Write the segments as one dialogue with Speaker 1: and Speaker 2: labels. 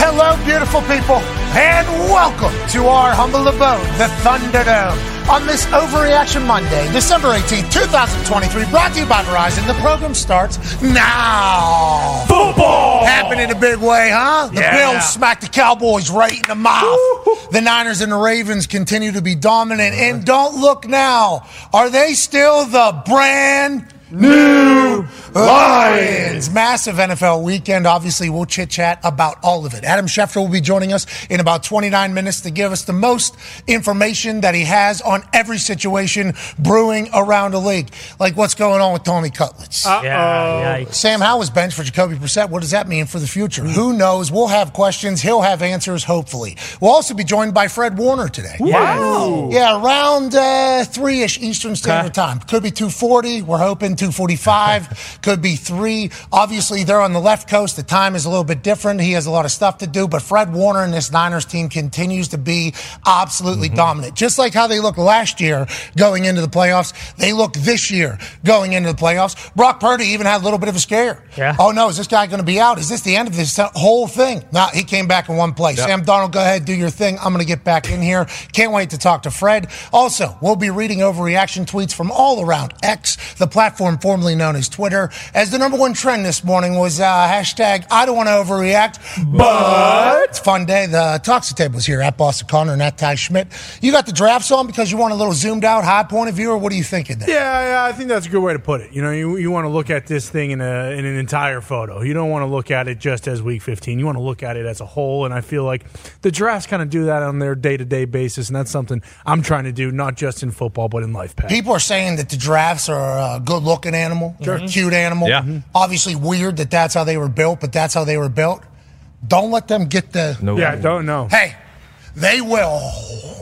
Speaker 1: Hello, beautiful people, and welcome to our humble abode, the Thunderdome. On this Overreaction Monday, December 18th, 2023, brought to you by Verizon, the program starts now.
Speaker 2: Football!
Speaker 1: Happened in a big way, huh? The
Speaker 2: Yeah.
Speaker 1: Bills smacked the Cowboys right in the mouth. The Niners and the Ravens continue to be dominant. And don't look now. Are they still the brand new Lions? Massive NFL weekend. Obviously, we'll chit chat about all of it. Adam Schefter will be joining us in about 29 minutes to give us the most information that he has on every situation brewing around the league, like what's going on with Tony Cutlets.
Speaker 2: Yeah, yikes. Mm.
Speaker 1: Sam Howell was benched for Jacoby Brissett. What does that mean for the future? Who knows? We'll have questions. He'll have answers, hopefully. We'll also be joined by Fred Warner today.
Speaker 2: Wow.
Speaker 1: Yeah, around uh, three ish Eastern Standard Time. Could be 240. We're hoping 245. Could be three. Obviously, they're on the left coast. The time is a little bit different. He has a lot of stuff to do. But Fred Warner and this Niners team continues to be absolutely dominant. Just like how they looked last year going into the playoffs, they look this year going into the playoffs. Brock Purdy even had a little bit of a scare.
Speaker 2: Yeah.
Speaker 1: Oh no, is this guy going to be out? Is this the end of this whole thing? No, he came back in one play. Sam Donald, go ahead, do your thing. I'm going to get back in here. Can't wait to talk to Fred. Also, we'll be reading over reaction tweets from all around X, the platform formerly known as Twitter, as the number one trend this morning was uh, hashtag I don't want to overreact, but it's a fun day. The Toxic Table is here at Boston Connor and at Ty Schmidt. You got the drafts on because you want a little zoomed out, high point of view, or what are you thinking there?
Speaker 3: Yeah, yeah, I think that's a good way to put it. You know, you, you want to look at this thing in, a, in an entire photo. You don't want to look at it just as week 15. You want to look at it as a whole. And I feel like the drafts kind of do that on their day to day basis. And that's something I'm trying to do, not just in football, but in life, Pat.
Speaker 1: People are saying that the giraffes are a good looking animal, they're a cute animal.
Speaker 4: Yeah. Mhm.
Speaker 1: Obviously, weird that that's how they were built, but that's how they were built. Don't let them get the.
Speaker 4: No.
Speaker 3: yeah, I don't know.
Speaker 1: Hey, they will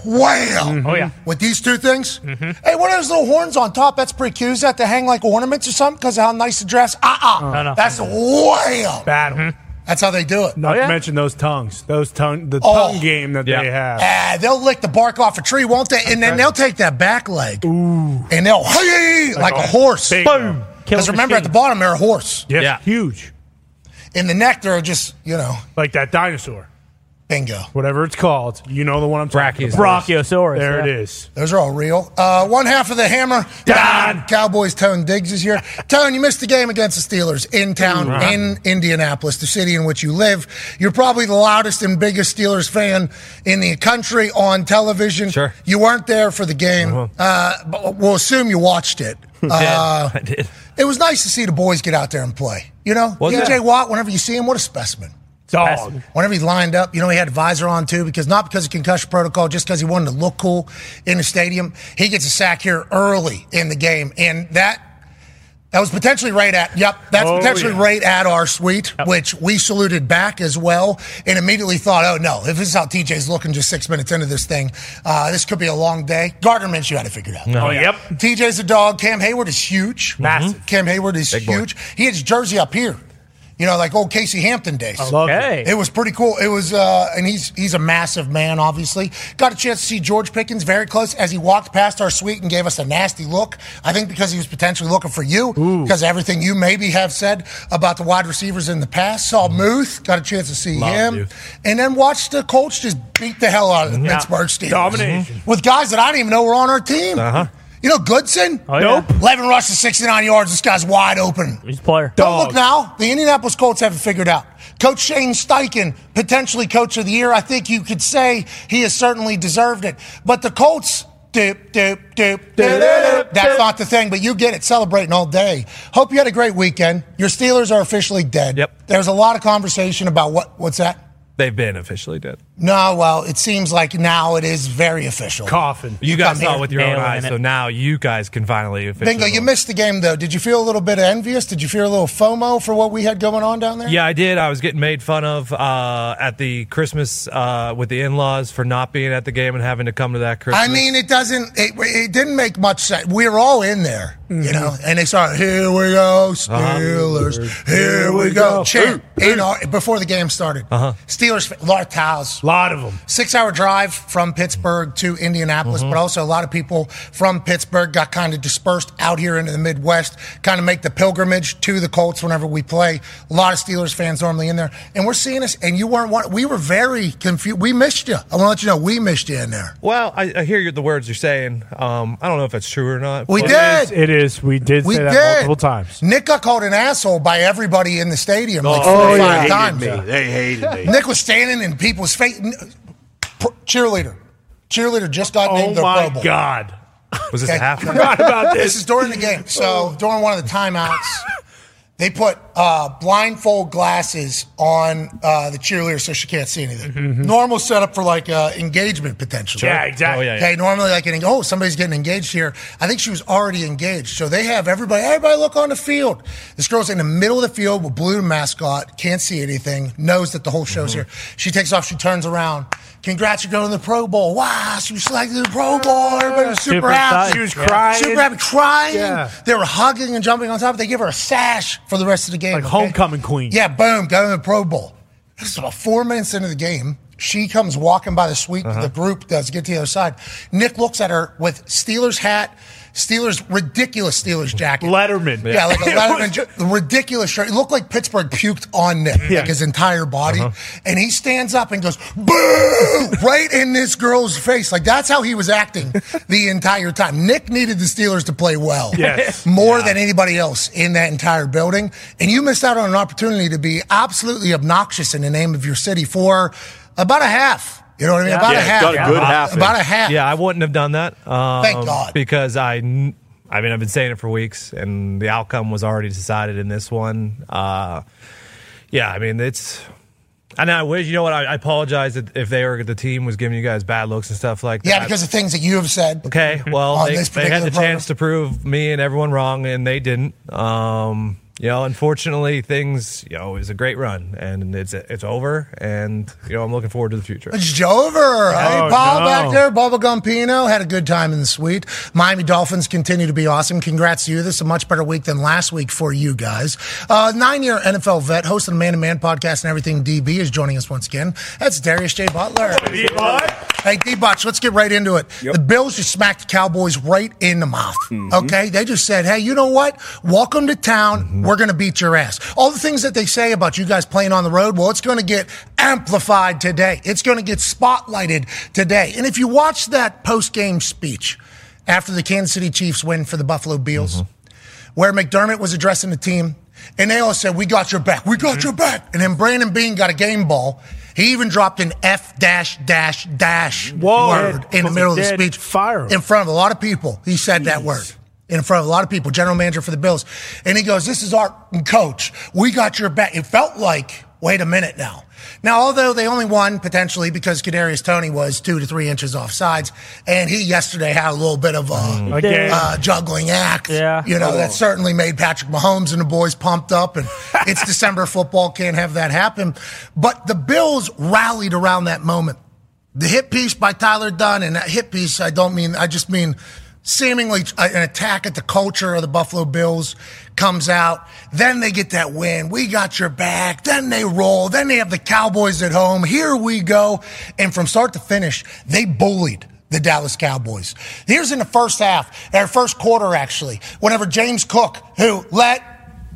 Speaker 1: wham.
Speaker 2: Oh, yeah.
Speaker 1: With these two things? Mm-hmm. Hey, one of those little horns on top, that's pretty cute. Is that to hang like ornaments or something because of how nice the dress? Uh uh
Speaker 2: No, no.
Speaker 1: That's wham.
Speaker 3: Battle.
Speaker 1: That's how they do it.
Speaker 3: Not
Speaker 2: yeah?
Speaker 3: to mention those tongues, those tongue, the
Speaker 1: Oh.
Speaker 3: tongue game that
Speaker 4: Yeah.
Speaker 3: they have.
Speaker 1: Ah, they'll lick the bark off a tree, won't they? And then they'll take that back leg and they'll, hey, like, a horse.
Speaker 3: Big-
Speaker 2: Boom. Kill
Speaker 1: Because remember, at the
Speaker 2: machine.
Speaker 1: bottom, they're a horse.
Speaker 3: Yes,
Speaker 4: Yeah.
Speaker 3: huge.
Speaker 1: in the nectar are just, you know,
Speaker 3: Like that dinosaur,
Speaker 1: bingo.
Speaker 3: whatever it's called. You know the one I'm talking
Speaker 4: Brachiosaurus.
Speaker 3: about.
Speaker 2: Brachiosaurus.
Speaker 3: There
Speaker 2: yeah.
Speaker 3: it is.
Speaker 1: Those are all real. Uh, one half of the hammer.
Speaker 3: Don.
Speaker 1: Cowboys Tone Diggs is here. Tone, you missed the game against the Steelers in town in Indianapolis, the city in which you live. You're probably the loudest and biggest Steelers fan in the country on television.
Speaker 4: Sure.
Speaker 1: You weren't there for the game,
Speaker 3: Uh-huh.
Speaker 1: uh, but we'll assume you watched it. Uh,
Speaker 4: I did.
Speaker 1: it was nice to see the boys get out there and play. You know,
Speaker 4: Was it?
Speaker 1: DJ Watt, whenever you see him, what a specimen.
Speaker 3: Dog.
Speaker 1: Whenever he lined up, you know, he had a visor on too, because not because of concussion protocol, just because he wanted to look cool in the stadium. He gets a sack here early in the game, and that that was potentially right at yep, that's
Speaker 3: Oh,
Speaker 1: potentially
Speaker 3: yeah.
Speaker 1: right at our suite, which we saluted back as well, and immediately thought, oh no, if this is how TJ's looking just six minutes into this thing, uh, this could be a long day. Gardner Minshew had it figured out.
Speaker 3: Oh, yep.
Speaker 1: TJ's a dog. Cam Hayward is huge.
Speaker 3: Massive.
Speaker 1: Cam Hayward is
Speaker 4: boy.
Speaker 1: huge. He had his jersey up here. You know, like old Casey Hampton days.
Speaker 3: Love
Speaker 2: Okay.
Speaker 1: It was pretty cool. It was, uh, and he's he's a massive man, obviously. Got a chance to see George Pickens very close as he walked past our suite and gave us a nasty look. I think because he was potentially looking for you, because of everything you maybe have said about the wide receivers in the past. Saw
Speaker 2: Mm.
Speaker 1: Muth, got a chance to see him,
Speaker 3: Muth.
Speaker 1: and then watched the Colts just beat the hell out of the Pittsburgh Steelers
Speaker 3: Domination.
Speaker 1: with guys that I didn't even know were on our team.
Speaker 4: Uh-huh.
Speaker 1: You know, Goodson.
Speaker 2: Oh, yeah. Nope.
Speaker 1: Eleven rushes, sixty-nine yards. This guy's wide open.
Speaker 2: He's a player.
Speaker 1: Don't look now. The Indianapolis Colts haven't figured out. Coach Shane Steichen, potentially coach of the year. I think you could say he has certainly deserved it. But the Colts, doop, doop, doop, doop, doop. that's not the thing, but you get it celebrating all day. Hope you had a great weekend. Your Steelers are officially dead.
Speaker 4: Yep.
Speaker 1: There's a lot of conversation about what what's that?
Speaker 4: They've been officially dead.
Speaker 1: No, well, it seems like now it is very official.
Speaker 3: Coffin.
Speaker 4: You guys saw it with your own
Speaker 2: Nailing
Speaker 4: eyes,
Speaker 2: it.
Speaker 4: so now you guys can finally officially.
Speaker 1: Bingo, you
Speaker 4: vote.
Speaker 1: missed the game though. Did you feel a little bit envious? Did you feel a little FOMO for what we had going on down there?
Speaker 4: Yeah, I did. I was getting made fun of uh, at the Christmas uh, with the in-laws for not being at the game and having to come to that Christmas.
Speaker 1: I mean, it doesn't. It, it didn't make much sense. We were all in there,
Speaker 3: Mm-hmm.
Speaker 1: you know, and they started. Here we Uh-huh. go, Steelers. Here we go. Chant in our, before the game started. Uh-huh. Steelers Steelers, fan- a lot of towels. A
Speaker 3: lot of them.
Speaker 1: Six hour drive from Pittsburgh to Indianapolis,
Speaker 5: Mhm.
Speaker 3: Mm-hmm.
Speaker 1: but also a lot of people from Pittsburgh got kind of dispersed out here into the Midwest, kind of make the pilgrimage to the Colts whenever we play. A lot of Steelers fans normally in there. And we're seeing this, and you weren't one. We were very confused. We missed you. I want to let you know, we missed you in there.
Speaker 4: Well, I, I hear your, the words you're saying. Um, I don't know if it's true or not.
Speaker 1: We
Speaker 4: but-
Speaker 1: did.
Speaker 3: It is. We did
Speaker 1: We
Speaker 3: say that
Speaker 1: did.
Speaker 3: multiple times.
Speaker 1: Nick got called an asshole by everybody in the stadium like four
Speaker 3: Oh,
Speaker 1: or
Speaker 3: yeah.
Speaker 1: five
Speaker 3: Hated
Speaker 1: times.
Speaker 3: me.
Speaker 6: They hated me.
Speaker 1: Nick was standing in people's face. N- pro- Cheerleader. Cheerleader just got
Speaker 3: Oh
Speaker 1: named their
Speaker 3: my
Speaker 1: Pro Bowl.
Speaker 3: God.
Speaker 4: Was
Speaker 1: Okay.
Speaker 3: Forgot about this.
Speaker 1: is during the game. So during one of the timeouts, they put uh, blindfold glasses on uh, the cheerleader so she can't see anything. Normal setup for like uh, engagement potential.
Speaker 3: Mm-hmm. Yeah, exactly. Oh, yeah, yeah.
Speaker 1: Okay, normally like getting oh somebody's getting engaged here. I think she was already engaged. So they have everybody. Everybody look on the field. This girl's in the middle of the field with blue mascot. Can't see anything. Knows that the whole show's
Speaker 3: Mm-hmm.
Speaker 1: here. She takes off. She turns around. Congrats, you're going to the Pro Bowl. Wow, she was selected to the Pro Bowl. Everybody was super,
Speaker 3: Super
Speaker 1: happy.
Speaker 3: excited. She was crying.
Speaker 1: Super happy, crying.
Speaker 3: Yeah.
Speaker 1: They were hugging and jumping on top. They give her a sash for the rest of the game.
Speaker 3: Like
Speaker 1: okay?
Speaker 3: homecoming queen.
Speaker 1: Yeah, boom, go to the Pro Bowl. This is about four minutes into the game. She comes walking by the suite.
Speaker 3: Uh-huh.
Speaker 1: The group does get to the other side. Nick looks at her with Steelers hat, Steelers ridiculous Steelers jacket,
Speaker 3: Letterman.
Speaker 1: Yeah,
Speaker 3: Yeah.
Speaker 1: like a
Speaker 3: It was-
Speaker 1: Letterman, ja- the ridiculous shirt. It looked like Pittsburgh puked on Nick,
Speaker 3: Yeah.
Speaker 1: like his entire body.
Speaker 4: Uh-huh.
Speaker 1: And he stands up and goes boo right in this girl's face. Like that's how he was acting the entire time. Nick needed the Steelers to play well
Speaker 2: Yes.
Speaker 1: more than anybody else in that entire building. And you missed out on an opportunity to be absolutely obnoxious in the name of your city for about a half. You know what I mean? About a half. About a half.
Speaker 4: Yeah, I wouldn't have done that. Um,
Speaker 1: Thank God.
Speaker 4: Because I, kn- I mean, I've been saying it for weeks, and the outcome was already decided in this one. Uh, yeah, I mean, it's. And I wish, you know what? I, I apologize if if they were the team was giving you guys bad looks and stuff like that.
Speaker 1: Yeah, because of things that you have said.
Speaker 4: Okay, well,
Speaker 1: on
Speaker 4: they,
Speaker 1: this
Speaker 4: they had
Speaker 1: particular
Speaker 4: the
Speaker 1: program.
Speaker 4: chance to prove me and everyone wrong, and they didn't. Um, you know, unfortunately, things. You know, it was a great run, and it's it's over, and you know, I'm looking forward to the future.
Speaker 1: It's Jover. hey,
Speaker 4: Oh,
Speaker 1: Paul
Speaker 4: no.
Speaker 1: back there. Bubblegum Pino had a good time in the suite. Miami Dolphins continue to be awesome. Congrats to you. This is a much better week than last week for you guys. Uh, Nine year NFL vet, host of the Man to Man podcast and everything DB is joining us once again. That's Darius J. Butler. Hey, D Butch, let's get right into it. The Bills just smacked the Cowboys right in the mouth. Okay? They just said, hey, you know what? Welcome to town. We're going to beat your ass. All the things that they say about you guys playing on the road, well, it's going to get amplified today. It's going to get spotlighted today. And if you watch that post game speech after the Kansas City Chiefs win for the Buffalo Bills, where McDermott was addressing the team, and they all said, "We got your back. We got your back." And then Brandon Bean got a game ball. He even dropped an F dash dash dash word in the middle of the
Speaker 3: Dead
Speaker 1: speech, fire in front of a lot of people. He said that word in front of a lot of people. General manager for the Bills, and he goes, "This is our coach. We got your back." It felt like, wait a minute now. Now, although they only won potentially because Kadarius Tony was two to three inches off sides, and he yesterday had a little bit of a
Speaker 3: Again.
Speaker 1: uh, juggling act. Yeah. You know,
Speaker 3: Oh.
Speaker 1: that certainly made Patrick Mahomes and the boys pumped up. And it's December football, can't have that happen. But the Bills rallied around that moment. The hit piece by Tyler Dunn, and that hit piece, I don't mean, I just mean seemingly an attack at the culture of the Buffalo Bills comes out. Then they get that win. We got your back. Then they roll. Then they have the Cowboys at home. Here we go. And from start to finish, they bullied the Dallas Cowboys. Here's in the first half, or first quarter actually, whenever James Cook, who let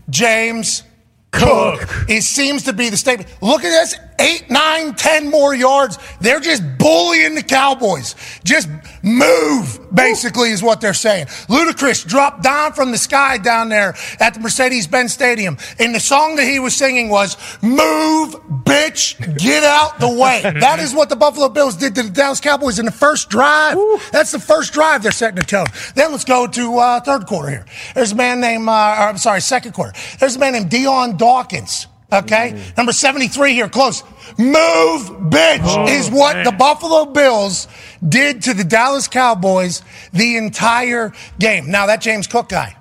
Speaker 1: James Cook, it seems to be the statement. Look at this, eight, nine, ten more yards. They're just bullying the Cowboys. Just move, basically, is what they're saying. Ludacris dropped down from the sky down there at the Mercedes-Benz Stadium, and the song that he was singing was "Move, bitch, get out the way." that is what the Buffalo Bills did to the Dallas Cowboys in the first drive. That's the first drive they're setting the tone. Then let's go to uh, third quarter here. There's a man named, uh, or, I'm sorry, second quarter. There's a man named Dion Dawkins. Okay,
Speaker 2: Mm.
Speaker 1: number 73 here, close. Move, bitch,
Speaker 2: Oh,
Speaker 1: is what
Speaker 2: man.
Speaker 1: the Buffalo Bills did to the Dallas Cowboys the entire game. Now, that James Cook guy,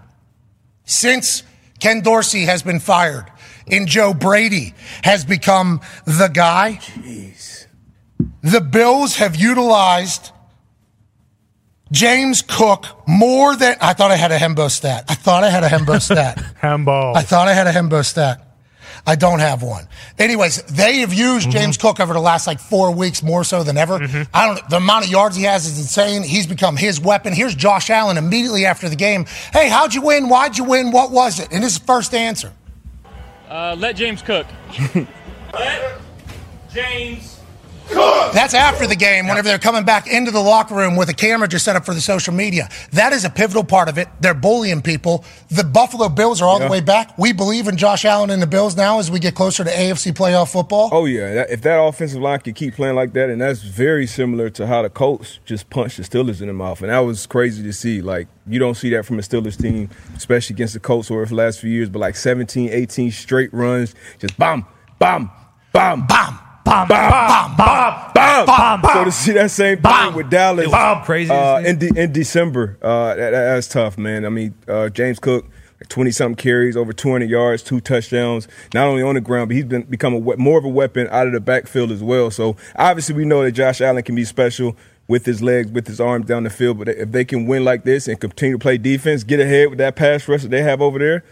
Speaker 1: since Ken Dorsey has been fired and Joe Brady has become the guy, the Bills have utilized James Cook more than I thought I had a Hembo stat. I thought I had a Hembo stat.
Speaker 3: Handball.
Speaker 1: I thought I had a Hembo stat. I don't have one. Anyways, they have used James Cook over the last like four weeks more so than ever. I don't. The amount of yards he has is insane. He's become his weapon. Here's Josh Allen immediately after the game. Hey, how'd you win? Why'd you win? What was it? And his first answer.
Speaker 5: Uh, let James cook. let James.
Speaker 1: That's after the game, whenever they're coming back into the locker room with a camera just set up for the social media. That is a pivotal part of it. They're bullying people. The Buffalo Bills are all
Speaker 6: Yeah.
Speaker 1: the way back. We believe in Josh Allen and the Bills now as we get closer to AFC playoff football.
Speaker 6: Oh yeah, that, if that offensive line could keep playing like that, and that's very similar to how the Colts just punched the Steelers in the mouth, and that was crazy to see. Like you don't see that from a Steelers team, especially against the Colts over the last few years. But like 17, 18 straight runs, just bomb, bomb, bomb, bomb. Bomb, bomb, bomb, bomb, bomb, So to see that same thing with Dallas,
Speaker 4: Bomb. Crazy to
Speaker 6: uh,
Speaker 4: see.
Speaker 6: in, de- in December, uh, that, that- that's tough, man. I mean, uh, James Cook, twenty something carries, over two hundred yards, two touchdowns. Not only on the ground, but he's been become a we- more of a weapon out of the backfield as well. So obviously, we know that Josh Allen can be special with his legs, with his arms down the field. But if they can win like this and continue to play defense, get ahead with that pass rush that they have over there,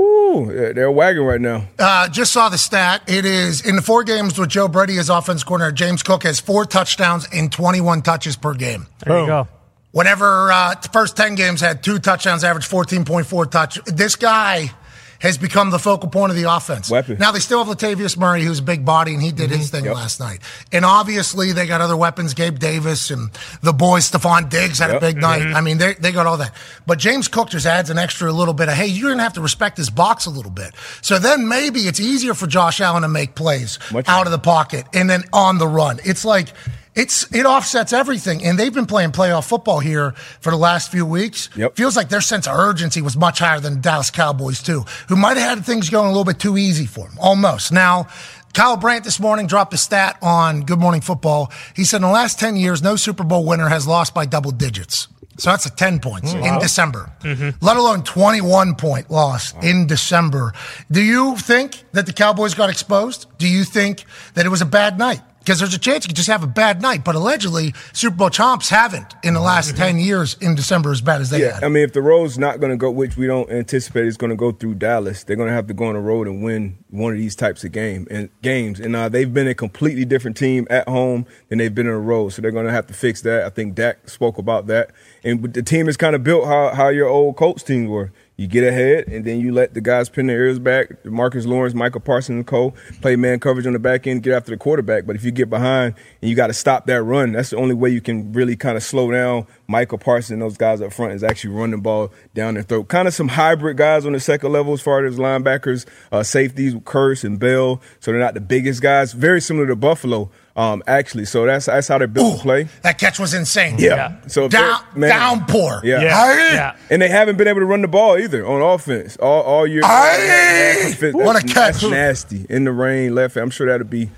Speaker 6: ooh, they're- they're wagging right now.
Speaker 1: Uh, just saw the stat. It is in the four games with Joe Brady as offense coordinator. James Cook has four touchdowns and 21 touches per game.
Speaker 3: There you Boom. go.
Speaker 1: Whenever uh, the first 10 games had two touchdowns, average 14.4 touch. This guy has become the focal point of the offense.
Speaker 6: Weapon.
Speaker 1: Now they still have Latavius Murray, who's a big body, and he did his thing
Speaker 6: Mm-hmm. Yep.
Speaker 1: last night. And obviously they got other weapons. Gabe Davis and the boy Stephon Diggs had
Speaker 6: Yep.
Speaker 1: a big night.
Speaker 6: Mhm.
Speaker 1: I mean, they, they got all that. But James Cook just adds an extra little bit of, hey, you're going to have to respect this box a little bit. So then maybe it's easier for Josh Allen to make plays out of the pocket and then on the run. It's like, it's it offsets everything, and they've been playing playoff football here for the last few weeks. Feels like their sense of urgency was much higher than Dallas Cowboys too, who might have had things going a little bit too easy for them, almost. Now, Kyle Brandt this morning dropped a stat on Good Morning Football. He said in the last ten years, no Super Bowl winner has lost by double digits. So that's a ten points in
Speaker 6: Mm,
Speaker 2: Wow.
Speaker 1: December, let alone twenty-one point loss in December. Do you think that the Cowboys got exposed? Do you think that it was a bad night? Because there's a chance you could just have a bad night, but allegedly Super Bowl chomps haven't in the last ten years in December as bad as they
Speaker 6: Mm-hmm. yeah,
Speaker 1: had.
Speaker 6: I mean, if the road's not going to go, which we don't anticipate, is going to go through Dallas. They're going to have to go on the road and win one of these types of game and games. And uh, they've been a completely different team at home than they've been on the road, so they're going to have to fix that. I think Dak spoke about that, and but the team is kind of built how how your old Colts team were. You get ahead, and then you let the guys pin their ears back. Marcus Lawrence, Michael Parsons, and Cole play man coverage on the back end, get after the quarterback. But if you get behind and you got to stop that run, that's the only way you can really kind of slow down Michael Parsons and those guys up front is actually running the ball down their throat. Kind of some hybrid guys on the second level as far as linebackers, uh, safeties, Curse and Bell. So they're not the biggest guys. Very similar to Buffalo, um, actually. So that's that's how they're built to play.
Speaker 1: That catch was insane.
Speaker 6: Yeah. So if
Speaker 1: Down-
Speaker 6: they're- man.
Speaker 1: downpour.
Speaker 6: Yeah.
Speaker 1: Hey!
Speaker 6: And they haven't been able to run the ball either on offense all, all year.
Speaker 1: Hey!
Speaker 6: That's-
Speaker 1: What a
Speaker 6: that's
Speaker 1: catch.
Speaker 6: nasty in the rain, left. I'm sure that'll be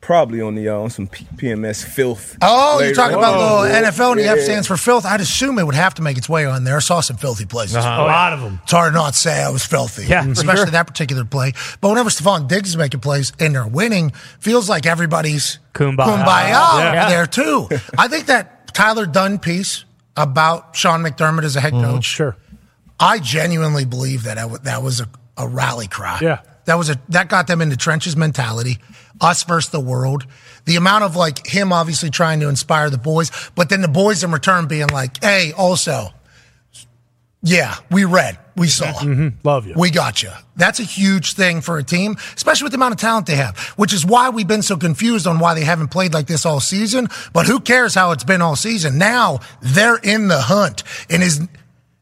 Speaker 6: probably on the uh, on some P- PMS filth.
Speaker 1: Oh,
Speaker 6: later
Speaker 1: you're talking
Speaker 6: on.
Speaker 1: about little NFL and the F
Speaker 6: Yeah.
Speaker 1: stands for filth. I'd assume it would have to make its way on there. I saw some filthy plays.
Speaker 3: Uh-huh. A lot of 'em.
Speaker 1: It's hard to not say I was filthy.
Speaker 3: Yeah, for
Speaker 1: Especially
Speaker 3: sure.
Speaker 1: that particular play. But whenever Stephon Diggs is making plays and they're winning, feels like everybody's
Speaker 7: Kumbaya.
Speaker 1: kumbaya
Speaker 7: Yeah.
Speaker 1: over there too. I think that Tyler Dunn piece about Sean McDermott as a head coach. Sure. I genuinely believe that I w- that was a, a rally cry. Yeah. That was a that got them into trenches mentality, us versus the world. The amount of like him obviously trying to inspire the boys, but then the boys in return being like, "Hey, also, yeah, we read, we saw, Mm-hmm. love you, we got you." That's a huge thing for a team, especially with the amount of talent they have, which is why we've been so confused on why they haven't played like this all season. But who cares how it's been all season? Now they're in the hunt, and is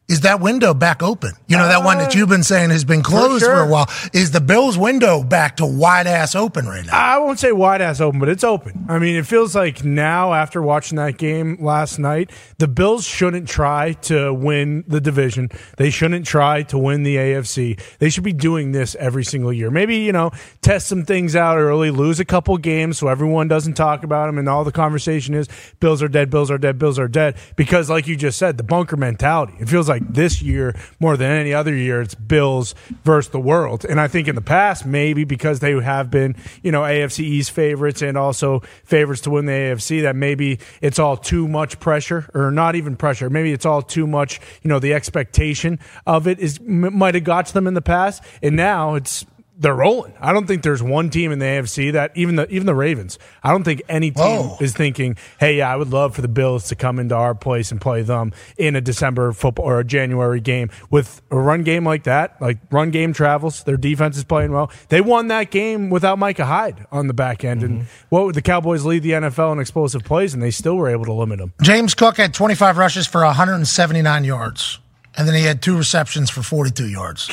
Speaker 1: is that window back open? You know, that one that you've been saying has been closed Uh, for, a while. Is the Bills window back to wide ass open right now?
Speaker 3: I won't say wide ass open, but it's open. I mean, it feels like now after watching that game last night, the Bills shouldn't try to win the division. They shouldn't try to win the AFC. They should be doing this every single year. Maybe, you know, test some things out early, lose a couple games so everyone doesn't talk about them and all the conversation is Bills are dead, Bills are dead, Bills are dead because like you just said, the bunker mentality. It feels like this year more than any other year it's Bills versus the world. And I think in the past, maybe because they have been, you know, AFC East favorites and also favorites to win the AFC, that maybe it's all too much pressure or not even pressure. Maybe it's all too much, you know, the expectation of it is m- might have got to them in the past. And now it's they're rolling. I don't think there's one team in the AFC that even the even the Ravens. I don't think any team is thinking, "Hey, yeah, I would love for the Bills to come into our place and play them in a December football or a January game with a run game like that." Like run game travels, their defense is playing well. They won that game without Micah Hyde on the back end, and what would the Cowboys lead the NFL in explosive plays, and they still were able to limit them.
Speaker 1: James Cook had 25 rushes for 179 yards, and then he had two receptions for 42 yards.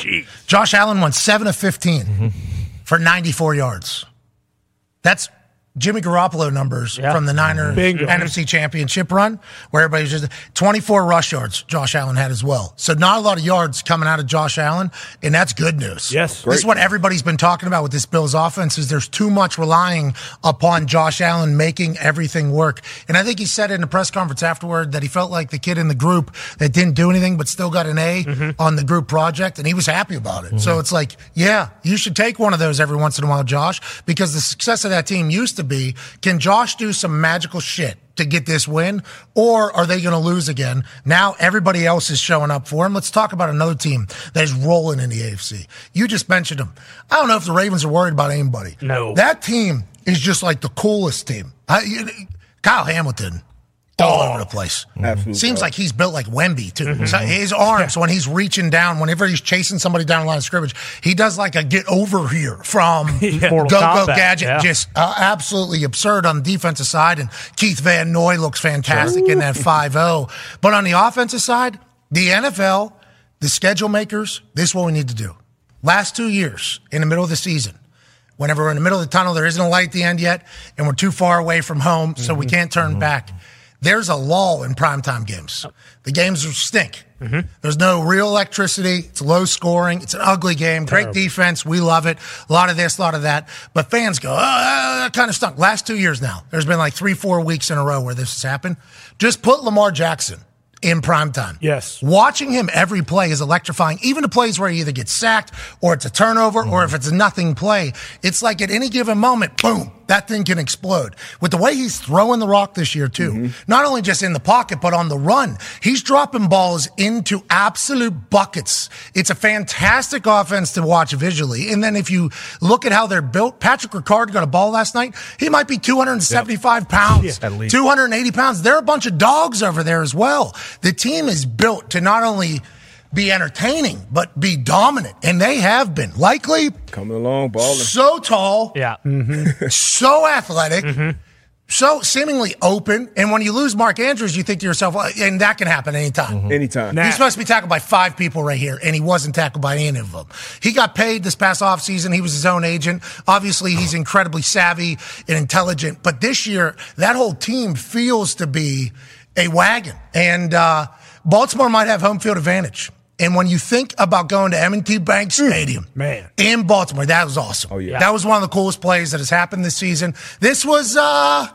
Speaker 1: Josh Allen went 7 of 15 for 94 yards. That's Jimmy Garoppolo numbers from the Niners
Speaker 3: Bingo.
Speaker 1: NFC Championship run, where everybody was just 24 rush yards Josh Allen had as well. So, not a lot of yards coming out of Josh Allen, and that's good news.
Speaker 3: Yes.
Speaker 1: This is what everybody's been talking about with this Bills offense is there's too much relying upon Josh Allen making everything work. And I think he said in the press conference afterward that he felt like the kid in the group that didn't do anything but still got an A on the group project and he was happy about it. So it's like, yeah, you should take one of those every once in a while, Josh, because the success of that team used to be, can Josh do some magical shit? to get this win, or are they going to lose again? Now everybody else is showing up for him. Let's talk about another team that is rolling in the AFC. You just mentioned them. I don't know if the Ravens are worried about anybody. No. That team is just like the coolest team. I, you, Kyle Hamilton. All over the place.
Speaker 6: Absolutely.
Speaker 1: Seems like he's built like Wemby too.
Speaker 3: Mm-hmm.
Speaker 1: So his arms when he's reaching down, whenever he's chasing somebody down the line of scrimmage, he does like a get over here from Go
Speaker 3: Mortal
Speaker 1: Go
Speaker 3: Kombat,
Speaker 1: Gadget.
Speaker 3: yeah.
Speaker 1: Just uh, absolutely absurd on the defensive side. And Keith Van Noy looks fantastic in that 5 0. But on the offensive side, the NFL, the schedule makers, this is what we need to do. Last two years in the middle of the season, whenever we're in the middle of the tunnel, there isn't a light at the end yet, and we're too far away from home, so we
Speaker 3: Mm-hmm.
Speaker 1: can't turn back. There's a lull in primetime games. The games stink. There's no real electricity. It's low scoring. It's an ugly game. Great defense. We love it. A lot of this, a lot of that. But fans go, oh, that kind of stunk. Last two years now, there's been like three, four weeks in a row where this has happened. Just put Lamar Jackson in primetime.
Speaker 3: Yes.
Speaker 1: Watching him every play is electrifying. Even the plays where he either gets sacked or it's a turnover or if it's a nothing play, it's like at any given moment, boom, that thing can explode. With the way he's throwing the rock this year, too, not only just in the pocket, but on the run, he's dropping balls into absolute buckets. It's a fantastic offense to watch visually. And then if you look at how they're built, Patrick Ricard got a ball last night. He might be 275 pounds,
Speaker 4: Yeah, at least.
Speaker 1: 280 pounds. They're a bunch of dogs over there as well. The team is built to not only be entertaining, but be dominant. And they have been. Likely,
Speaker 6: Coming along, balling.
Speaker 1: so tall,
Speaker 3: Yeah,
Speaker 1: so athletic, so seemingly open. And when you lose Mark Andrews, you think to yourself, well, and that can happen anytime.
Speaker 4: Mm-hmm.
Speaker 6: Anytime.
Speaker 1: Uh, He's supposed to be tackled by five people right here, and he wasn't tackled by any of them. He got paid this past offseason. He was his own agent. Obviously, he's incredibly savvy and intelligent. But this year, that whole team feels to be a wagon. And uh, Baltimore might have home field advantage. And when you think about going to M&T Bank
Speaker 7: Hmm.
Speaker 1: Stadium,
Speaker 3: man.
Speaker 1: in Baltimore. That was awesome. Oh
Speaker 6: yeah.
Speaker 1: that was one of the coolest plays that has happened this season. This was uh,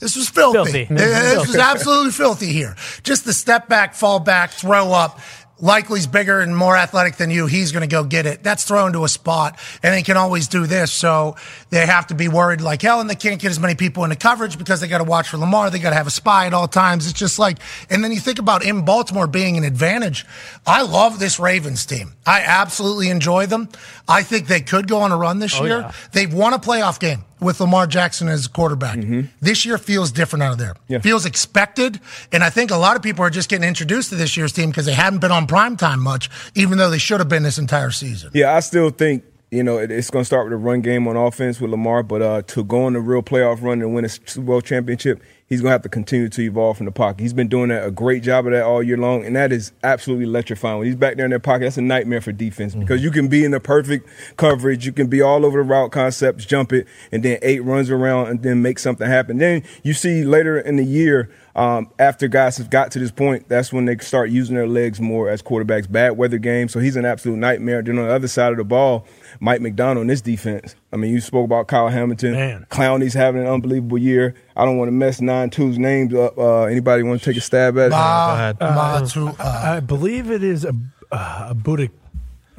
Speaker 1: this was filthy.
Speaker 7: Filthy.
Speaker 1: This was absolutely filthy here. Just the step back, fall back, throw up. Likely's bigger and more athletic than you. He's going to go get it. That's thrown to a spot, and they can always do this. So they have to be worried like hell, and they can't get as many people into coverage because they got to watch for Lamar. They got to have a spy at all times. It's just like, and then you think about in Baltimore being an advantage. I love this Ravens team. I absolutely enjoy them. I think they could go on a run this year. They've won a playoff game with Lamar Jackson as quarterback.
Speaker 6: Mm-hmm.
Speaker 1: This year feels different out of there. Feels expected. And I think a lot of people are just getting introduced to this year's team because they haven't been on primetime much, even though they should have been this entire season.
Speaker 6: Yeah, I still think you know it- it's going to start with a run game on offense with Lamar, but uh, to go on the real playoff run and win a Super Bowl championship, he's going to have to continue to evolve from the pocket. He's been doing that, a great job of that all year long, and that is absolutely electrifying. When he's back there in that pocket, that's a nightmare for defense because you can be in the perfect coverage, you can be all over the route concepts, jump it, and then eight runs around and then make something happen. Then you see later in the year. Um, after guys have got to this point, that's when they start using their legs more as quarterbacks. Bad weather games, so he's an absolute nightmare. Then on the other side of the ball, Mike McDonald in this defense. I mean, you spoke about Kyle Hamilton.
Speaker 3: Man.
Speaker 6: Clowney's having an unbelievable year. I don't want to mess nine two's names up. Uh, anybody want to take a stab at it?
Speaker 1: Ma-
Speaker 4: ahead.
Speaker 1: Ma- to- uh,
Speaker 3: I believe it is a uh, a Buddha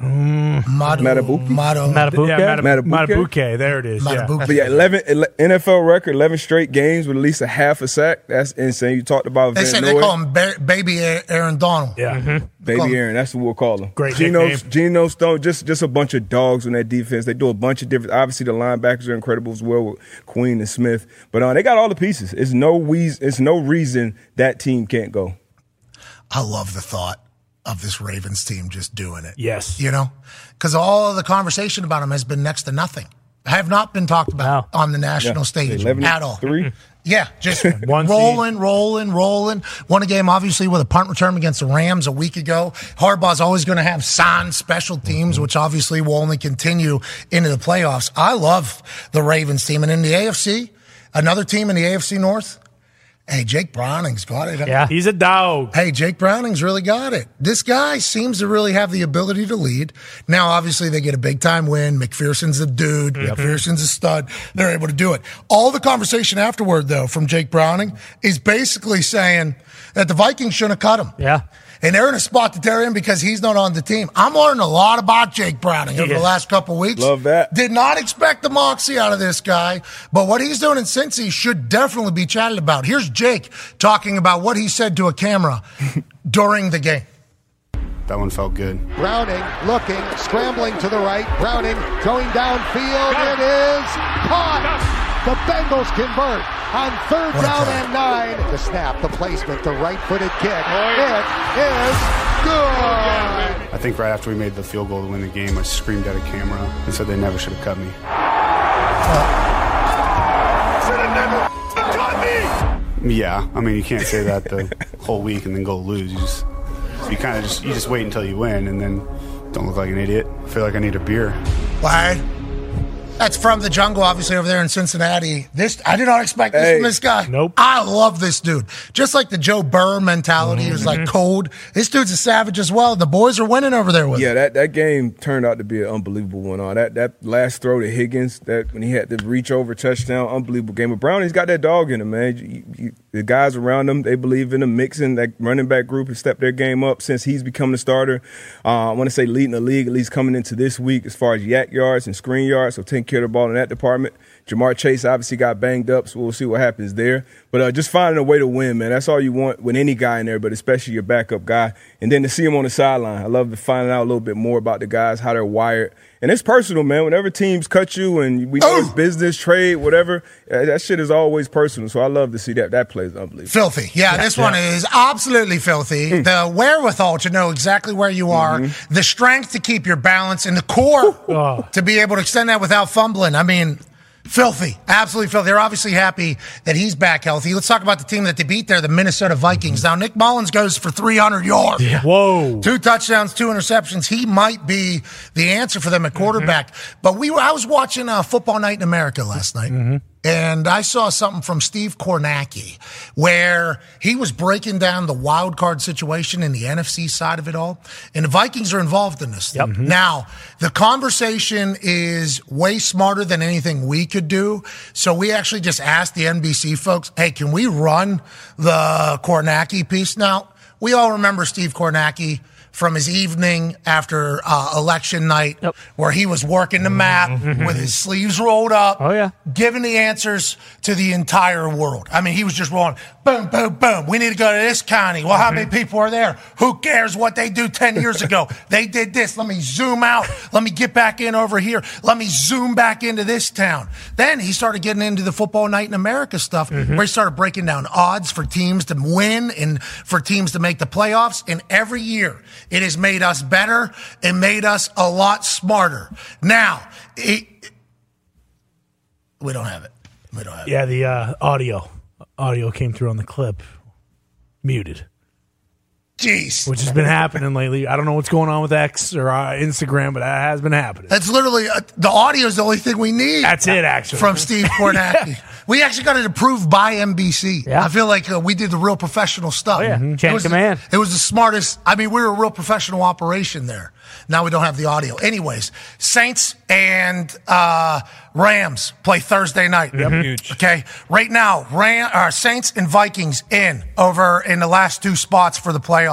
Speaker 1: Mm. Madu,
Speaker 6: Matabuke?
Speaker 1: Madu-
Speaker 3: Yeah, Matab- Matabuke. There it is. Yeah.
Speaker 6: But yeah, 11, ele- NFL record, 11 straight games with at least a half a sack. That's insane. You talked about
Speaker 1: They
Speaker 6: Van
Speaker 1: say they
Speaker 6: Noy.
Speaker 1: call him ba- Baby Aaron Donald.
Speaker 3: Yeah.
Speaker 6: Baby Aaron, that's what we'll call him.
Speaker 1: Great
Speaker 6: Geno,
Speaker 1: nickname.
Speaker 6: Geno Stone, just just a bunch of dogs on that defense. They do a bunch of different. Obviously, the linebackers are incredible as well with Queen and Smith, but uh, they got all the pieces. It's no wheeze, It's no reason that team can't go.
Speaker 1: I love the thought of this Ravens team just doing it.
Speaker 3: Yes.
Speaker 1: You know, because all of the conversation about him has been next to nothing. Have not been talked about on the national
Speaker 6: Yeah.
Speaker 1: stage
Speaker 6: 11
Speaker 1: at all.
Speaker 6: Three.
Speaker 1: Yeah, just rolling, rolling, rolling. Won a game, obviously, with a punt return against the Rams a week ago. Harbaugh's always going to have signed special teams,
Speaker 3: Mm-hmm.
Speaker 1: which obviously will only continue into the playoffs. I love the Ravens team. And in the AFC, another team in the AFC North, hey, Jake Browning's got it.
Speaker 3: Yeah. He's a dog.
Speaker 1: Hey, Jake Browning's really got it. This guy seems to really have the ability to lead. Now, obviously, they get a big time win. McPherson's the dude. McPherson's a stud. They're able to do it. All the conversation afterward, though, from Jake Browning is basically saying that the Vikings shouldn't have cut him.
Speaker 3: Yeah.
Speaker 1: And they're in a spot that they're in because he's not on the team. I'm learning a lot about Jake Browning over
Speaker 6: Yeah.
Speaker 1: the last couple weeks.
Speaker 6: Love that.
Speaker 1: Did not expect the moxie out of this guy, but what he's doing in Cincy should definitely be chatted about. Here's Jake talking about what he said to a camera during the game.
Speaker 7: That one felt good.
Speaker 8: Browning looking, scrambling to the right. Browning going downfield. It is caught. The Bengals convert on third down and nine. The snap, the placement, the right-footed kick. It is good.
Speaker 7: I think right after we made the field goal to win the game, I screamed at a camera and said they never should have cut me. Yeah, I mean you can't say that the whole week and then go lose. You just you kind of just you just wait until you win and then don't look like an idiot. I feel like I need a beer.
Speaker 1: Why? That's from the jungle, obviously over there in Cincinnati. This I did not expect this from this guy. Nope. I love this dude. Just like the Joe Burr mentality is like cold. This dude's a savage as well. The boys are winning over there with. him.
Speaker 6: Yeah, that, that game turned out to be an unbelievable one. All that that last throw to Higgins, that when he had the reach over touchdown, unbelievable game. But Browning's got that dog in him, man. You- you- the guys around him, they believe in him. Mixing that running back group has stepped their game up since he's become the starter. Uh, I want to say leading the league at least coming into this week as far as yak yards and screen yards. So taking care of the ball in that department. Jamar Chase obviously got banged up, so we'll see what happens there. But uh, just finding a way to win, man. That's all you want with any guy in there, but especially your backup guy. And then to see him on the sideline, I love to find out a little bit more about the guys, how they're wired. And it's personal, man. Whenever teams cut you, and we know
Speaker 1: Oh!
Speaker 6: it's business, trade, whatever, uh, that shit is always personal. So I love to see that. That plays unbelievable.
Speaker 1: Filthy. Yeah, Hmm. this one is absolutely filthy. The wherewithal to know exactly where you are, the strength to keep your balance, and the core to be able to extend that without fumbling. I mean, filthy. Absolutely filthy. They're obviously happy that he's back healthy. Let's talk about the team that they beat there, the Minnesota Vikings. Now, Nick Mullins goes for 300 yards.
Speaker 3: Whoa.
Speaker 1: Two touchdowns, two interceptions. He might be the answer for them at quarterback. But we were, I was watching uh, Football Night in America last night. And I saw something from Steve Kornacki where he was breaking down the wild card situation in the NFC side of it all. And the Vikings are involved in this. thing. Now, the conversation is way smarter than anything we could do. So we actually just asked the NBC folks, hey, can we run the Kornacki piece now? We all remember Steve Kornacki from his evening after uh, election night, where he was working the map with his sleeves rolled up. Mm-hmm. Oh yeah, giving the answers to the entire world. I mean, he was just rolling, boom, boom, boom. We need to go to this county. Well, how many people are there? Who cares what they do ten years ago? they did this. Let me zoom out. Let me get back in over here. Let me zoom back into this town. Then he started getting into the football night in America stuff,
Speaker 3: Mm-hmm.
Speaker 1: where he started breaking down odds for teams to win and for teams to make the playoffs. And every year, it has made us better. It made us a lot smarter. Now, it, we don't have it. We don't have it.
Speaker 3: Yeah, the uh, audio audio came through on the clip, muted.
Speaker 1: Jeez,
Speaker 3: which has been happening lately. I don't know what's going on with X or uh, Instagram, but that has been happening.
Speaker 1: That's literally uh, the audio is the only thing we need.
Speaker 3: That's it, actually.
Speaker 1: From Steve Kornacki. We actually got it approved by NBC. I feel like uh, we did the real professional stuff.
Speaker 3: Oh,
Speaker 1: Mm-hmm.
Speaker 9: yeah. Mhm. Chain
Speaker 1: It was
Speaker 9: of command.
Speaker 1: The, it was the smartest. I mean, we were a real professional operation there. Now we don't have the audio. Anyways, Saints and uh, Rams play Thursday night.
Speaker 4: Yep.
Speaker 9: Mm-hmm.
Speaker 4: Mhm. Huge.
Speaker 1: Okay. Right now, Ram, uh, Saints and Vikings in over in the last two spots for the playoffs.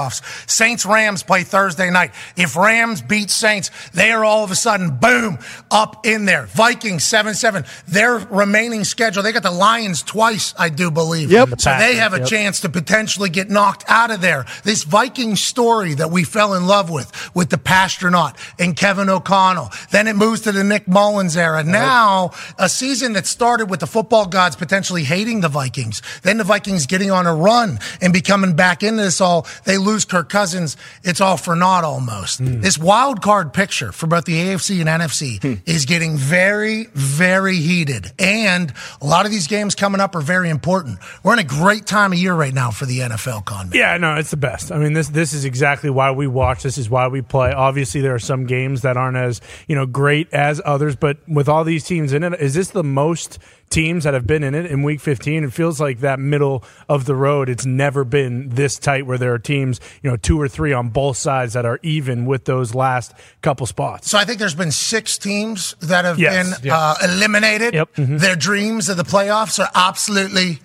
Speaker 1: Saints Rams play Thursday night. If Rams beat Saints, they are all of a sudden, boom, up in there. Vikings 7 7. Their remaining schedule, they got the Lions twice, I do believe.
Speaker 9: Yep.
Speaker 1: So they have a
Speaker 9: Yep.
Speaker 1: chance chance to potentially get knocked out of there. This Viking story that we fell in love with, with the Pasternaut and Kevin O'Connell. Then it moves to the Nick Mullins era. Now, a season that started with the football gods potentially hating the Vikings. Then the Vikings getting on a run and becoming back into this all. They lose Kirk Cousins. It's all for naught almost. This wild card picture for both the AFC and NFC is getting very, very heated. And a lot of these games coming up are very important. We're in a great time of year right now for the NFL, Con.
Speaker 3: Yeah, no, it's the best. I mean, this this is exactly why we watch. This is why we play. Obviously, there are some games that aren't as you know great as others, but with all these teams in it, is this the most teams that have been in it in Week 15? It feels like that middle of the road. It's never been this tight where there are teams you know two or three on both sides that are even with those last couple spots.
Speaker 1: So I think there's been six teams that have
Speaker 3: Yes,
Speaker 1: been
Speaker 3: yes.
Speaker 1: Uh, eliminated.
Speaker 3: Yep. Mm-hmm.
Speaker 1: Their dreams of the playoffs are absolutely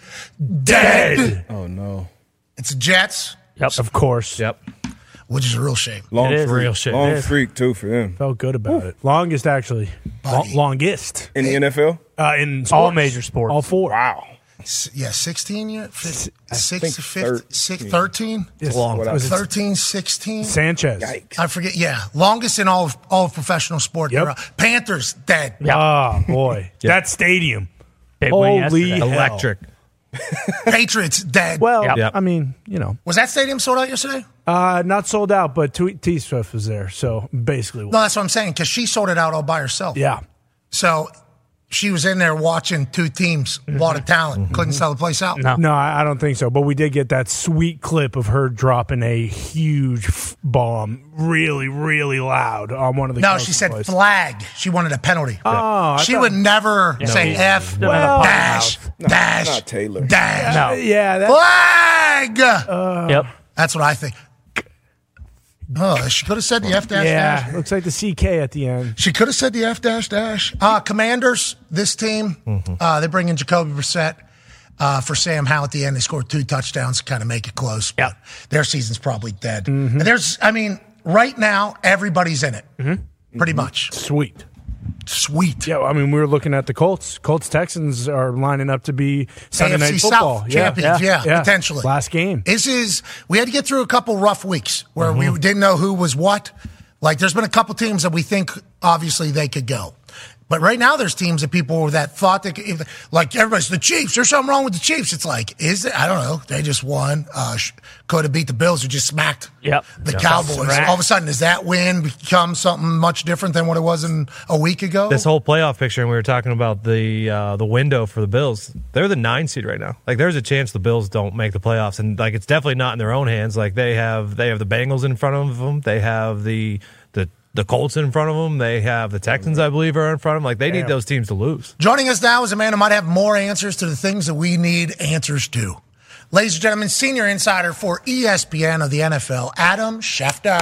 Speaker 1: dead.
Speaker 6: Oh no.
Speaker 1: It's Jets,
Speaker 3: Yep, of course.
Speaker 4: Yep,
Speaker 1: which is a real shame.
Speaker 6: Long freak. Long freak too for them.
Speaker 3: Felt good about it. Longest actually, Lo- longest
Speaker 6: in the NFL.
Speaker 3: Uh, in
Speaker 1: All
Speaker 3: sports.
Speaker 1: major sports.
Speaker 3: all four. Wow.
Speaker 1: S- Yeah, 16 year, fif- six,
Speaker 6: think
Speaker 1: fif- six,
Speaker 6: 13.
Speaker 1: 13?
Speaker 3: It's long. What else?
Speaker 1: 13, 16?
Speaker 3: Sanchez.
Speaker 1: I forget. Yeah, longest in all of, all of professional sport. uh,
Speaker 3: Yep.
Speaker 1: era. Panthers dead.
Speaker 3: Oh boy, that stadium.
Speaker 1: Big win
Speaker 3: Holy
Speaker 1: yesterday.
Speaker 3: hell.
Speaker 1: Electric. Patriots dead.
Speaker 3: Well, I mean, you know,
Speaker 1: was that stadium sold out yesterday?
Speaker 3: uh, not sold out, but T, T Swift was there, so basically,
Speaker 1: No, that's what I'm saying because she sold it out all by herself.
Speaker 3: Yeah.
Speaker 1: So she was in there watching two teams, a lot of talent, couldn't sell the place out.
Speaker 3: Mm-hmm. no, I I don't think so. But we did get that sweet clip of her dropping a huge f- bomb, really, really loud on one of the.
Speaker 1: No,
Speaker 3: coaches'
Speaker 1: she said
Speaker 3: plays.
Speaker 1: flag. She wanted a penalty.
Speaker 3: Oh, I
Speaker 1: she
Speaker 3: thought-
Speaker 1: would never
Speaker 3: Yeah.
Speaker 1: say
Speaker 3: No.
Speaker 1: F,
Speaker 3: No, no, no.
Speaker 1: dash,
Speaker 3: No,
Speaker 1: dash,
Speaker 3: not Taylor.
Speaker 1: dash.
Speaker 3: No. Yeah, that- Uh.
Speaker 1: flag.
Speaker 3: Yep.
Speaker 1: That's what I think. Oh, she could have said the F dash
Speaker 3: yeah,
Speaker 1: dash.
Speaker 3: looks like the CK at the end.
Speaker 1: She could have said the F dash dash. Uh, Commanders, this team,
Speaker 3: Mm-hmm.
Speaker 1: uh, they bring in Jacoby Brissett uh, for Sam Howe at the end. They scored two touchdowns to kind of make it close. Yeah. Their season's probably dead.
Speaker 3: Mm-hmm.
Speaker 1: And there's, I mean, right now, everybody's in it. Pretty much.
Speaker 3: Mm-hmm. Sweet.
Speaker 1: Sweet.
Speaker 3: Yeah, I mean, we were looking at the Colts. Colts Texans are lining up to be Sunday
Speaker 1: AFC
Speaker 3: night
Speaker 1: South
Speaker 3: football
Speaker 1: champions, yeah, potentially.
Speaker 3: last game. Mm-hmm.
Speaker 1: This is, we had to get through a couple rough weeks where we didn't know who was what. Like, there's been a couple teams that we think, obviously, they could go. But right now, there's teams that people that thought they could, like, everybody's the Chiefs. There's something wrong with the Chiefs. It's like, is it? I don't know. They just won. Uh, sh- could have beat the Bills who just smacked
Speaker 10: Yep.
Speaker 1: the
Speaker 10: Yeah.
Speaker 1: Cowboys.
Speaker 10: Smacked.
Speaker 1: All of a sudden, does that win become something much different than what it was in a week ago?
Speaker 4: This whole playoff picture, and we were talking about the uh, the window for the Bills. They're the nine seed right now. Like, there's a chance the Bills don't make the playoffs, and like it's definitely not in their own hands. Like they have they have the Bengals in front of them. They have the the the Colts in front of them. They have the Texans, I believe, are in front of them. Like they
Speaker 1: Damn.
Speaker 4: need those teams to lose.
Speaker 1: Joining us now is a man who might have more answers to the things that we need answers to. Ladies and gentlemen, senior insider for E ESPN of the NFL, Adam Schefter.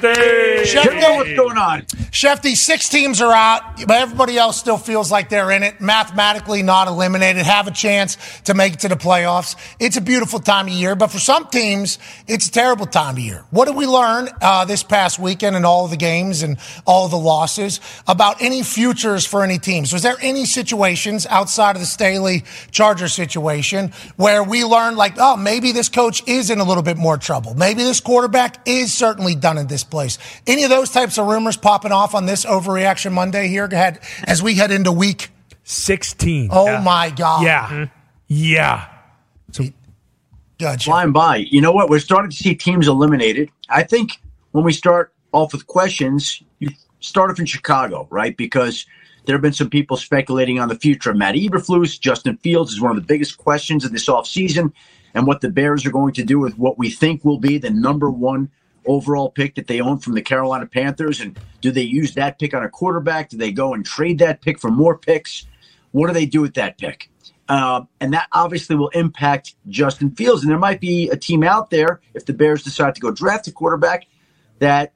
Speaker 1: Shefty, what's going
Speaker 10: on?
Speaker 1: Shefty, six teams are out, but everybody else still feels like they're in it. Mathematically not eliminated, have a chance to make it to the playoffs. It's a beautiful time of year, but for some teams, it's a terrible time of year. What did we learn uh, this past weekend and all the games and all the losses about any futures for any teams? Was there any situations outside of the Staley Charger situation where we learned, like, oh, maybe this coach is in a little bit more trouble? Maybe this quarterback is certainly done in this place. Any of those types of rumors popping off on this overreaction Monday here ahead as we head into week
Speaker 3: 16.
Speaker 1: Oh, my God.
Speaker 3: Yeah. Yeah.
Speaker 1: Gotcha.
Speaker 11: Flying by. You know what? We're starting to see teams eliminated. I think when we start off with questions, you started from Chicago, right? Because there have been some people speculating on the future of Matt Eberflus. Justin Fields is one of the biggest questions of this offseason and what the Bears are going to do with what we think will be the number one overall pick that they own from the Carolina Panthers. And do they use that pick on a quarterback? Do they go and trade that pick for more picks? What do they do with that pick? Uh, and that obviously will impact Justin Fields. And there might be a team out there, if the Bears decide to go draft a quarterback, that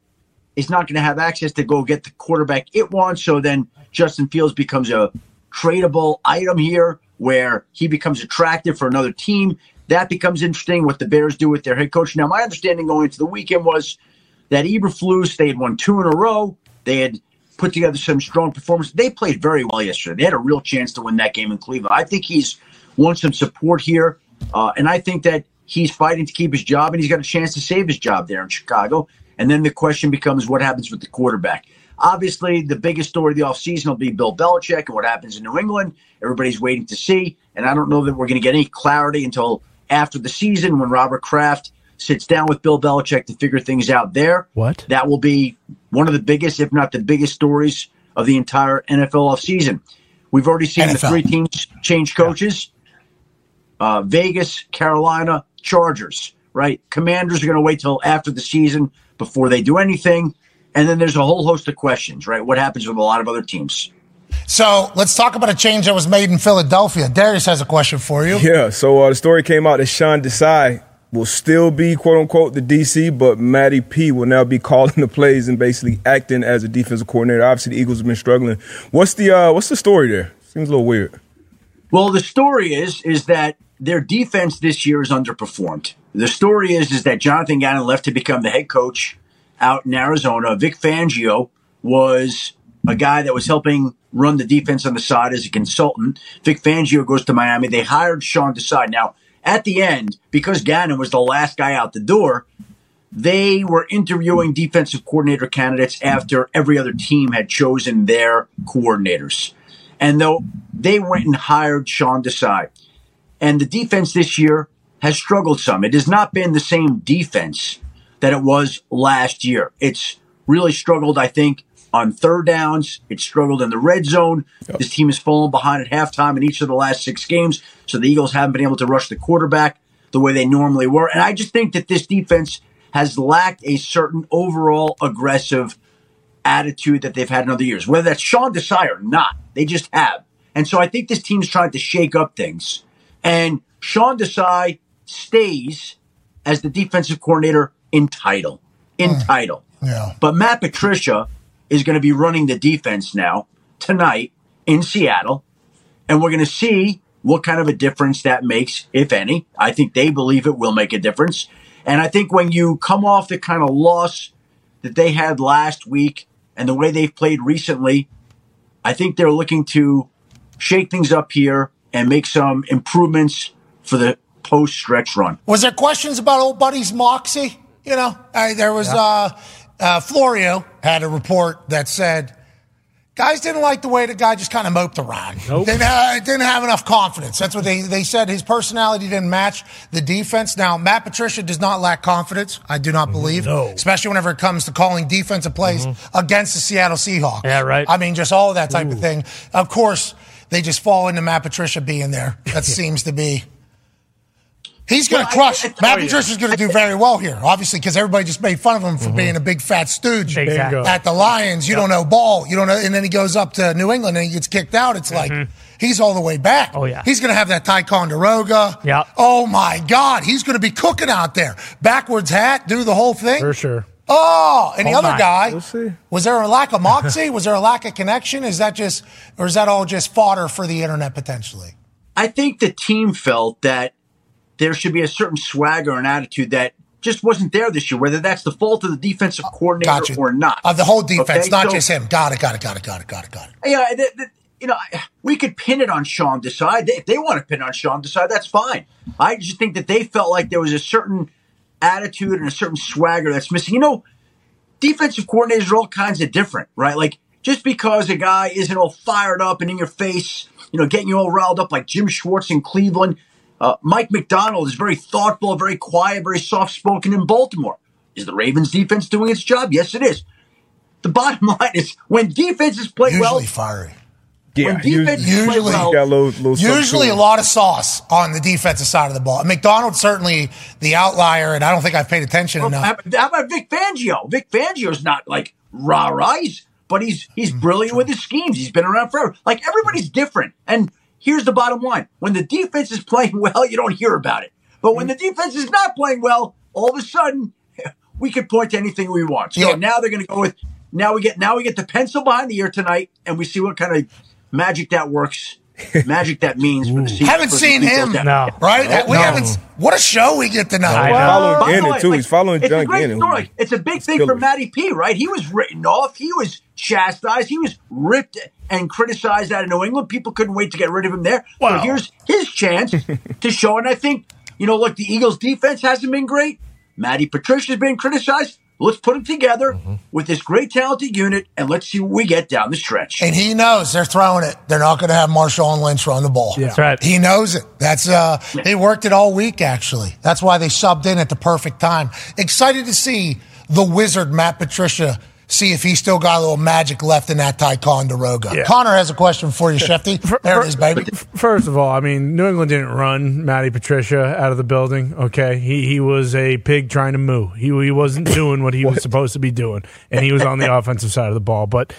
Speaker 11: is not going to have access to go get the quarterback it wants. So then Justin Fields becomes a tradable item here where he becomes attractive for another team. That becomes interesting what the Bears do with their head coach. Now, my understanding going into the weekend was that Eberflus, they had won two in a row. They had put together some strong performance. They played very well yesterday. They had a real chance to win that game in Cleveland. I think he's won some support here, uh, and I think that he's fighting to keep his job, and he's got a chance to save his job there in Chicago. And then the question becomes what happens with the quarterback. Obviously, the biggest story of the offseason will be Bill Belichick and what happens in New England. Everybody's waiting to see. And I don't know that we're going to get any clarity until after the season when Robert Kraft sits down with Bill Belichick to figure things out there.
Speaker 3: What?
Speaker 11: That will be one of the biggest, if not the biggest, stories of the entire NFL offseason. We've already seen the three teams change coaches uh, Vegas, Carolina, Chargers, right? Commanders are going to wait till after the season before they do anything. And then there's a whole host of questions, right? What happens with a lot of other teams?
Speaker 1: So let's talk about a change that was made in Philadelphia. Darius has a question for you.
Speaker 6: Yeah, so uh, the story came out that Sean Desai will still be quote unquote the DC, but Matty P will now be calling the plays and basically acting as a defensive coordinator. Obviously, the Eagles have been struggling. What's the uh, what's the story there? Seems a little weird.
Speaker 11: Well, the story is is that their defense this year is underperformed. The story is is that Jonathan Gannon left to become the head coach out in Arizona. Vic Fangio was a guy that was helping run the defense on the side as a consultant. Vic Fangio goes to Miami. They hired Sean Desai. Now, at the end, because Gannon was the last guy out the door, they were interviewing defensive coordinator candidates after every other team had chosen their coordinators. And though they went and hired Sean Desai, and the defense this year has struggled some. It has not been the same defense that it was last year. It's really struggled, I think, on third downs. It struggled in the red zone. This team has fallen behind at halftime in each of the last six games. So the Eagles haven't been able to rush the quarterback the way they normally were. And I just think that this defense has lacked a certain overall aggressive attitude that they've had in other years, whether that's Sean Desai or not. They just have. And so I think this team's trying to shake up things. And Sean Desai stays as the defensive coordinator in title. In title.
Speaker 1: Yeah.
Speaker 11: But Matt Patricia is going to be running the defense now tonight in Seattle. And we're going to see what kind of a difference that makes, if any. I think they believe it will make a difference. And I think when you come off the kind of loss that they had last week and the way they've played recently, I think they're looking to shake things up here and make some improvements for the post stretch run.
Speaker 1: Was there questions about old buddies Moxie? You know, I, there was uh, uh, Florio had a report that said guys didn't like the way the guy just kind of moped around.
Speaker 2: Nope.
Speaker 1: Didn't, uh, didn't have enough confidence. That's what they, they said. His personality didn't match the defense. Now, Matt Patricia does not lack confidence. I do not believe, especially whenever it comes to calling defensive plays against the Seattle Seahawks.
Speaker 3: Mm-hmm. Yeah, right.
Speaker 1: I mean, just all of that type of thing. Of course, they just fall into Matt Patricia being there. That seems to be. He's going to
Speaker 2: Well, I-
Speaker 1: crush.
Speaker 2: I- oh,
Speaker 1: Matt
Speaker 2: yeah.
Speaker 1: Patricia's going to do very well here, obviously, because everybody just made fun of him for
Speaker 3: Mm-hmm.
Speaker 1: being a big fat stooge
Speaker 2: Exactly.
Speaker 1: at the Lions. You don't know ball. You don't know, and then he goes up to New England and he gets kicked out. It's like
Speaker 3: Mm-hmm.
Speaker 1: he's all the way back. Oh yeah, he's going to have that Ticonderoga. Yeah. Oh my God, he's going to be cooking out there. Backwards hat, do the whole thing for
Speaker 3: sure.
Speaker 1: Oh, and the
Speaker 3: Oh,
Speaker 1: other
Speaker 3: my.
Speaker 1: guy.
Speaker 3: We'll see.
Speaker 1: Was there a lack of moxie? was there a lack of connection? Is that just, or is that all just fodder for the internet potentially?
Speaker 11: I think the team felt that there should be a certain swagger and attitude that just wasn't there this year, whether that's the fault of the defensive coordinator
Speaker 1: Oh, Gotcha.
Speaker 11: or not.
Speaker 1: Of the whole defense,
Speaker 11: Okay?
Speaker 1: not
Speaker 11: So-
Speaker 1: just him. Got it, got it, got it, got it, got it, got it.
Speaker 11: Yeah, th- th- you know, I- we could pin it on Sean Desai. They- If they want to pin it on Sean Desai, that's fine. I just think that they felt like there was a certain attitude and a certain swagger that's missing. You know, defensive coordinators are all kinds of different, right? Like just because a guy isn't all fired up and in your face, you know, getting you all riled up like Jim Schwartz in Cleveland. Uh, Mike McDonald is very thoughtful, very quiet, very soft spoken in Baltimore. Is the Ravens defense doing its job? Yes, it is. The bottom line is when defenses play well,
Speaker 1: fiery.
Speaker 6: Yeah,
Speaker 11: When defense usually- plays well-
Speaker 6: got a little, little something
Speaker 1: Usually
Speaker 6: to
Speaker 1: a
Speaker 6: it.
Speaker 1: lot of sauce on the defensive side of the ball. McDonald's certainly the outlier, and I don't think I've paid attention
Speaker 11: How
Speaker 1: enough.
Speaker 11: about- how about Vic Fangio? Vic Fangio's not like rah rahs, but he's he's brilliant with his schemes. He's been around forever. Like everybody's different. And here's the bottom line: when the defense Mm. is playing well, you don't hear about it. But when the defense is not playing well, all of a sudden, we could point to anything we want. So now they're going to go with now we get now we get the pencil behind the ear tonight, and we see what kind of magic that works, magic that means for the season.
Speaker 1: Haven't
Speaker 11: for the
Speaker 1: seen
Speaker 11: Eagles
Speaker 1: him,
Speaker 11: down-
Speaker 1: right?
Speaker 11: No,
Speaker 1: we
Speaker 11: no.
Speaker 1: haven't. s- What a show we get tonight!
Speaker 11: By the way, like, it's a great story. It's a big thing for Matty P, right? He was written off. He was chastised. He was ripped and criticized out of New England. People couldn't wait to get rid of him there. So
Speaker 2: Wow.
Speaker 11: here's his chance to show. And I think, you know, look, the Eagles' defense hasn't been great. Matty Patricia's been criticized. Let's put them together with this great, talented unit, and let's see what we get down the stretch.
Speaker 1: And he knows they're throwing it. They're not going to have Marshall and Lynch run the ball.
Speaker 11: That's right.
Speaker 1: He knows it. That's uh, they worked it all week actually. That's why they subbed in at the perfect time. Excited to see the wizard Matt Patricia see if he still got a little magic left in that Ticonderoga.
Speaker 3: Yeah.
Speaker 1: Connor has a question for you, Shefty. There it is, baby.
Speaker 3: F- First of all, I mean, New England didn't run Matty Patricia out of the building. Okay, he he was a pig trying to moo. He he wasn't doing what he was supposed to be doing, and he was on the offensive side of the ball. But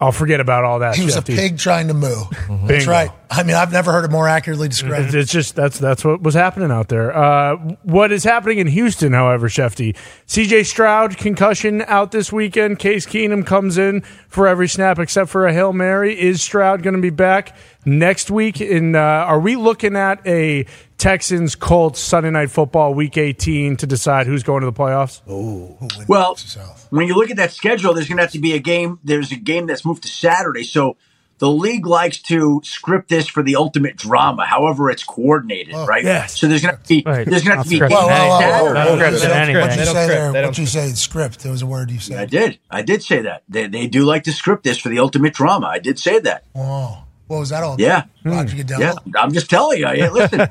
Speaker 3: I'll forget about all that.
Speaker 1: He was a
Speaker 3: Shefty. Mm-hmm.
Speaker 1: pig trying to moo. That's
Speaker 3: Bingo.
Speaker 1: right. I mean, I've never heard it more accurately described.
Speaker 3: It's, it's just that's that's what was happening out there. Uh, what is happening in Houston, however, Shefty, C.J. Stroud concussion out this weekend. Case Keenum comes in for every snap except for a hail mary. Is Stroud going to be back next week? And uh, are we looking at a Texans Colts Sunday Night Football Week 18 to decide who's going to the playoffs?
Speaker 1: Oh,
Speaker 11: Well, when you look at that schedule, there's going to have to be a game. There's a game that's moved to Saturday. So the league likes to script this for the ultimate drama, however it's coordinated,
Speaker 3: Oh,
Speaker 11: right?
Speaker 1: yes.
Speaker 11: So there's going to have to be there's going to have to be games
Speaker 1: Whoa, whoa, whoa, whoa,
Speaker 11: Saturday.
Speaker 1: whoa. What'd you say there? What'd you say? Script. There was a word you said.
Speaker 11: I did. I did say that. They, they do like to script this for the ultimate drama. I did say that.
Speaker 1: Wow. What was that all? about?
Speaker 11: Yeah. Hmm.
Speaker 1: Roger Goodell.
Speaker 11: Yeah, I'm just telling you. Hey, Listen,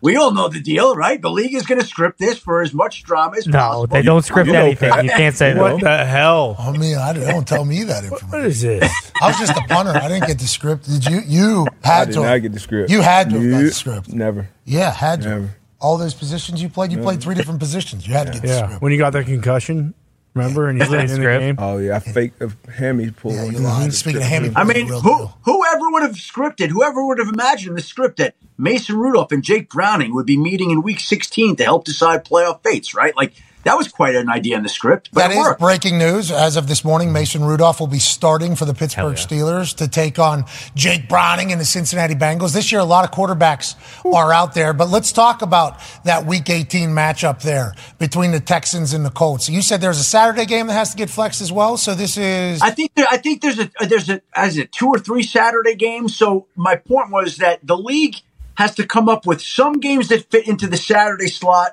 Speaker 11: we all know the deal, right? The league is going to script this for as much drama as possible.
Speaker 9: they don't script anything. You can't say that.
Speaker 3: What the hell?
Speaker 1: I mean, Oh, I don't, don't tell me that information.
Speaker 3: What is this?
Speaker 1: I was just a punter. I didn't get the script. Did you? You
Speaker 6: I
Speaker 1: had
Speaker 6: did
Speaker 1: to.
Speaker 6: not get the script.
Speaker 1: You had to have got
Speaker 6: You-
Speaker 1: the script.
Speaker 6: Never.
Speaker 1: Yeah, had to.
Speaker 6: Never.
Speaker 1: All those positions you played, you played three different positions. You had to get the
Speaker 3: Yeah,
Speaker 1: script.
Speaker 3: when you got that concussion, remember, and you played in the game.
Speaker 6: Oh yeah, I faked a hammy pull. Yeah, you
Speaker 1: lied. Speaking of hammy
Speaker 11: I mean, who, whoever would have scripted, whoever would have imagined the script that Mason Rudolph and Jake Browning would be meeting in Week 16 to help decide playoff fates, right? Like that was quite an idea in the script, but
Speaker 1: That
Speaker 11: it
Speaker 1: is
Speaker 11: worked.
Speaker 1: breaking news. As of this
Speaker 3: Mm-hmm.
Speaker 1: morning, Mason Rudolph will be starting for the Pittsburgh Steelers to take on Jake Browning and the Cincinnati Bengals. This year, a lot of quarterbacks are out there, but let's talk about that Week 18 matchup there between the Texans and the Colts. You said there's a Saturday game that has to get flexed as well, so this is.
Speaker 11: I think there, I think there's a there's a as a two or three Saturday games. So my point was that the league has to come up with some games that fit into the Saturday slot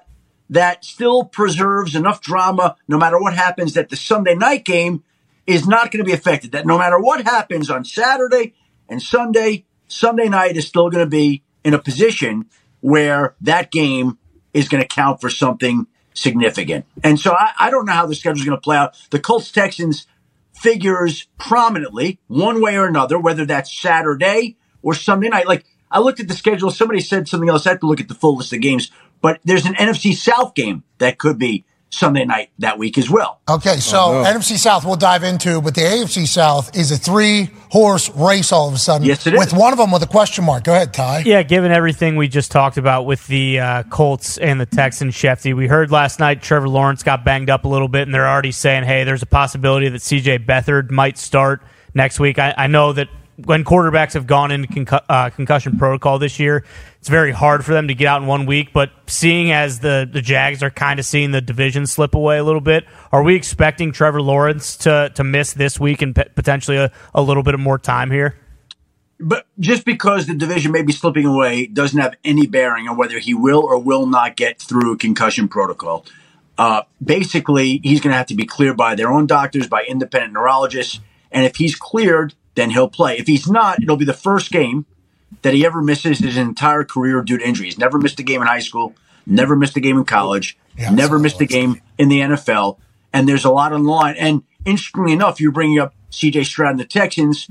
Speaker 11: that still preserves enough drama no matter what happens that the Sunday night game is not going to be affected. That no matter what happens on Saturday and Sunday, Sunday night is still going to be in a position where that game is going to count for something significant. And so I, I don't know how the schedule is going to play out. The Colts Texans figures prominently one way or another, whether that's Saturday or Sunday night. Like I looked at the schedule, somebody said something else. I have to look at the full list of games, but there's an NFC South game that could be Sunday night that week as well.
Speaker 1: Okay,
Speaker 9: Oh,
Speaker 1: so
Speaker 11: no.
Speaker 1: NFC South we'll dive into, but the AFC South is a three horse race all of a sudden.
Speaker 9: Yes, it
Speaker 1: With one of them with a question mark. Go ahead, Ty.
Speaker 9: Yeah, given everything we just talked about with the uh, Colts and the Texans, Shefty, we heard last night Trevor Lawrence got banged up a little bit, and they're already saying, hey, there's a possibility that CJ Beathard might start next week. I, I know that when quarterbacks have gone into concu- uh, concussion protocol this year, it's very hard for them to get out in one week, but seeing as the, the Jags are kind of seeing the division slip away a little bit, are we expecting Trevor Lawrence to, to miss this week and pe- potentially a, a little bit of more time here?
Speaker 11: But just because the division may be slipping away doesn't have any bearing on whether he will or will not get through concussion protocol. Uh, basically, he's going to have to be cleared by their own doctors, by independent neurologists. And if he's cleared, then he'll play. If he's not, it'll be the first game that he ever misses his entire career due to injuries. Never missed a game in high school, never missed a game in college, never missed a game in the NFL. And there's a lot on the line. And interestingly enough, you're bringing up CJ Stroud and the Texans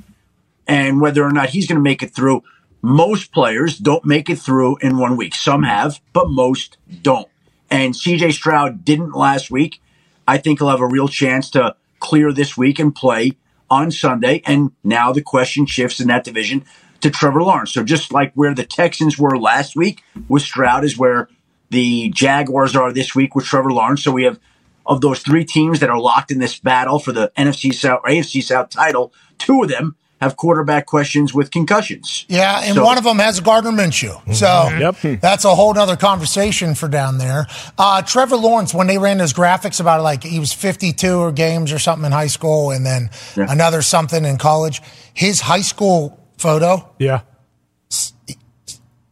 Speaker 11: and whether or not he's going to make it through. Most players don't make it through in one week. Some have, but most don't. And CJ Stroud didn't last week. I think he'll have a real chance to clear this week and play on Sunday. And now the question shifts in that division to Trevor Lawrence. So just like where the Texans were last week with Stroud is where the Jaguars are this week with Trevor Lawrence. So we have of those three teams that are locked in this battle for the NFC South or AFC South title, two of them have quarterback questions with concussions.
Speaker 1: Yeah, and
Speaker 11: So-
Speaker 1: one of them has Gardner
Speaker 3: Mm-hmm.
Speaker 1: Minshew. So that's a whole other conversation for down there. Uh, Trevor Lawrence, when they ran those graphics about like he was 52 or games or something in high school and then
Speaker 3: Yeah.
Speaker 1: another something in college, his high school photo,
Speaker 3: Yeah.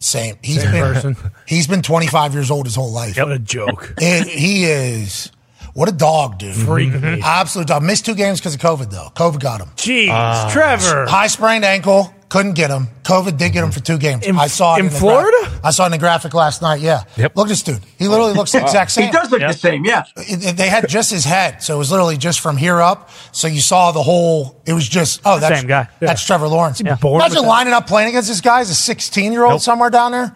Speaker 1: same. He's
Speaker 3: Same
Speaker 1: been,
Speaker 3: person.
Speaker 1: He's been 25 years old his whole life.
Speaker 3: What a joke.
Speaker 1: It- he is. What a dog, dude.
Speaker 3: Freak.
Speaker 1: Absolute dog. Missed two games because of COVID, though. COVID got him.
Speaker 3: Jeez, Ah. Trevor.
Speaker 1: High sprained ankle. Couldn't get him. COVID did get him for two games. I saw it
Speaker 3: in
Speaker 1: the
Speaker 3: Florida?
Speaker 1: graph- I saw it in the graphic last night. Yeah. Yep. Look at this dude. He literally looks the
Speaker 11: Wow.
Speaker 1: exact
Speaker 11: He
Speaker 1: same.
Speaker 11: does look the Yep. same, yeah.
Speaker 1: It- it- they had just his head, so it was literally just from here up. So you saw the whole. It was just oh, that's
Speaker 9: Same guy.
Speaker 1: That's Trevor Lawrence.
Speaker 9: born
Speaker 1: Imagine
Speaker 9: with that?
Speaker 1: lining up playing against this guy as a 16 year old
Speaker 3: Nope.
Speaker 1: somewhere down there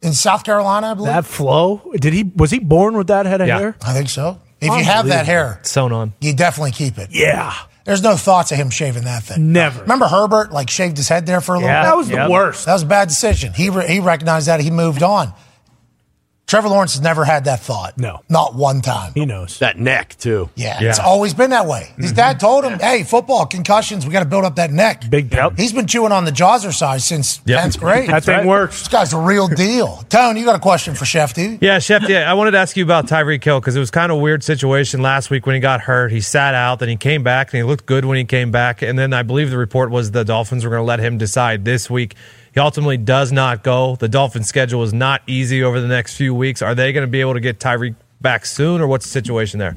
Speaker 1: in South Carolina. I believe
Speaker 3: That flow? Did he was he born with that head of
Speaker 1: Yeah.
Speaker 3: hair?
Speaker 1: I think so. If you have that hair,
Speaker 4: sewn on,
Speaker 1: you definitely keep it.
Speaker 3: Yeah.
Speaker 1: There's no thoughts of him shaving that thing.
Speaker 3: Never.
Speaker 1: Remember Herbert like shaved his head there for a little
Speaker 3: Yeah,
Speaker 1: bit?
Speaker 3: that was the yeah. worst.
Speaker 1: That was a bad decision. He re- he recognized that he moved on. Trevor Lawrence has never had that thought. No. Not one time.
Speaker 3: He knows. Mm-hmm.
Speaker 10: That neck, too.
Speaker 1: Yeah, it's always been that way. His dad told him, "Hey, football concussions, we got to build up that neck." Big
Speaker 3: yep.
Speaker 1: He's been chewing on the Jawser size since
Speaker 4: Yep.
Speaker 1: 10th grade.
Speaker 4: That thing
Speaker 3: works.
Speaker 1: This guy's the real deal. Tone, you got a question for Chef D?
Speaker 4: Yeah, Chef. Yeah, I wanted to ask you about Tyreek Hill because it was kind of a weird situation last week when he got hurt. He sat out, then he came back, and he looked good when he came back. And then I believe the report was the Dolphins were going to let him decide this week. He ultimately does not go. The Dolphins' schedule is not easy over the next few weeks. Are they going to be able to get Tyreek back soon, or what's the situation there?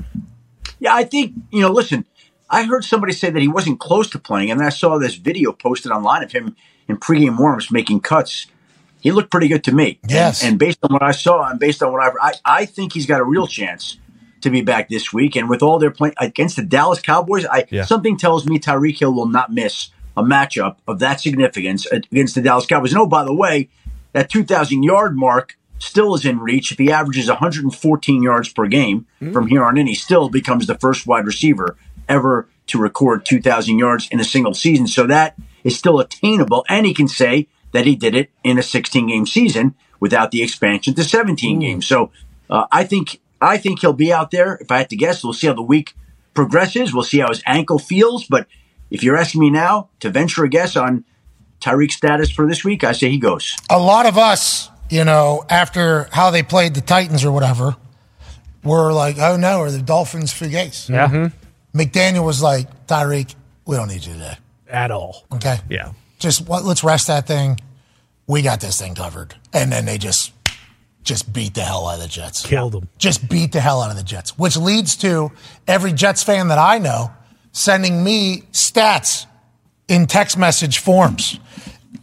Speaker 11: Yeah, I think, you know, listen, I heard somebody say that he wasn't close to playing, and then I saw this video posted online of him in pregame warmups making cuts. He looked pretty good to me. Yes. And, and based on what I saw and based on what I've, I, I think he's got a real chance to be back this week. And with all their playing against the Dallas Cowboys, I
Speaker 12: Yeah.
Speaker 11: something tells me Tyreek Hill will not miss a matchup of that significance against the Dallas Cowboys. And oh, by the way, that 2,000 yard mark still is in reach. If he averages 114 yards per game from here on in, he still becomes the first wide receiver ever to record 2,000 yards in a single season. So that is still attainable. And he can say that he did it in a 16 game season without the expansion to 17 games. So uh, I think I think he'll be out there. If I had to guess, we'll see how the week progresses. We'll see how his ankle feels. But if you're asking me now to venture a guess on Tyreek's status for this week, I say he goes.
Speaker 1: a lot of us, you know, after how they played the Titans or whatever, were like, oh no, are the Dolphins fugates?
Speaker 3: Yeah. Mhm.
Speaker 1: McDaniel was like, Tyreek, we don't need you today.
Speaker 3: At all.
Speaker 1: Okay.
Speaker 4: Yeah.
Speaker 1: Just what, let's rest that thing. We got this thing covered. And then they just just beat the hell out of the Jets.
Speaker 3: Killed them.
Speaker 1: Just beat the hell out of the Jets, which leads to every Jets fan that I know sending me stats in text message forms.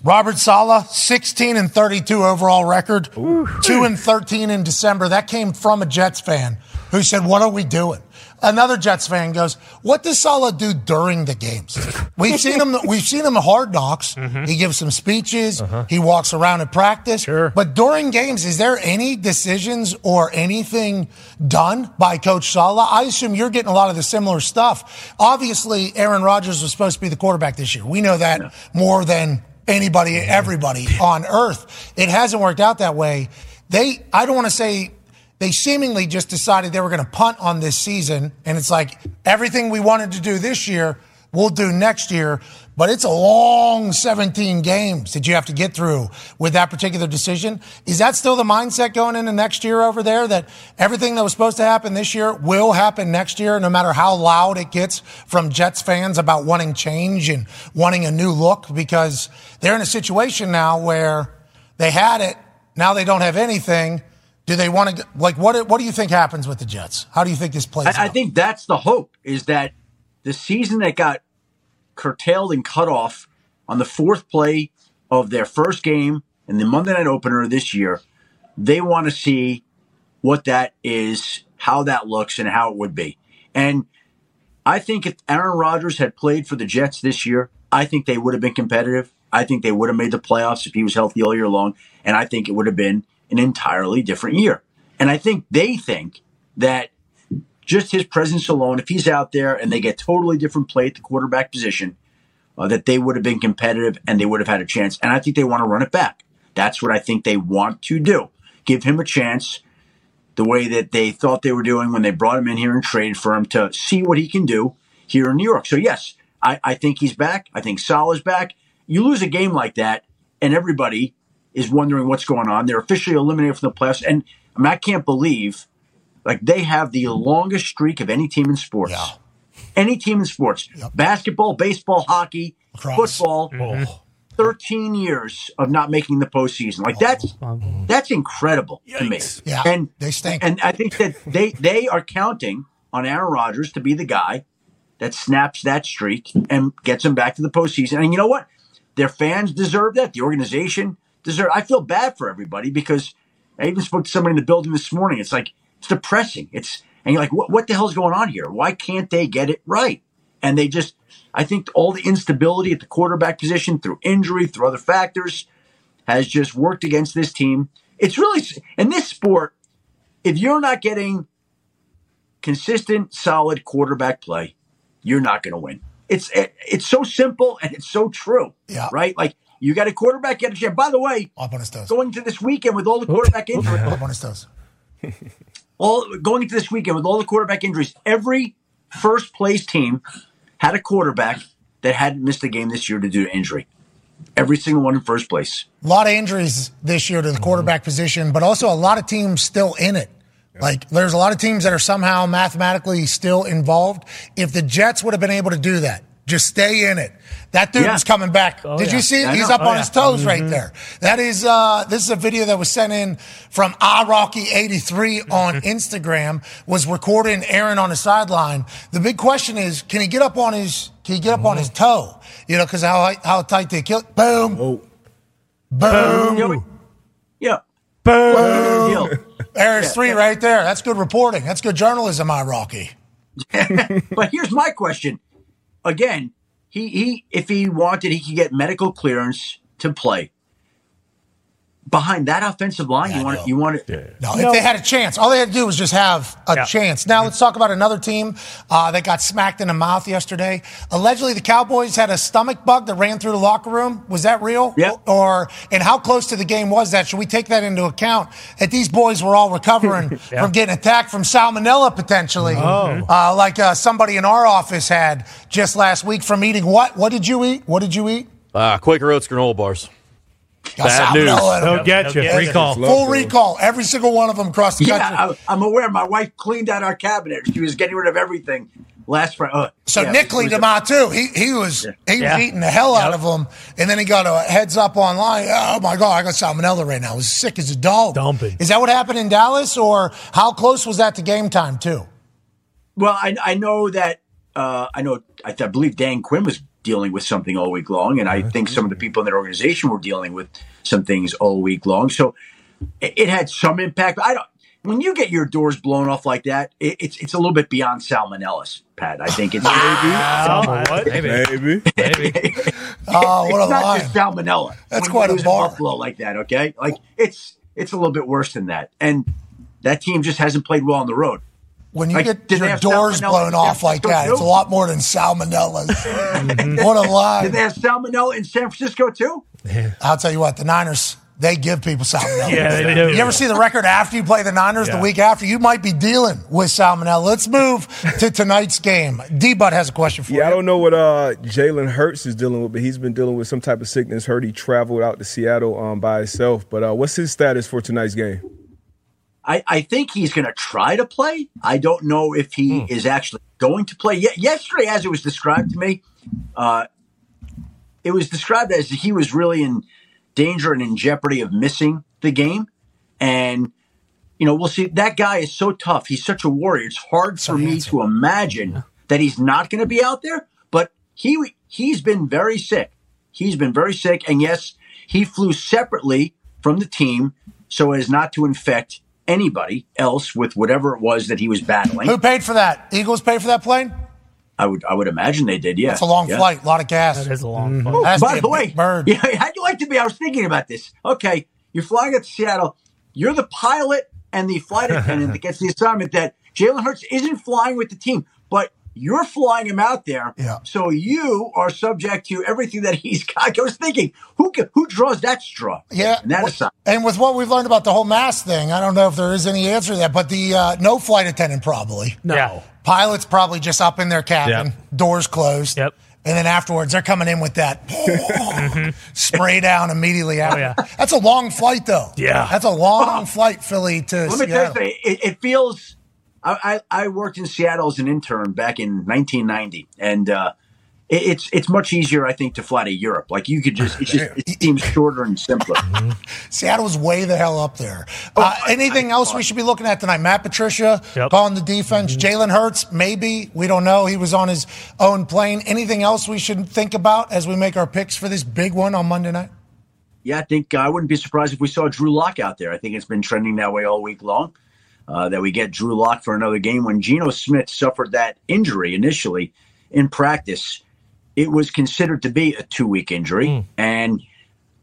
Speaker 1: Robert Sala, 16 and 32 overall record, 2 and 13 in December. That came from a Jets fan who said, What are we doing? Another Jets fan goes, What does Sala do during the games? We've seen him we've seen him at hard knocks. He gives some speeches. He walks around at practice. But during games, is there any decisions or anything done by Coach Sala? I assume you're getting a lot of the similar stuff. Obviously, Aaron Rodgers was supposed to be the quarterback this year. We know that more than anybody, everybody on earth. It hasn't worked out that way. They, I don't want to say they seemingly just decided they were going to punt on this season. And it's like everything we wanted to do this year, we'll do next year. But it's a long 17 games that you have to get through with that particular decision. Is that still the mindset going into next year over there that everything that was supposed to happen this year will happen next year, no matter how loud it gets from Jets fans about wanting change and wanting a new look? Because they're in a situation now where they had it, now they don't have anything. Do they want to like what? What do you think happens with the Jets? How do you think this plays? out?
Speaker 11: I, I think that's the hope is that the season that got curtailed and cut off on the fourth play of their first game in the Monday night opener this year, they want to see what that is, how that looks, and how it would be. And I think if Aaron Rodgers had played for the Jets this year, I think they would have been competitive. I think they would have made the playoffs if he was healthy all year long. And I think it would have been an entirely different year. And I think they think that just his presence alone, if he's out there and they get totally different play at the quarterback position, uh, that they would have been competitive and they would have had a chance. And I think they want to run it back. That's what I think they want to do. Give him a chance the way that they thought they were doing when they brought him in here and traded for him to see what he can do here in New York. So, yes, I, I think he's back. I think Salah's back. You lose a game like that, and everybody is wondering what's going on. They're officially eliminated from the playoffs. And I, mean, I can't believe, like, they have the longest streak of any team in sports. Any team in sports basketball, baseball, hockey, football. 13 years of not making the postseason. Like that's that's incredible to me.
Speaker 1: Yeah,
Speaker 11: and
Speaker 1: they stink.
Speaker 11: And I think that they they are counting on Aaron Rodgers to be the guy that snaps that streak and gets him back to the postseason. And you know what? Their fans deserve that. The organization deserve. I feel bad for everybody because I even spoke to somebody in the building this morning. It's like it's depressing. It's and you're like, what what the hell's going on here? Why can't they get it right? And they just, I think all the instability at the quarterback position through injury, through other factors, has just worked against this team. It's really, in this sport, if you're not getting consistent, solid quarterback play, you're not going to win. It's it, it's so simple and it's so true. Yeah. Right? Like, you got a quarterback get a chance. By the way, going to this weekend with all the quarterback injuries, all going into this weekend with all the quarterback injuries, every first place team had a quarterback that hadn't missed a game this year due to injury. Every single one in first place.
Speaker 1: A lot of injuries this year to the quarterback position, but also a lot of teams still in it. Like, there's a lot of teams that are somehow mathematically still involved. If the Jets would have been able to do that, just stay in it. That dude
Speaker 2: Yeah.
Speaker 1: was coming back.
Speaker 2: Oh,
Speaker 1: Did
Speaker 2: yeah.
Speaker 1: you see? it?
Speaker 2: I
Speaker 1: He's
Speaker 2: know.
Speaker 1: up
Speaker 2: Oh,
Speaker 1: on
Speaker 2: yeah.
Speaker 1: his toes right
Speaker 2: Mhm.
Speaker 1: there. That is, uh, this is a video that was sent in from iRocky83 on Instagram, was recording Aaron on the sideline. The big question is, can he get up on his, can he get up on
Speaker 2: Mm-hmm.
Speaker 1: his toe? You know, because how, how tight they kill. Boom. Boom.
Speaker 11: Oh. Boom. Yeah.
Speaker 1: Boom. There's
Speaker 11: Yeah,
Speaker 1: three right there. That's good reporting. That's good journalism, I Rocky.
Speaker 11: but here's my question. Again, he, he if he wanted, he could get medical clearance to play. Behind that offensive line, you want you want to
Speaker 1: No, if they had a chance, all they had to do was just have a chance. Now let's talk about another team uh, that got smacked in the mouth yesterday. Allegedly, the Cowboys had a stomach bug that ran through the locker room. Was that real? Yeah. Or and how close to the game was that? Should we take that into account that these boys were all recovering
Speaker 2: Yeah.
Speaker 1: from getting attacked from salmonella potentially,
Speaker 2: Oh.
Speaker 1: uh, like uh, somebody in our office had just last week from eating what? What did you eat? What did you eat?
Speaker 10: Uh, Quaker Oats granola bars.
Speaker 1: Got
Speaker 10: Bad news.
Speaker 1: salmonella in them. Full recall. Every single one of them across the country.
Speaker 11: Yeah, I, I'm aware. My wife cleaned out our cabinet. She was getting rid of everything last Friday. Uh,
Speaker 1: So
Speaker 11: yeah,
Speaker 1: Nick cleaned
Speaker 11: it was-
Speaker 1: them out too. He he was he was
Speaker 11: Yeah.
Speaker 1: eating the hell out of them, and then he got a heads up online. Oh my god, I got salmonella right now. I was sick as a dog. Dumping. Is that what happened in Dallas, or how close was that to game time too?
Speaker 11: Well, I, I know that uh, I know I, I believe Dan Quinn was dealing with something all week long, and I think some of the people in their organization were dealing with some things all week long. So it, it had some impact. I don't. When you get your doors blown off like that, it, it's it's a little bit beyond salmonellas, Pat. I think it's
Speaker 2: Salmo what?
Speaker 6: Maybe.
Speaker 11: Maybe.
Speaker 1: Oh, what
Speaker 11: it's
Speaker 1: a
Speaker 11: not
Speaker 1: line.
Speaker 11: just salmonella.
Speaker 1: That's
Speaker 11: When
Speaker 1: quite
Speaker 11: you
Speaker 1: a
Speaker 11: lose in
Speaker 1: bar.
Speaker 11: Buffalo like that, okay? Like it's it's a little bit worse than that, and that team just hasn't played well on the road.
Speaker 1: When you
Speaker 11: Like,
Speaker 1: get
Speaker 11: did they
Speaker 1: your
Speaker 11: have
Speaker 1: doors
Speaker 11: salmonella?
Speaker 1: blown
Speaker 11: Did they
Speaker 1: off
Speaker 11: have
Speaker 1: like that, it's a
Speaker 11: salmonella?
Speaker 1: lot more than salmonellas. Mm-hmm. what a lie.
Speaker 11: Did they have salmonella in San Francisco too?
Speaker 1: I'll tell you what, the Niners. They give people salmonella.
Speaker 11: Yeah, they do.
Speaker 1: You ever see the record after you play the Niners the
Speaker 11: Yeah.
Speaker 1: week after? You might be dealing with salmonella. Let's move to tonight's game. D Bud has a question for
Speaker 6: Yeah, I don't know what uh, Jalen Hurts is dealing with, but he's been dealing with some type of sickness. Heard he traveled out to Seattle um, by himself. But uh, what's his status for tonight's game?
Speaker 11: I, I think he's going to try to play. I don't know if
Speaker 1: Hmm.
Speaker 11: he is actually going to play. Ye- yesterday, as it was described to me, uh, it was described as he was really in danger and in jeopardy of missing the game. And, you know, we'll see. That guy is so tough. He's such a warrior. It's hard for me to imagine that he's not going to be out there, but he he's been very sick. He's been very sick. And yes, he flew separately from the team so as not to infect anybody else with whatever it was that he was battling.
Speaker 1: Who paid for that? Eagles paid for that plane?
Speaker 11: I would I would imagine they did. Yeah,
Speaker 1: That's a long
Speaker 11: Yeah.
Speaker 1: flight, a lot of gas. Mm-hmm. That is a long
Speaker 11: Oh, by the way, yeah, how'd you like to be? I was thinking about this. Okay, you're flying out to Seattle. You're the pilot and the flight attendant that gets the assignment that Jalen Hurts isn't flying with the team, but You're flying him out there,
Speaker 1: Yeah.
Speaker 11: so you are subject to everything that he's got. I was thinking, who ca- who draws that straw?
Speaker 1: Yeah.
Speaker 11: and that
Speaker 1: wh-
Speaker 11: aside,
Speaker 1: And with what we've learned about the whole mask thing, I don't know if there is any answer to that, but the uh, no flight attendant probably.
Speaker 3: No.
Speaker 1: Pilot's probably just up in their cabin, doors closed. Yep. And then afterwards, they're coming in with that spray down immediately after. That's a long flight, though.
Speaker 11: Yeah.
Speaker 1: That's a long flight, Philly
Speaker 11: Let
Speaker 1: to
Speaker 11: me tell you,
Speaker 1: Seattle.
Speaker 11: something. it, it feels. I, I I worked in Seattle as an intern back in 1990, and uh, it, it's it's much easier, I think, to fly to Europe. Like you could just it just it seems shorter and simpler.
Speaker 1: Seattle's way the hell up there.
Speaker 11: Oh,
Speaker 1: Uh, anything else we should be looking at tonight? Matt Patricia calling the defense. Jalen Hurts, maybe. We don't know. He was on his own plane. Anything else we should think about as we make our picks for this big one on Monday night?
Speaker 11: Yeah, I think uh, I wouldn't be surprised if we saw Drew Lock out there. I think it's been trending that way all week long. Uh, that we get Drew Lock for another game. When Geno Smith suffered that injury initially in practice, it was considered to be a two week injury. And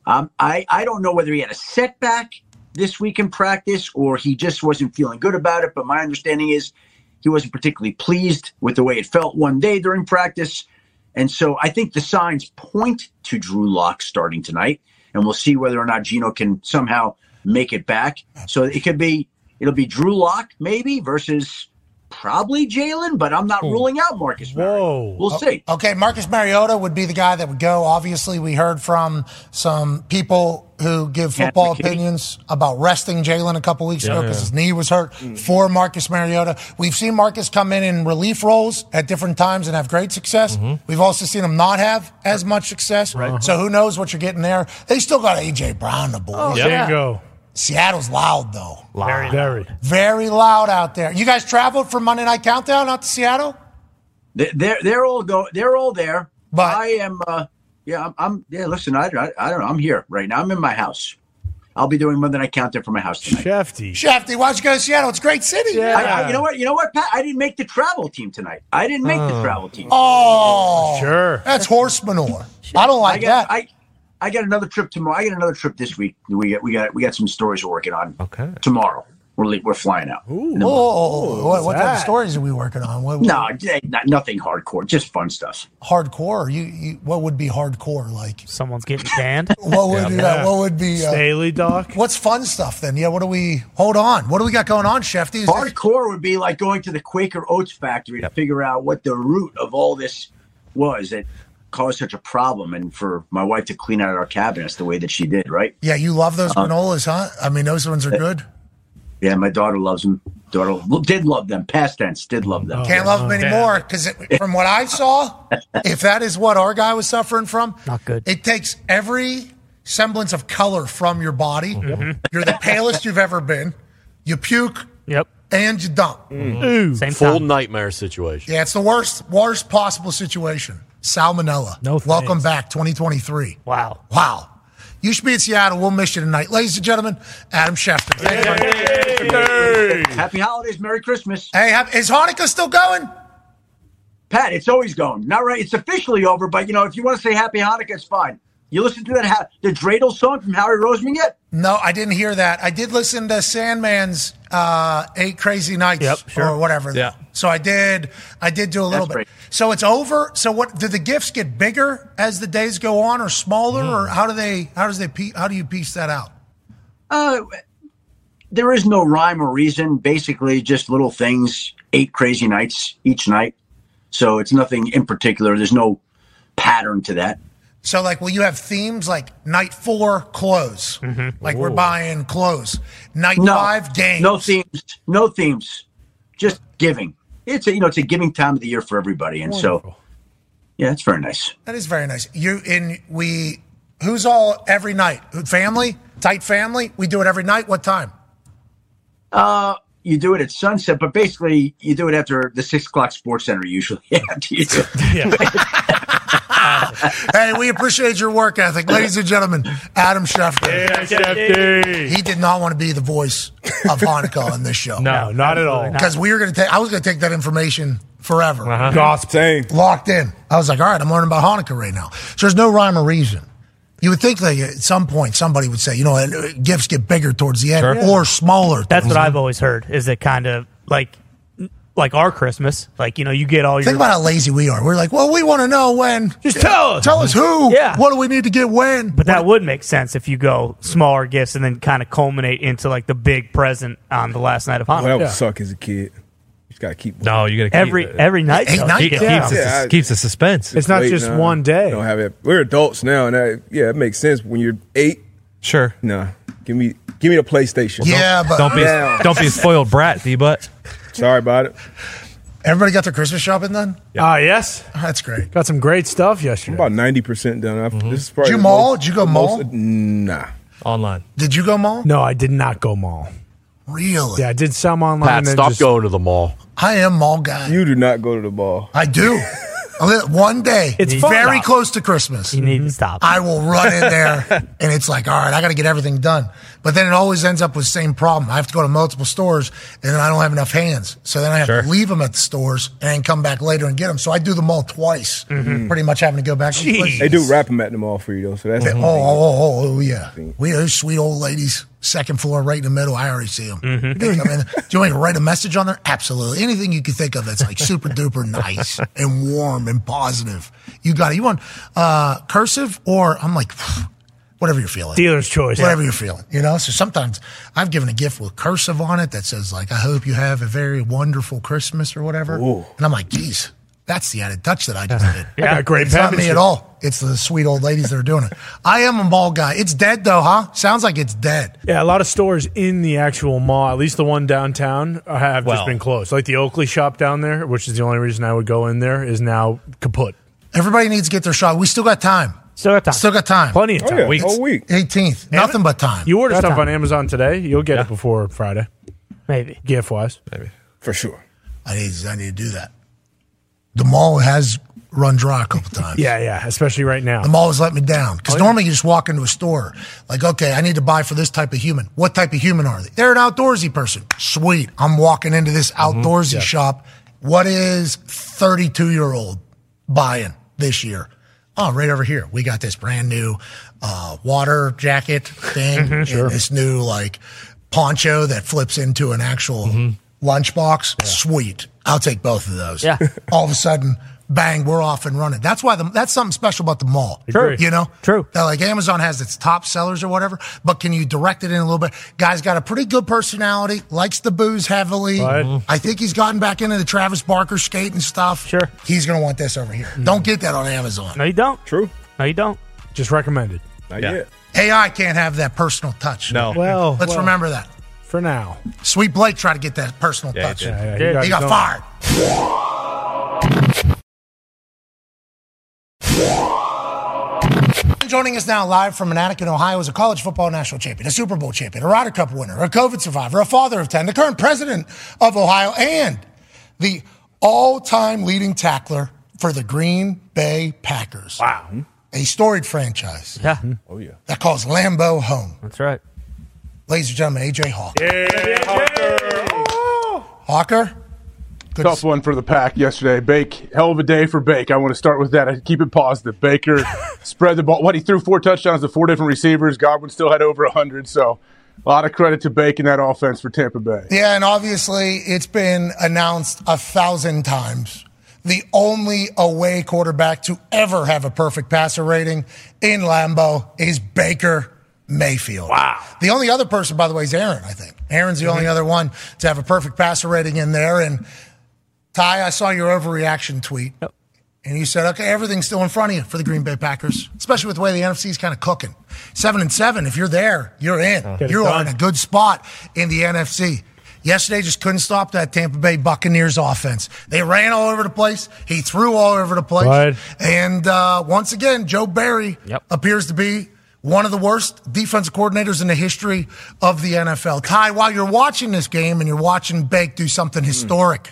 Speaker 11: um, I, I don't know whether he had a setback this week in practice or he just wasn't feeling good about it. But my understanding is he wasn't particularly pleased with the way it felt one day during practice. And so I think the signs point to Drew Lock starting tonight. And we'll see whether or not Gino can somehow make it back. So it could be, it'll be Drew Lock maybe versus probably Jalen, but I'm not ruling out Marcus.
Speaker 3: Oh,
Speaker 11: Whoa. We'll see.
Speaker 1: O- Okay, Marcus Mariota would be the guy that would go. Obviously, we heard from some people who give
Speaker 12: Cat
Speaker 1: football
Speaker 12: McKinney.
Speaker 1: opinions about resting Jalen a couple weeks
Speaker 12: Yeah,
Speaker 1: ago because
Speaker 12: yeah.
Speaker 1: his knee was hurt
Speaker 11: Mm.
Speaker 1: for Marcus Mariota. We've seen Marcus come in in relief roles at different times and have great success. We've also seen him not have as much success.
Speaker 3: Mm-hmm. Right.
Speaker 1: So who knows what you're getting there? They still got AJ Brown to board.
Speaker 3: Oh, Bingo.
Speaker 1: Seattle's loud though.
Speaker 3: Very, very.
Speaker 1: Very loud out there. You guys traveled for Monday Night Countdown out to Seattle?
Speaker 11: They- They're they're all go they're all there. But I am uh yeah I'm, I'm yeah listen I, I I don't know I'm here right now I'm in my house. I'll be doing Monday Night Countdown from my house tonight.
Speaker 3: Shefty,
Speaker 1: Shefty, why'd you go to Seattle? It's a great city.
Speaker 11: Yeah. I, I- you know what? You know what, Pat? I didn't make the travel team tonight. I didn't make the
Speaker 1: Oh.
Speaker 11: travel team.
Speaker 1: Oh, sure. That's horse manure. I don't like
Speaker 11: that. I I got another trip tomorrow. I got another trip this week. We got we got we got some stories we're working on. Okay. Tomorrow we're le- we're flying out.
Speaker 1: Ooh, Whoa, whoa, whoa. what, what type of stories are we working on? What,
Speaker 11: No, eh, not, nothing hardcore. Just fun stuff.
Speaker 1: hardcore? You, you, what would be hardcore? Like
Speaker 9: someone's getting canned.
Speaker 1: what would uh, what would be uh,
Speaker 9: Staley,
Speaker 1: Doc? What's fun stuff then? Yeah, what do we hold on? What do we got going on, Shefty? Is this-
Speaker 11: Hardcore would be like going to the Quaker Oats factory to figure out what the root of all this was that caused such a problem, and for my wife to clean out our cabinets the way that she did. Right?
Speaker 1: yeah, you love those
Speaker 11: Uh,
Speaker 1: granolas, huh? I mean, those ones are good.
Speaker 11: Yeah, my daughter loves them. Daughter lo- did love them. Past tense, did love
Speaker 9: oh,
Speaker 11: them.
Speaker 1: Can't love them anymore because from what I saw, if that is what our guy was suffering from,
Speaker 9: Not good.
Speaker 1: It takes every semblance of color from your body.
Speaker 9: Mm-hmm.
Speaker 1: You're the palest you've ever been. You puke.
Speaker 9: Yep. Mm-hmm.
Speaker 1: And you dump.
Speaker 4: Mm.
Speaker 9: Same
Speaker 10: Full
Speaker 9: time.
Speaker 10: nightmare situation.
Speaker 1: Yeah, it's the worst, worst possible situation. Salmonella. No. Welcome back, 2023.
Speaker 9: Wow.
Speaker 1: Wow. You should be in Seattle. We'll miss you tonight, ladies and gentlemen. Adam Schefter. Thank you.
Speaker 11: Happy holidays, Merry Christmas.
Speaker 1: Hey, hap- is Hanukkah still going?
Speaker 11: Pat, it's always going. Not right. It's officially over, but you know, if you want to say Happy Hanukkah, it's fine. You listen to that ha- the dreidel song from Harry Roseman yet?
Speaker 1: No, I didn't hear that. I did listen to Sandman's uh, Eight Crazy Nights or whatever.
Speaker 4: Yeah.
Speaker 1: So I did. I did do a little bit. So it's over. So what? Do the gifts get bigger as the days go on, or smaller, or how do they? How does they? pe- How do you piece that out?
Speaker 11: Uh, there is no rhyme or reason. Basically, just little things. Eight crazy nights each night. So it's nothing in particular. There's no pattern to that.
Speaker 1: So like, will you have themes like night four clothes? Like we're
Speaker 11: Ooh.
Speaker 1: buying clothes. Night five games.
Speaker 11: No themes. No themes. Just giving. It's a you know it's a giving time of the year for everybody, and so yeah, it's very nice.
Speaker 1: That is very nice. You in we who's all every night? Family, tight family. We do it every night. What time?
Speaker 11: Uh, you do it at sunset, but basically you do it after the six o'clock sports center usually. after you do it.
Speaker 1: hey, we appreciate your work ethic, ladies and gentlemen. Adam Schefter.
Speaker 3: Yeah, Shefty.
Speaker 1: He did not want to be the voice of Hanukkah on this show.
Speaker 3: No, not at all.
Speaker 1: Because we were going to take, I was going to take that information forever.
Speaker 3: Uh-huh.
Speaker 1: Gospel. Locked in. I was like, all right, I'm learning about Hanukkah right now. So there's no rhyme or reason. You would think that at some point somebody would say, you know, uh, gifts get bigger towards the end
Speaker 9: Sure.
Speaker 1: or smaller.
Speaker 9: That's
Speaker 1: towards
Speaker 9: what
Speaker 1: the
Speaker 9: I've always heard. Is it kind of like like our Christmas. Like you know, you get all your
Speaker 1: Think about how lazy we are. We're like, well, we want to know when.
Speaker 9: Just tell us.
Speaker 1: Tell us who.
Speaker 9: Yeah.
Speaker 1: What do we need to get when?
Speaker 9: But that would make sense if you go smaller gifts and then kind of culminate into like the big present on the last night of
Speaker 6: Well, that
Speaker 9: Hanukkah.
Speaker 6: would suck as a kid. You just gotta keep.
Speaker 4: No, you gotta keep
Speaker 9: Every-
Speaker 4: it.
Speaker 9: every night, Eight though. nights,
Speaker 4: Keep-
Speaker 9: yeah.
Speaker 4: keeps, the-
Speaker 6: Yeah, I-
Speaker 4: keeps the suspense.
Speaker 6: day. Don't have it. We're adults now, and I, yeah, it makes sense. When you're eight,
Speaker 4: sure.
Speaker 6: Nah, give me give me the PlayStation.
Speaker 1: Yeah, but-
Speaker 4: don't be
Speaker 6: Now.
Speaker 4: don't be a spoiled brat, D. But
Speaker 6: sorry about it.
Speaker 1: Everybody got their Christmas shopping done?
Speaker 3: Ah, yes.
Speaker 1: That's great.
Speaker 3: Got some great stuff yesterday. Mm-hmm.
Speaker 6: about ninety percent done. I've, This is probably
Speaker 1: Did you
Speaker 6: the
Speaker 1: mall?
Speaker 6: most-
Speaker 1: Did you go
Speaker 6: the
Speaker 1: mall?
Speaker 6: most- nah,
Speaker 4: online.
Speaker 1: Did you go mall?
Speaker 3: No, I did not go mall.
Speaker 1: Really?
Speaker 3: Yeah, I did some online.
Speaker 10: Pat,
Speaker 3: and then
Speaker 10: stop
Speaker 3: just-
Speaker 10: going to the mall.
Speaker 1: I am mall guy.
Speaker 6: You do not go to the mall.
Speaker 1: I do. I live- One day,
Speaker 3: It's
Speaker 1: it's
Speaker 3: fun.
Speaker 1: very
Speaker 3: Stop.
Speaker 1: close to Christmas.
Speaker 9: You need to stop.
Speaker 1: I will run in there, and it's like, all right, I got to get everything done. But then it always ends up with the same problem. I have to go to multiple stores, and then I don't have enough hands. So then I have
Speaker 4: Sure.
Speaker 1: to leave them at the stores and then come back later and get them. So I do the mall twice, pretty much having to go back. to the place.
Speaker 6: Mm-hmm. They do wrap them at the mall for you though, so that's
Speaker 1: Oh, oh, oh, oh, oh, yeah. We those sweet old ladies, second floor, right in the middle. I already see them.
Speaker 3: Mm-hmm.
Speaker 1: They come in. Do you want me to write a message on there? Absolutely. Anything you can think of that's like super duper nice and warm and positive. You got it. You want uh, cursive or I'm like, whatever you're feeling.
Speaker 3: Dealer's choice.
Speaker 1: Whatever you're feeling, you know? So sometimes I've given a gift with cursive on it that says, like, I hope you have a very wonderful Christmas or whatever. And I'm like, geez, that's the added touch that I just did.
Speaker 3: Yeah, great
Speaker 1: It's not me
Speaker 3: penmanship.
Speaker 1: at all. It's the sweet old ladies that are doing it. I am a mall guy. It's dead though, huh? Sounds like it's dead.
Speaker 3: Yeah, a lot of stores in the actual mall, at least the one downtown, uh, have
Speaker 1: Well-
Speaker 3: just been closed. Like the Oakley shop down there, which is the only reason I would go in there, is now kaput.
Speaker 1: Everybody needs to get their shot. We still got time.
Speaker 9: Still got time.
Speaker 1: Still got time.
Speaker 3: Plenty of time.
Speaker 1: It's 18th. Nothing but time.
Speaker 3: You order
Speaker 1: Got
Speaker 3: stuff
Speaker 1: time.
Speaker 3: on Amazon today, you'll get it before Friday.
Speaker 9: Maybe.
Speaker 3: Gift wise.
Speaker 4: Maybe.
Speaker 6: for sure.
Speaker 1: I need I need to do that. The mall has run dry a couple times.
Speaker 3: Yeah, yeah, especially right now.
Speaker 1: The mall has let me down because normally you just walk into a store like, okay, I need to buy for this type of human. What type of human are they? They're an outdoorsy person. Sweet, I'm walking into this outdoorsy
Speaker 3: Yeah.
Speaker 1: shop. What is 32 year old buying this year? Oh, right over here. We got this brand new uh, water jacket thing. and This new like poncho that flips into an actual lunchbox. Sweet. I'll take both of those.
Speaker 9: Yeah.
Speaker 1: All of a sudden, bang, we're off and running. That's why the, that's something special about the mall.
Speaker 9: True.
Speaker 1: You know?
Speaker 9: True.
Speaker 1: That, like Amazon has its top sellers or whatever, but can you direct it in a little bit? Guy's got a pretty good personality, likes the booze heavily.
Speaker 3: Right.
Speaker 1: I think he's gotten back into the Travis Barker skating stuff. Sure. He's going to want this over here. Don't get that on Amazon.
Speaker 9: No, you don't.
Speaker 6: True.
Speaker 9: No, you don't.
Speaker 3: Just recommended.
Speaker 1: Yeah. AI can't have that personal touch.
Speaker 3: No. Well,
Speaker 1: let's
Speaker 3: well.
Speaker 1: remember that.
Speaker 3: For now.
Speaker 1: Sweet Blake tried to get that personal
Speaker 3: Yeah, he
Speaker 1: touch.
Speaker 3: did. Yeah, yeah, he got
Speaker 1: he got
Speaker 3: going.
Speaker 1: fired. Joining us now live from Manatee, Ohio, is a college football national champion, a Super Bowl champion, a Ryder Cup winner, a COVID survivor, a father of 10, the current president of Ohio, and the all time leading tackler for the Green Bay Packers. Wow. A storied franchise.
Speaker 9: Yeah.
Speaker 6: Oh, yeah.
Speaker 1: That calls Lambeau home.
Speaker 9: That's right.
Speaker 1: Ladies and gentlemen, AJ Hawk. Hawker?
Speaker 12: Tough one for the pack yesterday. Bake, hell of a day for Bake. I want to start with that. I keep it positive. Baker spread the ball. What he threw four touchdowns to four different receivers. Godwin still had over hundred. So, a lot of credit to Bake in that offense for Tampa Bay.
Speaker 1: Yeah, and obviously it's been announced a thousand times. The only away quarterback to ever have a perfect passer rating in Lambeau is Baker Mayfield. Wow. The only other person, by the way, is Aaron, I think. Aaron's the
Speaker 13: Mm-hmm.
Speaker 1: only other one to have a perfect passer rating in there. And Ty, I saw your overreaction tweet. And you said, okay, everything's still in front of you for the Green Bay Packers, especially with the way the NFC is kind of cooking. Seven and seven, if you're there, you're in.
Speaker 13: Get it
Speaker 1: you are
Speaker 13: done.
Speaker 1: in a good spot in the NFC. Yesterday just couldn't stop that Tampa Bay Buccaneers offense. They ran all over the place. He threw all over the place.
Speaker 3: Right.
Speaker 1: And uh, once again, Joe Barry appears to be one of the worst defensive coordinators in the history of the NFL. Ty, while you're watching this game and you're watching Bake do
Speaker 9: Hmm.
Speaker 1: something historic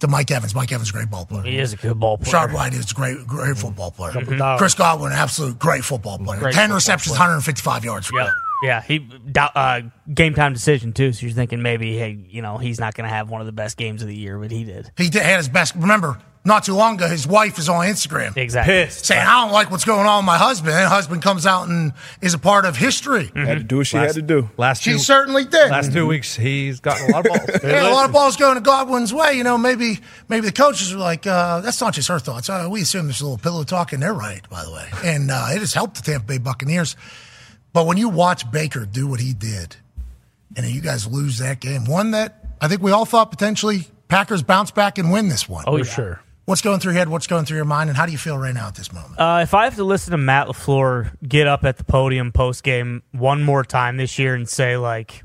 Speaker 1: to Mike Evans, Mike Evans, is a great ball player.
Speaker 9: He is a good ball player.
Speaker 1: Sharp White is a great, great football player.
Speaker 9: Couple dollars.
Speaker 1: Chris Godwin, an absolute Mm-hmm. great football player.
Speaker 9: Great
Speaker 1: Ten
Speaker 9: football
Speaker 1: receptions,
Speaker 9: player.
Speaker 1: 155 yards. For him.
Speaker 9: Yeah, he dou- uh, game time decision too. So you're thinking maybe, hey, you know, he's not going to have one of the best games of the year, but he did.
Speaker 1: He did, had his best. Remember, not too long ago, his wife is on Instagram.
Speaker 9: Exactly. Pissed.
Speaker 1: Saying, I don't like what's going on with my husband. And husband comes out and is a part of history.
Speaker 4: Mm-hmm.
Speaker 6: Had to do what she had to do.
Speaker 4: Last
Speaker 1: She
Speaker 4: two,
Speaker 1: certainly did.
Speaker 4: Last two weeks, he's gotten a lot of balls.
Speaker 1: Yeah, a lot of balls going to Godwin's way. You know, maybe maybe the coaches were like, uh, that's not just her thoughts. Uh, we assume there's a little pillow talk, and they're right, by the way. And uh, it has helped the Tampa Bay Buccaneers. But when you watch Baker do what he did, and then you guys lose that game, one that I think we all thought potentially Packers bounce back and win this one.
Speaker 9: Oh, For yeah. sure.
Speaker 1: What's going through your head? What's going through your mind? And how do you feel right now at this moment?
Speaker 9: Uh, if I have to listen to Matt Lafleur get up at the podium post game one more time this year and say like,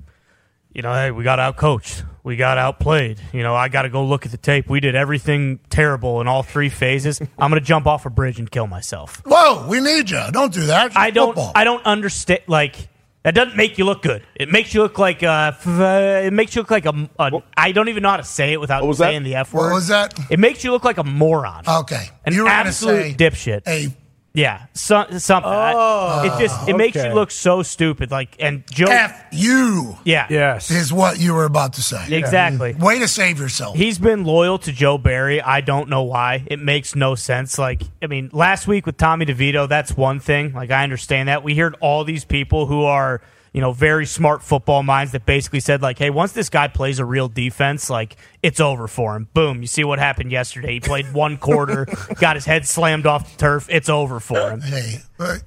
Speaker 9: you know, hey, we got outcoached, we got outplayed. You know, I got to go look at the tape. We did everything terrible in all three phases. I'm going to jump off a bridge and kill myself.
Speaker 1: Whoa, we need you. Don't do that. It's
Speaker 9: I don't.
Speaker 1: football.
Speaker 9: I don't understand. Like that doesn't make you look good. It makes you look like. Uh, f- uh, it makes you look like a. a I don't even know how to say it without
Speaker 1: was that?
Speaker 9: saying the f
Speaker 1: What
Speaker 9: word.
Speaker 1: was that?
Speaker 9: It makes you look like a moron.
Speaker 1: Okay,
Speaker 9: an
Speaker 1: You were gonna say
Speaker 9: absolute dipshit.
Speaker 1: A
Speaker 9: yeah, so, something. I-
Speaker 1: Oh,
Speaker 9: it just it makes you
Speaker 1: okay.
Speaker 9: look so stupid. Like and Joe.
Speaker 1: F you.
Speaker 9: Yeah.
Speaker 3: Yes.
Speaker 1: Is what you were about to say.
Speaker 9: Exactly.
Speaker 1: Way to save yourself.
Speaker 9: He's been loyal to Joe Barry. I don't know why. It makes no sense. Like, I mean, last week with Tommy DeVito, that's one thing. Like, I understand that. We heard all these people who are, you know, very smart football minds that basically said, like, hey, once this guy plays a real defense, like, it's over for him. Boom. You see what happened yesterday. He played one quarter, got his head slammed off the turf. It's over for him.
Speaker 1: Hey, but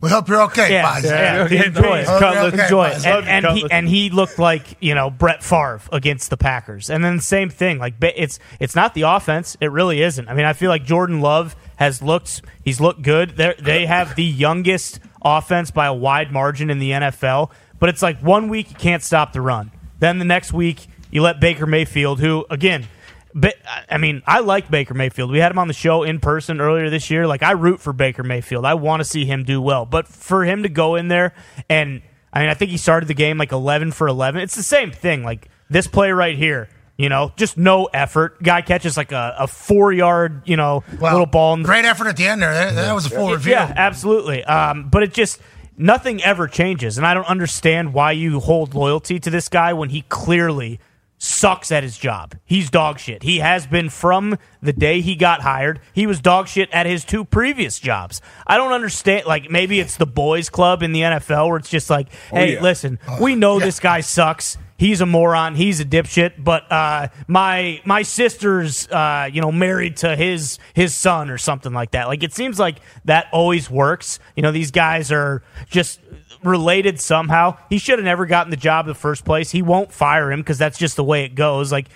Speaker 1: we hope you're okay,
Speaker 9: Yeah,
Speaker 1: Buys.
Speaker 9: yeah,
Speaker 1: Hope you're
Speaker 9: enjoy it.
Speaker 1: Hope you're
Speaker 9: Cutlass,
Speaker 1: okay,
Speaker 9: enjoy
Speaker 1: Buys.
Speaker 9: it. And, and he, and he looked like you know Brett Favre against the Packers, and then same thing. Like ba- it's it's not the offense; it really isn't. I mean, I feel like Jordan Love has looked he's looked good. They're, they have the youngest offense by a wide margin in the NFL, but it's like one week you can't stop the run, then the next week you let Baker Mayfield, who again but I mean, I like Baker Mayfield. We had him on the show in person earlier this year. Like, I root for Baker Mayfield. I want to see him do well. But for him to go in there and, I mean, I think he started the game like 11 for 11. It's the same thing. Like, this play right here, you know, just no effort. Guy catches like a, a four yard, you know, little ball. In the-
Speaker 1: Great effort at the end there. That, that was a full
Speaker 9: yeah,
Speaker 1: review.
Speaker 9: Yeah, absolutely. Um, but it just nothing ever changes, and I don't understand why you hold loyalty to this guy when he clearly sucks at his job. He's dog shit. He has been from the day he got hired. He was dog shit at his two previous jobs. I don't understand. Like maybe it's the boys' club in the NFL where it's just like,
Speaker 13: Oh,
Speaker 9: hey,
Speaker 13: yeah.
Speaker 9: listen, we know this guy sucks. He's a moron. He's a dipshit. But uh, my my sister's, uh, you know, married to his his son or something like that. Like it seems like that always works. You know, these guys are just related somehow. He should have never gotten the job in the first place. He won't fire him because that's just the way it goes. Like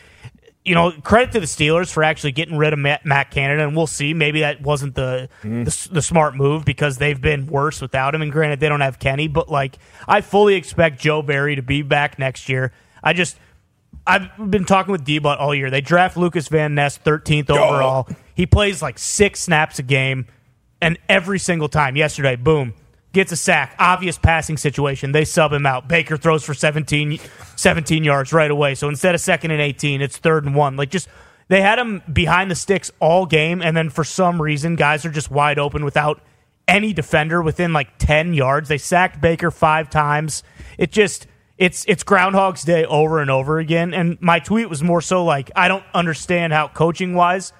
Speaker 9: you know, credit to the Steelers for actually getting rid of Matt, Matt Canada, and we'll see. Maybe that wasn't the, the s- the smart move because they've been worse without him. And granted, they don't have Kenny, but like I fully expect Joe Barry to be back next year. I just I've been talking with D Butt all year. They draft Lucas Van Ness 13th overall. He plays like six snaps a game, and every single time yesterday, boom, gets a sack. Obvious passing situation. They sub him out. Baker throws for 17, 17 yards right away. So instead of second and 18, it's third and one. Like just. They had him behind the sticks all game, and then for some reason, guys are just wide open without any defender within like 10 yards. They sacked Baker five times. It just it's it's groundhog's day over and over again and my tweet was more so like I don't understand how coaching wise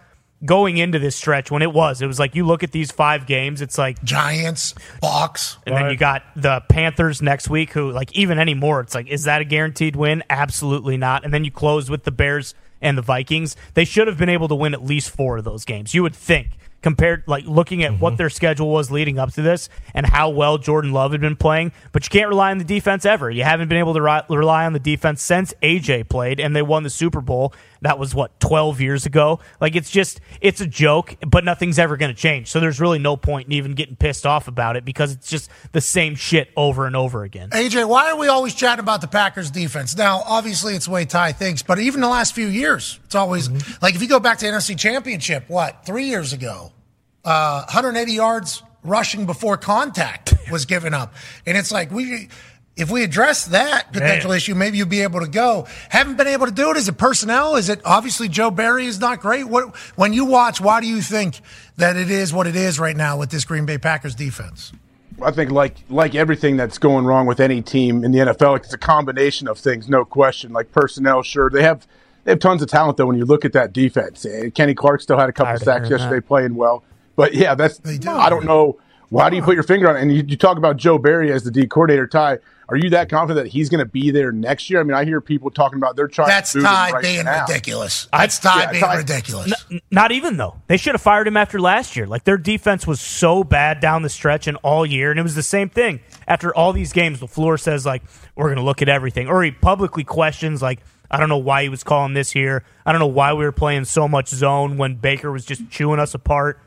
Speaker 9: going into this stretch when it was it was like you look at these five games it's like
Speaker 1: Giants, Fox,
Speaker 9: and then you got the Panthers next week who like even anymore it's like is that a guaranteed win? Absolutely not. And then you close with the Bears and the Vikings. They should have been able to win at least four of those games. You would think compared like looking at what their schedule was leading up to this and how well Jordan Love had been playing, but you can't rely on the defense ever. You haven't been able to ri- rely on the defense since AJ played and they won the Super Bowl. That was what 12 years ago. Like it's just it's a joke, but nothing's ever going to change. So there's really no point in even getting pissed off about it because it's just the same shit over and over again.
Speaker 1: AJ, why are we always chatting about the Packers defense? Now, obviously, it's the way Ty thinks, but even the last few years, it's always like if you go back to NFC Championship, what, three years ago, uh, 180 yards rushing before contact was given up. And it's like, we. If we address that potential
Speaker 8: Man.
Speaker 1: issue, maybe you'll be able to go. Haven't been able to do it. Is it personnel? Is it obviously Joe Barry is not great? What when you watch, why do you think that it is what it is right now with this Green Bay Packers defense?
Speaker 12: I think like like everything that's going wrong with any team in the NFL, like it's a combination of things, no question. Like personnel, sure they have they have tons of talent though. When you look at that defense, Eh, Kenny Clark still had a couple
Speaker 3: Tired of
Speaker 12: sacks
Speaker 3: hearing
Speaker 12: yesterday,
Speaker 3: that.
Speaker 12: playing well. But yeah, that's I don't know. Why do you put your finger on it? And you, you talk about Joe Barry as the D coordinator. Ty, are you that confident that he's going to be there next year? I mean, I hear people talking about they're trying.
Speaker 1: That's
Speaker 12: to boot him
Speaker 1: Ty
Speaker 12: right
Speaker 1: being
Speaker 12: now.
Speaker 1: ridiculous. That's Ty
Speaker 12: Yeah,
Speaker 1: being
Speaker 12: Ty-
Speaker 1: ridiculous.
Speaker 9: N- not even though they should have fired him after last year. Like their defense was so bad down the stretch and all year, and it was the same thing. After all these games, Lafleur says like we're going to look at everything, or he publicly questions like I don't know why he was calling this here. I don't know why we were playing so much zone when Baker was just chewing us apart.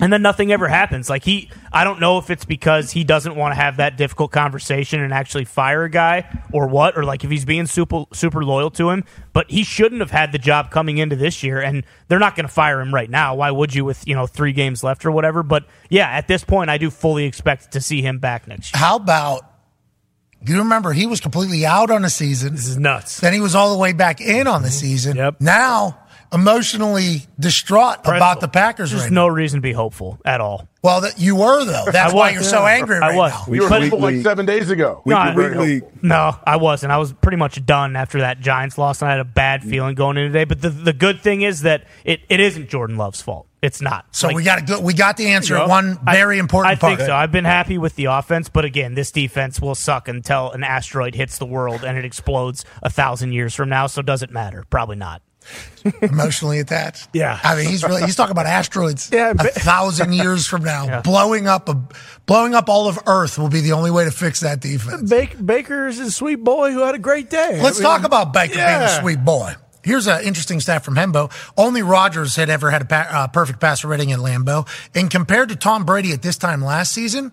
Speaker 9: And then nothing ever happens. Like he, I don't know if it's because he doesn't want to have that difficult conversation and actually fire a guy or what, or like if he's being super super loyal to him. But he shouldn't have had the job coming into this year, and they're not going to fire him right now. Why would you with you know three games left or whatever? But yeah, at this point, I do fully expect to see him back next year.
Speaker 1: How about you remember he was completely out on the season? This
Speaker 3: is nuts.
Speaker 1: Then he was all the way back in on the
Speaker 9: Mm-hmm.
Speaker 1: season. Yep. Now emotionally distraught about the Packers.
Speaker 9: There's
Speaker 1: right
Speaker 9: no reason to be hopeful at all.
Speaker 1: Well, that you were though. That's
Speaker 9: I
Speaker 1: why
Speaker 9: was,
Speaker 1: you're so
Speaker 9: yeah.
Speaker 1: angry
Speaker 9: I
Speaker 1: right
Speaker 9: was.
Speaker 1: now.
Speaker 9: We were But- people like weak-
Speaker 12: seven days ago.
Speaker 9: no, I- no, I wasn't. I was pretty much done after that Giants loss, and I had a
Speaker 1: Mm.
Speaker 9: bad feeling going in today. But the, the good thing is that it, it isn't Jordan Love's fault. It's not.
Speaker 1: So
Speaker 9: Like,
Speaker 1: we got a good. We got the answer
Speaker 9: Yeah.
Speaker 1: at one very important
Speaker 9: I
Speaker 1: part.
Speaker 9: think so. I've been happy with the offense, but again, this defense will suck until an asteroid hits the world and it explodes a thousand years from now. So does it matter? Probably not.
Speaker 1: emotionally attached.
Speaker 9: Yeah.
Speaker 1: I mean he's really he's talking about asteroids a thousand years from now. Blowing up a blowing up all of Earth will be the only way to fix that defense.
Speaker 3: Baker, Baker's a sweet boy who had a great day.
Speaker 1: Let's
Speaker 3: I mean,
Speaker 1: talk about Baker being
Speaker 3: yeah.
Speaker 1: a sweet boy. Here's an interesting stat from Hembo. Only Rodgers had ever had a pa- uh, perfect passer rating in Lambeau. And compared to Tom Brady at this time last season,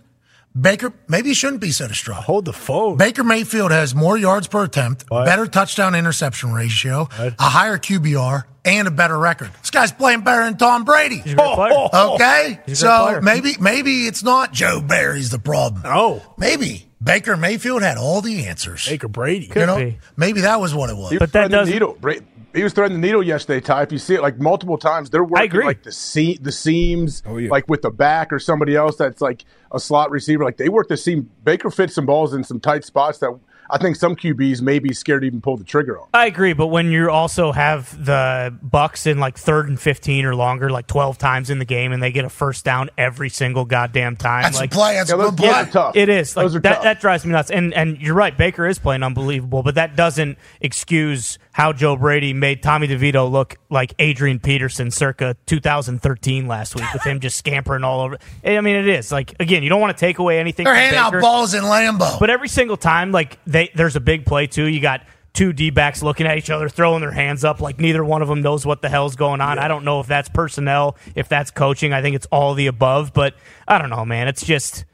Speaker 1: Baker maybe he shouldn't be so distraught.
Speaker 3: Hold the phone.
Speaker 1: Baker Mayfield has more yards per attempt, better touchdown interception ratio, a higher QBR, and a better record. This guy's playing better than Tom Brady.
Speaker 9: He's a great player.
Speaker 1: Okay,
Speaker 9: He's a great
Speaker 1: so
Speaker 9: player.
Speaker 1: maybe maybe it's not Joe Barry's the problem.
Speaker 3: Oh,
Speaker 1: maybe Baker Mayfield had all the answers. Baker
Speaker 3: Brady,
Speaker 1: you know, maybe that was what it was.
Speaker 12: He was threading the needle. Bra- He was threading the needle yesterday, Ty. If you see it, like multiple times, they're working
Speaker 3: agree.
Speaker 12: like the se- the seams, like with the back or somebody else that's like a slot receiver. Like they work the seam. Baker fits some balls in some tight spots that I think some QBs may be scared to even pull the trigger on.
Speaker 9: I agree, but when you also have the Bucks in like third and fifteen or longer, like twelve times in the game, and they get a first down every single goddamn time,
Speaker 1: That's a
Speaker 9: like
Speaker 1: play, that's a Yeah, those good plays play. are tough.
Speaker 9: It is like
Speaker 1: Those are
Speaker 9: that.
Speaker 1: tough.
Speaker 9: That drives me nuts. And and you're right, Baker is playing unbelievable, but that doesn't excuse how Joe Brady made Tommy DeVito look like Adrian Peterson circa 2013 last week with him just scampering all over. I mean, it is like again, you don't want to take away anything.
Speaker 1: They're
Speaker 9: from
Speaker 1: handing out
Speaker 9: Baker.
Speaker 1: balls in Lambeau.
Speaker 9: But every single time, like they, there's a big play too. You got two D backs looking at each other, throwing their hands up, like neither one of them knows what the hell's going on. I don't know if that's personnel, if that's coaching. I think it's all the above. But I don't know, man. It's just,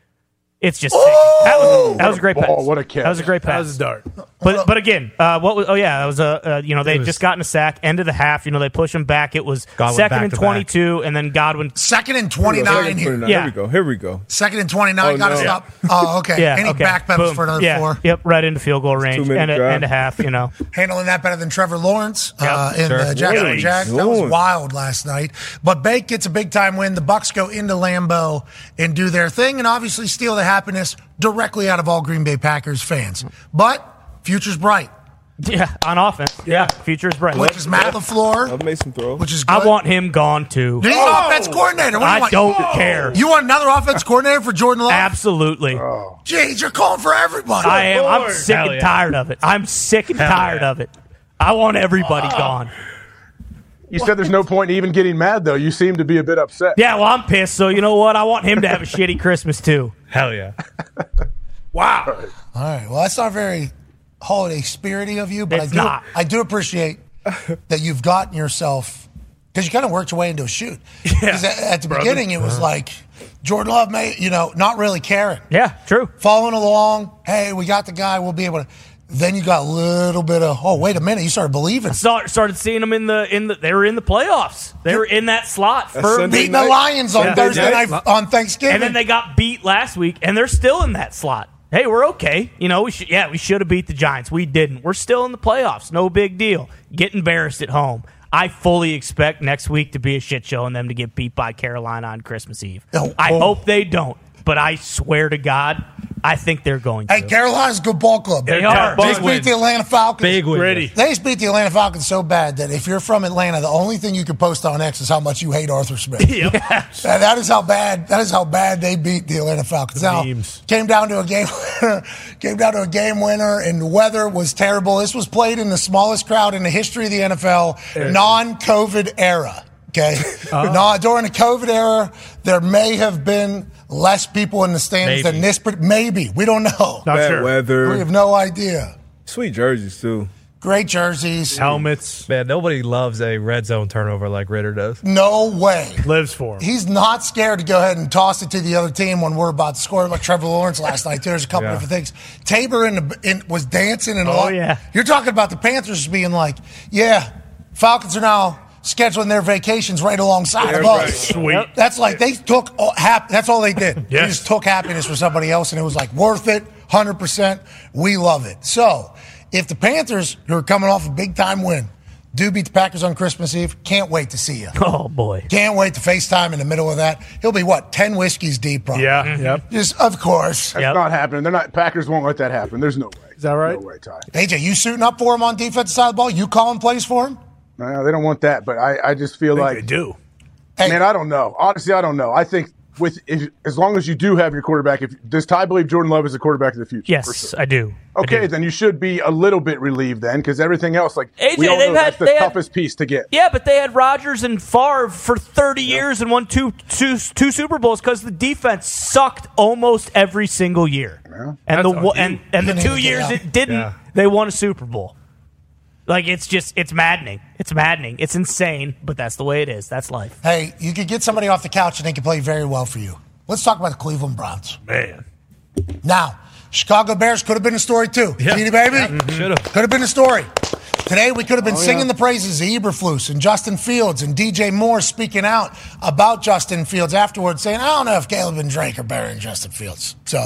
Speaker 9: it's just. sick. That was, that was a great
Speaker 12: ball,
Speaker 9: pass.
Speaker 12: Oh, what a catch.
Speaker 9: That was a great
Speaker 12: That
Speaker 9: pass.
Speaker 12: was a
Speaker 3: dart.
Speaker 9: But but again, uh, what was? Oh yeah, that was a. Uh, you know they had
Speaker 3: was-
Speaker 9: just gotten a sack. End of the half. You know they push him back. It was
Speaker 1: Godwin
Speaker 9: second
Speaker 1: back
Speaker 9: and
Speaker 1: to back.
Speaker 9: twenty two, and then Godwin
Speaker 1: Second and 29 oh, here.
Speaker 6: Here we go. Here we go.
Speaker 1: Second and 29,
Speaker 6: Oh,
Speaker 1: got to
Speaker 6: no.
Speaker 1: stop. Oh, okay.
Speaker 9: Yeah,
Speaker 1: and he
Speaker 9: okay.
Speaker 1: backpedals
Speaker 9: Boom.
Speaker 1: for another
Speaker 9: Yeah,
Speaker 1: four.
Speaker 9: Yep, right into field goal range
Speaker 1: two-minute
Speaker 9: and a,
Speaker 1: drive.
Speaker 9: and a half. You know.
Speaker 1: Handling that better than Trevor Lawrence uh,
Speaker 9: Yep,
Speaker 1: in
Speaker 9: sure.
Speaker 1: the Jacksonville
Speaker 9: Yikes.
Speaker 1: Jags. That was
Speaker 9: Lord.
Speaker 1: wild last night. But Bake gets a big time win. The Bucks go into Lambeau and do their thing and obviously steal the happiness directly out of all Green Bay Packers fans. But future's bright,
Speaker 9: Yeah, on offense. Yeah, future's bright.
Speaker 1: which is Matt LaFleur.
Speaker 6: I've made some throws. Oh!
Speaker 1: Which is good.
Speaker 9: I want him gone too.
Speaker 1: He's an offense coordinator. What do you
Speaker 9: I
Speaker 1: want?
Speaker 9: don't care.
Speaker 1: You want another offense coordinator for Jordan Love?
Speaker 9: Absolutely.
Speaker 6: Oh.
Speaker 1: Jeez, you're calling for everybody.
Speaker 9: I am. I'm sick
Speaker 1: Hell
Speaker 9: and
Speaker 1: yeah.
Speaker 9: tired of it. I'm sick and
Speaker 1: Hell
Speaker 9: tired
Speaker 1: yeah.
Speaker 9: of it. I want everybody gone.
Speaker 12: You said there's no point in even getting mad though. You seem to be a bit upset.
Speaker 9: Yeah, well, I'm pissed. So you know what? I want him to have a shitty Christmas too.
Speaker 4: Hell yeah.
Speaker 9: Wow.
Speaker 1: All right. Well, that's not very holiday spirity of you, but I
Speaker 9: It's
Speaker 1: do,
Speaker 9: not.
Speaker 1: I do appreciate that you've gotten yourself because you kind of worked your way into a shoot. Because at, at the
Speaker 9: brother.
Speaker 1: beginning, it was
Speaker 9: Uh-huh.
Speaker 1: like Jordan Love may, you know, not really caring.
Speaker 9: Yeah, true.
Speaker 1: Following along. Hey, we got the guy. We'll be able to. Then you got a little bit of oh, wait a minute. You started believing.
Speaker 9: Start, started seeing them in the in the. They were in the playoffs. They were in that slot
Speaker 1: That's
Speaker 9: for
Speaker 1: Sunday Beating the night. Lions on Thursday night- on Thanksgiving.
Speaker 9: and then they got beat last week, and they're still in that slot. Hey, we're okay. You know, we should, yeah, we should have beat the Giants. We didn't. We're still in the playoffs. No big deal. Get embarrassed at home. I fully
Speaker 1: Oh,
Speaker 9: expect next week to be a shit show and them to get beat by Carolina on Christmas Eve. I hope they don't. but I swear to God, I think they're going to.
Speaker 1: Hey, Carolina's a good ball club.
Speaker 9: They are.
Speaker 1: They
Speaker 9: Big
Speaker 1: just
Speaker 9: win.
Speaker 1: beat the Atlanta Falcons.
Speaker 9: Big win, Ready. yes.
Speaker 1: They just beat the Atlanta Falcons so bad that if you're from Atlanta, the only thing you can post on X is how much you hate Arthur Smith.
Speaker 9: Yep.
Speaker 1: That- that is how bad. That is how bad they beat the Atlanta Falcons. now came down to a game winner. Came down to a game winner, and the weather was terrible. This was played in the smallest crowd in the history of the NFL,
Speaker 13: Eric.
Speaker 1: non-COVID era. Okay,
Speaker 13: Oh.
Speaker 1: no, during the COVID era, there may have been less people in the
Speaker 6: Maybe.
Speaker 1: stands than this. But maybe we don't know.
Speaker 6: Bad weather.
Speaker 1: We have no idea.
Speaker 6: Sweet jerseys too.
Speaker 1: Great jerseys.
Speaker 4: helmets. Man, nobody loves a red zone turnover like Ritter does.
Speaker 1: No way.
Speaker 4: Lives for
Speaker 1: He's not scared to go ahead and toss it to the other team when we're about to score, like Trevor Lawrence last night. There's a couple
Speaker 4: Yeah.
Speaker 1: different things. Tabor in the in, was dancing and
Speaker 9: Oh,
Speaker 1: all.
Speaker 9: yeah.
Speaker 1: You're talking about the Panthers being like, yeah, Falcons are now scheduling their vacations right alongside
Speaker 13: Yeah,
Speaker 1: of us.
Speaker 13: right. Sweet.
Speaker 1: That's like they took all, hap- That's all they did. They
Speaker 13: Yes.
Speaker 1: just took happiness for somebody else, and it was like worth it, hundred percent. We love it. So if the Panthers, who are coming off a big time win, do beat the Packers on Christmas Eve, can't wait to see you.
Speaker 9: Oh boy.
Speaker 1: Can't wait to FaceTime in the middle of that. He'll be what, ten whiskeys deep, probably.
Speaker 12: Yeah, Mhm. yep.
Speaker 1: Just of course.
Speaker 12: That's not happening. They're not. Packers won't let that happen. There's no way. Is that right? No way, Ty.
Speaker 1: AJ, you suiting up for him on defensive side of the ball? You calling plays for him?
Speaker 12: No, they don't want that. But I, I just feel
Speaker 1: think
Speaker 12: like
Speaker 1: they
Speaker 12: do. Man, I don't know. Honestly, I don't know. I think with if, as long as you do have your quarterback, if does Ty believe Jordan Love is the quarterback of the future?
Speaker 9: Yes,
Speaker 12: For sure.
Speaker 9: I do.
Speaker 12: Okay, then you should be a little bit relieved then, because everything else, like
Speaker 9: AJ,
Speaker 12: we all
Speaker 9: they've
Speaker 12: know,
Speaker 9: had-
Speaker 12: that's the
Speaker 9: they had-
Speaker 12: toughest piece to get.
Speaker 9: Yeah, but they had Rodgers and Favre for 30 years and won two, two, two Super Bowls because the defense sucked almost every single year.
Speaker 13: That's
Speaker 9: And the
Speaker 13: on
Speaker 9: wo-
Speaker 13: you.
Speaker 9: and, and the
Speaker 13: Didn't
Speaker 9: two
Speaker 13: even get
Speaker 9: years
Speaker 13: out.
Speaker 9: it didn't,
Speaker 13: Yeah.
Speaker 9: they won a Super Bowl. Like it's just it's maddening. It's maddening. It's insane, but that's the way it is. That's life.
Speaker 1: Hey, you could get somebody off the couch and they can play very well for you. Let's talk about the Cleveland Browns.
Speaker 3: Man.
Speaker 1: Now, Chicago Bears could have been a story too. Yeah. mm-hmm. baby? Should have. Could have been a story. Today we could have been
Speaker 13: Oh,
Speaker 1: singing
Speaker 13: yeah.
Speaker 1: the praises of Eberflus and Justin Fields and DJ Moore speaking out about Justin Fields afterwards, saying, I don't know if Caleb and Drake are better than Justin Fields. So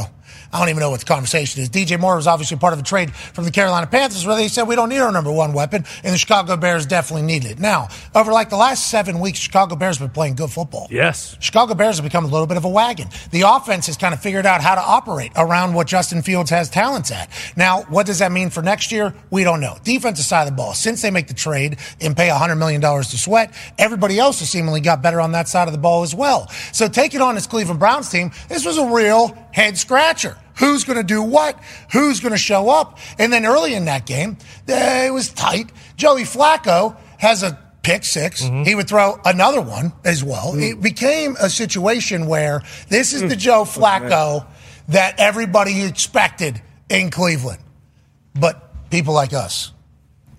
Speaker 1: I don't even know what the conversation is. DJ Moore was obviously part of a trade from the Carolina Panthers where they said we don't need our number one weapon, and the Chicago Bears definitely need it. Now, over like the last seven weeks, Chicago Bears have been playing good football.
Speaker 3: Yes.
Speaker 1: Chicago Bears have become a little bit of a wagon. The offense has kind of figured out how to operate around what Justin Fields has talents at. Now, what does that mean for next year? We don't know. Defensive side of the ball, since they make the trade and pay $100 million to sweat, everybody else has seemingly got better on that side of the ball as well. So take it on this Cleveland Browns team. This was a real head scratcher. Who's going to do what? Who's going to show up? And then early in that game, eh, it was tight. Joey Flacco has a pick 6 He would throw another one as well. It became a situation where this is the Joe Flacco that everybody expected in Cleveland. But people like us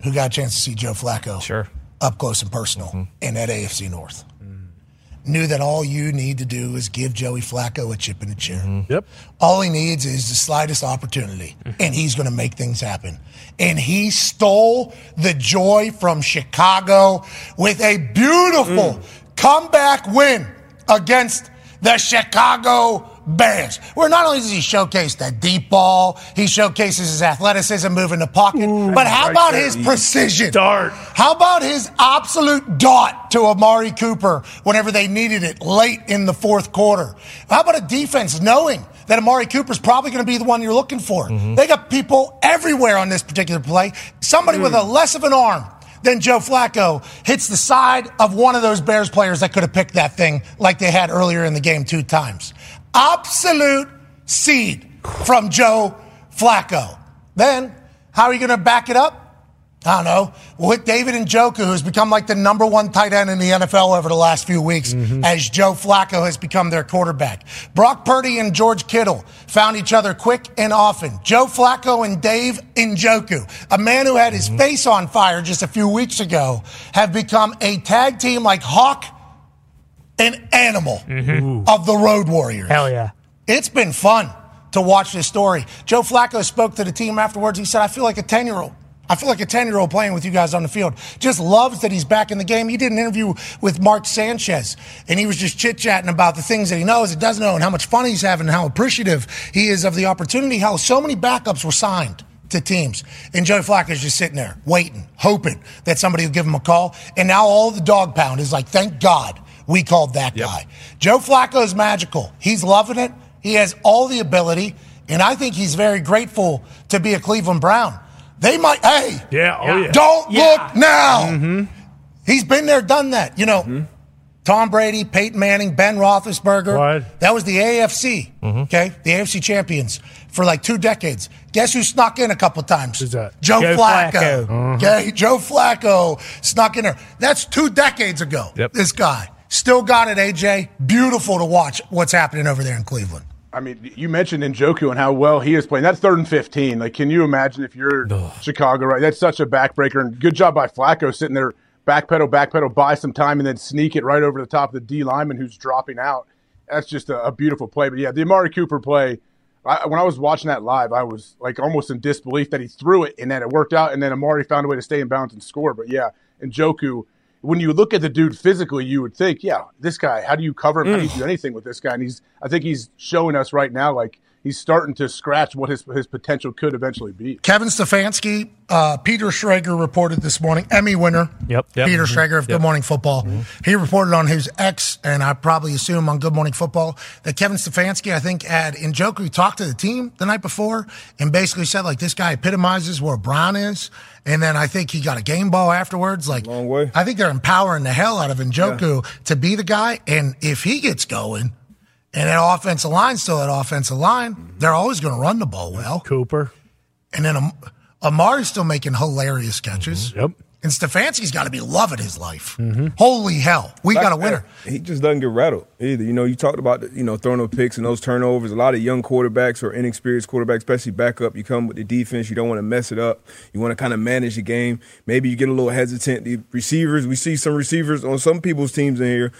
Speaker 1: who got a chance to see Joe Flacco up close and personal in that AFC North knew that all you need to do is give Joey Flacco a chip and a chair. Yep. All he needs is the slightest opportunity,
Speaker 13: Mm-hmm.
Speaker 1: and he's going to make things happen. And he stole the joy from Chicago with a beautiful
Speaker 13: Mm.
Speaker 1: comeback win against the Chicago Bears. Where not only does he showcase that deep ball, he showcases his athleticism, moving the pocket, but how
Speaker 13: Right
Speaker 1: about
Speaker 13: there,
Speaker 1: his
Speaker 13: he-
Speaker 1: precision? Dart. How about his absolute dot to Amari Cooper whenever they needed it late in the fourth quarter? How about a defense knowing that Amari Cooper's probably going to be the one you're looking for? They got people everywhere on this particular play. Somebody with a less of an arm than Joe Flacco hits the side of one of those Bears players that could have picked that thing like they had earlier in the game two times. Absolute seed from Joe Flacco. Then, how are you going to back it up? I don't know. With David Njoku, who's become like the number one tight end in the NFL over the last few weeks, as Joe Flacco has become their quarterback. Brock Purdy and George Kittle found each other quick and often. Joe Flacco and Dave Njoku, a man who had his face on fire just a few weeks ago, have become a tag team like Hawk and Animal of the Road Warriors. Hell
Speaker 9: yeah.
Speaker 1: It's been fun to watch this story. Joe Flacco spoke to the team afterwards. He said, I feel like a 10 year old. I feel like a 10 year old playing with you guys on the field. Just loves that he's back in the game. He did an interview with Mark Sanchez, and he was just chit chatting about the things that he knows and doesn't know, and how much fun he's having, and how appreciative he is of the opportunity, how so many backups were signed to teams. And Joey Flacco's just sitting there waiting, hoping that somebody will give him a call. And now all the dog pound is like, thank God we called that guy. Joe Flacco's magical. He's loving it. He has all the ability, and I think he's very grateful to be a Cleveland Brown. They might, hey,
Speaker 3: Yeah. Oh, yeah. Mm-hmm.
Speaker 1: don't look now. He's been there, done that. You know, Tom Brady, Peyton Manning, Ben Roethlisberger. That was the AFC, okay? The AFC champions for like two decades. Guess who snuck in a couple times? Who's that? Joe,
Speaker 3: Joe Flacco.
Speaker 1: Flacco.
Speaker 3: Mhm.
Speaker 1: Okay, Joe Flacco snuck in there. That's two decades ago.
Speaker 12: Yep.
Speaker 1: This guy still got it. AJ, beautiful to watch what's happening over there in Cleveland.
Speaker 12: I mean, you mentioned Njoku and how well he is playing. That's third and 15. Like, can you imagine if you're Chicago, right? That's such a backbreaker. And good job by Flacco sitting there, backpedal, backpedal, buy some time, and then sneak it right over the top of the D lineman who's dropping out. That's just a, a beautiful play. But yeah, the Amari Cooper play, I, when I was watching that live, I was like almost in disbelief that he threw it and that it worked out. And then Amari found a way to stay in bounds and score. But yeah, Njoku, when you look at the dude physically, you would think, yeah, this guy, how do you cover him? How do you do anything with this guy? And he's, I think he's showing us right now, like he's starting to scratch what his, his potential could eventually be.
Speaker 1: Kevin Stefanski, uh, Peter Schrager reported this morning, Emmy winner.
Speaker 9: Yep.
Speaker 12: Yep.
Speaker 1: Peter
Speaker 12: Mhm.
Speaker 1: Schrager of
Speaker 12: Yep.
Speaker 1: Good Morning Football. He reported on his ex, and I probably assume on Good Morning Football, that Kevin Stefanski, I think, had Njoku talked to the team the night before and basically said, like, this guy epitomizes where Brown is. And then I think he got a game ball afterwards. Like, Long way. I think they're empowering the hell out of Njoku to be the guy. And if he gets going, and that offensive line still that offensive line, they're always going to run the ball well.
Speaker 3: Cooper.
Speaker 1: And then Am- Amari's still making hilarious catches.
Speaker 3: Mm-hmm. Yep. Mm-hmm.
Speaker 1: And Stefanski's got to be loving his life. Holy hell, we got a winner.
Speaker 6: He just doesn't get rattled either. You know, you talked about you know throwing up picks and those turnovers. A lot of young quarterbacks or inexperienced quarterbacks, especially backup, you come with the defense. You don't want to mess it up. You want to kind of manage the game. Maybe you get a little hesitant. The receivers, we see some receivers on some people's teams in here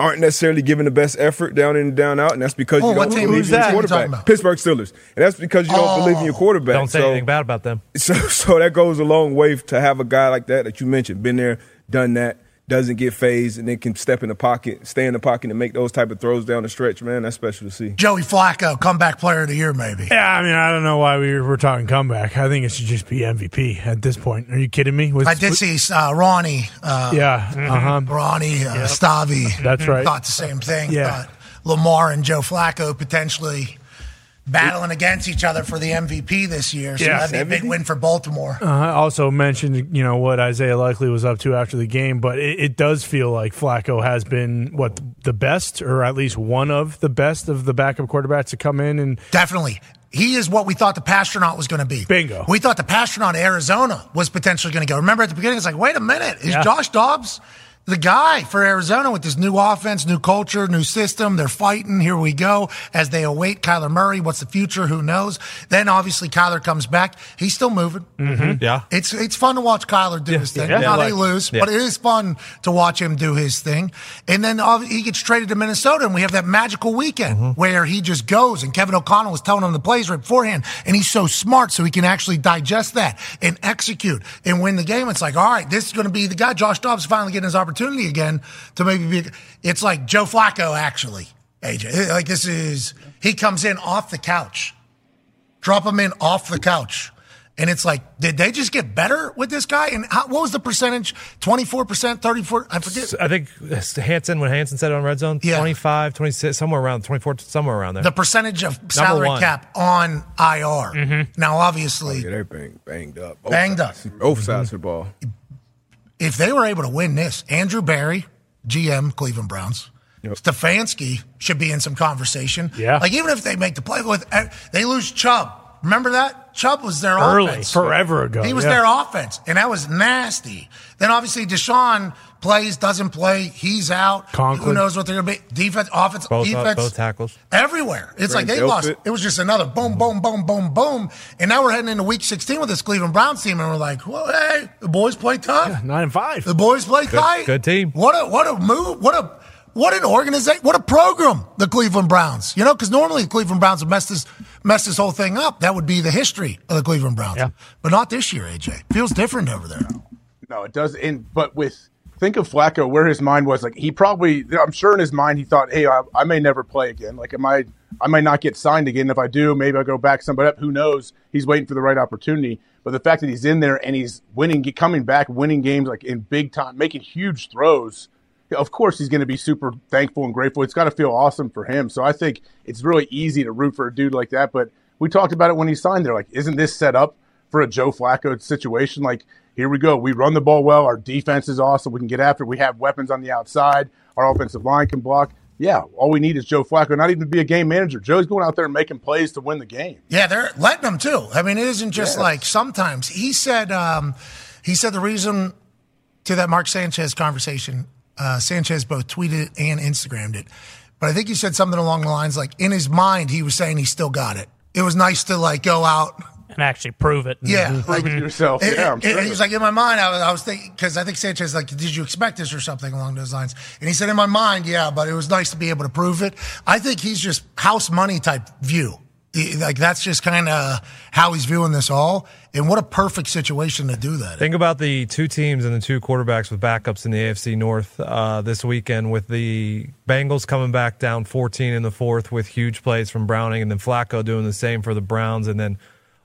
Speaker 6: aren't necessarily giving the best effort down in and down out, and that's because
Speaker 1: Oh,
Speaker 6: you
Speaker 1: what
Speaker 6: don't
Speaker 1: team?
Speaker 6: believe
Speaker 1: Who's
Speaker 6: in your
Speaker 1: that? What are you talking
Speaker 6: quarterback.
Speaker 1: about? Oh.
Speaker 6: Pittsburgh Steelers, and that's because you don't believe in your quarterback.
Speaker 4: Don't say
Speaker 6: So-
Speaker 4: anything bad about them.
Speaker 6: so, so that goes a long way to have a guy like that that you mentioned, been there, done that, doesn't get phased, and then can step in the pocket, stay in the pocket, and make those type of throws down the stretch. Man, that's special to see.
Speaker 1: Joey Flacco, comeback player of the year, maybe.
Speaker 3: Yeah, I mean, I don't know why we were talking comeback. I think it should just be MVP at this point. Are you kidding me? With-
Speaker 1: I did see uh, Ronnie. Uh,
Speaker 3: Yeah, uh-huh.
Speaker 1: Ronnie uh,
Speaker 3: Yep.
Speaker 1: Stavi.
Speaker 3: That's right.
Speaker 1: Thought the same thing.
Speaker 3: Yeah.
Speaker 1: Thought Lamar and Joe Flacco potentially battling against each other for the MVP this year. So
Speaker 3: Yeah.
Speaker 1: that'd be a big win for Baltimore.
Speaker 3: Uh, I also mentioned, you know, what Isaiah Likely was up to after the game, but it, it does feel like Flacco has been what the best, or at least one of the best of the backup quarterbacks to come in and
Speaker 1: Definitely. He is what we thought the Pastronaut was going to be. Bingo. We thought the Pastronaut Arizona was potentially going to go. Remember at the beginning, it's like, wait a minute, is
Speaker 3: Yeah.
Speaker 1: Josh Dobbs the guy for Arizona with this new offense, new culture, new system? They're fighting. Here we go. As they await Kyler Murray, what's the future? Who knows? Then obviously Kyler comes back. He's still moving.
Speaker 4: Mm-hmm. Yeah.
Speaker 1: It's it's fun to watch Kyler do his thing.
Speaker 4: yeah,
Speaker 1: now
Speaker 4: yeah.
Speaker 1: they lose,
Speaker 4: Yeah.
Speaker 1: but it is fun to watch him do his thing. And then ob- he gets traded to Minnesota, and we have that magical weekend
Speaker 4: Mm-hmm.
Speaker 1: where he just goes. And Kevin O'Connell was telling him the plays right beforehand, and he's so smart, so he can actually digest that and execute and win the game. It's like, all right, this is going to be the guy. Josh Dobbs finally getting his opportunity again to maybe be. It's like Joe Flacco actually, AJ. Like this is he comes in off the couch drop him in off the couch. And it's like, did they just get better with this guy? And how, what was the percentage? 24%, 34 I forget.
Speaker 4: I think Hanson, when Hanson said it on Red Zone,
Speaker 1: Yeah.
Speaker 4: 25, 26, somewhere around 24, somewhere around there.
Speaker 1: the percentage of salary
Speaker 4: one. Mm-hmm.
Speaker 1: cap on IR. Now, obviously,
Speaker 6: Oh, Yeah, they're bang, banged up. Both
Speaker 1: Banged up.
Speaker 6: sides- Both sides of the ball.
Speaker 1: if they were able to win this, Andrew Barry, GM, Cleveland Browns, Stefanski should be in some conversation.
Speaker 3: Yeah.
Speaker 1: Like, even if they make the play with, eh, they lose Chubb. Remember that? Chubb was their
Speaker 3: Early,
Speaker 1: offense.
Speaker 3: forever ago,
Speaker 1: He was
Speaker 3: yeah.
Speaker 1: their offense, and that was nasty. Then obviously Deshaun plays, doesn't play. He's out. Who
Speaker 4: Conklin.
Speaker 1: knows what they're going to be? Defense, offense,
Speaker 4: both,
Speaker 1: defense
Speaker 4: both tackles.
Speaker 1: everywhere. It's like
Speaker 4: Grand
Speaker 1: they
Speaker 4: outfit.
Speaker 1: lost. It was just another boom, boom, boom, boom, boom. And now we're heading into week 16 with this Cleveland Browns team, and we're like, well, hey, the boys play tough.
Speaker 3: nine and five.
Speaker 1: The boys play
Speaker 4: Good-
Speaker 1: tight.
Speaker 4: good team.
Speaker 1: What a what a move. What a what an organization. What a program. The Cleveland Browns. You know, because normally the Cleveland Browns have messed this messed this whole thing up. That would be the history of the Cleveland Browns. But not this year, AJ. Feels different over there.
Speaker 12: No, it does. And but with think of Flacco, where his mind was, like he probably, I'm sure in his mind he thought, hey, I, I may never play again. Like, am I? I might not get signed again. If I do, maybe I go back somebody up. Who knows? He's waiting for the right opportunity. But the fact that he's in there and he's winning, coming back, winning games like in big time, making huge throws, of course he's going to be super thankful and grateful. It's got to feel awesome for him. So I think it's really easy to root for a dude like that. But we talked about it when he signed there. Like, isn't this set up for a Joe Flacco situation? Like, here we go. We run the ball well. Our defense is awesome. We can get after. it. We have weapons on the outside. Our offensive line can block. Yeah, all we need is Joe Flacco. Not even to be a game manager. Joe's going out there and making plays to win the game.
Speaker 1: Yeah, they're letting him too. I mean, it isn't just like sometimes he said. Um, he said the reason to that Mark Sanchez conversation. Uh, Sanchez both tweeted it and Instagrammed it, but I think he said something along the lines like, in his mind, he was saying he still got it. It was nice to like go out
Speaker 9: and actually prove it.
Speaker 1: Yeah,
Speaker 12: Prove it to yourself.
Speaker 1: It-
Speaker 12: Oh, Yeah, I'm
Speaker 1: it-
Speaker 12: sure.
Speaker 1: He was like in my mind. I was, I was thinking because I think Sanchez is like, did you expect this or something along those lines? And he said in my mind, yeah, but it was nice to be able to prove it. I think he's just house money type view. He- Like that's just kind of how he's viewing this all. And what a perfect situation to do that.
Speaker 4: Think about the two teams and the two quarterbacks with backups in the AFC North uh, this weekend, with the Bengals coming back down 14 in the fourth with huge plays from Browning, and then Flacco doing the same for the Browns, and then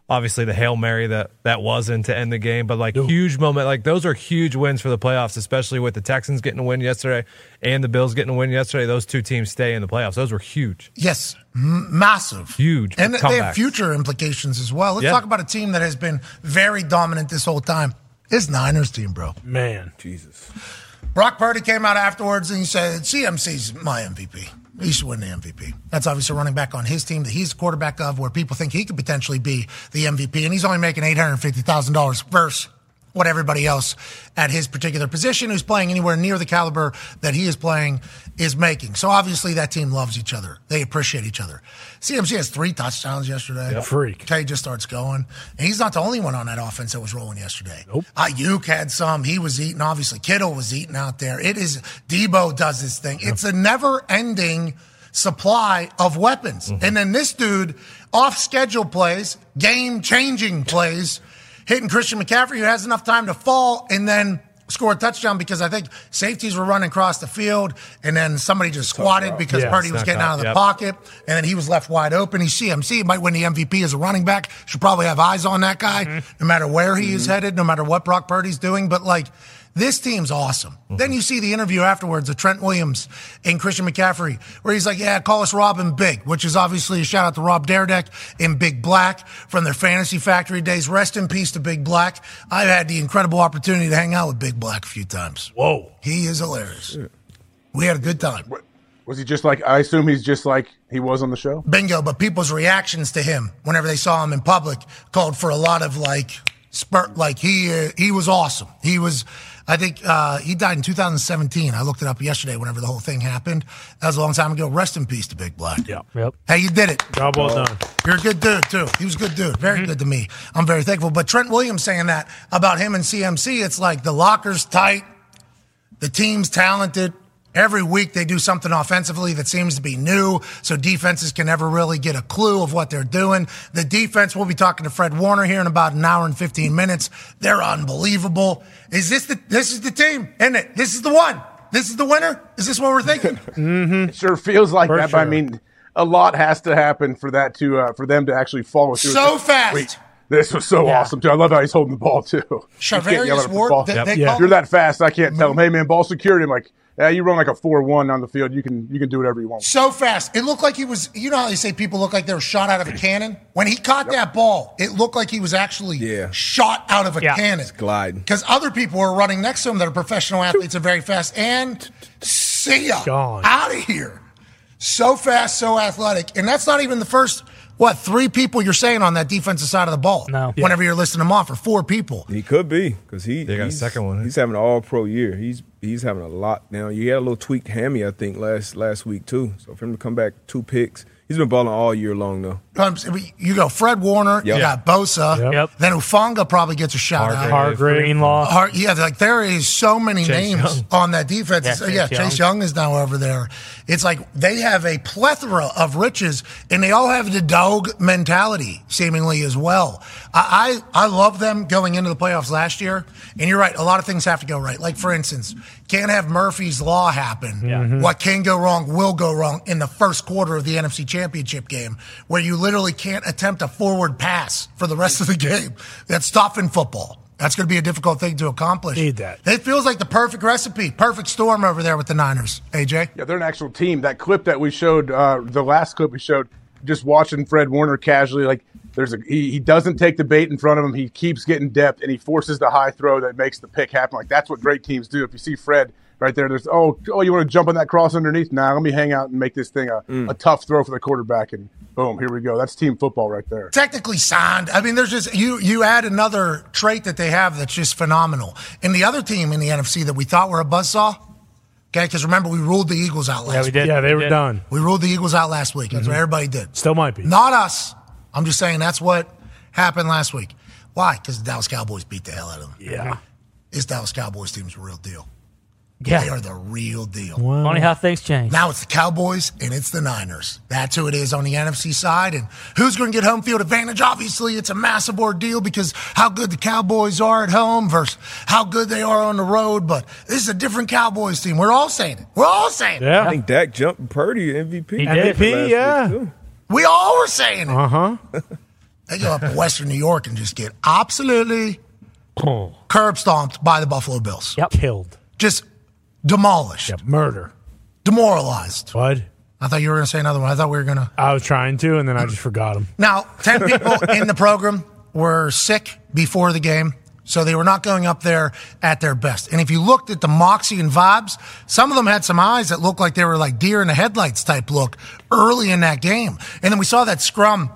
Speaker 4: obviously the hail mary that that was in to end the game. But like huge moment, like those are huge wins for the playoffs, especially with the Texans getting a win yesterday and the Bills getting a win yesterday. Those two teams stay in the playoffs. Those were huge,
Speaker 1: Yes, m- massive,
Speaker 4: huge,
Speaker 1: and they
Speaker 4: comebacks.
Speaker 1: have future implications as well. Let's
Speaker 4: Yeah.
Speaker 1: talk about a team that has been very dominant this whole time. This Niners team, bro.
Speaker 3: Man,
Speaker 12: Jesus.
Speaker 1: Brock Purdy came out afterwards and he said, CMC's my MVP. He should win the MVP. That's obviously a running back on his team that he's the quarterback of, where people think he could potentially be the MVP. And he's only making $850,000 versus what everybody else at his particular position who's playing anywhere near the caliber that he is playing is making. So obviously that team loves each other. They appreciate each other. CMC has three touchdowns yesterday.
Speaker 3: Yeah, freak.
Speaker 1: K just starts going. And he's not the only one on that offense that was rolling yesterday. Nope. Ayuk had some. He was eating. Obviously, Kittle was eating out there. It is Debo does this thing. It's a never ending supply of weapons. And then this dude, off schedule plays, game changing plays, hitting Christian McCaffrey, who has enough time to fall, and then score a touchdown because I think safeties were running across the field and then somebody just squatted
Speaker 13: route.
Speaker 1: because
Speaker 13: Yeah,
Speaker 1: Purdy was
Speaker 13: snuck
Speaker 1: getting
Speaker 13: out,
Speaker 1: out of the
Speaker 13: yep.
Speaker 1: pocket pocket, and then he was left wide open. He's CMC. He might win the MVP as a running back. Should probably have eyes on that guy,
Speaker 13: Mm-hmm.
Speaker 1: no matter where he is headed, no matter what Brock Purdy's doing. But like, this team's awesome.
Speaker 13: Mm-hmm.
Speaker 1: Then you see the interview afterwards of Trent Williams and Christian McCaffrey, where he's like, "Yeah, call us Rob and Big," which is obviously a shout out to Rob Daredeck and Big Black from their Fantasy Factory days. Rest in peace to Big Black. I've had the incredible opportunity to hang out with Big Black a few times.
Speaker 3: Whoa,
Speaker 1: he is hilarious. We had a good time.
Speaker 12: Was he just like? I assume he's just like he was on the show.
Speaker 1: Bingo, but people's reactions to him whenever they saw him in public called for a lot of like spurt. Like he uh, he was awesome. He was, I think uh, he died in 2017. I looked it up yesterday. Whenever the whole thing happened, that was a long time ago. Rest in peace to Big Black. Yeah.
Speaker 3: Yep.
Speaker 1: Hey, you did it.
Speaker 3: Job well done. Mm-hmm.
Speaker 1: You're a good dude too. He was a good dude. Very good to me. I'm very thankful. But Trent Williams saying that about him and CMC, it's like the locker's tight. The team's talented. Every week they do something offensively that seems to be new, so defenses can never really get a clue of what they're doing. The defense, we'll be talking to Fred Warner here in about an hour and 15 minutes. They're unbelievable. Is this the this is the team, isn't it? This is the one. This is the winner? Is this what we're thinking?
Speaker 12: Mm-hmm. Sure feels like
Speaker 1: For
Speaker 12: that. But I
Speaker 1: sure.
Speaker 12: mean, a lot has to happen for that to uh, for them to actually follow through.
Speaker 1: So
Speaker 12: It's like,
Speaker 1: fast.
Speaker 12: "Wait, this was so
Speaker 1: Yeah.
Speaker 12: awesome too. I love how he's holding the ball too. You can't yell at
Speaker 1: Charvarius
Speaker 12: him for
Speaker 1: Ward,
Speaker 12: ball.
Speaker 1: they- they
Speaker 12: Yeah.
Speaker 1: call- Mm-hmm.
Speaker 12: You're that fast. I can't tell him. Hey man, ball security. I'm like, yeah, you run like a four one on the field. You can you can do whatever you want.
Speaker 1: So fast. It looked like he was, you know how they say people look like they were shot out of a cannon? When he caught that ball, it looked like he was actually shot out of a cannon.
Speaker 6: gliding.
Speaker 1: Because other people were running next to him that are professional athletes and very fast. And see ya.
Speaker 3: Gone.
Speaker 1: Out of here. So fast, so athletic. And that's not even the first, what, three people you're saying on that defensive side of the ball. No. Whenever you're listing them off, or four people.
Speaker 6: He could be because he they got a second one. He's having an All Pro year. He's he's having a lot now. You had a little tweaked hammy, I think, last last week too. So for him to come back two picks, he's been balling all year long though.
Speaker 1: Um, so we- You go Fred Warner,
Speaker 6: Yep.
Speaker 1: you got Bosa, then Ufanga probably gets a shout out.
Speaker 6: Hargrave. Hargrave.
Speaker 9: Greenlaw.
Speaker 1: Har- yeah, like there is so many
Speaker 9: Chase
Speaker 1: names
Speaker 9: Young.
Speaker 1: on that defense.
Speaker 9: Yeah,
Speaker 1: Yeah,
Speaker 9: Chase
Speaker 1: Chase, yeah,
Speaker 9: Young.
Speaker 1: Chase Young is now over there. It's like they have a plethora of riches, and they all have the dog mentality, seemingly as well. I, I I love them going into the playoffs last year. And you're right, a lot of things have to go right. Like for instance, can't have Murphy's Law happen.
Speaker 6: Mm-hmm.
Speaker 3: Mm-hmm.
Speaker 13: Mhm.
Speaker 1: What can go wrong will go wrong in the first quarter of the NFC Championship game, where you literally can't attempt a forward pass for the rest of the game. That's tough in football. That's going to be a difficult thing to accomplish.
Speaker 3: Need that.
Speaker 1: It feels like the perfect recipe, perfect storm over there with the Niners. AJ?
Speaker 12: Yeah, they're an actual team. That clip that we showed, uh, the last clip we showed, just watching Fred Warner casually, like there's a he, he doesn't take the bait in front of him. He keeps getting depth and he forces the high throw that makes the pick happen. Like that's what great teams do. If you see Fred right there, there's oh oh you want to jump on that cross underneath? Nah, let me hang out and make this thing a, a tough throw for the quarterback and boom, here we go. That's team football right there.
Speaker 1: Technically signed. I mean, there's just you. You add another trait that they have that's just phenomenal. And the other team in the NFC that we thought were a buzzsaw. Okay, because remember we ruled the Eagles out last.
Speaker 3: Yeah, we did.
Speaker 1: Week.
Speaker 3: Yeah, they We were did. done.
Speaker 1: We ruled the Eagles out last week. That's what
Speaker 3: Mhm.
Speaker 1: everybody did.
Speaker 3: Still might be.
Speaker 1: Not us. I'm just saying that's what happened last week. Why? Because the Dallas Cowboys beat the hell out of them.
Speaker 3: Yeah.
Speaker 1: This Dallas Cowboys team's a real deal.
Speaker 9: Yeah.
Speaker 1: They are the real deal.
Speaker 9: Funny how things change.
Speaker 1: Now it's the Cowboys and it's the Niners. That's who it is on the NFC side. And who's going to get home field advantage? Obviously, it's a massive ordeal because how good the Cowboys are at home versus how good they are on the road. But this is a different Cowboys team. We're all saying it. We're all saying it.
Speaker 6: I think Dak jumped Purdy MVP.
Speaker 1: He did.
Speaker 6: Last
Speaker 1: MVP,
Speaker 6: week,
Speaker 1: yeah.
Speaker 6: too.
Speaker 1: We all were saying it.
Speaker 3: Uh huh.
Speaker 1: They go up to Western New York and just get absolutely curb stomped by the Buffalo Bills.
Speaker 9: Yep.
Speaker 3: Killed.
Speaker 1: Just demolished.
Speaker 3: Murder.
Speaker 1: Demoralized.
Speaker 3: What?
Speaker 1: I thought you were going to say another one. I thought we were going to.
Speaker 3: I was trying to, and then I just forgot him.
Speaker 1: Now, 10 people in the program were sick before the game, so they were not going up there at their best. And if you looked at the moxie and vibes, some of them had some eyes that looked like they were like deer in the headlights type look early in that game. And then we saw that scrum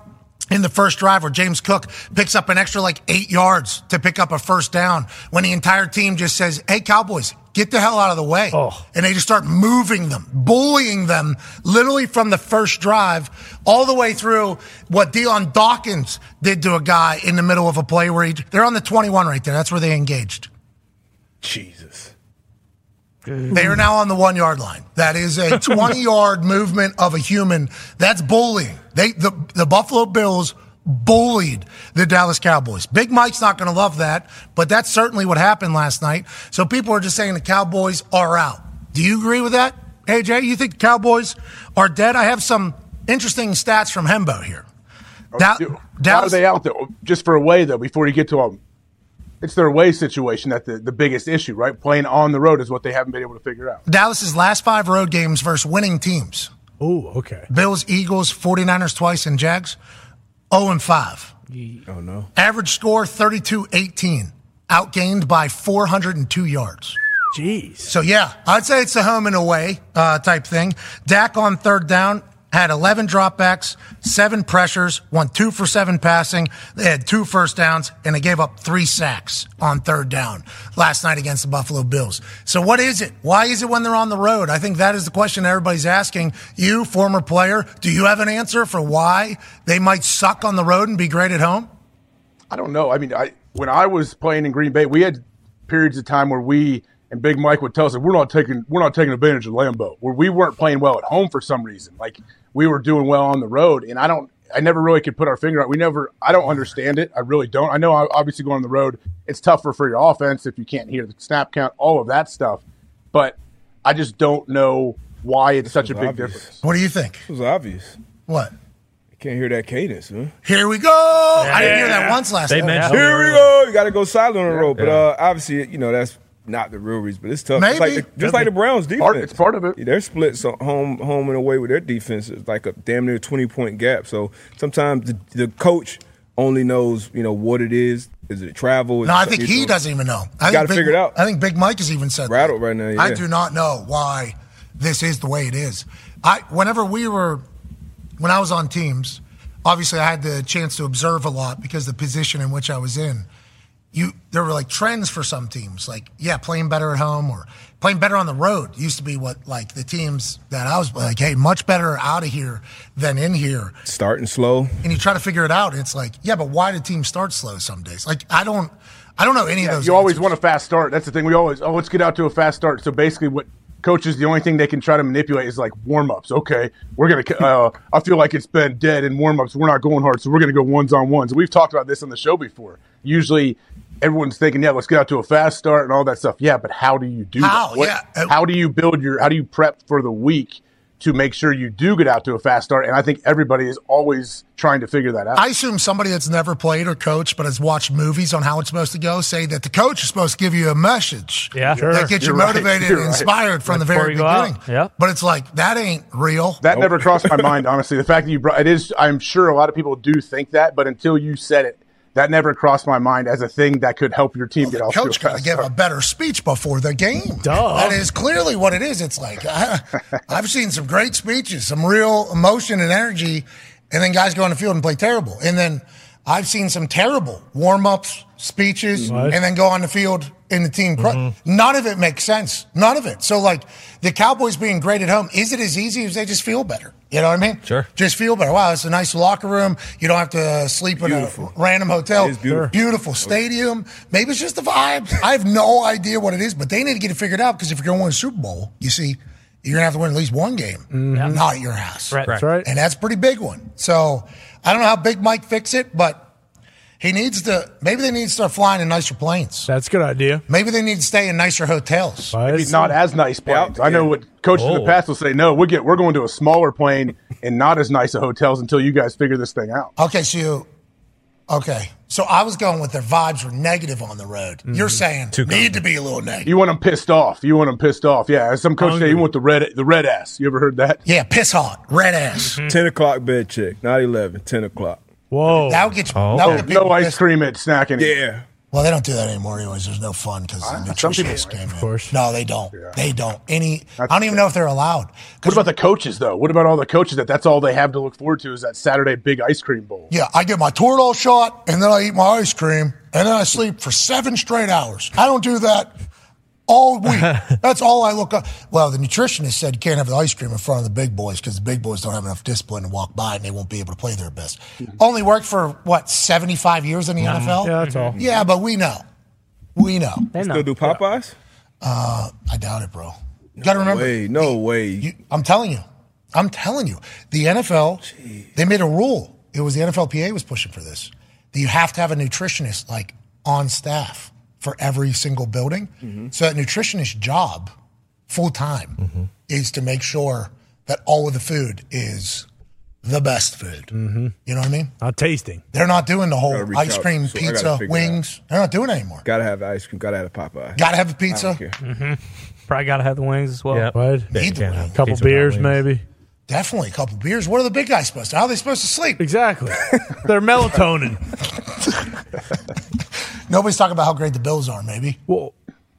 Speaker 1: in the first drive where James Cook picks up an extra like eight yards to pick up a first down when the entire team just says, Hey, Cowboys, get the hell out of the way. And they just start moving them, bullying them literally from the first drive all the way through what Deion Dawkins did to a guy in the middle of a play where he, they're on the 21 right there. That's where they engaged.
Speaker 6: Jesus.
Speaker 1: They are now on the one yard line. That is a 20 yard movement of a human. That's bullying. They, the, the Buffalo Bills bullied the Dallas Cowboys. Big Mike's not going to love that, but that's certainly what happened last night. So people are just saying the Cowboys are out. Do you agree with that? AJ, you think the Cowboys are dead? I have some interesting stats from Hembo here. Dal-
Speaker 12: How are they out though? Just for away though, before you get to them, it's their away situation that the, the biggest issue, right? Playing on the road is what they haven't been able to figure out.
Speaker 1: Dallas's last five road games versus winning teams.
Speaker 3: Ooh, okay.
Speaker 1: Bills, Eagles, 49ers twice, and Jags 0 and 5.
Speaker 6: Oh no.
Speaker 1: Average score 32 18. Outgained by 402 yards.
Speaker 3: Jeez.
Speaker 1: So, yeah, I'd say it's a home and away uh, type thing. Dak on third down had 11 dropbacks, seven pressures, won two for seven passing. They had two first downs, and they gave up three sacks on third down last night against the Buffalo Bills. So, what is it? Why is it when they're on the road? I think that is the question everybody's asking. You, former player, do you have an answer for why they might suck on the road and be great at home?
Speaker 12: I don't know. I mean, I when I was playing in Green Bay, we had periods of time where we and Big Mike would tell us that we're not taking we're not taking advantage of Lambeau, where we weren't playing well at home for some reason. Like we were doing well on the road, and I don't. I never really could put our finger on. We never. I don't understand it. I really don't. I know. I- Obviously, going on the road, it's tougher for your offense if you can't hear the snap count, all of that stuff. But I just don't know why it's such a big difference.
Speaker 1: What do you think?
Speaker 6: It was obvious.
Speaker 1: What?
Speaker 6: I can't hear that cadence, man.
Speaker 1: Here we go. I didn't hear that once last night.
Speaker 6: Here we go. You got to go silent on the road, but
Speaker 1: Yeah.
Speaker 6: uh, obviously, you know that's not the real reason. But it's tough. Just
Speaker 1: Maybe.
Speaker 6: like the, just like the Browns' defense.
Speaker 12: Part- it's part of it.
Speaker 6: Their splits on home, home and away with their defense is like a damn near twenty point gap. So sometimes the, the coach only knows you know what it is. Is it travel? Is
Speaker 1: No,
Speaker 6: it
Speaker 1: I
Speaker 6: something
Speaker 1: think
Speaker 6: you
Speaker 1: he
Speaker 6: know?
Speaker 1: doesn't even know. I
Speaker 6: You
Speaker 1: think
Speaker 6: gotta
Speaker 1: Big-
Speaker 6: figure it out.
Speaker 1: I think Big Mike has even said that.
Speaker 6: rattled right now. Yeah.
Speaker 1: I do not know why this is the way it is. I whenever we were when I was on teams, obviously I had the chance to observe a lot because the position in which I was in. You there were like trends for some teams, like yeah, playing better at home or playing better on the road used to be what like the teams that I was like, hey, much better out of here than in here
Speaker 6: starting slow.
Speaker 1: and you try to figure it out. And it's like, yeah, but why do teams start slow some days? Like, I don't, I don't know any
Speaker 12: Yeah,
Speaker 1: of those.
Speaker 12: You always want a fast start. That's the thing. We always, oh, let's get out to a fast start. So basically, what coaches, the only thing they can try to manipulate is like warm ups. Okay, we're going to, uh, I feel like it's been dead in warm ups. We're not going hard. So we're going to go ones on ones. We've talked about this on the show before. Usually, everyone's thinking, yeah, let's get out to a fast start and all that stuff. Yeah, but how do you do
Speaker 1: How?
Speaker 12: that? What- How do you build your, how do you prep for the week to make sure you do get out to a fast start. And I think everybody is always trying to figure that out.
Speaker 1: I assume somebody that's never played or coached but has watched movies on how it's supposed to go say that the coach is supposed to give you a message.
Speaker 9: Yeah. Sure.
Speaker 1: That gets you
Speaker 9: You're right.
Speaker 1: motivated
Speaker 9: You're
Speaker 1: and
Speaker 9: right.
Speaker 1: inspired from
Speaker 9: Like
Speaker 1: the
Speaker 9: before
Speaker 1: very
Speaker 9: you go out.
Speaker 1: beginning.
Speaker 9: Yeah.
Speaker 1: But it's like, that ain't real.
Speaker 12: That never crossed my mind, honestly. The fact that you brought it is, I'm sure a lot of people do think that, but until you said it, that never crossed my mind as a thing that could help your team get off
Speaker 1: Oh, Coach
Speaker 12: to a
Speaker 1: could
Speaker 12: fast
Speaker 1: give a better speech before the game. Duh. That is clearly what it is. It's like I, I've seen some great speeches, some real emotion and energy, and then guys go on the field and play terrible. And then I've seen some terrible warm ups, speeches,
Speaker 2: Right.
Speaker 1: and then go on the field and the team. cru-
Speaker 9: Mm-hmm.
Speaker 1: None of it makes sense. None of it. So like the Cowboys being great at home, is it as easy as they just feel better? You know what I mean? Sure. Just feel better. Wow, it's a nice locker room. You don't have to sleep in a random hotel.
Speaker 6: It is beautiful.
Speaker 1: Beautiful stadium. Maybe it's just the vibes. I have no idea what it is, but they need to get it figured out because if you're going to win a Super Bowl, you see, you're going to have to win at least one game,
Speaker 6: Mm-hmm.
Speaker 1: not at your house.
Speaker 9: Right. That's right.
Speaker 1: And that's a pretty big one. So I don't know how Big Mike fix it, but he needs to. Maybe they need to start flying in nicer planes.
Speaker 3: That's a good idea.
Speaker 1: Maybe they need to stay in nicer hotels.
Speaker 12: Maybe not as nice planes. I know what coaches in
Speaker 1: Oh.
Speaker 12: the past will say. No, we get we're going to a smaller plane and not as nice of hotels until you guys figure this thing out.
Speaker 1: Okay, so you, okay, so I was going with their vibes were negative on the road.
Speaker 3: Mm.
Speaker 1: You're saying need to be a little negative.
Speaker 12: You want them pissed off. You want them pissed off. Yeah, as some coach say
Speaker 1: Hungry.
Speaker 12: you want the red the red ass. You ever heard that?
Speaker 1: Yeah, piss hot, red ass.
Speaker 6: 10 o'clock bed check, not 11, 10 o'clock.
Speaker 3: Whoa.
Speaker 1: That'll get you.
Speaker 6: Oh.
Speaker 1: that'll get
Speaker 12: No
Speaker 1: people
Speaker 12: ice
Speaker 1: pissed.
Speaker 12: cream at snack and
Speaker 6: Yeah.
Speaker 1: Well, they don't do that anymore, anyways. There's no fun because the nutritionists came in. Of course. No, they don't. They don't. Any. I don't even know if they're allowed.
Speaker 12: What about the coaches though? What about all the coaches that that's all they have to look forward to is that Saturday big ice cream bowl?
Speaker 1: Yeah, I get my Toradol shot and then I eat my ice cream and then I sleep for seven straight hours. I don't do that all week. That's all I look up. Well, the nutritionist said you can't have the ice cream in front of the big boys because the big boys don't have enough discipline to walk by and they won't be able to play their best. Only worked for what seventy five years in the
Speaker 6: Mhm.
Speaker 1: NFL.
Speaker 6: Mm-hmm. Yeah, that's all.
Speaker 1: Mm-hmm. Yeah, but we know, we know.
Speaker 6: They Still know. do Popeyes?
Speaker 1: Uh, I doubt it, bro. You got to remember.
Speaker 6: Way, no way.
Speaker 1: I'm telling you. I'm telling you. The NFL, they made a rule. It was the NFLPA was pushing for this. That you have to have a nutritionist like on staff for every single building.
Speaker 6: Mm-hmm.
Speaker 1: So that nutritionist job, full time,
Speaker 13: Mm-hmm.
Speaker 1: is to make sure that all of the food is the best food.
Speaker 3: Mm-hmm.
Speaker 1: You know what I mean?
Speaker 3: Not tasting.
Speaker 1: They're not doing the
Speaker 6: Gotta
Speaker 1: whole
Speaker 6: reach
Speaker 1: ice
Speaker 6: out.
Speaker 1: cream,
Speaker 6: So I gotta
Speaker 1: pizza,
Speaker 6: figure it
Speaker 1: wings. They're not doing it anymore.
Speaker 6: Gotta have ice cream, gotta have a Popeye.
Speaker 1: Gotta have a
Speaker 6: I
Speaker 1: pizza.
Speaker 6: don't care.
Speaker 3: Mm-hmm.
Speaker 9: Probably got to have the wings as well.
Speaker 1: Yep.
Speaker 3: Right.
Speaker 1: Yeah, you can't have
Speaker 3: couple
Speaker 1: pizza without
Speaker 3: beers,
Speaker 1: wings.
Speaker 3: maybe.
Speaker 1: Definitely a couple beers. What are the big guys supposed to? How are they supposed to sleep?
Speaker 3: Exactly. They're melatonin.
Speaker 1: Nobody's talking about how great the Bills are. Maybe.
Speaker 3: Well,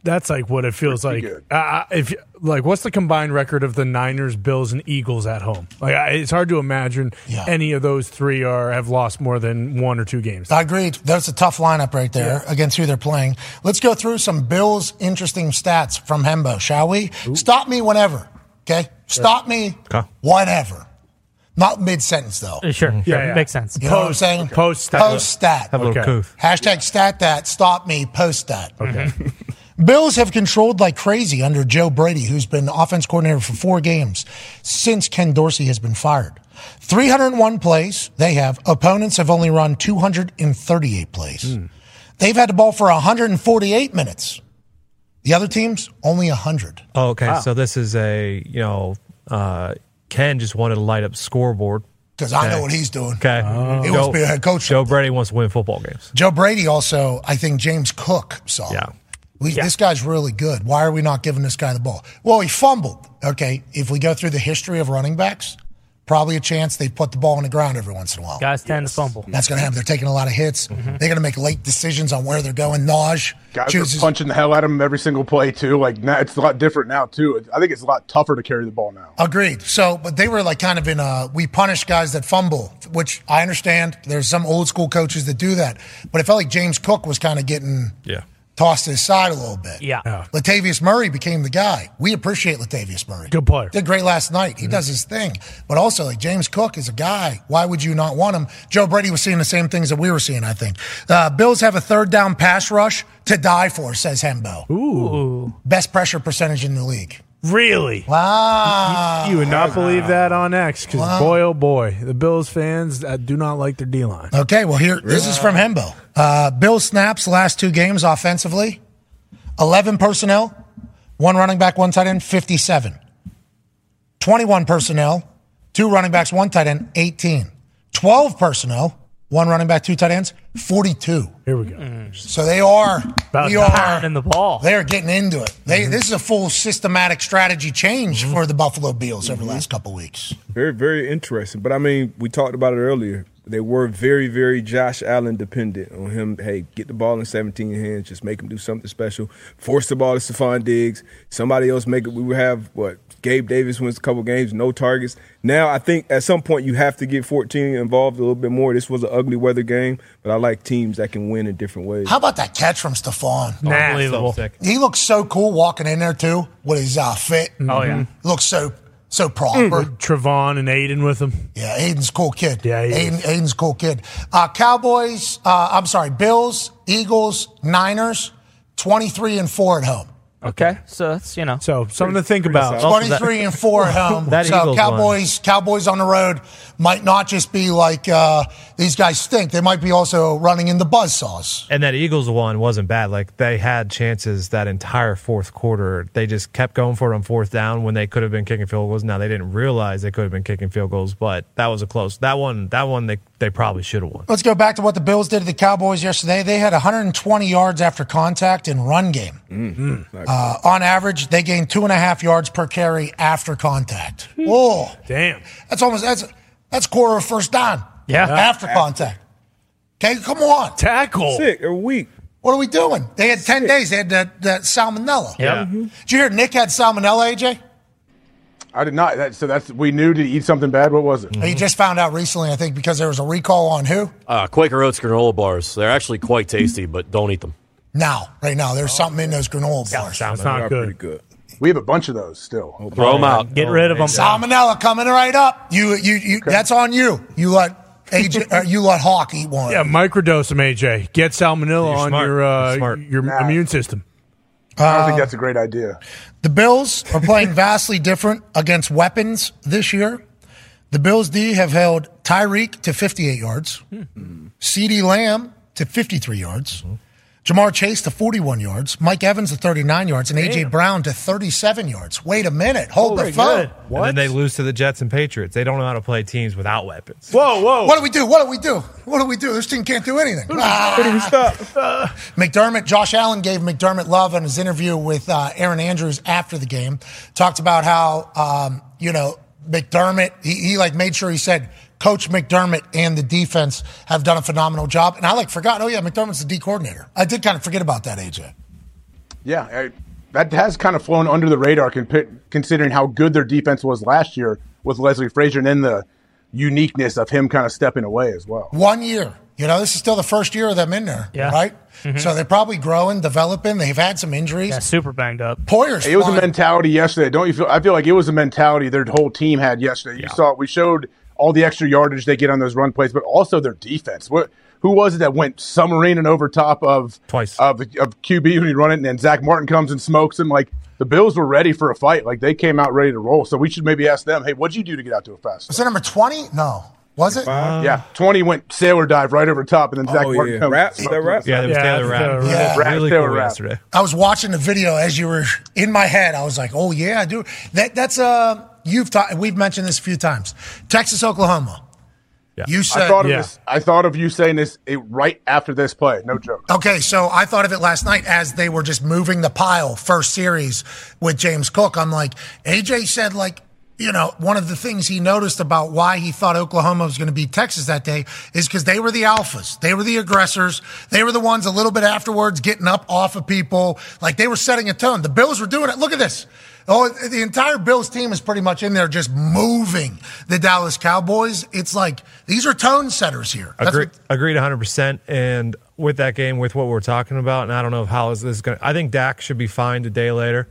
Speaker 3: that's like what it feels like. Uh, if like, what's the combined record of the Niners, Bills, and Eagles at home? Like, I, it's hard to imagine any of those three are have lost more than one or two games.
Speaker 1: I agree. That's a tough lineup right there against who they're playing. Let's go through some Bills interesting stats from Hembo, shall we? Stop me whenever. Okay. Stop me
Speaker 4: Okay.
Speaker 1: whenever. Not mid sentence though.
Speaker 9: Uh, Sure. sure.
Speaker 1: yeah.
Speaker 9: Makes sense.
Speaker 1: You know what I'm saying?
Speaker 3: Post
Speaker 1: stat. Post stat.
Speaker 9: Have a little Okay. couth.
Speaker 1: Hashtag stat that. Stop me. Post that. Okay.
Speaker 9: Mm-hmm.
Speaker 1: Bills have controlled like crazy under Joe Brady, who's been offense coordinator for four games since Ken Dorsey has been fired. 301 plays they have. Opponents have only run 238 plays. They've had the ball for 148 minutes. The other teams, only 100.
Speaker 4: Oh, okay.
Speaker 1: Wow.
Speaker 4: So this is a you know, uh, Ken just wanted to light up scoreboard
Speaker 1: 'Cause I know
Speaker 4: Okay.
Speaker 1: what he's doing.
Speaker 4: Okay,
Speaker 1: He wants to be a head coach
Speaker 4: Joe Brady wants to win football games.
Speaker 1: Joe Brady also, I think James Cook saw. Yeah. This guy's really good. Why are we not giving this guy the ball? Well, he fumbled. Okay. If we go through the history of running backs, probably a chance they put the ball on the ground every once in a while.
Speaker 9: Guys tend to fumble. Mm-hmm.
Speaker 1: That's going to happen. They're taking a lot of hits. They're going to make late decisions on where they're going. Naj
Speaker 12: Guys
Speaker 1: chooses.
Speaker 12: are punching the hell out of him every single play too. Like now, it's a lot different now too. I think it's a lot tougher to carry the ball now.
Speaker 1: Agreed. So, but they were like kind of in a we punish guys that fumble, which I understand. There's some old school coaches that do that, but it felt like James Cook was kind of getting
Speaker 4: Yeah.
Speaker 1: tossed to his side a little bit.
Speaker 9: Yeah.
Speaker 1: Latavius Murray became the guy. We appreciate Latavius Murray.
Speaker 3: Good player. Mm-hmm.
Speaker 1: Did great last night. He does his thing. But also, like James Cook is a guy. Why would you not want him? Joe Brady was seeing the same things that we were seeing, I think. Uh, Bills have a third down pass rush to die for, says Hembo.
Speaker 3: Ooh.
Speaker 1: Best pressure percentage in the league.
Speaker 3: Really?
Speaker 1: Wow.
Speaker 3: You would not believe that on X because
Speaker 1: Wow.
Speaker 3: boy, oh boy, the Bills fans uh, do not like their D line.
Speaker 1: Okay, well, here, this is from Hembo. Uh, Bill snaps last two games offensively 11 personnel, one running back, one tight end, 57. 21 personnel, two running backs, one tight end, 18. 12 personnel, one running back, two tight ends, 42.
Speaker 3: Here we go.
Speaker 1: So they are
Speaker 9: About
Speaker 1: we are
Speaker 9: time in the ball. Mm-hmm.
Speaker 1: They are getting into it. They this is a full systematic strategy change for the Buffalo Bills over the
Speaker 9: Mm-hmm.
Speaker 1: last couple weeks.
Speaker 6: Very, very interesting. But I mean, we talked about it earlier. They were very, very Josh Allen dependent on him. Hey, get the ball in 17 hands. Just make him do something special. Force the ball to Stephon Diggs. Somebody else make it. We would have what? Gabe Davis wins a couple games, no targets. Now I think at some point you have to get 14 involved a little bit more. This was an ugly weather game, but I like teams that can win in different ways.
Speaker 1: How about that catch from Stephon?
Speaker 6: Nah. Unbelievable. So sick.
Speaker 1: He looks so cool walking in there too with his uh, fit. Mm-hmm.
Speaker 3: Oh, yeah. Mhm.
Speaker 1: looks so so proper.
Speaker 3: Mm. With Trevon and Aiden with him.
Speaker 1: Yeah, Aiden's a cool kid. Yeah,
Speaker 3: he
Speaker 1: Aiden, Aiden's a cool kid. Uh, Cowboys, uh, I'm sorry, Bills, Eagles, Niners, 23 and four at home.
Speaker 9: Okay, so that's you know.
Speaker 3: So something to think about.
Speaker 1: 23 and four at home.
Speaker 3: That
Speaker 1: so
Speaker 3: Eagles
Speaker 1: Cowboys, Cowboys on the road might not just be like uh, these guys stink. They might be also running into buzzsaws.
Speaker 4: And that Eagles one wasn't bad. Like they had chances that entire fourth quarter. They just kept going for it on fourth down when they could have been kicking field goals. Now they didn't realize they could have been kicking field goals, but that was a close. That one, that one, they they probably should have won.
Speaker 1: Let's go back to what the Bills did to the Cowboys yesterday. They had 120 yards after contact in run game.
Speaker 3: Mm.
Speaker 1: Uh, on average, they gain two and a half yards per carry after contact. Oh,
Speaker 3: damn!
Speaker 1: That's almost that's that's quarter of first down.
Speaker 3: Yeah.
Speaker 1: after contact. Okay, come on,
Speaker 3: tackle.
Speaker 6: Sick or weak.
Speaker 1: What are we doing? They had ten days. They had that, that salmonella.
Speaker 12: Yeah.
Speaker 1: Did you hear Nick had salmonella? AJ,
Speaker 12: I did not. That, so that's we knew to eat something bad. What was it?
Speaker 1: he just found out recently, I think, because there was a recall on who?
Speaker 10: Uh, Quaker Oats granola bars. They're actually quite tasty, but don't eat them.
Speaker 1: Now, right now, there's something in those granola bars.
Speaker 12: That's Oh. not good. We have a bunch of those still.
Speaker 10: Throw 'em out. Get rid of
Speaker 12: Oh,
Speaker 10: 'em.
Speaker 1: Salmonella coming right up. You, you, you. That's on you. You let AJ, or you let Hawk eat one.
Speaker 3: Yeah, microdose them, AJ. Get salmonella
Speaker 1: You're
Speaker 3: on
Speaker 1: smart.
Speaker 3: your uh,
Speaker 1: You're smart.
Speaker 3: your
Speaker 1: Nah.
Speaker 3: immune system.
Speaker 12: I don't think
Speaker 1: Uh,
Speaker 12: that's a great idea.
Speaker 1: The Bills are playing vastly different against weapons this year. The Bills D have held Tyreek to 58 yards, CD Lamb to 53 yards, Jamar Chase to 41 yards, Mike Evans to 39 yards, and AJ Brown to 37 yards. Wait a minute. Hold the phone.
Speaker 4: And then they lose to the Jets and Patriots. They don't know how to play teams without weapons.
Speaker 3: Whoa, whoa.
Speaker 1: What do we do? What do we do? What do we do? This team can't do anything. Where do we
Speaker 6: stop?
Speaker 1: McDermott, Josh Allen gave McDermott love in his interview with uh, Aaron Andrews after the game. Talked about how, um, you know, McDermott, he, he like made sure he said, Coach McDermott and the defense have done a phenomenal job. And I like forgot, oh yeah, McDermott's the D coordinator. I did kind of forget about that, AJ.
Speaker 12: Yeah, I, that has kind of flown under the radar con- considering how good their defense was last year with Leslie Frazier and then the uniqueness of him kind of stepping away as well.
Speaker 1: One year. You know, this is still the first year of them in there,
Speaker 12: Yeah.
Speaker 1: right?
Speaker 12: Mhm.
Speaker 1: So they're probably growing, developing. They've had some injuries. Yeah,
Speaker 9: super banged up.
Speaker 1: Poyer's
Speaker 12: It was a
Speaker 1: flying.
Speaker 12: mentality yesterday. Don't you feel? I feel like it was a mentality their whole team had yesterday. You saw we showed all the extra yardage they get on those run plays, but also their defense. What? Who was it that went submarine and over top of
Speaker 4: twice
Speaker 12: of, of QB when you run it, and then Zach Martin comes and smokes him? Like the Bills were ready for a fight. Like they came out ready to roll. So we should maybe ask them, hey, what'd you do to get out to a fast?
Speaker 1: Was it number 20? No. Was it?
Speaker 12: yeah, twenty went sailor dive right over top, and then Zach
Speaker 6: Oh,
Speaker 12: Martin
Speaker 6: yeah.
Speaker 12: comes.
Speaker 6: Rap? Is that rap? Yeah,
Speaker 4: there was Yeah, Taylor that's Rapp. Taylor Rapp.
Speaker 12: Rapp,
Speaker 4: Really
Speaker 12: Taylor
Speaker 4: cool
Speaker 12: Rapp.
Speaker 4: yesterday.
Speaker 1: I was watching the video as you were in my head. I was like, "Oh yeah, I do." That that's uh you've ta- we've mentioned this a few times. Texas, Oklahoma. You said
Speaker 12: I thought of this. I thought of you saying this eh, right after this play. No joke.
Speaker 1: Okay, so I thought of it last night as they were just moving the pile first series with James Cook. I'm like, AJ said, like, you know, one of the things he noticed about why he thought Oklahoma was going to beat Texas that day is because they were the alphas. They were the aggressors. They were the ones a little bit afterwards getting up off of people. Like they were setting a tone. The Bills were doing it. Look at this. Oh, the entire Bills team is pretty much in there just moving the Dallas Cowboys. It's like these are tone setters here. That's
Speaker 4: Agree, agreed 100%. And with that game, with what we're talking about, and I don't know if how is this going to, I think Dak should be fine a day later.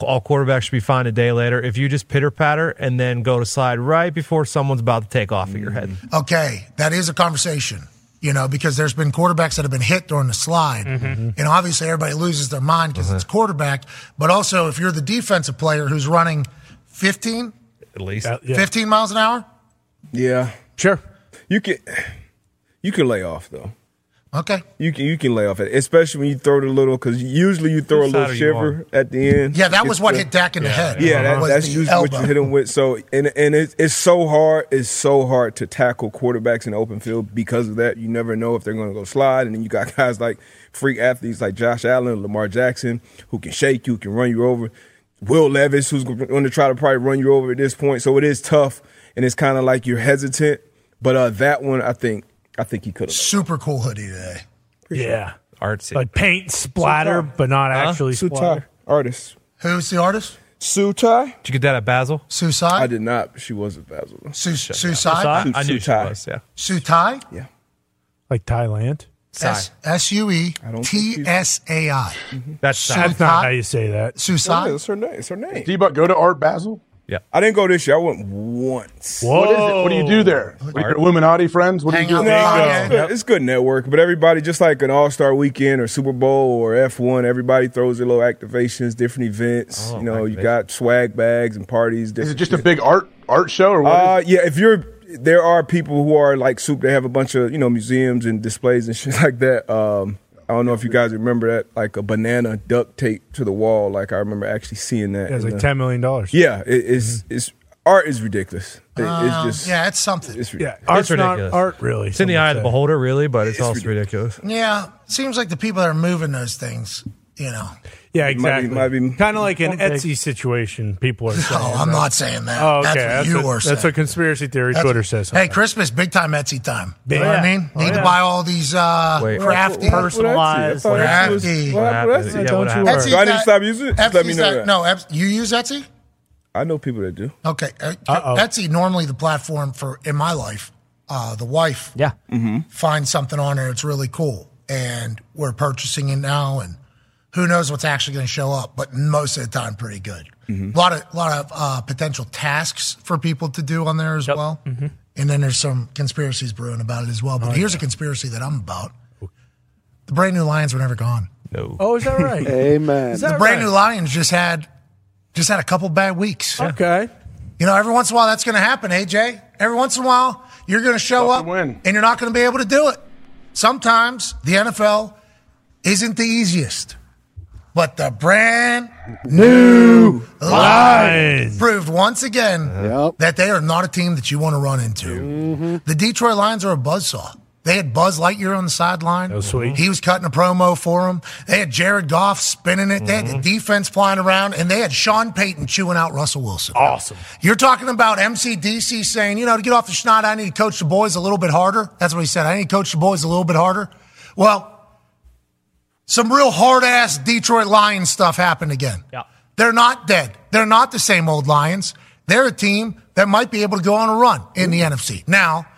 Speaker 4: All quarterbacks should be fine a day later. If you just pitter patter and then go to slide right before someone's about to take off at your head.
Speaker 1: Mm. okay, that is a conversation, you know, because there's been quarterbacks that have been hit during the slide.
Speaker 3: Mm-hmm.
Speaker 1: Mm-hmm.
Speaker 13: Mhm.
Speaker 1: And obviously, everybody loses their mind because it's quarterback. But also, if you're the defensive player who's running 15,
Speaker 4: At least.
Speaker 1: 15 miles an hour,
Speaker 6: Yeah.
Speaker 3: Sure.
Speaker 6: You can you can lay off though.
Speaker 1: Okay.
Speaker 6: You can you can lay off it, especially when you throw the little because usually you throw
Speaker 1: Whose
Speaker 6: a
Speaker 1: side
Speaker 6: little
Speaker 1: are you
Speaker 6: shiver
Speaker 1: on?
Speaker 6: at the end.
Speaker 1: Yeah, that was
Speaker 6: It's
Speaker 1: what
Speaker 6: the-
Speaker 1: hit Dak in the head.
Speaker 6: Yeah, that-
Speaker 1: was
Speaker 6: that's
Speaker 1: the
Speaker 6: usually what
Speaker 1: elbow.
Speaker 6: you hit him with. So and and it's it's so hard. It's so hard to tackle quarterbacks in the open field because of that. You never know if they're going to go slide, and then you got guys like freak athletes like Josh Allen, Lamar Jackson, who can shake you, can run you over. Will Levis, who's going to try to probably run you over at this point. So it is tough, and it's kind of like you're hesitant. But uh, that one, I think, I think he could have.
Speaker 1: Super cool hoodie today.
Speaker 3: Yeah.
Speaker 4: Artsy.
Speaker 3: Like paint splatter, but not actually splatter.
Speaker 6: artist.
Speaker 1: Who's the artist?
Speaker 6: Sutai. Did
Speaker 4: you get that at Basel?
Speaker 1: Suicide? I
Speaker 6: did not. but She was at Basel.
Speaker 1: Su-
Speaker 4: I,
Speaker 1: Suicide?
Speaker 4: I knew she was. Yeah.
Speaker 1: Sutai?
Speaker 6: Yeah.
Speaker 3: Like Thailand.
Speaker 1: S S U E T S A I.
Speaker 3: Mm-hmm.
Speaker 4: That's
Speaker 3: That's not how you say that.
Speaker 1: Suicide?
Speaker 6: That's her name. It's her name.
Speaker 12: Debut, go to Art Basel.
Speaker 4: Yeah.
Speaker 6: I didn't go this year. I went once.
Speaker 12: What is it? What do you do there? With your Illuminati friends? What do you do?
Speaker 6: No, it's, good, it's good network, but everybody just like an All Star Weekend or Super Bowl or F one. Everybody throws their little activations, different events. you know, you got swag bags and parties.
Speaker 12: Is it just a big art art show or what?
Speaker 6: Uh, yeah, if you're there are people who are like super. They have a bunch of you know museums and displays and shit like that. Um, I don't know if you guys remember that, like a banana duct tape to the wall. Like I remember actually seeing that.
Speaker 3: Yeah, it's
Speaker 6: in
Speaker 3: like
Speaker 6: the-
Speaker 3: $10 million.
Speaker 6: Yeah, it, it's it's art is ridiculous. It-
Speaker 1: Uh,
Speaker 6: it's just
Speaker 1: yeah, it's something.
Speaker 6: It's,
Speaker 3: yeah, art's
Speaker 4: it's
Speaker 3: not
Speaker 4: ridiculous.
Speaker 3: art, really,
Speaker 4: It's in the
Speaker 3: some
Speaker 4: eye
Speaker 3: would
Speaker 4: of
Speaker 3: say.
Speaker 4: the beholder, really, but it's, also ridiculous.
Speaker 1: Yeah, seems like the people that are moving those things, you know.
Speaker 3: Yeah,
Speaker 1: It might be-
Speaker 3: exactly.
Speaker 1: might
Speaker 3: kind of like an
Speaker 1: Don't
Speaker 3: Etsy situation. People are. saying,
Speaker 1: Oh, I'm
Speaker 3: right?
Speaker 1: not saying that.
Speaker 3: Oh, okay.
Speaker 1: That's what
Speaker 3: what,
Speaker 1: you are
Speaker 3: That's
Speaker 1: saying.
Speaker 3: what conspiracy theory
Speaker 1: That's-
Speaker 3: Twitter says.
Speaker 1: Hey, Christmas, big time Etsy time. You
Speaker 3: Big
Speaker 1: know what I
Speaker 3: time.
Speaker 1: mean?
Speaker 3: Oh,
Speaker 1: Need
Speaker 3: yeah.
Speaker 1: to buy all these uh,
Speaker 3: Wait, what-
Speaker 1: crafty,
Speaker 3: what- what Etsy? I
Speaker 1: personalized,
Speaker 3: thought Etsy was-
Speaker 1: crafty.
Speaker 6: what happened to Etsy? Yeah, what happened?
Speaker 1: Etsy's
Speaker 6: Do I need to
Speaker 1: not-
Speaker 6: stop using it? Just let me
Speaker 1: Etsy's
Speaker 6: know
Speaker 1: not-
Speaker 6: that.
Speaker 1: No, Ets- you use Etsy?
Speaker 6: I know people that do.
Speaker 1: Okay. Uh,
Speaker 6: Uh-oh.
Speaker 1: Etsy normally the platform for in my life, uh, the wife. Yeah.
Speaker 6: Mm-hmm.
Speaker 1: Finds something on there that's really cool, and we're purchasing it now, and who knows what's actually going to show up, but most of the time, pretty good. A lot of lot of uh, potential tasks for people to do on there as well. And then there's some conspiracies brewing about it as well. But here's a conspiracy that I'm about: the brand new Lions were never gone.
Speaker 4: No.
Speaker 3: Oh, is that right?
Speaker 1: Amen.
Speaker 3: Is
Speaker 1: the
Speaker 3: that
Speaker 1: brand
Speaker 3: right?
Speaker 1: new Lions just had just had a couple bad weeks.
Speaker 3: Okay.
Speaker 1: You know, every once in a while that's going to happen, AJ. Every once in a while you're going to show up and you're not going to be able to do it. Sometimes the NFL isn't the easiest, but the brand new
Speaker 3: Lions.
Speaker 1: proved once again that they are not a team that you want to run into. The Detroit Lions are a buzzsaw. They had Buzz Lightyear on the sideline. Oh,
Speaker 3: sweet.
Speaker 1: He was cutting a promo for them. They had Jared Goff spinning it. They had the defense flying around, and they had Sean Payton chewing out Russell Wilson.
Speaker 3: Awesome.
Speaker 1: You're talking about MCDC saying, you know, to get off the schneid, I need to coach the boys a little bit harder. That's what he said. I need to coach the boys a little bit harder. Well, some real hard ass Detroit Lions stuff happened again.
Speaker 9: Yeah.
Speaker 1: They're not dead. They're not the same old Lions. They're a team that might be able to go on a run in the NFC. Now,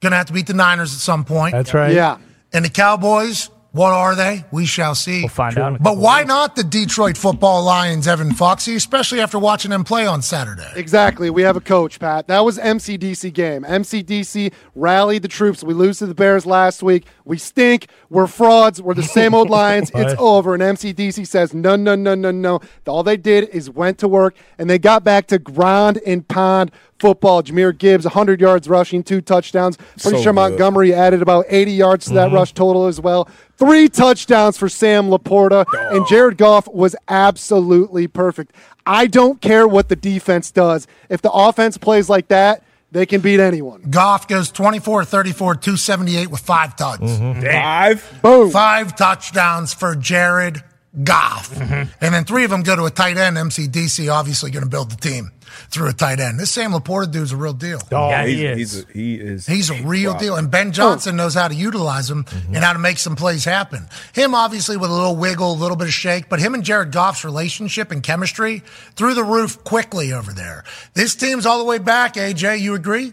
Speaker 1: gonna have to beat the Niners at some point.
Speaker 3: That's right. Yeah.
Speaker 1: And the Cowboys, what are they? We shall see. We'll
Speaker 9: find out in a
Speaker 1: But why not the Detroit football Lions, Evan Foxy, especially after watching them play on Saturday?
Speaker 13: Exactly. We have a coach, Pat. That was MCDC game. MCDC rallied the troops. We lose to the Bears last week. We stink. We're frauds. We're the same old Lions. It's
Speaker 14: Right.
Speaker 13: over. And MCDC says, no, no, no, no, no. All they did is went to work and they got back to grind and pond football. Jameer Gibbs, 100 yards rushing, two touchdowns. Pretty
Speaker 14: So
Speaker 13: sure
Speaker 14: good. Mm-hmm.
Speaker 13: Montgomery added about 80 yards to that rush total as well. Three touchdowns for Sam Laporta, and Jared Goff was absolutely perfect. I don't care what the defense does. If the offense plays like that, they can beat anyone.
Speaker 1: Goff goes 24 34, 278 with five touchdowns.
Speaker 6: Mm-hmm. Five.
Speaker 13: Boom.
Speaker 1: Five touchdowns for Jared Goff.
Speaker 6: Mm-hmm.
Speaker 1: And then three of them go to a tight end. MCDC obviously going to build the team through a tight end. This Sam Laporta dude's a real deal.
Speaker 6: Oh, he's, He's a, he is.
Speaker 1: He's a real deal. And Ben Johnson knows how to utilize him and how to make some plays happen. Him, obviously, with a little wiggle, a little bit of shake, but him and Jared Goff's relationship and chemistry through the roof quickly over there. This team's all the way back, AJ. You agree?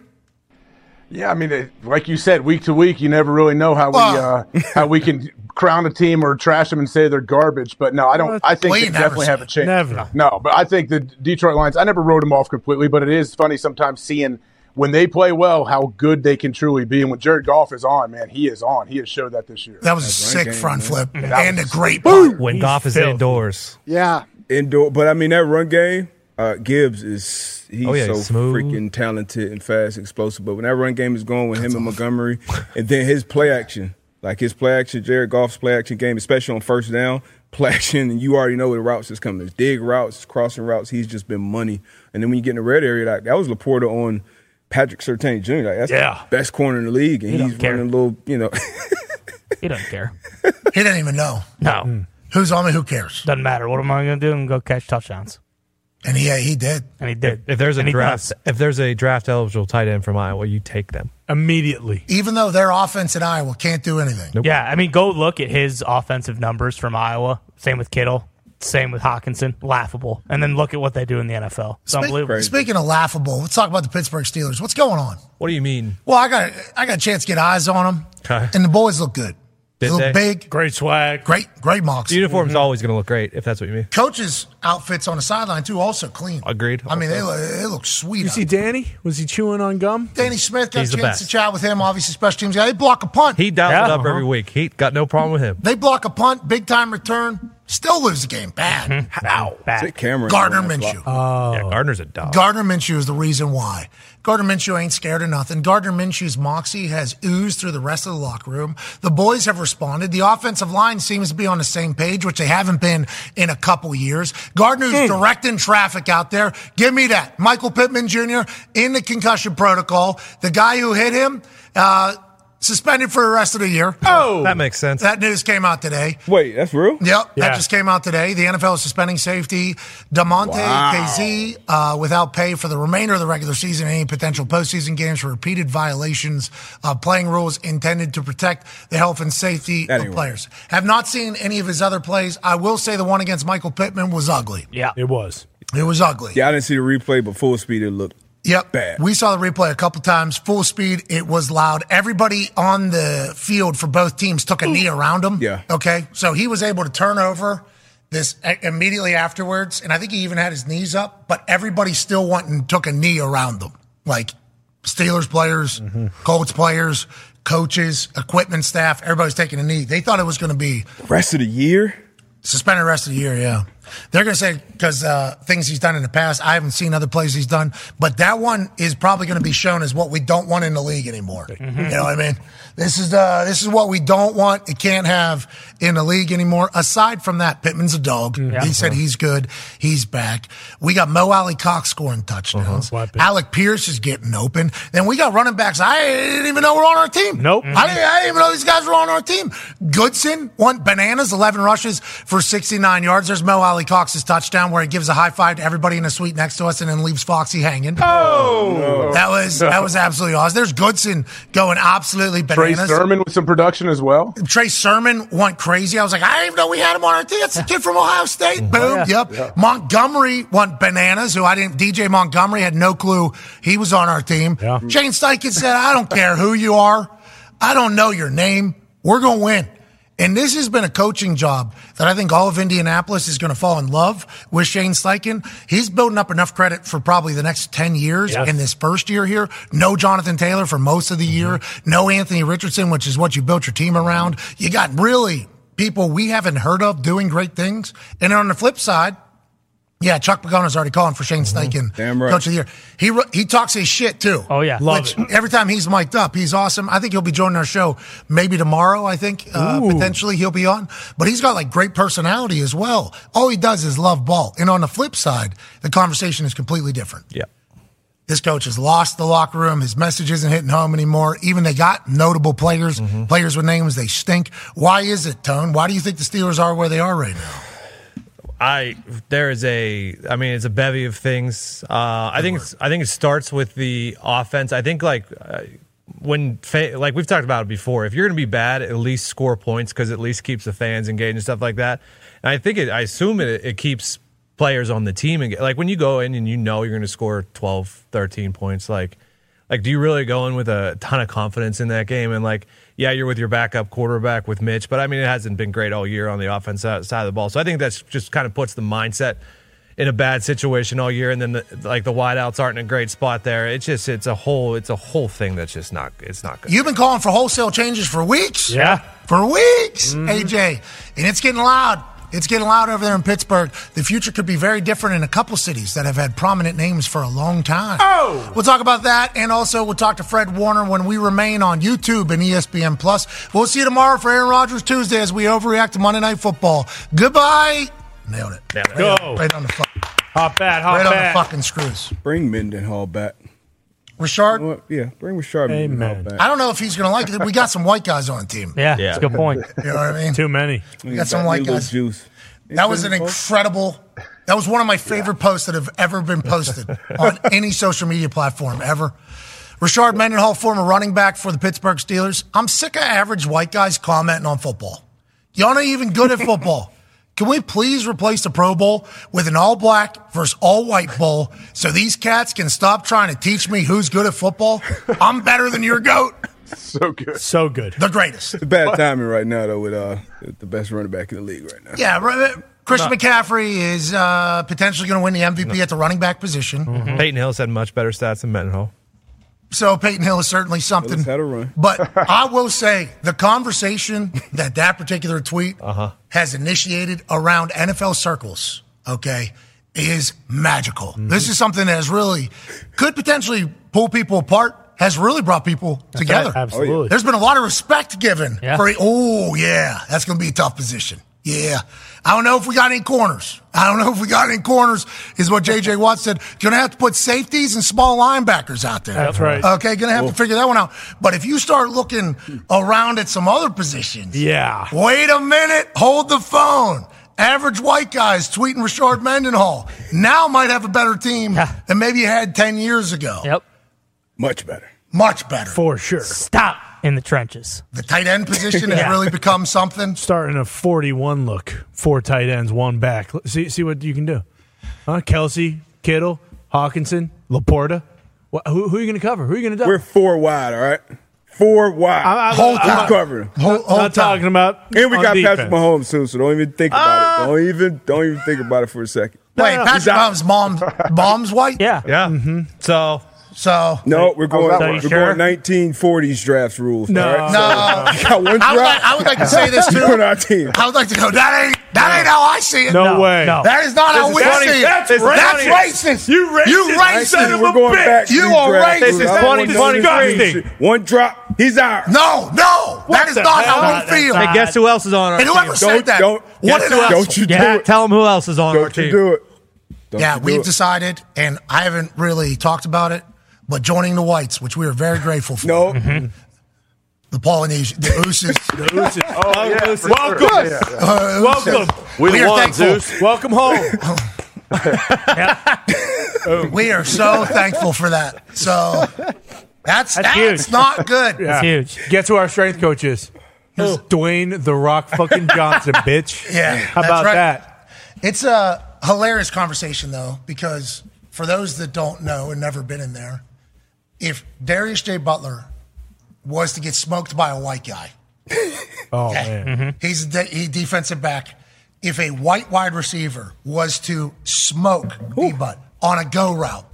Speaker 12: Yeah, I mean, it, like you said, week to week, you never really know how we uh, how we can crown a team or trash them and say they're garbage. But no, I don't. I think
Speaker 1: Well, you
Speaker 12: they
Speaker 1: never
Speaker 12: definitely
Speaker 1: say
Speaker 12: have a chance.
Speaker 3: Never.
Speaker 12: No, but I think the Detroit Lions. I never wrote them off completely, but it is funny sometimes seeing when they play well how good they can truly be. And when Jared Goff is on, man, he is on. He has showed that this year.
Speaker 1: That was a sick front flip
Speaker 12: That
Speaker 1: and a
Speaker 12: was-
Speaker 1: great
Speaker 4: When Goff is
Speaker 12: filthy.
Speaker 4: indoors.
Speaker 13: Yeah.
Speaker 6: Indoor, but I mean that run game. Uh, Gibbs is he's
Speaker 4: Oh, yeah,
Speaker 6: so
Speaker 4: he's smooth.
Speaker 6: freaking talented and fast, explosive. But when that run game is going with him and Montgomery, and then his play action, Like his play action, Jared Goff's play action game, especially on first down, play action, and you already know where the routes is coming. It's dig routes, it's crossing routes. He's just been money. And then when you get in the red area, like that was Laporta on Patrick Sertain Jr. Like that's
Speaker 1: Yeah.
Speaker 6: the best corner in the league, and
Speaker 1: He don't
Speaker 6: he's
Speaker 1: care.
Speaker 6: running a little, you know.
Speaker 9: He doesn't care.
Speaker 1: He doesn't even know.
Speaker 9: No.
Speaker 1: Who's on me? Who cares?
Speaker 9: Doesn't matter. What am I going to do? I'm going to go catch touchdowns.
Speaker 1: And yeah, he did.
Speaker 9: And he
Speaker 4: If,
Speaker 9: did.
Speaker 4: if there's a
Speaker 9: And he
Speaker 4: draft,
Speaker 9: does.
Speaker 4: if there's a draft eligible tight end from Iowa, you take them.
Speaker 3: Immediately.
Speaker 1: Even though their offense in Iowa can't do anything.
Speaker 9: Yeah, I mean, go look at his offensive numbers from Iowa. Same with Kittle. Same with Hawkinson. Laughable. And then look at what they do in the NFL. It's
Speaker 1: Speak-
Speaker 9: unbelievable.
Speaker 1: Speaking of laughable, let's talk about the Pittsburgh Steelers. What's going on?
Speaker 4: What do you mean?
Speaker 1: Well, I got I got a chance to get eyes on them, and the boys look good. They
Speaker 4: Did
Speaker 1: look
Speaker 4: they?
Speaker 1: big,
Speaker 3: great swag,
Speaker 1: great great mocks.
Speaker 4: The uniform's always going to look great if that's what you mean.
Speaker 1: Coaches' outfits on the sideline too, also clean.
Speaker 4: Agreed.
Speaker 1: I mean, they
Speaker 4: Also.
Speaker 1: look, they look sweet.
Speaker 3: You
Speaker 1: out
Speaker 3: see Danny? Was he chewing on gum?
Speaker 1: Danny Smith got
Speaker 4: He's
Speaker 1: a
Speaker 4: the
Speaker 1: chance
Speaker 4: best.
Speaker 1: to chat with him. Obviously, special teams guy. They block a punt.
Speaker 4: He dials it up every week. He got no problem with him.
Speaker 1: They block a punt, big time return, still lose the game. Bad. Ow.
Speaker 6: Sit Cameron
Speaker 1: Gardner
Speaker 6: on that
Speaker 1: Minshew.
Speaker 4: Oh, yeah, Gardner's a dog.
Speaker 1: Gardner Minshew is the reason why. Gardner Minshew ain't scared of nothing. Gardner Minshew's moxie has oozed through the rest of the locker room. The boys have responded. The offensive line seems to be on the same page, which they haven't been in a couple years. Gardner's
Speaker 6: Hmm.
Speaker 1: directing traffic out there. Give me that. Michael Pittman Jr. in the concussion protocol. The guy who hit him, uh, suspended for the rest of the year.
Speaker 4: Oh, that makes sense.
Speaker 1: That news came out today.
Speaker 6: Wait, that's real?
Speaker 1: Yep,
Speaker 6: Yeah.
Speaker 1: that just came out today. The NFL is suspending safety Damonte
Speaker 6: Wow.
Speaker 1: KZ uh, without pay for the remainder of the regular season and any potential postseason games for repeated violations of playing rules intended to protect the health and safety of players. Have not seen any of his other plays. I will say the one against Michael Pittman was ugly.
Speaker 9: Yeah.
Speaker 3: It was.
Speaker 1: It was ugly.
Speaker 6: Yeah, I didn't see the replay, but full speed it looked
Speaker 1: Yep.
Speaker 6: bad.
Speaker 1: We saw the replay a couple times, full speed. It was loud. Everybody on the field for both teams took a knee around him.
Speaker 6: Yeah.
Speaker 1: Okay. So he was able to turn over this immediately afterwards. And I think he even had his knees up, but everybody still went and took a knee around them. Like Steelers players,
Speaker 6: Mm-hmm.
Speaker 1: Colts players, coaches, equipment staff, everybody's taking a knee. They thought it was going to be
Speaker 6: Rest of the year?
Speaker 1: Suspended rest of the year, yeah. They're going to say, because uh, things he's done in the past, I haven't seen other plays he's done, but that one is probably going to be shown as what we don't want in the league anymore. Mm-hmm. You know what I mean? This is, uh, this is what we don't want. It can't have in the league anymore. Aside from that, Pittman's a dog.
Speaker 8: Yeah.
Speaker 1: He said he's good. He's back. We got Mo Alley Cox scoring touchdowns. Alec Pierce is getting open. Then we got running backs. I didn't even know were on our team. Nope. Oh,
Speaker 12: Mm-hmm.
Speaker 1: I didn't, I didn't even know these guys were on our team. Goodson, one bananas, 11 rushes for 69 yards. There's Mo Alley Cox's touchdown where he gives a high five to everybody in the suite next to us and then leaves Foxy hanging. Oh, that was that was absolutely awesome. There's Goodson going absolutely
Speaker 12: Trey
Speaker 1: bananas.
Speaker 12: Sermon with some production as well.
Speaker 1: Trey Sermon went crazy. I was like, I didn't even know we had him on our team. That's the kid from Ohio State. Boom.
Speaker 12: Oh, yeah.
Speaker 1: Yep. Montgomery went bananas. Who I didn't. DJ Montgomery had no clue he was on our team. Shane Steichen said, I don't care who you are. I don't know your name. We're going to win. And this has been a coaching job that I think all of Indianapolis is going to fall in love with Shane Steichen. He's building up enough credit for probably the next 10 years in this first year here. No Jonathan Taylor for most of the year. No Anthony Richardson, which is what you built your team around. You got really people we haven't heard of doing great things. And on the flip side, yeah, Chuck Pagano's already calling for Shane Steichen,
Speaker 6: Damn right.
Speaker 1: coach of the year. He ru- he talks his shit too. Oh
Speaker 9: yeah,
Speaker 6: Love
Speaker 1: Which, Every time he's mic'd up, he's awesome. I think he'll be joining our show maybe tomorrow. I think uh,
Speaker 9: Ooh.
Speaker 1: potentially he'll be on. But he's got like great personality as well. All he does is love ball. And on the flip side, the conversation is completely different.
Speaker 4: Yeah.
Speaker 1: This coach has lost the locker room. His message isn't hitting home anymore. Even they got notable players,
Speaker 6: Mm-hmm.
Speaker 1: players with names. They stink. Why is it, Tone? Why do you think the Steelers are where they are right now?
Speaker 4: I there is a I mean it's a bevy of things. Uh, I think it's, I think it starts with the offense. I think like uh, when fa- like we've talked about it before. If you're going to be bad, at least score points because at least keeps the fans engaged and stuff like that. And I think it I assume it it keeps players on the team and like when you go in and you know you're going to score 12 13 points like like do you really go in with a ton of confidence in that game and like yeah you're with your backup quarterback with mitch but i mean it hasn't been great all year on the offense side side of the ball so i think that's just kind of puts the mindset in a bad situation all year and then the, like the wideouts aren't in a great spot there it's just it's a whole it's a whole thing that's just not it's not good
Speaker 1: You've been calling for wholesale changes for weeks.
Speaker 4: Yeah.
Speaker 1: For weeks, AJ. And it's getting loud. It's getting loud over there in Pittsburgh. The future could be very different in a couple cities that have had prominent names for a long time. Oh! We'll talk about that, and also we'll talk to Fred Warner when we remain on YouTube and E ESPN Plus. We'll see you tomorrow for Aaron Rodgers Tuesday as we overreact to Monday Night Football. Goodbye. Nailed it.
Speaker 4: Nailed it.
Speaker 1: Right
Speaker 4: Go.
Speaker 1: on- right on the fuck.
Speaker 3: Hop that.
Speaker 1: hop Right on the back. fucking screws.
Speaker 6: Bring Mendenhall back.
Speaker 1: Richard?
Speaker 6: yeah, bring Richard Mendenhall back.
Speaker 1: I don't know if he's going to like it. We got some white guys on the team.
Speaker 9: Yeah, that's a good point.
Speaker 1: You know what I mean?
Speaker 3: Too many.
Speaker 1: We got some white
Speaker 6: Need a little
Speaker 1: guys.
Speaker 6: Juice.
Speaker 1: That was an incredible. That was one of my favorite posts that have ever been posted on any social media platform ever. Richard Mendenhall, former running back for the Pittsburgh Steelers. I'm sick of average white guys commenting on football. Y'all not even good at football. Can we please replace the Pro Bowl with an all black versus all white bowl so these cats can stop trying to teach me who's good at football? I'm better than your goat.
Speaker 12: So good.
Speaker 3: So good.
Speaker 1: The greatest.
Speaker 6: It's bad timing right now though with uh with the best running back in the league right now.
Speaker 1: Yeah, right, uh, Christian
Speaker 6: No.
Speaker 1: McCaffrey is uh, potentially going to win the MVP at the running back position.
Speaker 3: Mm-hmm.
Speaker 10: Mm-hmm.
Speaker 1: Mm-hmm.
Speaker 4: Mm-hmm. Peyton Hill's had much better stats than Mendenhall.
Speaker 1: So Peyton Hill is certainly something.
Speaker 4: Hillis had a
Speaker 1: But I will say the conversation that that particular tweet
Speaker 4: Uh-huh.
Speaker 1: has initiated around NFL circles, okay, is magical.
Speaker 3: Mm-hmm.
Speaker 1: This is something that has really could potentially pull people apart. Has really brought people
Speaker 3: That's
Speaker 1: together.
Speaker 3: right, absolutely. Oh, yeah.
Speaker 1: There's been a lot of respect given
Speaker 3: Yeah.
Speaker 1: for. Oh yeah, that's going to be a tough position. Yeah, I don't know if we got any corners. I don't know if we got any corners. Is what J.J. Watt said. Going to have to put safeties and small linebackers out there.
Speaker 3: That's right.
Speaker 1: Okay, going to have
Speaker 3: Well-
Speaker 1: to figure that one out. But if you start looking around at some other positions,
Speaker 3: Yeah.
Speaker 1: Wait a minute. Hold the phone. Average white guys tweeting Richard Mendenhall now might have a better team than maybe you had 10 years ago. Yep.
Speaker 6: Much better.
Speaker 1: Much better.
Speaker 3: For sure.
Speaker 9: Stop in the trenches.
Speaker 1: The tight end position has
Speaker 3: Yeah.
Speaker 1: really become something.
Speaker 3: Starting a 41 look, four tight ends, one back. L- See, see what you can do. Huh? Kelsey, Kittle, Hawkinson, Laporta. Wha who, who are you going to cover? Who are you going to do? We're
Speaker 6: four wide, all right? Four wide. Whole time. Covered him.
Speaker 1: Whole,
Speaker 6: whole
Speaker 3: not
Speaker 6: time.
Speaker 3: talking about.
Speaker 6: And we
Speaker 3: on
Speaker 6: got
Speaker 3: defense. Ah!
Speaker 6: Patrick Mahomes too, so don't even think about it. Don't even don't even think about it for a second.
Speaker 1: Wait, Patrick Mahomes' mom's, mom's white? Yeah.
Speaker 4: Yeah. Mm-hmm. So. Oh,
Speaker 1: So.
Speaker 6: No, we're going.
Speaker 1: Are
Speaker 6: We're
Speaker 1: you sure?
Speaker 6: going 1940s drafts rules.
Speaker 1: No.
Speaker 6: all right?
Speaker 1: No.
Speaker 6: We got one
Speaker 1: I would,
Speaker 6: draft.
Speaker 1: like, I would like to say this too.
Speaker 6: Put our team.
Speaker 1: I would like to go. That ain't that ain't how I see it.
Speaker 6: No No, way. no.
Speaker 1: That is not
Speaker 6: This
Speaker 1: how
Speaker 6: is
Speaker 1: we
Speaker 6: funny.
Speaker 1: see it.
Speaker 6: That's
Speaker 1: That's
Speaker 6: racist.
Speaker 1: racist.
Speaker 6: You racist
Speaker 1: You racist.
Speaker 6: son of a We're going bitch. back to
Speaker 1: You are
Speaker 6: draft.
Speaker 1: racist.
Speaker 6: This is
Speaker 1: I want
Speaker 6: 2023.
Speaker 1: to see this.
Speaker 6: One drop. He's ours.
Speaker 1: No, no.
Speaker 6: What
Speaker 1: that is
Speaker 6: the
Speaker 1: not
Speaker 6: hell?
Speaker 1: how
Speaker 6: Not
Speaker 1: we feel.
Speaker 6: that. Hey, guess who else is on our
Speaker 1: And whoever
Speaker 6: team?
Speaker 1: said
Speaker 6: Don't-
Speaker 1: that,
Speaker 6: don't-
Speaker 1: what
Speaker 6: guess
Speaker 1: an
Speaker 6: who else-
Speaker 1: asshole.
Speaker 6: don't you do Yeah, it.
Speaker 10: Tell them who else is on
Speaker 6: Don't
Speaker 10: our
Speaker 6: you
Speaker 10: team.
Speaker 6: do it. Don't
Speaker 1: yeah,
Speaker 6: you do
Speaker 1: we've
Speaker 6: it.
Speaker 1: decided, and I haven't really talked about it, but joining the whites, which we are very grateful for.
Speaker 6: No.
Speaker 3: Mm-hmm.
Speaker 1: The Polynesian, the Ooses.
Speaker 3: The Ooses. Oh, yeah, for sure.
Speaker 1: Welcome.
Speaker 3: Yeah, yeah, yeah.
Speaker 1: Uh, Ooses.
Speaker 3: Welcome. We
Speaker 1: are
Speaker 3: won,
Speaker 1: thankful.
Speaker 3: Zeus. Welcome home.
Speaker 1: We are so thankful for that. So that's, that's, not good.
Speaker 3: huge. Guess who our strength coach is? Dwayne the Rock fucking Johnson, bitch.
Speaker 1: Yeah,
Speaker 3: How
Speaker 1: that's
Speaker 3: about
Speaker 1: right.
Speaker 3: that?
Speaker 1: It's a hilarious conversation, though, because for those that don't know and never been in there, if Darius J. Butler was to get smoked by a white guy,
Speaker 3: Oh
Speaker 1: Okay.
Speaker 3: man.
Speaker 1: he's a de- he defensive back. If a white wide receiver was to smoke D-Butt on a go route,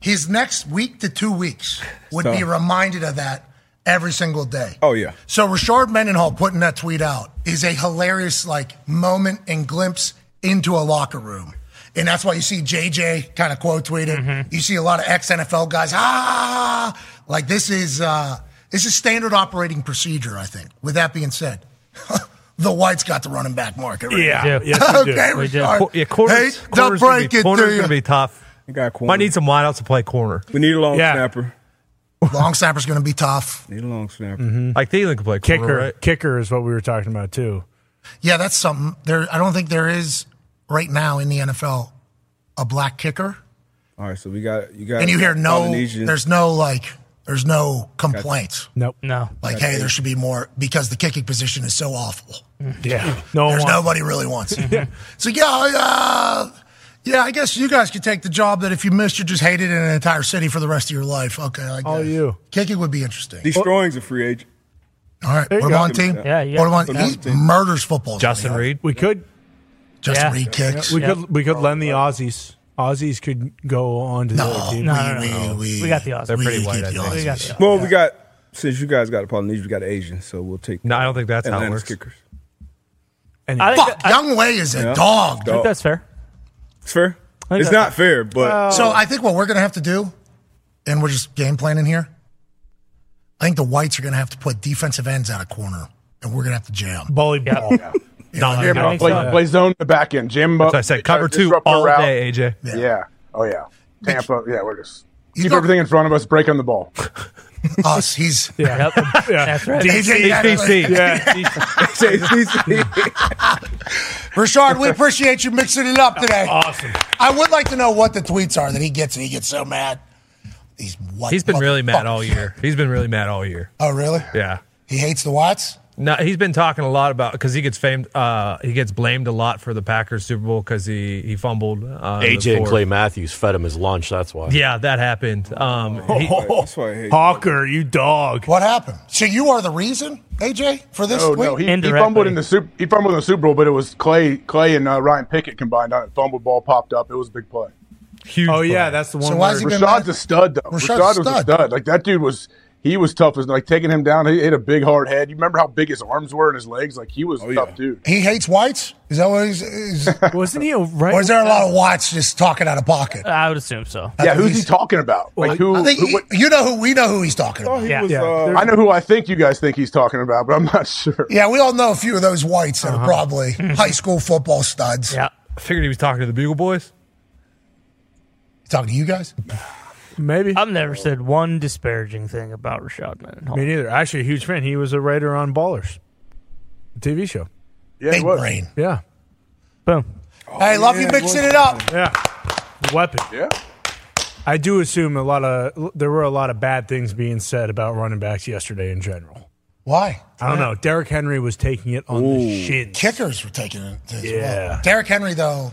Speaker 1: his next week to two weeks would be
Speaker 6: Stop.
Speaker 1: reminded of that every single day.
Speaker 6: Oh yeah.
Speaker 1: So Richard Mendenhall putting that tweet out is a hilarious like moment and glimpse into a locker room. And that's why you see JJ kind of quote tweet it.
Speaker 4: Mm-hmm.
Speaker 1: You see a lot of ex NFL guys, ah, like this is uh, this is standard operating procedure. I think. With that being said, the whites got the running back market. Right
Speaker 4: Yeah.
Speaker 1: now.
Speaker 4: Yes, we do.
Speaker 1: okay,
Speaker 4: We do.
Speaker 1: Richard.
Speaker 4: Qu- yeah, quarters-
Speaker 1: Hate to
Speaker 4: quarters gonna be-
Speaker 1: break it
Speaker 4: corner's
Speaker 1: to
Speaker 4: gonna
Speaker 1: you.
Speaker 4: be tough.
Speaker 6: got
Speaker 4: Might need some wideouts to play corner.
Speaker 6: We need a long
Speaker 4: Yeah.
Speaker 6: snapper.
Speaker 1: Long snapper's going to be tough.
Speaker 6: Need a long snapper.
Speaker 4: Like Thielen could play corner,
Speaker 3: Kicker,
Speaker 4: right?
Speaker 3: kicker is what we were talking about too.
Speaker 1: Yeah, that's something. There, I don't think there is right now in the NFL a black kicker.
Speaker 6: All right, so we got you got.
Speaker 1: and you hear no
Speaker 6: Polynesians.
Speaker 1: there's no like there's no complaints
Speaker 3: Nope. No.
Speaker 1: like hey there should be more because the kicking position is so awful
Speaker 3: Yeah. No one
Speaker 1: Mm-hmm. there's
Speaker 3: wants-
Speaker 1: nobody really wants it so yeah uh, yeah i guess you guys could take the job that if you missed you just hated in an entire city for the rest of your life okay I
Speaker 3: All
Speaker 1: guess.
Speaker 3: you.
Speaker 1: kicking would be interesting
Speaker 6: Destroying's a free agent.
Speaker 1: all right
Speaker 6: There
Speaker 1: what
Speaker 6: you
Speaker 1: about on
Speaker 6: go.
Speaker 1: team
Speaker 6: Yeah, you
Speaker 1: what
Speaker 6: got-
Speaker 1: about he murders football
Speaker 4: Justin Reed.
Speaker 3: We could.
Speaker 1: Justin Reed kicks.
Speaker 3: We could. We could lend the Aussies. Aussies could go on to the other team.
Speaker 1: no, no, no. We- We got the Aussies.
Speaker 4: They're pretty
Speaker 1: We
Speaker 4: white.
Speaker 1: get
Speaker 4: I
Speaker 1: the
Speaker 4: think.
Speaker 1: Aussies. We got the
Speaker 6: Well, we got since you guys got a Polynesian, we got Asians, so we'll take.
Speaker 4: No, I don't think that's how it
Speaker 6: Atlanta's
Speaker 4: works.
Speaker 6: Kickers.
Speaker 3: And
Speaker 1: I think Fuck, that- I- Young Wei is a Yeah. dog.
Speaker 9: I think that's fair.
Speaker 6: It's fair.
Speaker 1: think
Speaker 6: It's
Speaker 1: that's-
Speaker 6: not fair, but
Speaker 1: so I think what we're gonna have to do, and we're just game planning here. I think the whites are gonna have to put defensive ends out of corner, and we're gonna have to jam.
Speaker 3: Bully ball.
Speaker 1: Yeah.
Speaker 3: Nah,
Speaker 12: Jam
Speaker 1: I
Speaker 12: it up.
Speaker 1: think
Speaker 12: Play,
Speaker 1: so.
Speaker 12: play zone in the back end. Jam
Speaker 1: That's
Speaker 12: up.
Speaker 1: what I said, cover
Speaker 12: Uh,
Speaker 1: two
Speaker 12: disrupt
Speaker 1: all
Speaker 12: the route.
Speaker 1: day,
Speaker 4: AJ.
Speaker 12: Yeah. Oh yeah. Tampa. Yeah, we're just
Speaker 1: You
Speaker 12: keep
Speaker 1: don't-
Speaker 12: everything in front of us. Break on the ball.
Speaker 1: Us. He's
Speaker 3: yeah.
Speaker 1: That's right.
Speaker 12: DC.
Speaker 1: Richard, we appreciate you mixing it up today.
Speaker 3: Awesome.
Speaker 1: I would like to know what the tweets are that he gets, and he gets so mad. He's what?
Speaker 4: he's been really mad all year. He's been really mad all year.
Speaker 1: Oh, really?
Speaker 4: Yeah.
Speaker 1: He hates the Watts.
Speaker 4: No, he's been talking a lot about because he gets famed. Uh, he gets blamed a lot for the Packers Super Bowl because he he fumbled. Uh,
Speaker 10: AJ
Speaker 4: the
Speaker 10: and
Speaker 4: fourth.
Speaker 10: Clay Matthews fed him his lunch. That's why.
Speaker 4: Yeah, that happened. Um,
Speaker 1: Oh,
Speaker 4: he-
Speaker 6: That's why I hate
Speaker 3: Hawker, you dog.
Speaker 1: What happened? So you are the reason, AJ, for this?
Speaker 12: No,
Speaker 1: tweet?
Speaker 12: no, he, he fumbled in the super. He fumbled in the Super Bowl, but it was Clay, Clay and uh, Ryan Pickett combined on it. Fumbled ball popped up. It was a big play.
Speaker 4: Huge.
Speaker 3: Oh yeah, that's the one. where-
Speaker 12: Rashad's a stud though.
Speaker 3: Rashad's
Speaker 12: Rashad, was
Speaker 3: a
Speaker 12: a
Speaker 3: stud.
Speaker 12: stud. Like that dude was. He was tough as like taking him down. He hit a big hard head. You remember how big his arms were and his legs? Like he was a tough dude.
Speaker 1: Oh, He hates whites. Is that what he's? Is,
Speaker 3: Wasn't he a right?
Speaker 1: Or is there a lot of whites just talking out of pocket?
Speaker 9: I would assume so.
Speaker 12: yeah, who's he talking about? Like who?
Speaker 1: I think
Speaker 12: who-
Speaker 1: he-
Speaker 12: what-
Speaker 1: you know who we know who he's talking about.
Speaker 12: Yeah. uh, I know who I think you guys think he's talking about, but I'm not sure.
Speaker 1: Yeah, we all know a few of those whites
Speaker 3: Uh-huh.
Speaker 1: that are probably
Speaker 3: Hmm.
Speaker 1: high school football studs.
Speaker 9: Yeah.
Speaker 4: I figured he was talking to the Bugle Boys.
Speaker 1: Talking to you guys?
Speaker 3: Maybe.
Speaker 9: I've never said one disparaging thing about Rashad Mendenhall.
Speaker 3: Me neither. Actually, a huge fan. He was a writer on Ballers, a TV show.
Speaker 12: Yeah,
Speaker 1: Big was. brain.
Speaker 3: Yeah. Boom.
Speaker 1: Oh, Hey, love you mixing it up.
Speaker 3: Yeah. Weapon.
Speaker 12: Yeah.
Speaker 3: I do assume a lot of there were a lot of bad things being said about running backs yesterday in general.
Speaker 1: Why?
Speaker 3: I don't know. Derrick Henry was taking it on the shins.
Speaker 1: Kickers were taking it as
Speaker 3: Yeah.
Speaker 1: well. Derrick Henry, though,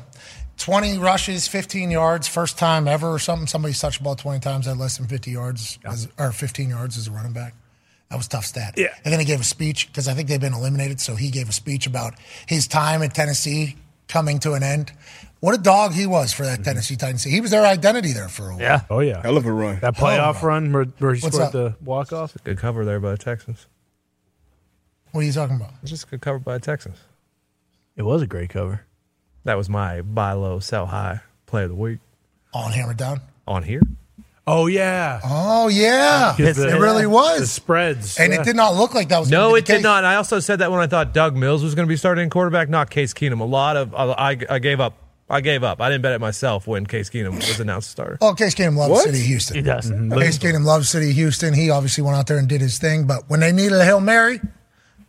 Speaker 1: 20 rushes, 15 yards, first time ever or something. Somebody's touched the ball 20 times at less than 50 yards as, or 15 yards as a running back. That was a tough stat.
Speaker 3: Yeah.
Speaker 1: And then he gave a speech because I think they've been eliminated. So he gave a speech about his time at Tennessee coming to an end. What a dog he was for that
Speaker 3: Mm-hmm.
Speaker 1: Tennessee Titans. He was their identity there for a while.
Speaker 9: Yeah.
Speaker 3: Oh yeah.
Speaker 6: Hell of a run.
Speaker 3: That playoff run where, where he
Speaker 1: What's
Speaker 3: scored
Speaker 1: up?
Speaker 3: the walk off.
Speaker 4: Good cover there by the Texans.
Speaker 1: What are you talking about?
Speaker 4: It's just good cover by the Texans.
Speaker 3: It was a great cover.
Speaker 4: That was my buy low, sell high play of the week
Speaker 1: On hammer down.
Speaker 4: on here.
Speaker 3: Oh yeah.
Speaker 1: Oh yeah.
Speaker 4: Because the-
Speaker 1: it really was.
Speaker 4: the spreads,
Speaker 1: And
Speaker 4: yeah.
Speaker 1: it did not look like that was gonna
Speaker 4: No,
Speaker 1: be
Speaker 4: it
Speaker 1: the
Speaker 4: did
Speaker 1: case.
Speaker 4: not. And I also said that when I thought Doug Mills was going to be starting quarterback, not Case Keenum. A lot of I, I- I gave up. I gave up. I didn't bet it myself when Case Keenum was announced starter.
Speaker 1: Oh, Case Keenum loves
Speaker 4: What?
Speaker 1: City of Houston.
Speaker 4: He does.
Speaker 3: Mm-hmm.
Speaker 4: Mhm.
Speaker 1: Case Keenum loves City of Houston. He obviously went out there and did his thing, but when they needed a Hail Mary,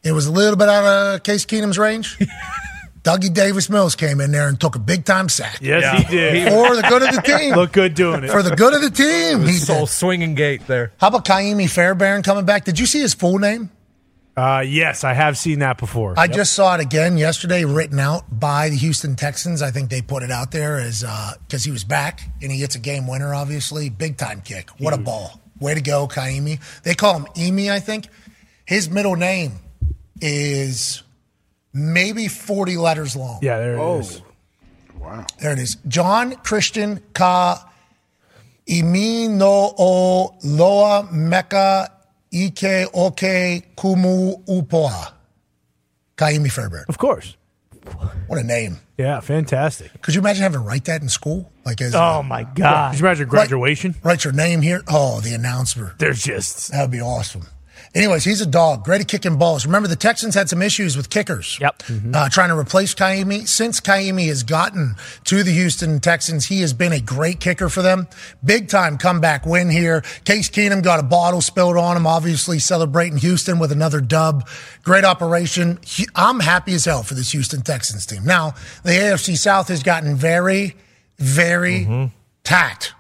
Speaker 1: it was a little bit out of Case Keenum's range. Dougie Davis Mills came in there and took a big time sack.
Speaker 3: Yes, he did.
Speaker 1: For the good of the team.
Speaker 3: Look good doing it.
Speaker 1: For the good of the team. He
Speaker 4: Soul
Speaker 1: did.
Speaker 4: swinging gate there.
Speaker 1: How about Kaimi Fairbairn coming back? Did you see his full name?
Speaker 3: Uh, yes, I have seen that before.
Speaker 1: I just saw it again yesterday, written out by the Houston Texans. I think they put it out there as because he was back and he hits a game winner, obviously. Big time kick. What a ball. Way to go, Kaimi. They call him Emi, I think. His middle name is maybe 40 letters long.
Speaker 3: Yeah, there it
Speaker 1: Oh.
Speaker 3: is.
Speaker 12: Wow.
Speaker 1: There it is. John Christian Ka Imino O Loa Mecca Ike Oke Kumu Upoa. Kaimi Fairbairn.
Speaker 3: Of course.
Speaker 1: What a name.
Speaker 3: Yeah, fantastic.
Speaker 1: Could you imagine having to write that in school? Like as
Speaker 3: Oh, my God. Could you imagine graduation?
Speaker 1: Write, write your name here. Oh, the announcer.
Speaker 3: They're just
Speaker 1: that'd be awesome. Anyways, he's a dog. Great at kicking balls. Remember, the Texans had some issues with kickers. Yep. Uh, trying to replace Kaimi. Since Kaimi has gotten to the Houston Texans, he has been a great kicker for them. Big time comeback win here. Case Keenum got a bottle spilled on him, obviously celebrating Houston with another dub. Great operation. Hu- I'm happy as hell for this Houston Texans team. Now, the AFC South has gotten very, very
Speaker 3: Mm-hmm.
Speaker 1: tacked.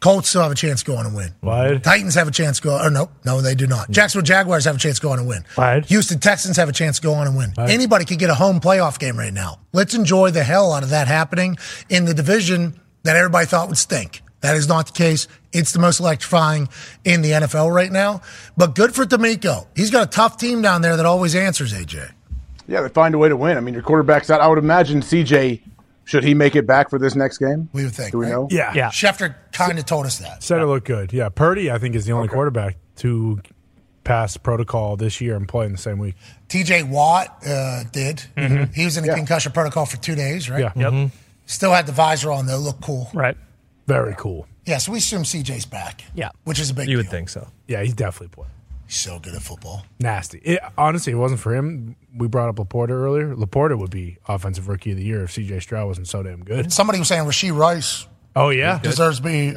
Speaker 1: Colts still have a chance going and win.
Speaker 3: Wide.
Speaker 1: Titans have a chance to go. Or no, no, they do not. Jacksonville Jaguars have a chance to go on and win.
Speaker 3: Wide.
Speaker 1: Houston Texans have a chance to go on and win. Anybody could get a home playoff game right now. Let's enjoy the hell out of that happening in the division that everybody thought would stink. That is not the case. It's the most electrifying in the NFL right now. But good for D'Amico. He's got a tough team down there that always answers, AJ.
Speaker 12: Yeah, they find a way to win. I mean, your quarterback's out. I would imagine CJ should he make it back for this next game?
Speaker 1: We would think.
Speaker 12: Do we know?
Speaker 3: Yeah.
Speaker 1: Schefter kind of told us that.
Speaker 3: Said it looked good. Yeah. Purdy, I think, is the only quarterback to pass protocol this year and play in the same week.
Speaker 1: TJ Watt uh, did.
Speaker 3: Mhm.
Speaker 1: He was in the concussion protocol for two days, right?
Speaker 3: Yeah. Yep. Mhm.
Speaker 4: Mm-hmm.
Speaker 1: Still had the visor on though. Looked cool.
Speaker 9: Right.
Speaker 3: Very cool.
Speaker 1: Yeah, so we assume CJ's back.
Speaker 9: Yeah.
Speaker 1: Which is a big
Speaker 4: You
Speaker 1: deal.
Speaker 4: would think so.
Speaker 3: Yeah, he's definitely playing.
Speaker 1: He's so good at football.
Speaker 3: Nasty. It, honestly, if it wasn't for him. We brought up Laporta earlier. Laporta would be offensive rookie of the year if CJ Stroud wasn't so damn good.
Speaker 1: Somebody was saying Rasheed Rice.
Speaker 3: Oh yeah,
Speaker 1: deserves to be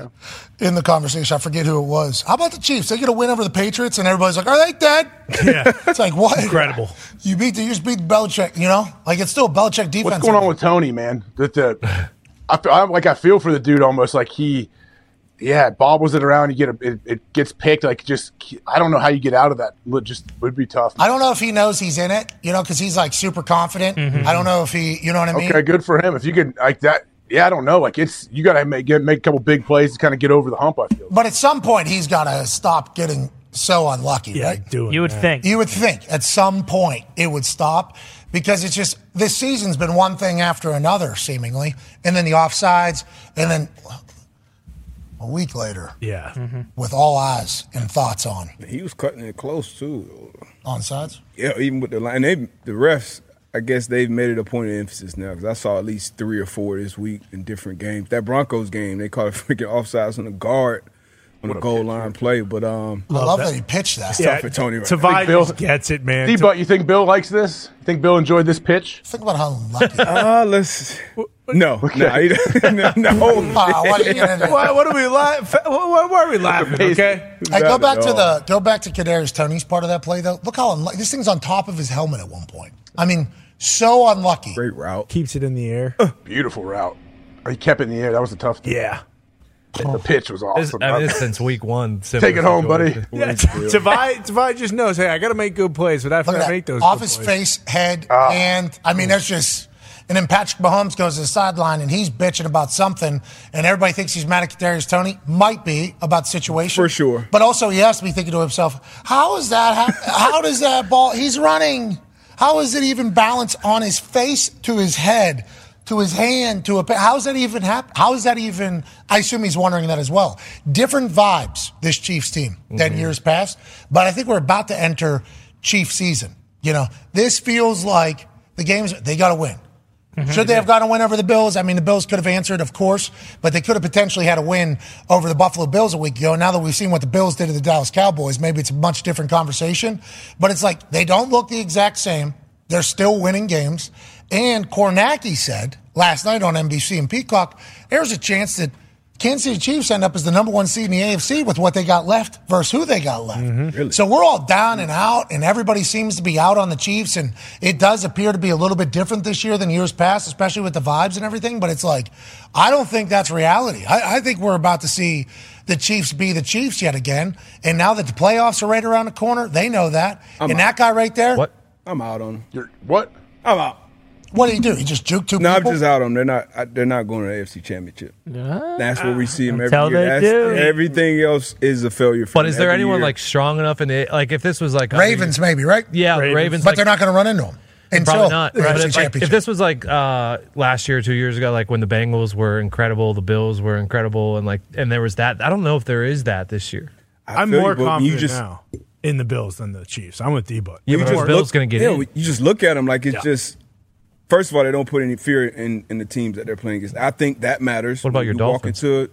Speaker 1: in the conversation. I forget who it was. How about the Chiefs? They get a win over the Patriots, and everybody's like, "Are they dead?"
Speaker 3: Yeah,
Speaker 1: it's like what?
Speaker 3: Incredible.
Speaker 1: You beat the you just beat Belichick. You know, like it's still a Belichick defense.
Speaker 12: What's going on with Tony, man? That the, I, feel- I'm like I feel for the dude almost like he, yeah, it bobbles it around. You get a, it, it gets picked. Like just I don't know how you get out of that. Would just would be tough.
Speaker 1: I don't know if he knows he's in it, you know, because he's like super confident.
Speaker 3: Mm-hmm.
Speaker 1: I don't know if he, you know what I mean?
Speaker 12: Okay, good for him. If you could like that, yeah, I don't know. Like it's you got to make get, make a couple big plays to kind of get over the hump. I feel.
Speaker 1: But at some point, he's got to stop getting so unlucky, right?
Speaker 3: doing You would that. think.
Speaker 1: You would think at some point it would stop because it's just this season's been one thing after another, seemingly, and then the offsides, and then a week later,
Speaker 3: yeah,
Speaker 1: with all eyes and thoughts on
Speaker 6: He was cutting it close too.
Speaker 1: onsides.
Speaker 6: Yeah, even with the line, they the refs. I guess they've made it a point of emphasis now because I saw at least three or four this week in different games. That Broncos game, they called a freaking offsides on the guard on the goal line play. But um,
Speaker 1: I love that. he pitched that.
Speaker 6: It's tough for Tony. Right now.
Speaker 12: Think Bill-
Speaker 3: gets it, man.
Speaker 12: D, but you think Bill likes this? You think Bill enjoyed this pitch?
Speaker 1: Think about how lucky.
Speaker 6: uh, let's. No, no, I- no,
Speaker 3: why, what are we laughing? Why, why are we laughing? Okay.
Speaker 1: Hey, go back to the go back to Kadarius Tony's part of that play though. Look how unlucky this thing's on top of his helmet at one point. I mean, so unlucky.
Speaker 6: Great route. Uh.
Speaker 3: Keeps it in the air.
Speaker 12: Beautiful route. He kept it in the air. That was a tough.
Speaker 3: Yeah.
Speaker 1: Oh.
Speaker 12: The pitch was
Speaker 4: This-
Speaker 12: awesome.
Speaker 4: I mean, this since week one. similar
Speaker 12: Take it home, buddy.
Speaker 4: situation.
Speaker 3: Yeah, Tavai, Tavai just knows. Hey, I got to make good plays, but I have
Speaker 1: Look
Speaker 3: to
Speaker 1: at
Speaker 3: make
Speaker 1: that.
Speaker 3: those.
Speaker 1: Off
Speaker 3: good
Speaker 1: his
Speaker 3: plays.
Speaker 1: face, head, and I mean, that's just. And then Patrick Mahomes goes to the sideline and he's bitching about something, and everybody thinks he's mad at Kadarius Tony. Might be about the situation
Speaker 6: For sure.
Speaker 1: but also he has to be thinking to himself, "How is that? How, how does that ball? He's running. How is it even balanced on his face to his head?" To his hand, to a how's that even happen? How's that even? I assume he's wondering that as well. Different vibes this Chiefs team than
Speaker 14: Mhm.
Speaker 1: years past, but I think we're about to enter Chief season. You know, this feels like the games they got to win. Should they have gotten a win over the Bills? I mean, the Bills could have answered, of course, but they could have potentially had a win over the Buffalo Bills a week ago. Now that we've seen what the Bills did to the Dallas Cowboys, maybe it's a much different conversation. But it's like they don't look the exact same. They're still winning games. And Kornacki said last night on NBC and Peacock, there's a chance that Kansas City Chiefs end up as the number one seed in the AFC with what they got left versus who they got left.
Speaker 6: Mm-hmm.
Speaker 1: So we're all down and out, and everybody seems to be out on the Chiefs, and it does appear to be a little bit different this year than years past, especially with the vibes and everything. But it's like, I don't think that's reality. I, I think we're about to see the Chiefs be the Chiefs yet again. And now that the playoffs are right around the corner, they know that.
Speaker 6: I'm
Speaker 1: and
Speaker 6: out.
Speaker 1: that guy right there, what?
Speaker 6: I'm out on him. You're,
Speaker 12: what?
Speaker 6: I'm out.
Speaker 1: What do you do? You just juke two
Speaker 6: No, I'm
Speaker 1: people?
Speaker 6: just out on. They're not. I, they're not going to the AFC Championship. That's where we see them every
Speaker 4: Until
Speaker 6: year.
Speaker 4: they
Speaker 6: That's-
Speaker 4: do.
Speaker 6: Everything else is a failure. For
Speaker 4: But
Speaker 6: them
Speaker 4: is there
Speaker 6: every
Speaker 4: anyone
Speaker 6: year.
Speaker 4: like strong enough in the like if this was like
Speaker 1: Ravens, maybe right?
Speaker 4: Yeah, Ravens,
Speaker 1: but
Speaker 4: like-
Speaker 1: they're not going to run into him until
Speaker 4: Probably not.
Speaker 1: the
Speaker 4: But
Speaker 1: AFC
Speaker 4: if, like,
Speaker 1: championship.
Speaker 4: if this was like uh, last year, two years ago, like when the Bengals were incredible, the Bills were incredible, and like and there was that. I don't know if there is that this year.
Speaker 3: I'm more confident now in the Bills than the Chiefs. I'm with D, but
Speaker 4: Yeah, but
Speaker 6: look- yeah, You just look at them like it's
Speaker 3: Yeah.
Speaker 6: just. First of all, they don't put any fear in, in the teams that they're playing against. I think that matters. What
Speaker 4: about your Dolphins?
Speaker 6: Walk into it.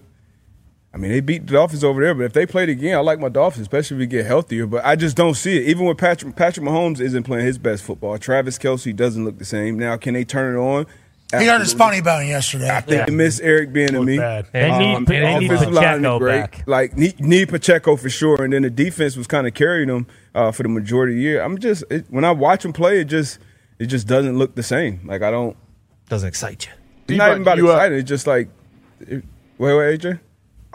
Speaker 6: I mean, they beat the Dolphins over there, but if they played again, I like my Dolphins, especially if we get healthier. But I just don't see it. Even with Patrick, Patrick Mahomes isn't playing his best football. Travis Kelsey doesn't look the same. Now, can they turn it on?
Speaker 1: he hurt his
Speaker 6: Absolutely.
Speaker 1: funny bone yesterday.
Speaker 6: I think they miss Eric being to me.
Speaker 1: They need- they need
Speaker 6: Um, offensive line
Speaker 1: Pacheco
Speaker 6: is great.
Speaker 1: back.
Speaker 6: Like need, need Pacheco for sure, and then the defense was kind of carrying them uh, for the majority of the year. I'm just it, when I watch them play, it just it just doesn't look the same. Like I don't
Speaker 4: doesn't excite you.
Speaker 6: It's not even about
Speaker 12: You, uh,
Speaker 6: excited. It's just like it, wait, wait, AJ.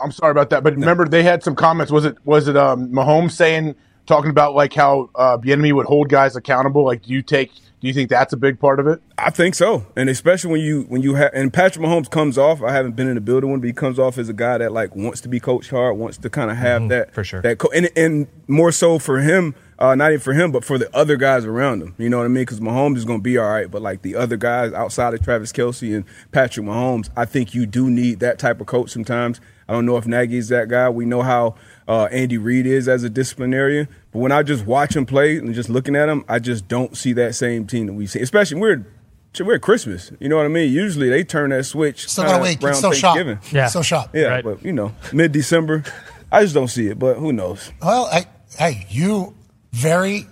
Speaker 12: I'm sorry about that, but remember they had some comments. Was it was it um, Mahomes saying talking about like how uh, enemy would hold guys accountable? Like, do you take? Do you think that's a big part of it?
Speaker 6: I think so, and especially when you when you have and Patrick Mahomes comes off. I haven't been in the building one, but he comes off as a guy that like wants to be coached hard, wants to kind of have
Speaker 4: Mm-hmm,
Speaker 1: Mm-hmm.
Speaker 6: that for sure. That co- and and more so for him, uh, not even for him, but for the other guys around him. You know what I mean? Because Mahomes is going to be all right, but like the other guys outside of Travis Kelsey and Patrick Mahomes, I think you do need that type of coach sometimes. I don't know if Nagy is that guy. We know how uh, Andy Reid is as a disciplinarian, but But when I just watch him play and just looking at him, I just don't see that same team that we see. Especially we're we're at Christmas. You know what I mean? Usually they turn that switch.
Speaker 1: Still got a
Speaker 6: kinda
Speaker 1: week.
Speaker 6: Uh, around
Speaker 1: Still shop.
Speaker 6: Thanksgiving.
Speaker 1: Yeah. Still shop.
Speaker 6: Yeah, but you know, mid December, I just don't see it. But who knows?
Speaker 1: Well, I, hey, you very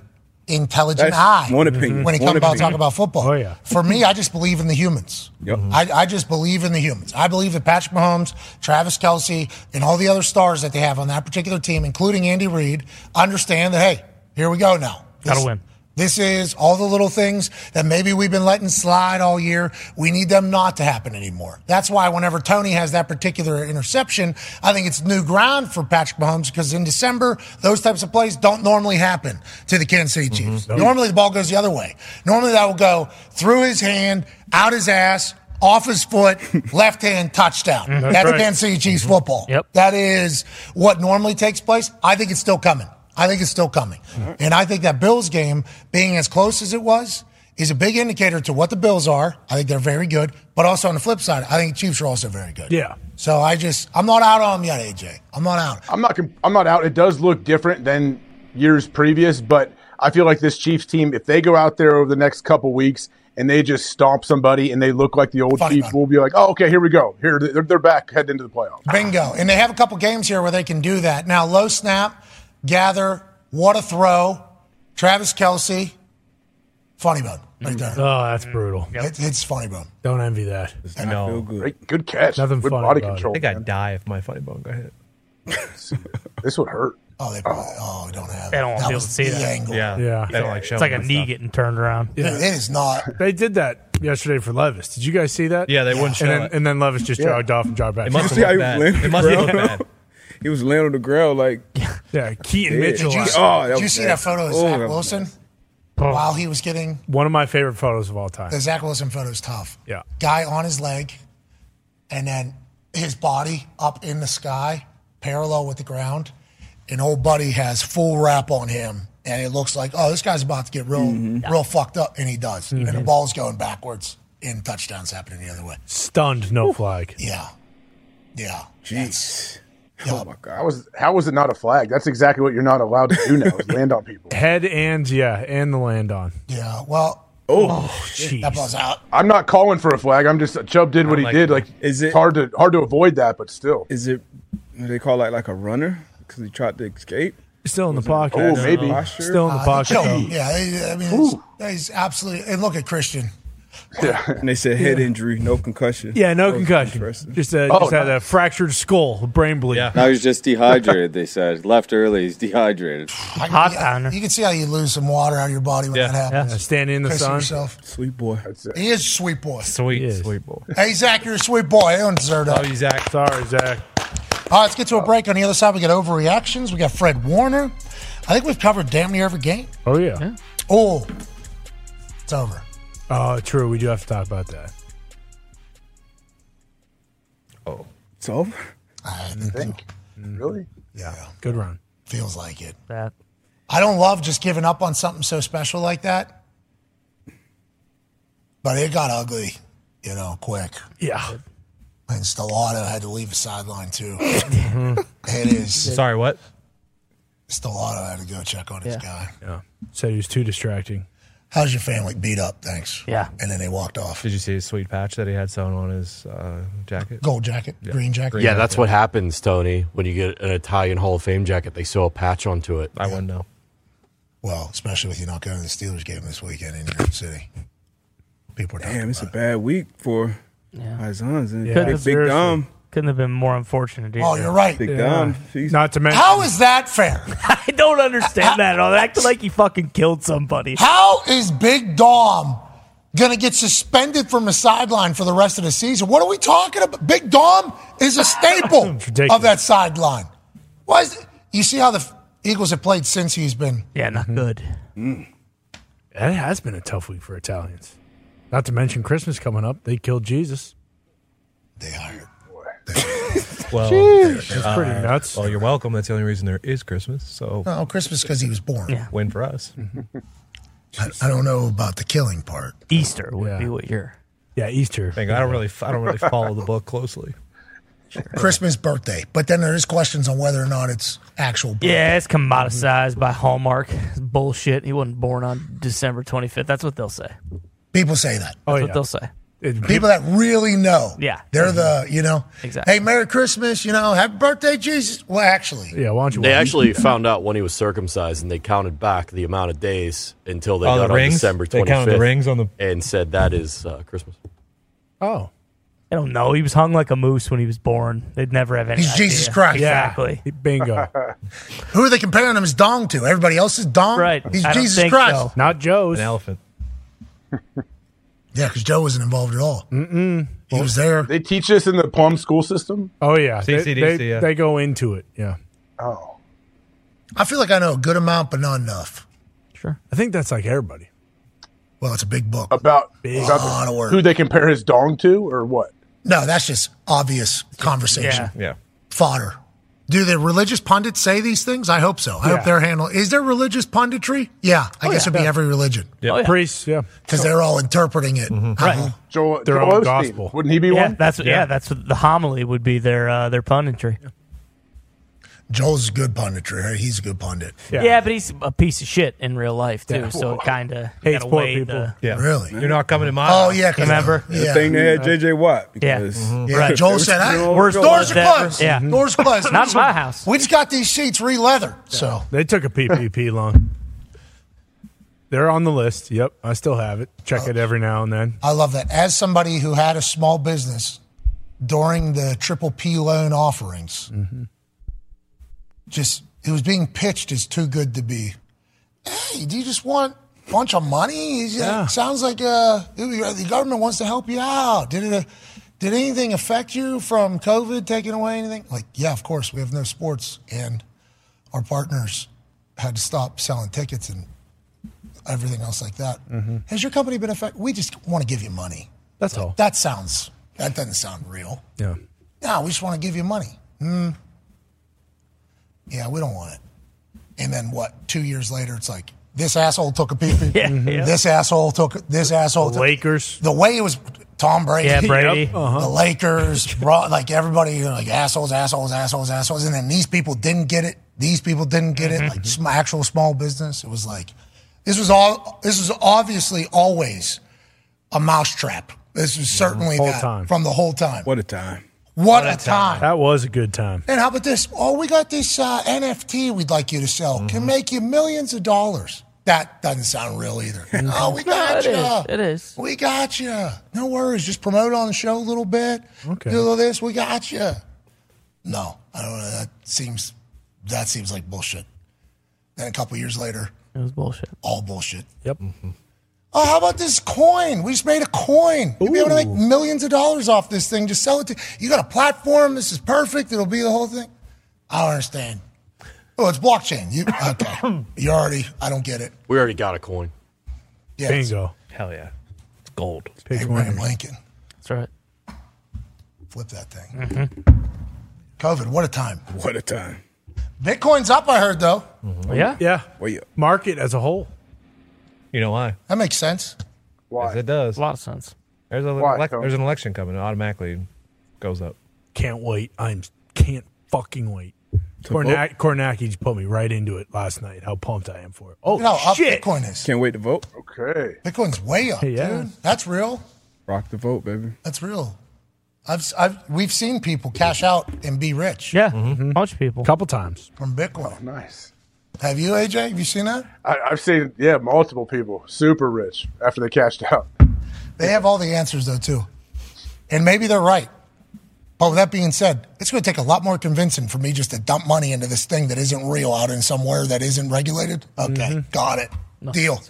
Speaker 1: intelligent
Speaker 6: That's
Speaker 1: eye
Speaker 6: one opinion.
Speaker 1: when it
Speaker 6: One
Speaker 1: comes about
Speaker 6: opinion.
Speaker 1: talking about football. Oh, yeah. For me, I just believe in the humans.
Speaker 6: Yep.
Speaker 1: I, I just believe in the humans. I believe that Patrick Mahomes, Travis Kelsey, and all the other stars that they have on that particular team, including Andy Reid, understand that, hey, here we go now.
Speaker 9: Gotta
Speaker 1: This-
Speaker 9: win.
Speaker 1: This is all the little things that maybe we've been letting slide all year. We need them not to happen anymore. That's why whenever Tony has that particular interception, I think it's new ground for Patrick Mahomes because in December, those types of plays don't normally happen to the Kansas City Chiefs.
Speaker 2: Nope.
Speaker 1: Normally the ball goes the other way. Normally that will go through his hand, out his ass, off his foot, left hand touchdown.
Speaker 2: Mhm.
Speaker 1: That's,
Speaker 2: That's
Speaker 1: the
Speaker 2: right.
Speaker 1: Kansas City Chiefs
Speaker 6: Mm-hmm.
Speaker 1: football.
Speaker 2: Yep.
Speaker 1: That is what normally takes place. I think it's still coming. I think it's still coming.
Speaker 6: Mm-hmm.
Speaker 1: And I think that Bills game being as close as it was is a big indicator to what the Bills are. I think they're very good. But also on the flip side, I think the Chiefs are also very good.
Speaker 3: Yeah.
Speaker 1: So I just, I'm not out on them yet, AJ. I'm not out.
Speaker 12: I'm not. com- I'm not out. It does look different than years previous, but I feel like this Chiefs team, if they go out there over the next couple weeks and they just stomp somebody and they look like the old Chiefs, we'll be like, oh, okay, here we go. Here they're, they're back, heading into the playoffs.
Speaker 1: Bingo. And they have a couple games here where they can do that. Now, low snap, gather, what a throw. Travis Kelsey, funny bone
Speaker 6: Mm.
Speaker 1: right there.
Speaker 3: Oh, that's brutal.
Speaker 1: It- Mm. it's funny bone.
Speaker 3: Don't envy that.
Speaker 4: I know. feel good.
Speaker 12: Great- good catch.
Speaker 3: Nothing
Speaker 12: Good
Speaker 3: funny
Speaker 12: body
Speaker 3: about it.
Speaker 12: control.
Speaker 4: I think I'd die if my funny bone got hit.
Speaker 12: this would hurt.
Speaker 1: Oh, they probably, oh, don't have
Speaker 9: They don't want
Speaker 1: that
Speaker 9: people
Speaker 1: was
Speaker 9: to see
Speaker 1: the
Speaker 9: that.
Speaker 1: angle.
Speaker 4: Yeah.
Speaker 3: Yeah.
Speaker 4: They don't like showing
Speaker 9: It's like a
Speaker 4: that
Speaker 9: knee
Speaker 4: stuff.
Speaker 9: getting turned around.
Speaker 1: Dude, it is not.
Speaker 3: They did that yesterday for Levis. Did you guys see that?
Speaker 4: Yeah, they wouldn't show
Speaker 3: and then,
Speaker 4: it.
Speaker 3: And then Levis just
Speaker 4: Yeah.
Speaker 3: jogged off and jogged back.
Speaker 4: It must
Speaker 6: You see how he
Speaker 4: have
Speaker 6: was laying
Speaker 4: been bad.
Speaker 6: on
Speaker 4: It
Speaker 6: the
Speaker 4: must have been
Speaker 6: ground?
Speaker 4: bad.
Speaker 6: He was laying on the ground like
Speaker 3: Yeah, Keaton
Speaker 6: Yeah.
Speaker 3: Mitchell. uh,
Speaker 6: Did you
Speaker 3: out.
Speaker 6: see- oh, that
Speaker 1: Did you
Speaker 6: was
Speaker 1: see
Speaker 6: bad.
Speaker 1: that photo of
Speaker 6: Oh,
Speaker 1: Zach
Speaker 6: that was
Speaker 1: Wilson
Speaker 3: Oh.
Speaker 1: while he was getting
Speaker 3: One of my favorite photos of all time.
Speaker 1: the Zach Wilson photo is tough.
Speaker 3: Yeah.
Speaker 1: Guy on his leg, and then his body up in the sky, parallel with the ground. And old buddy has full wrap on him, and it looks like, oh, this guy's about to get real, real fucked up, and he does. And the
Speaker 3: Mhm.
Speaker 1: ball's going backwards, and touchdowns happening the other way.
Speaker 3: Stunned, no flag.
Speaker 1: Yeah, yeah.
Speaker 6: Jeez.
Speaker 1: Oh
Speaker 12: my god. How was how was it not a flag? That's exactly what you're not allowed to do now. is land on people.
Speaker 3: Head and yeah, and the land on.
Speaker 1: Yeah. Well.
Speaker 12: Oh,
Speaker 3: jeez.
Speaker 1: That ball's out.
Speaker 12: I'm not calling for a flag. I'm just Chubb did what he
Speaker 6: like
Speaker 12: did.
Speaker 6: that.
Speaker 12: Like,
Speaker 6: Is it-
Speaker 12: it's hard to hard to avoid that, but
Speaker 6: Oh,
Speaker 12: still.
Speaker 6: Is it? What do they call that like a runner because he tried to escape?
Speaker 3: Still in the pocket.
Speaker 12: Oh, maybe.
Speaker 6: Posture?
Speaker 3: Still in the
Speaker 1: Uh,
Speaker 3: pocket.
Speaker 1: Joe,
Speaker 3: though.
Speaker 1: yeah, he- I mean, he's, he's absolutely. And look at Christian.
Speaker 6: And they said head injury, no concussion.
Speaker 3: Yeah, no
Speaker 6: That was
Speaker 3: concussion.
Speaker 6: interesting.
Speaker 3: Just, uh,
Speaker 6: Oh,
Speaker 3: just had a fractured skull, a brain bleed.
Speaker 14: Now he's just dehydrated. They said left early. He's dehydrated.
Speaker 1: Hot yeah, You can see how you lose some water out of your body when that happens.
Speaker 3: Standing in the
Speaker 1: Pissing
Speaker 3: sun.
Speaker 1: yourself.
Speaker 6: Sweet boy. That's
Speaker 1: He is a sweet boy.
Speaker 4: Sweet, sweet boy.
Speaker 1: Hey, Zach, you're a sweet boy. I don't deserve that.
Speaker 4: Love you, Zach.
Speaker 3: Sorry, Zach.
Speaker 1: All right, let's get to a break. On the other side, we got overreactions. We got Fred Warner. I think we've covered damn near every game.
Speaker 3: Oh yeah. yeah.
Speaker 1: Oh, it's over.
Speaker 3: Oh, true. We do have to talk about that.
Speaker 6: It's over.
Speaker 1: I Oh. think. Mm.
Speaker 12: Really?
Speaker 1: Yeah.
Speaker 3: Good run.
Speaker 1: Feels like it. That. I don't love just giving up on something so special like that. But it got ugly, you know, quick.
Speaker 3: Yeah.
Speaker 1: And Stellato had to leave the sideline too.
Speaker 3: Mm-hmm.
Speaker 1: it is.
Speaker 4: Sorry, what?
Speaker 1: Stellato had to go check on his guy.
Speaker 3: Yeah. Said he was too distracting.
Speaker 1: How's your family? Beat up, thanks.
Speaker 3: Yeah.
Speaker 1: And then they walked off.
Speaker 4: Did you see his sweet patch that he had sewn on his uh, jacket?
Speaker 1: Gold jacket, green jacket.
Speaker 10: Yeah, that's what happens, Tony. When you get an Italian Hall of Fame jacket, they sew a patch onto it.
Speaker 4: I wouldn't know.
Speaker 1: Well, especially with you not going to the Steelers game this weekend in New York City. People are
Speaker 6: Damn, it's a bad week for Izons and
Speaker 9: Couldn't
Speaker 6: Big,
Speaker 9: have-
Speaker 6: Big Dom.
Speaker 9: Couldn't have been more unfortunate.
Speaker 1: Oh,
Speaker 9: either.
Speaker 1: you're right.
Speaker 6: Big Dom.
Speaker 3: Not to mention.
Speaker 1: How is that fair?
Speaker 9: I don't understand that at all. They act like he fucking killed somebody.
Speaker 1: How is Big Dom going to get suspended from the sideline for the rest of the season? What are we talking about? Big Dom is a staple
Speaker 3: ridiculous.
Speaker 1: of that sideline. Why is it, you see how the Eagles have played since he's been?
Speaker 9: Yeah, not good.
Speaker 3: Mm-hmm.
Speaker 6: Mm.
Speaker 3: That has been a tough week for Italians. Not to mention Christmas coming up. They killed Jesus.
Speaker 4: Well,
Speaker 3: Sheesh. That's pretty nuts.
Speaker 4: Well, you're welcome. That's the only reason there is Christmas. So
Speaker 1: Oh, Christmas because he was born.
Speaker 4: win for us.
Speaker 1: I, I don't know about the killing part.
Speaker 9: Easter would
Speaker 3: Yeah.
Speaker 9: be what you're.
Speaker 3: Yeah, Easter.
Speaker 4: Thank God. I don't really, I don't really follow the book closely.
Speaker 1: Christmas birthday. But then there is questions on whether or not it's actual. Birthday.
Speaker 9: Yeah, it's commoditized by Hallmark. It's bullshit. He wasn't born on December 25th. That's what they'll say.
Speaker 1: People say that.
Speaker 9: That's what they'll say.
Speaker 1: People that really know.
Speaker 9: Yeah.
Speaker 1: They're the, you know,
Speaker 9: Exactly.
Speaker 1: hey, Merry Christmas, you know, happy birthday, Jesus. Well, actually.
Speaker 3: Yeah, why don't
Speaker 10: They actually found out when he was circumcised, and they counted back the amount of days until they
Speaker 4: Oh, the
Speaker 10: got on
Speaker 4: rings?
Speaker 10: December 25th.
Speaker 4: They counted the rings on the-
Speaker 10: and said that is uh, Christmas.
Speaker 3: Oh.
Speaker 9: I don't know. He was hung like a moose when he was born. They'd never have any.
Speaker 1: He's
Speaker 9: idea.
Speaker 1: Jesus Christ.
Speaker 9: Exactly.
Speaker 3: Bingo.
Speaker 1: Who are they comparing him his dong to? Everybody else is dong? Right. He's
Speaker 9: I don't
Speaker 1: Jesus
Speaker 9: think
Speaker 1: Christ.
Speaker 9: so.
Speaker 3: Not Joe's. An
Speaker 4: elephant.
Speaker 1: Yeah, because Joe wasn't involved at all. Mm-mm. He was there.
Speaker 12: They teach this in the Plum school system.
Speaker 3: Oh yeah, They-
Speaker 1: CCDC,
Speaker 3: they,
Speaker 1: yeah.
Speaker 3: they go into it. Yeah,
Speaker 12: Oh.
Speaker 1: I feel like I know a good amount, but not enough.
Speaker 3: I think that's like everybody.
Speaker 1: Well, it's a big book.
Speaker 12: About,
Speaker 1: Big.
Speaker 12: about
Speaker 1: Lot of work.
Speaker 12: who they compare his dong to or what?
Speaker 1: No, that's just obvious conversation.
Speaker 4: Yeah.
Speaker 1: Fodder. Do the religious pundits say these things? I hope so. I
Speaker 3: Yeah.
Speaker 1: hope their handle is there religious punditry? Yeah, I
Speaker 3: Oh,
Speaker 1: guess
Speaker 3: yeah.
Speaker 1: it'd be every religion.
Speaker 3: Yeah. Priests, yeah,
Speaker 1: because they're all interpreting it. Uh-huh.
Speaker 12: Joel,
Speaker 9: Their
Speaker 12: Joel
Speaker 9: own
Speaker 12: Osteen,
Speaker 9: gospel.
Speaker 12: Wouldn't he be
Speaker 9: yeah,
Speaker 12: one?
Speaker 9: That's yeah. That's what the homily would be their uh, their punditry.
Speaker 1: Joel's a good punditry. Right? He's a good pundit.
Speaker 9: Yeah. but he's a piece of shit in real life too.
Speaker 1: Yeah.
Speaker 9: So it kind of
Speaker 1: Hates poor people.
Speaker 4: Yeah.
Speaker 1: Really?
Speaker 4: You're not coming to my
Speaker 1: Oh
Speaker 4: house.
Speaker 1: yeah, 'cause-
Speaker 9: Remember?
Speaker 1: Yeah.
Speaker 6: The thing they had J.J. Watt. Because
Speaker 3: Mm-hmm.
Speaker 1: Yeah, Joel said, hey,
Speaker 9: Worst
Speaker 1: doors are
Speaker 9: ones ever."
Speaker 1: closed.
Speaker 9: Yeah.
Speaker 1: Doors closed.
Speaker 9: Not my house.
Speaker 1: We just got these sheets re-leathered. So
Speaker 3: Oh, They took a PPP loan. They're on the list. Yep, I still have it. Check it every now and then.
Speaker 1: I love that. As somebody who had a small business during the triple P loan offerings, just it was being pitched as too good to be. Hey, do you just want a bunch of money? Is-
Speaker 3: Yeah.
Speaker 1: sounds like uh, the government wants to help you out. Did it? Did anything affect you from COVID taking away anything? Like, yeah, of course, we have no sports, and our partners had to stop selling tickets and everything else like that. Has your company been affected? We just want to give you money.
Speaker 3: That's all.
Speaker 1: That sounds. That doesn't sound real.
Speaker 3: Yeah.
Speaker 1: No, we just want to give you money. Mm. Yeah, we don't want it. And then what? Two years later, it's like this asshole took a pee.
Speaker 3: Yeah, yeah.
Speaker 1: This asshole took. This asshole.
Speaker 3: Mm-hmm. The
Speaker 1: took-
Speaker 3: Lakers.
Speaker 1: The way it was, Tom Brady.
Speaker 3: Yeah, Brady. Yep, uh-huh.
Speaker 1: The Lakers brought like everybody you know, like assholes, assholes, assholes, assholes, and then these people didn't get it. These people didn't get
Speaker 3: Mm-hmm.
Speaker 1: it. Like sm- actual small business. It was like this was all. This was obviously always a mousetrap. This was certainly
Speaker 3: Mm-hmm. whole
Speaker 1: that
Speaker 3: time.
Speaker 1: from the whole time.
Speaker 6: What a time.
Speaker 1: What, a time.
Speaker 3: That was a good time.
Speaker 1: And how about this? Oh, we got this uh, NFT we'd like you to sell.
Speaker 9: Mm-hmm.
Speaker 1: Can make you millions of dollars. That doesn't sound real either. oh, we
Speaker 9: No,
Speaker 1: got
Speaker 9: it
Speaker 1: you.
Speaker 9: is. It is.
Speaker 1: We got you. No worries. Just promote on the show a little bit.
Speaker 3: Okay.
Speaker 1: Do a little this. We got you. No, I don't know. That seems that seems like bullshit. Then a couple years later,
Speaker 9: It was bullshit.
Speaker 1: all bullshit.
Speaker 3: Yep.
Speaker 1: Oh, how about this coin? We just made a coin. You'll be able to make millions of dollars off this thing. Just sell it to you. Got a platform. This is perfect. It'll be the whole thing. I don't understand. Oh, it's blockchain. You okay? you already. I don't get it.
Speaker 10: We already got a coin.
Speaker 1: Yeah, it's-
Speaker 3: Bingo.
Speaker 4: Hell yeah. It's gold.
Speaker 1: Abraham Lincoln.
Speaker 9: That's right. Mm-hmm.
Speaker 1: Flip that thing. COVID. What a time.
Speaker 6: What a time.
Speaker 1: Bitcoin's up. I heard though.
Speaker 9: Yeah.
Speaker 3: Yeah.
Speaker 6: Well, yeah.
Speaker 3: Market as a whole.
Speaker 4: You know why?
Speaker 1: That makes sense.
Speaker 4: Why? it does. A
Speaker 9: lot of sense.
Speaker 4: There's, a
Speaker 3: Why,
Speaker 4: elec-
Speaker 3: Tony?
Speaker 4: there's an election coming. It automatically goes up.
Speaker 3: Can't wait. I'm can't fucking wait. Kornak, Kornacki just put me right into it last night. How pumped I am for it. Oh
Speaker 1: Look at how up
Speaker 3: shit!
Speaker 1: Bitcoin is.
Speaker 6: Can't wait to vote.
Speaker 12: Okay.
Speaker 1: Bitcoin's way up,
Speaker 3: Yeah.
Speaker 1: dude. That's real.
Speaker 6: Rock the vote, baby.
Speaker 1: That's real. I've, I've we've seen people cash out and be rich
Speaker 9: Yeah. Bunch of people.
Speaker 3: Mm-hmm. Couple times.
Speaker 1: from Bitcoin.
Speaker 12: nice.
Speaker 1: Have you, AJ? Have you seen that?
Speaker 12: I, I've seen, yeah, multiple people super rich after they cashed out.
Speaker 1: They have all the answers though too, and maybe they're right. But with that being said, it's going to take a lot more convincing for me just to dump money into this thing that isn't real out in somewhere that isn't regulated. Okay,
Speaker 9: Mm-hmm.
Speaker 1: got it. Deal.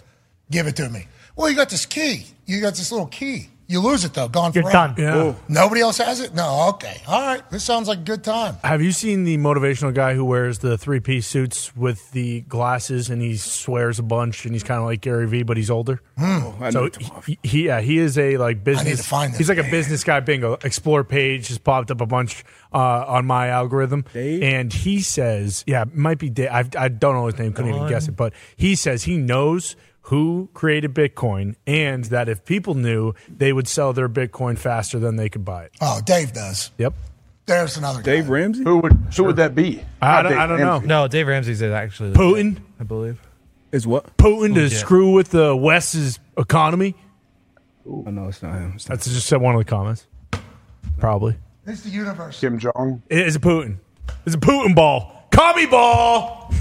Speaker 1: Give it to me. Well, you got this key. You got this little key. You lose it though. Gone
Speaker 9: You're done.
Speaker 1: forever.
Speaker 9: Yeah.
Speaker 1: Ooh. Nobody else has it. No. Okay. All right. This sounds like a good time.
Speaker 3: Have you seen the motivational guy who wears the three piece suits with the glasses and he swears a bunch and he's kind of like Gary Vee, but he's older?
Speaker 1: Hmm,
Speaker 6: I
Speaker 3: so
Speaker 6: know
Speaker 3: he, he- yeah, he is a like business.
Speaker 1: to find this
Speaker 3: he's like a business guy. Bingo. Explore page has popped up a bunch uh, on my algorithm, and he says, yeah, it might be Dave. I've, I don't know his name. Couldn't even guess it, but he says he knows. Who created Bitcoin, and that if people knew, they would sell their Bitcoin faster than they could buy it.
Speaker 1: Oh, Dave does.
Speaker 3: Yep.
Speaker 1: There's another guy.
Speaker 6: Dave Ramsey.
Speaker 12: Who would who would that be?
Speaker 3: I don't, I don't know.
Speaker 4: No, Dave Ramsey's is actually
Speaker 3: Putin?
Speaker 4: I believe.
Speaker 6: Is what?
Speaker 3: Putin to
Speaker 4: Yeah.
Speaker 3: screw with the West's economy.
Speaker 6: I know Oh, it's not him.
Speaker 3: That's just one of the comments. Probably.
Speaker 1: It's the universe.
Speaker 12: Kim Jong.
Speaker 3: It is a Putin. It's a Putin ball. Commie ball.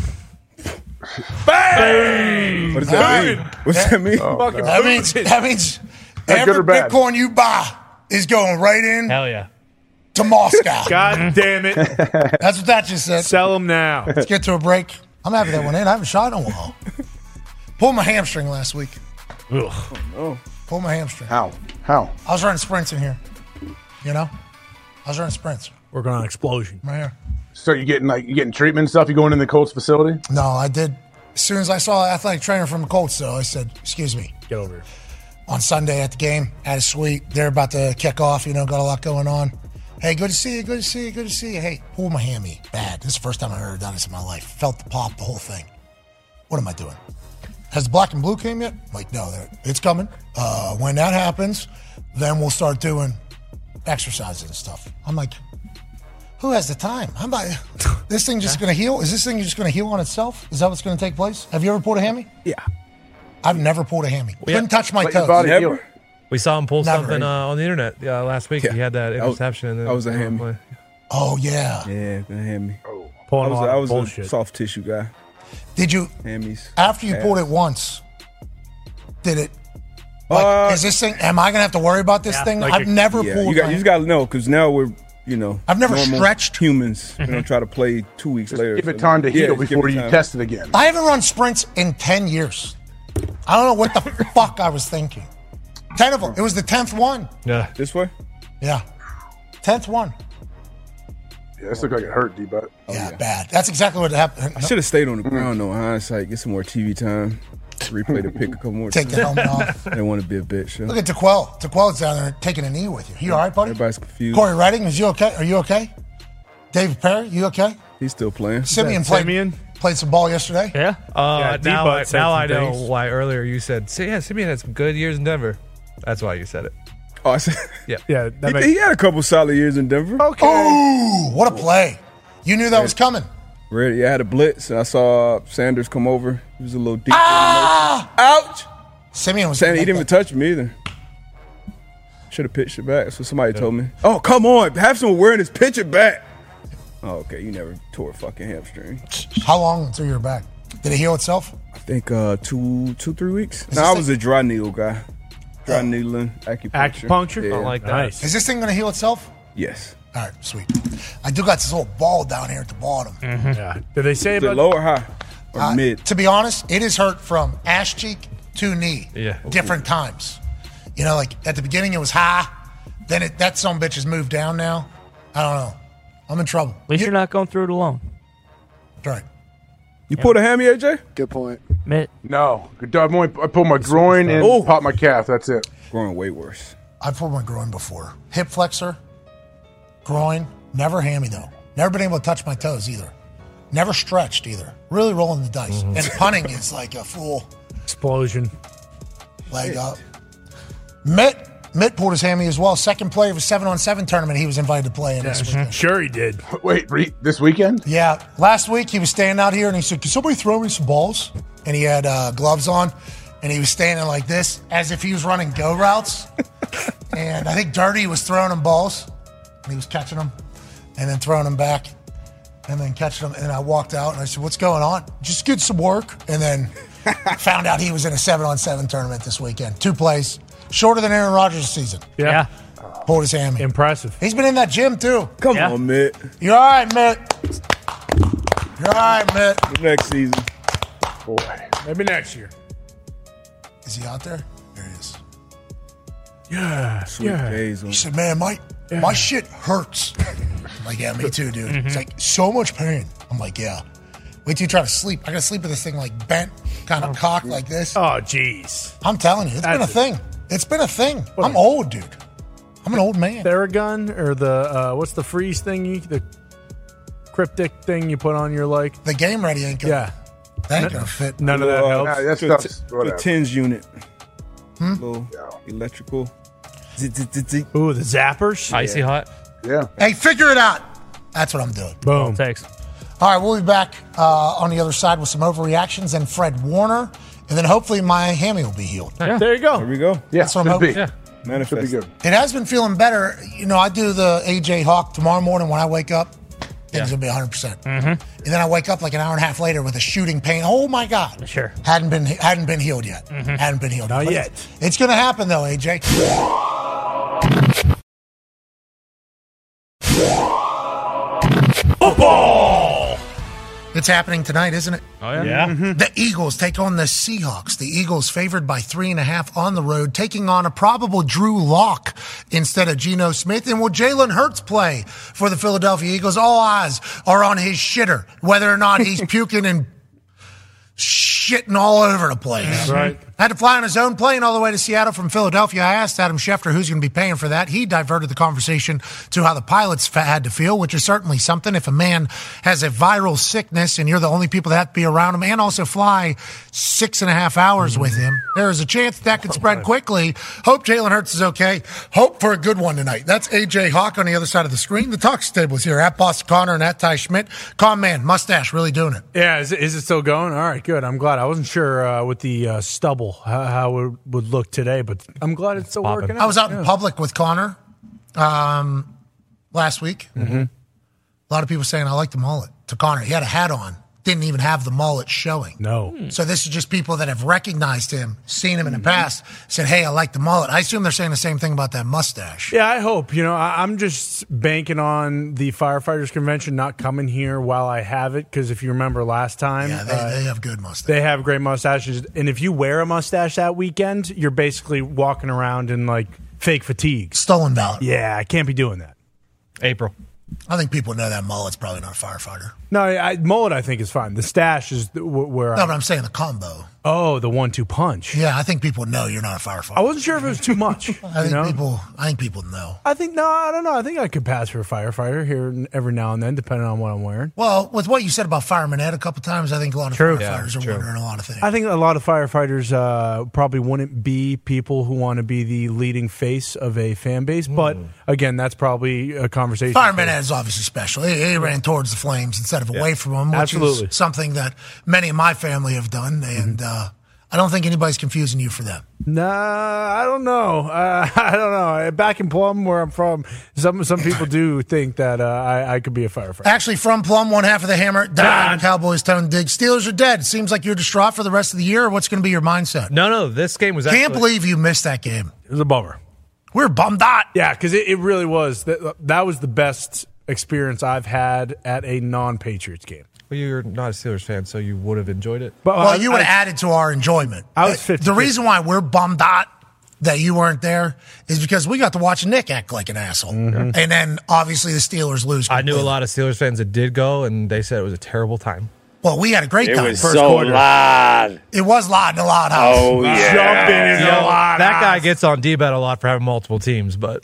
Speaker 3: Bang!
Speaker 6: What does that mean? What's that mean?
Speaker 3: Fucking
Speaker 1: that means that means
Speaker 6: That good
Speaker 1: every
Speaker 6: or bad?
Speaker 1: Bitcoin you buy is going right in.
Speaker 4: Hell yeah.
Speaker 1: To Moscow.
Speaker 3: God damn it.
Speaker 1: That's what that just said.
Speaker 3: Sell them now.
Speaker 1: Let's get to a break. I'm happy that went in. I haven't shot in a while. Pulled my hamstring last week.
Speaker 3: Ugh.
Speaker 1: Oh. Pulled my hamstring.
Speaker 12: How? How?
Speaker 1: I was running sprints in here. You know? I was running sprints.
Speaker 3: Working on explosion.
Speaker 1: Right here.
Speaker 12: So you getting like you getting treatment and stuff? You going in the Colts facility?
Speaker 1: No, I did. As soon as I saw an athletic trainer from the Colts, though, I said, "Excuse me."
Speaker 3: Get over here.
Speaker 1: On Sunday at the game, at a suite, they're about to kick off. You know, got a lot going on. Hey, good to see you. Good to see you. Good to see you. Hey, pull my hammy bad. This is the first time I've ever done this in my life. Felt the pop, the whole thing. What am I doing? Has the black and blue came yet? I'm like, no, they're- it's coming. Uh, when that happens, then we'll start doing exercises and stuff. I'm like, who has the time? I'm not, this thing just going to heal? Is this thing just going to heal on itself? Is that what's going to take place? Have you ever pulled a hammy?
Speaker 6: Yeah.
Speaker 1: I've never pulled a hammy.
Speaker 4: Yeah.
Speaker 1: Couldn't touch my
Speaker 4: Let your
Speaker 1: toes.
Speaker 4: body heal. We saw him pull
Speaker 1: Never.
Speaker 4: something uh, on the internet uh, last week. He had that
Speaker 6: That was-
Speaker 4: interception. and then
Speaker 6: that was a hammy.
Speaker 4: play.
Speaker 1: Oh yeah.
Speaker 6: Yeah, the hammy. Oh,
Speaker 3: Pulling
Speaker 6: I was,
Speaker 3: a lot
Speaker 6: I
Speaker 3: of
Speaker 6: was
Speaker 3: bullshit.
Speaker 6: a soft tissue guy.
Speaker 1: Did you
Speaker 6: Hammies.
Speaker 1: After you
Speaker 6: Yeah.
Speaker 1: pulled it once, did it? Like, is this thing? Am I gonna have to worry about this thing? I've never
Speaker 6: Uh, Yeah,
Speaker 1: pulled.
Speaker 6: You, got,
Speaker 1: my-
Speaker 6: you just got to know because now we're you know.
Speaker 1: I've never
Speaker 6: normal
Speaker 1: stretched. Mm-hmm.
Speaker 6: humans. We don't try to play two weeks later.
Speaker 12: give it time to heal
Speaker 6: just give
Speaker 12: before you
Speaker 6: time.
Speaker 12: test it again.
Speaker 1: I haven't run sprints in ten years. I don't know what the fuck I was thinking. Ten of them. It was the tenth one.
Speaker 4: Yeah.
Speaker 6: This way.
Speaker 1: Yeah, tenth one.
Speaker 12: Yeah, this looked like it hurt, D. But
Speaker 6: Oh,
Speaker 1: yeah, bad. That's exactly what happened.
Speaker 6: I should have stayed on the ground though. in Hindsight, get some more TV time. Replay the pick a couple more.
Speaker 1: Take the
Speaker 6: times.
Speaker 1: helmet off.
Speaker 6: They want to be a bitch. yeah.
Speaker 1: Look at DeQuell. DeQuell's down there taking a knee with you. You all right, buddy?
Speaker 6: Everybody's confused.
Speaker 1: Corey Redding, is you okay? Are you okay? David Perry, you okay?
Speaker 6: He's still playing.
Speaker 1: Simeon played played some ball yesterday.
Speaker 9: Yeah.
Speaker 4: Uh,
Speaker 3: Yeah,
Speaker 4: now
Speaker 3: Debo
Speaker 4: I,
Speaker 3: said
Speaker 4: now
Speaker 3: some
Speaker 4: I know
Speaker 3: things.
Speaker 4: why earlier you said, "See, yeah, Simeon had some good years in Denver. That's why you said it.
Speaker 6: Oh, I said,
Speaker 4: yeah.
Speaker 3: Yeah,
Speaker 6: he, he had a couple solid years in Denver. Okay.
Speaker 1: Oh, what a play! You knew that was coming.
Speaker 6: Ready? I had a blitz. And I saw Sanders come over. He was a little deep.
Speaker 1: Ah!
Speaker 6: Ouch!
Speaker 1: Simeon was.
Speaker 6: Sanders, he didn't even touch me either. Should have pitched it back. That's what somebody told me. Oh, come on. Have some awareness. Pitch it back. Oh, okay. You never tore a fucking hamstring.
Speaker 1: How long until you're back? Did it heal itself?
Speaker 6: I think uh two, two, three weeks.
Speaker 1: Is
Speaker 6: No, I
Speaker 1: this the- Oh.
Speaker 6: was a dry needle guy. Dry needling, acupuncture.
Speaker 3: Acupuncture?
Speaker 6: Yeah.
Speaker 3: Don't like that. Nice.
Speaker 1: Is this thing going to heal itself?
Speaker 6: Yes.
Speaker 1: All right, sweet. I do got this little ball down here at the bottom.
Speaker 3: Mm-hmm. Yeah. Did they say
Speaker 6: Is it
Speaker 3: about
Speaker 6: low or high? Or
Speaker 1: Uh,
Speaker 6: mid?
Speaker 1: To be honest, it is hurt from ass cheek to knee.
Speaker 6: Yeah.
Speaker 1: Different times. You know, like at the beginning it was high, then it, that some bitch has moved down now. I don't know. I'm in trouble.
Speaker 9: At least you're not going through it alone.
Speaker 1: Right.
Speaker 6: You pulled a hammy, AJ?
Speaker 13: Good point.
Speaker 9: Mitt.
Speaker 12: No, I only- I pulled my groin and popped my calf. That's it.
Speaker 6: Growing Oh. way worse.
Speaker 1: I pulled my groin before. Hip flexor, groin, never hammy though. Never been able to touch my toes either. Never stretched either. Really rolling the dice. And punting is like a full
Speaker 3: explosion?
Speaker 1: leg up. Mitt Mitt pulled his hammy as well. Second play of a seven on seven tournament he was invited to play in this weekend.
Speaker 3: Sure, he did.
Speaker 12: Wait, re- this weekend?
Speaker 1: Yeah, last week he was standing out here and he said, "Can somebody throw me some balls?" And he had uh, gloves on, and he was standing like this as if he was running go routes. and I think Dirty was throwing him balls, and he was catching them, and then throwing them back, and then catching them. And I walked out and I said, "What's going on? Just get some work." And then found out he was in a seven-on-seven tournament this weekend. Two plays, shorter than Aaron Rodgers' season.
Speaker 3: Yeah.
Speaker 1: Pulled his hammy.
Speaker 3: Impressive.
Speaker 1: He's been in that gym too.
Speaker 6: Come on, Mitt.
Speaker 1: You're all right, Mitt. You're all right, Mitt.
Speaker 6: Next season.
Speaker 12: Boy.
Speaker 3: Maybe next year.
Speaker 1: Is he out there? There he is.
Speaker 3: Yeah.
Speaker 6: Sweet
Speaker 3: yeah.
Speaker 6: days.
Speaker 1: He said, "Man, my my shit hurts." I'm like, "Yeah, me too, dude."
Speaker 3: Mm-hmm.
Speaker 1: It's like so much pain. I'm like, "Yeah." Wait till you try to sleep. I gotta sleep with this thing like bent, kind of cocked like this.
Speaker 3: Oh, jeez.
Speaker 1: I'm telling you, it's been a
Speaker 3: That's
Speaker 1: thing. It's been a thing. I'm old, dude. I'm an old man.
Speaker 3: Theragun or the uh, what's the freeze thing? You, the cryptic thing you put on your like
Speaker 1: the game ready ain't
Speaker 3: gonna. Yeah.
Speaker 1: That ain't
Speaker 3: N-
Speaker 1: gonna fit.
Speaker 3: None of that
Speaker 6: Uh,
Speaker 3: helps.
Speaker 12: Nah, that
Speaker 6: to a
Speaker 12: stuff's
Speaker 6: t- to
Speaker 12: whatever.
Speaker 6: a tens unit. Little electrical. Z- z- z- z-
Speaker 3: Ooh, the zappers.
Speaker 4: Icy hot.
Speaker 12: Yeah.
Speaker 1: Hey, figure it out. That's what I'm doing.
Speaker 3: Boom.
Speaker 9: Thanks.
Speaker 1: All right, we'll be back uh, on the other side with some overreactions and Fred Warner, and then hopefully my hammy will be healed.
Speaker 3: There you go.
Speaker 6: There we go.
Speaker 1: Yeah, Oh. That's what I'm
Speaker 6: should be.
Speaker 1: hoping. Yeah.
Speaker 6: Manifest. Should be good.
Speaker 1: It has been feeling better. You know, I do the AJ Hawk tomorrow morning when I wake up. Things will be 100. percent
Speaker 9: Mm-hmm.
Speaker 1: And then I wake up like an hour and a half later with a shooting pain. Oh my God!
Speaker 9: Sure.
Speaker 1: Hadn't been hadn't been healed yet. Hadn't been healed.
Speaker 3: Not
Speaker 1: But
Speaker 3: yet.
Speaker 1: It's, it's gonna happen though, AJ. Football. It's happening tonight, isn't it?
Speaker 2: Oh, yeah. Yeah.
Speaker 1: The Eagles take on the Seahawks. The Eagles favored by three and a half on the road, taking on a probable Drew Lock instead of Geno Smith. And will Jalen Hurts play for the Philadelphia Eagles? All eyes are on his shitter, whether or not he's puking and shitting all over the place.
Speaker 3: That's right.
Speaker 1: Had to fly on his own plane all the way to Seattle from Philadelphia. I asked Adam Schefter who's going to be paying for that. He diverted the conversation to how the pilots fa- had to feel, which is certainly something. If a man has a viral sickness and you're the only people that have to be around him and also fly six and a half
Speaker 3: Mm-hmm.
Speaker 1: hours with him, there is a chance that could spread quickly. Hope Jalen Hurts is okay. Hope for a good one tonight. That's AJ Hawk on the other side of the screen. The talk table is here at Boston Connor and at Ty Schmidt. Con man, mustache, really doing it.
Speaker 3: Yeah, is, it- is it still going? All right, good. I'm glad. I wasn't sure uh, with the uh, stubble how, how it would look today, but I'm glad it's still working out.
Speaker 1: I was out
Speaker 3: Yeah.
Speaker 1: in public with Connor um, last week.
Speaker 3: Mhm.
Speaker 1: A lot of people saying I like the mullet. To Connor, he had a hat on, didn't even have the mullet showing.
Speaker 3: No. Mm-hmm.
Speaker 1: So this is just people that have recognized him, seen him in the past, said, "Hey, I like the mullet." I assume they're saying the same thing about that mustache.
Speaker 3: Yeah, I hope. You know, I, I'm just banking on the firefighters convention not coming here while I have it because if you remember last time,
Speaker 1: Yeah, they,
Speaker 3: uh,
Speaker 1: they have good mustaches.
Speaker 3: they have great mustaches, and if you wear a mustache that weekend, you're basically walking around in like fake fatigue,
Speaker 1: stolen valor.
Speaker 3: Yeah, I can't be doing that.
Speaker 4: April.
Speaker 1: I think people know that mullet's probably not a firefighter.
Speaker 3: No, I, I, mullet I think is fine. The stash is th- wh- where.
Speaker 1: No,
Speaker 3: I,
Speaker 1: but I'm saying the combo.
Speaker 3: oh, the one-two punch.
Speaker 1: Yeah, I think people know you're not a firefighter.
Speaker 3: I wasn't sure if it was too much.
Speaker 1: I
Speaker 3: you
Speaker 1: think
Speaker 3: know?
Speaker 1: people. I think people know.
Speaker 3: I think no, I don't know. I think I could pass for a firefighter here and every now and then, depending on what I'm wearing.
Speaker 1: Well, with what you said about fireman Ed a couple times, I think a lot of
Speaker 3: True.
Speaker 1: firefighters
Speaker 3: Yeah,
Speaker 1: are
Speaker 3: true.
Speaker 1: wondering a lot of things.
Speaker 3: I think a lot of firefighters uh, probably wouldn't be people who want to be the leading face of a fan base, but again, that's probably a conversation.
Speaker 1: Hmm. Fireman Ed is obviously special. He, he ran towards the flames instead of away from them, which
Speaker 3: Absolutely.
Speaker 1: is something that many of my family have done.
Speaker 4: Mm-hmm.
Speaker 1: And uh, I don't think anybody's confusing you for them.
Speaker 3: Nah, I don't know. Uh, I don't know. Back in Plum, where I'm from, some some people do think that uh, I, I could be a firefighter.
Speaker 1: Actually, from Plum, one half of the hammer, down, Cowboys, Tone Dig. Steelers are dead. Seems like you're distraught for the rest of the year. What's going to be your mindset?
Speaker 4: No, no, this game was.
Speaker 1: Can't
Speaker 4: actually-
Speaker 1: believe you missed that game.
Speaker 3: It was a bummer.
Speaker 1: We're bummed out.
Speaker 3: Yeah, because it, it really was. That, that was the best experience I've had at a non-Patriots game.
Speaker 4: Well, you're not a Steelers fan, so you would have enjoyed it.
Speaker 3: But uh,
Speaker 1: well, you would have added to our enjoyment.
Speaker 4: uh, I was
Speaker 1: Uh,
Speaker 4: 50.
Speaker 1: The reason why we're bummed out that you weren't there is because we got to watch Nick act like an asshole.
Speaker 4: Mhm.
Speaker 1: And then obviously the Steelers lose.
Speaker 4: I knew a lot of Steelers fans that did go, and they said it was a terrible time.
Speaker 1: Well, we had a great
Speaker 4: It
Speaker 1: time.
Speaker 4: was so loud.
Speaker 1: It was loud in a loud house.
Speaker 4: Oh, yeah.
Speaker 1: Jumping in
Speaker 4: Yo,
Speaker 1: a loud
Speaker 4: that guy
Speaker 1: house.
Speaker 4: gets on D-bet a lot for having multiple teams, but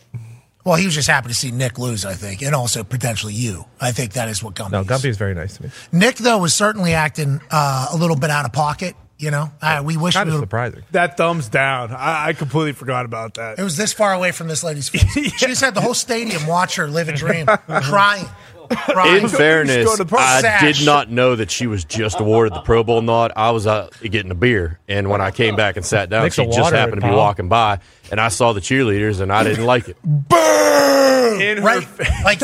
Speaker 1: Well, he was just happy to see Nick lose, I think, and also potentially you. I think that is what Gumpy
Speaker 4: no, Gumpy is very nice to me.
Speaker 1: Nick, though, was certainly acting uh, a little bit out of pocket. You know, I, we wish we
Speaker 3: Kinda
Speaker 1: would've-
Speaker 4: surprising.
Speaker 3: That thumbs down. I, I completely forgot about that.
Speaker 1: It was this far away from this lady's face. She just had the whole stadium watch her live a dream, crying. crying.
Speaker 10: In fairness, I did not know that she was just awarded the Pro Bowl nod. I was out getting a beer, and when I came back and sat down,
Speaker 4: Mix
Speaker 10: she
Speaker 4: of
Speaker 10: just
Speaker 4: water
Speaker 10: happened
Speaker 4: and
Speaker 10: to be
Speaker 4: pop.
Speaker 10: walking by, and I saw the cheerleaders, and I didn't like it.
Speaker 1: right? Like,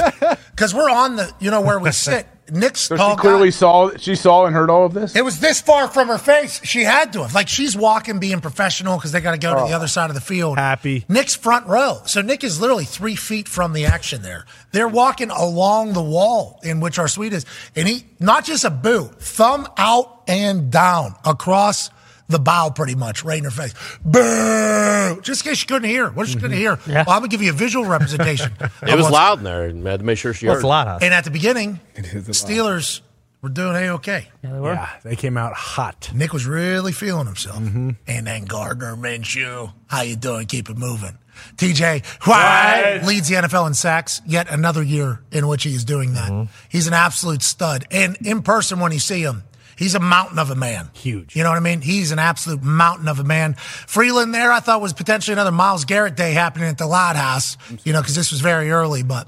Speaker 1: because we're on the, you know, where we sit. Nick's
Speaker 12: So
Speaker 1: tall
Speaker 12: she
Speaker 1: guy.
Speaker 12: clearly saw she saw and heard all of this.
Speaker 1: It was this far from her face. She had to have. Like she's walking, being professional because they got to go to
Speaker 12: Oh.
Speaker 1: the other side of the field.
Speaker 3: Happy.
Speaker 1: Nick's front row. So Nick is literally three feet from the action there. They're walking along the wall in which our suite is. And he, not just a boo, thumb out and down across the bow pretty much, right in her face. Boo! Just in case you couldn't hear. What is she couldn't hear?
Speaker 12: Mm-hmm.
Speaker 10: Yeah.
Speaker 1: Well, I'm going to give you a visual representation.
Speaker 10: It was loud in there, and I had to make sure she
Speaker 1: Well,
Speaker 10: heard.
Speaker 1: it's loud, huh? And at the beginning, Steelers were doing A-OK. Yeah,
Speaker 3: they were. Yeah, they came out hot. Mm-hmm.
Speaker 1: Nick was really feeling himself. And then Gardner Minshew, how you doing? Keep it moving. TJ White leads the NFL in sacks. Yet another year in which he is doing that.
Speaker 3: Mm-hmm.
Speaker 1: He's an absolute stud. And in person, when you see him, he's a mountain of a man. Huge. You know what I mean? He's an absolute mountain of a man. Freeland there, I thought was potentially another Miles Garrett day happening at the Loud House. You know, because this was very early, but.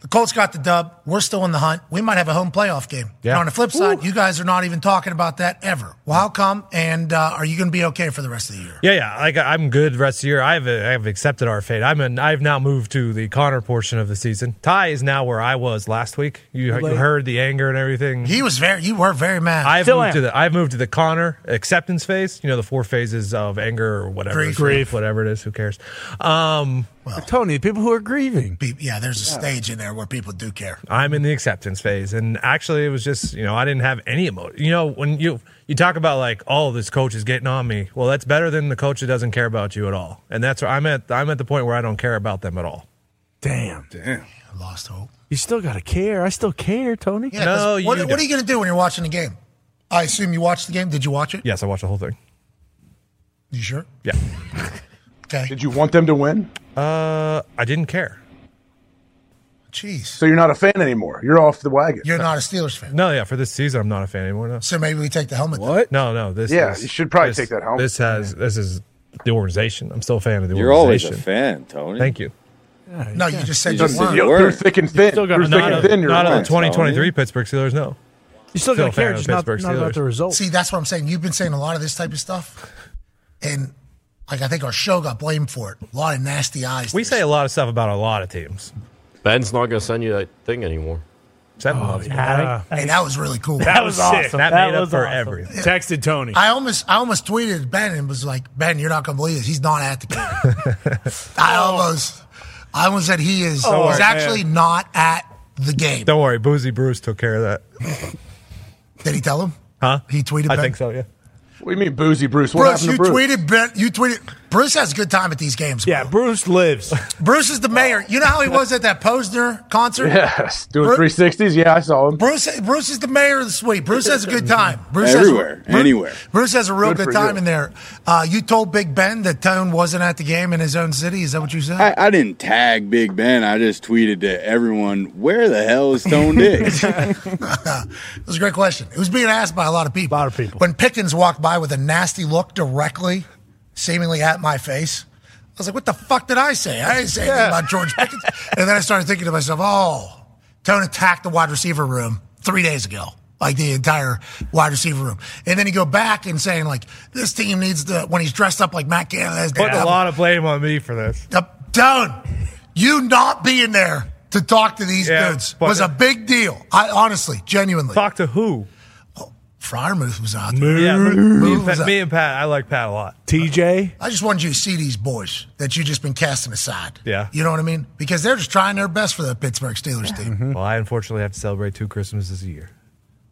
Speaker 1: The Colts got the dub. We're still in the hunt. We might have a home playoff game.
Speaker 4: Yeah.
Speaker 1: And on the flip side, you guys are not even talking about that ever. Well, how come? And uh, are you going to be okay for the rest of the year?
Speaker 4: Yeah, yeah. Like I'm good the rest of the year. I've I've accepted our fate. I'm an, I've now moved to the Connor portion of the season. Ty is now where I was last week. You, you
Speaker 1: Like-
Speaker 4: heard the anger and everything.
Speaker 1: He was very. You were very mad.
Speaker 4: I've moved to the I've moved to the Connor acceptance phase. You know the four phases of anger or whatever,
Speaker 1: Grief.
Speaker 3: Grief.
Speaker 4: whatever it is. Who cares? Um,
Speaker 3: Tony, people who are grieving.
Speaker 1: yeah, there's a stage in there where people do care.
Speaker 4: I'm in the acceptance phase, and actually, it was just you know I didn't have any emotion. You know when you you talk about like oh this coach is getting on me. Well, that's better than the coach that doesn't care about you at all. And that's where I'm at. I'm at the point where I don't care about them at all.
Speaker 3: Damn.
Speaker 6: Damn.
Speaker 1: I lost hope.
Speaker 3: You still got to care. I still care, Tony.
Speaker 1: Yeah, 'cause what, what are you going to do when you're watching the game? I assume you watched the game. Did you watch it?
Speaker 4: Yes, I watched the whole thing.
Speaker 1: You sure?
Speaker 4: Yeah.
Speaker 1: okay.
Speaker 12: Did you want them to win?
Speaker 4: Uh, I didn't care.
Speaker 1: Jeez.
Speaker 12: So you're not a fan anymore. You're off the wagon.
Speaker 1: You're not a Steelers fan.
Speaker 4: No, yeah, for this season, I'm not a fan anymore. No.
Speaker 1: So maybe we take the helmet. then.
Speaker 4: No, no. This
Speaker 12: Yeah,
Speaker 4: is-
Speaker 12: you should probably
Speaker 4: this-
Speaker 12: take that helmet.
Speaker 4: This has this is the organization. I'm still a fan of the
Speaker 14: You're always a
Speaker 4: organization.
Speaker 14: fan, Tony.
Speaker 4: Thank you.
Speaker 1: No, you just said
Speaker 14: You
Speaker 1: you,
Speaker 14: just said
Speaker 1: weren't.
Speaker 14: you weren't. You're
Speaker 12: thick and thin.
Speaker 3: Still got
Speaker 4: Not,
Speaker 3: not
Speaker 4: of,
Speaker 3: thin. You're
Speaker 4: not of the
Speaker 3: right, Tony.
Speaker 4: 2023 Pittsburgh Steelers. No.
Speaker 3: You still
Speaker 4: Still
Speaker 3: got to care,
Speaker 4: a fan of
Speaker 3: just not,
Speaker 4: Pittsburgh
Speaker 3: not about
Speaker 4: Steelers.
Speaker 3: the results.
Speaker 1: See, that's what I'm saying. You've been saying a lot of this type of stuff, and like I think our show got blamed for it. A lot of nasty eyes.
Speaker 4: We say a lot of stuff about a lot of teams.
Speaker 10: Ben's not going to send you that thing anymore.
Speaker 1: Oh,
Speaker 4: Seven
Speaker 1: Hey, that was really cool.
Speaker 3: That was awesome.
Speaker 10: That
Speaker 4: made up for everything.
Speaker 3: Texted Tony.
Speaker 1: I almost, I almost tweeted Ben and was like, "Ben, you're not gonna believe this. He's not at the game." I almost, I almost said he is.
Speaker 4: Don't
Speaker 1: he's
Speaker 4: worry,
Speaker 1: actually
Speaker 4: man.
Speaker 1: not at the game.
Speaker 4: Don't worry, Boozy Bruce took care of that.
Speaker 1: Did he tell him?
Speaker 4: Huh?
Speaker 1: He tweeted.
Speaker 4: I
Speaker 1: Ben?
Speaker 4: think so. Yeah.
Speaker 12: What do you mean, Boozy Bruce? What
Speaker 1: Bruce, you
Speaker 12: happened to Bruce?
Speaker 1: tweeted Ben. You tweeted. Bruce has a good time at these games.
Speaker 3: Yeah, Bruce lives.
Speaker 1: Bruce is the mayor. You know how he was at that Posner concert.
Speaker 12: Yes, doing
Speaker 1: Bru-
Speaker 12: 360s. Yeah, I saw him.
Speaker 1: Bruce, Bruce is the mayor of the suite. Bruce has a good time. Bruce
Speaker 12: Everywhere,
Speaker 1: has, Bru-
Speaker 12: anywhere.
Speaker 1: Bruce has a real
Speaker 12: Good
Speaker 1: good,
Speaker 12: for
Speaker 1: time
Speaker 12: you.
Speaker 1: in there. Uh, you told Big Ben that Tone wasn't at the game in his own city. Is that what you said?
Speaker 14: I, I didn't tag Big Ben. I just tweeted to everyone, "Where the hell is Stone Diggs?"
Speaker 1: It was a great question. It was being asked by a lot of people. A lot of people. When Pickens walked by with a nasty look directly, seemingly at my face, I was like, what the fuck did I say? I didn't say anything about George Pickens. and then I started thinking to myself, oh, Tone attacked the wide receiver room three days ago. Like the entire wide receiver room, and then you go back and saying like this team needs to when he's dressed up like Matt Canada. has to
Speaker 4: Put a
Speaker 1: have-
Speaker 4: lot of blame on me for this.
Speaker 1: up, down. You not being there to talk to these
Speaker 4: Yeah,
Speaker 1: dudes
Speaker 4: but-
Speaker 1: was a big deal. I honestly, genuinely. Talk
Speaker 4: to who?
Speaker 1: Fryermuth was out there.
Speaker 4: Yeah, me, me and
Speaker 1: was
Speaker 4: Pat,
Speaker 1: out-
Speaker 4: me and Pat. I like Pat a lot.
Speaker 3: TJ.
Speaker 1: I just wanted you to see these boys that you just been casting aside.
Speaker 4: Yeah.
Speaker 1: You know what I mean? Because they're just trying their best for the Pittsburgh Steelers team.
Speaker 4: Well, I unfortunately have to celebrate two Christmases a year.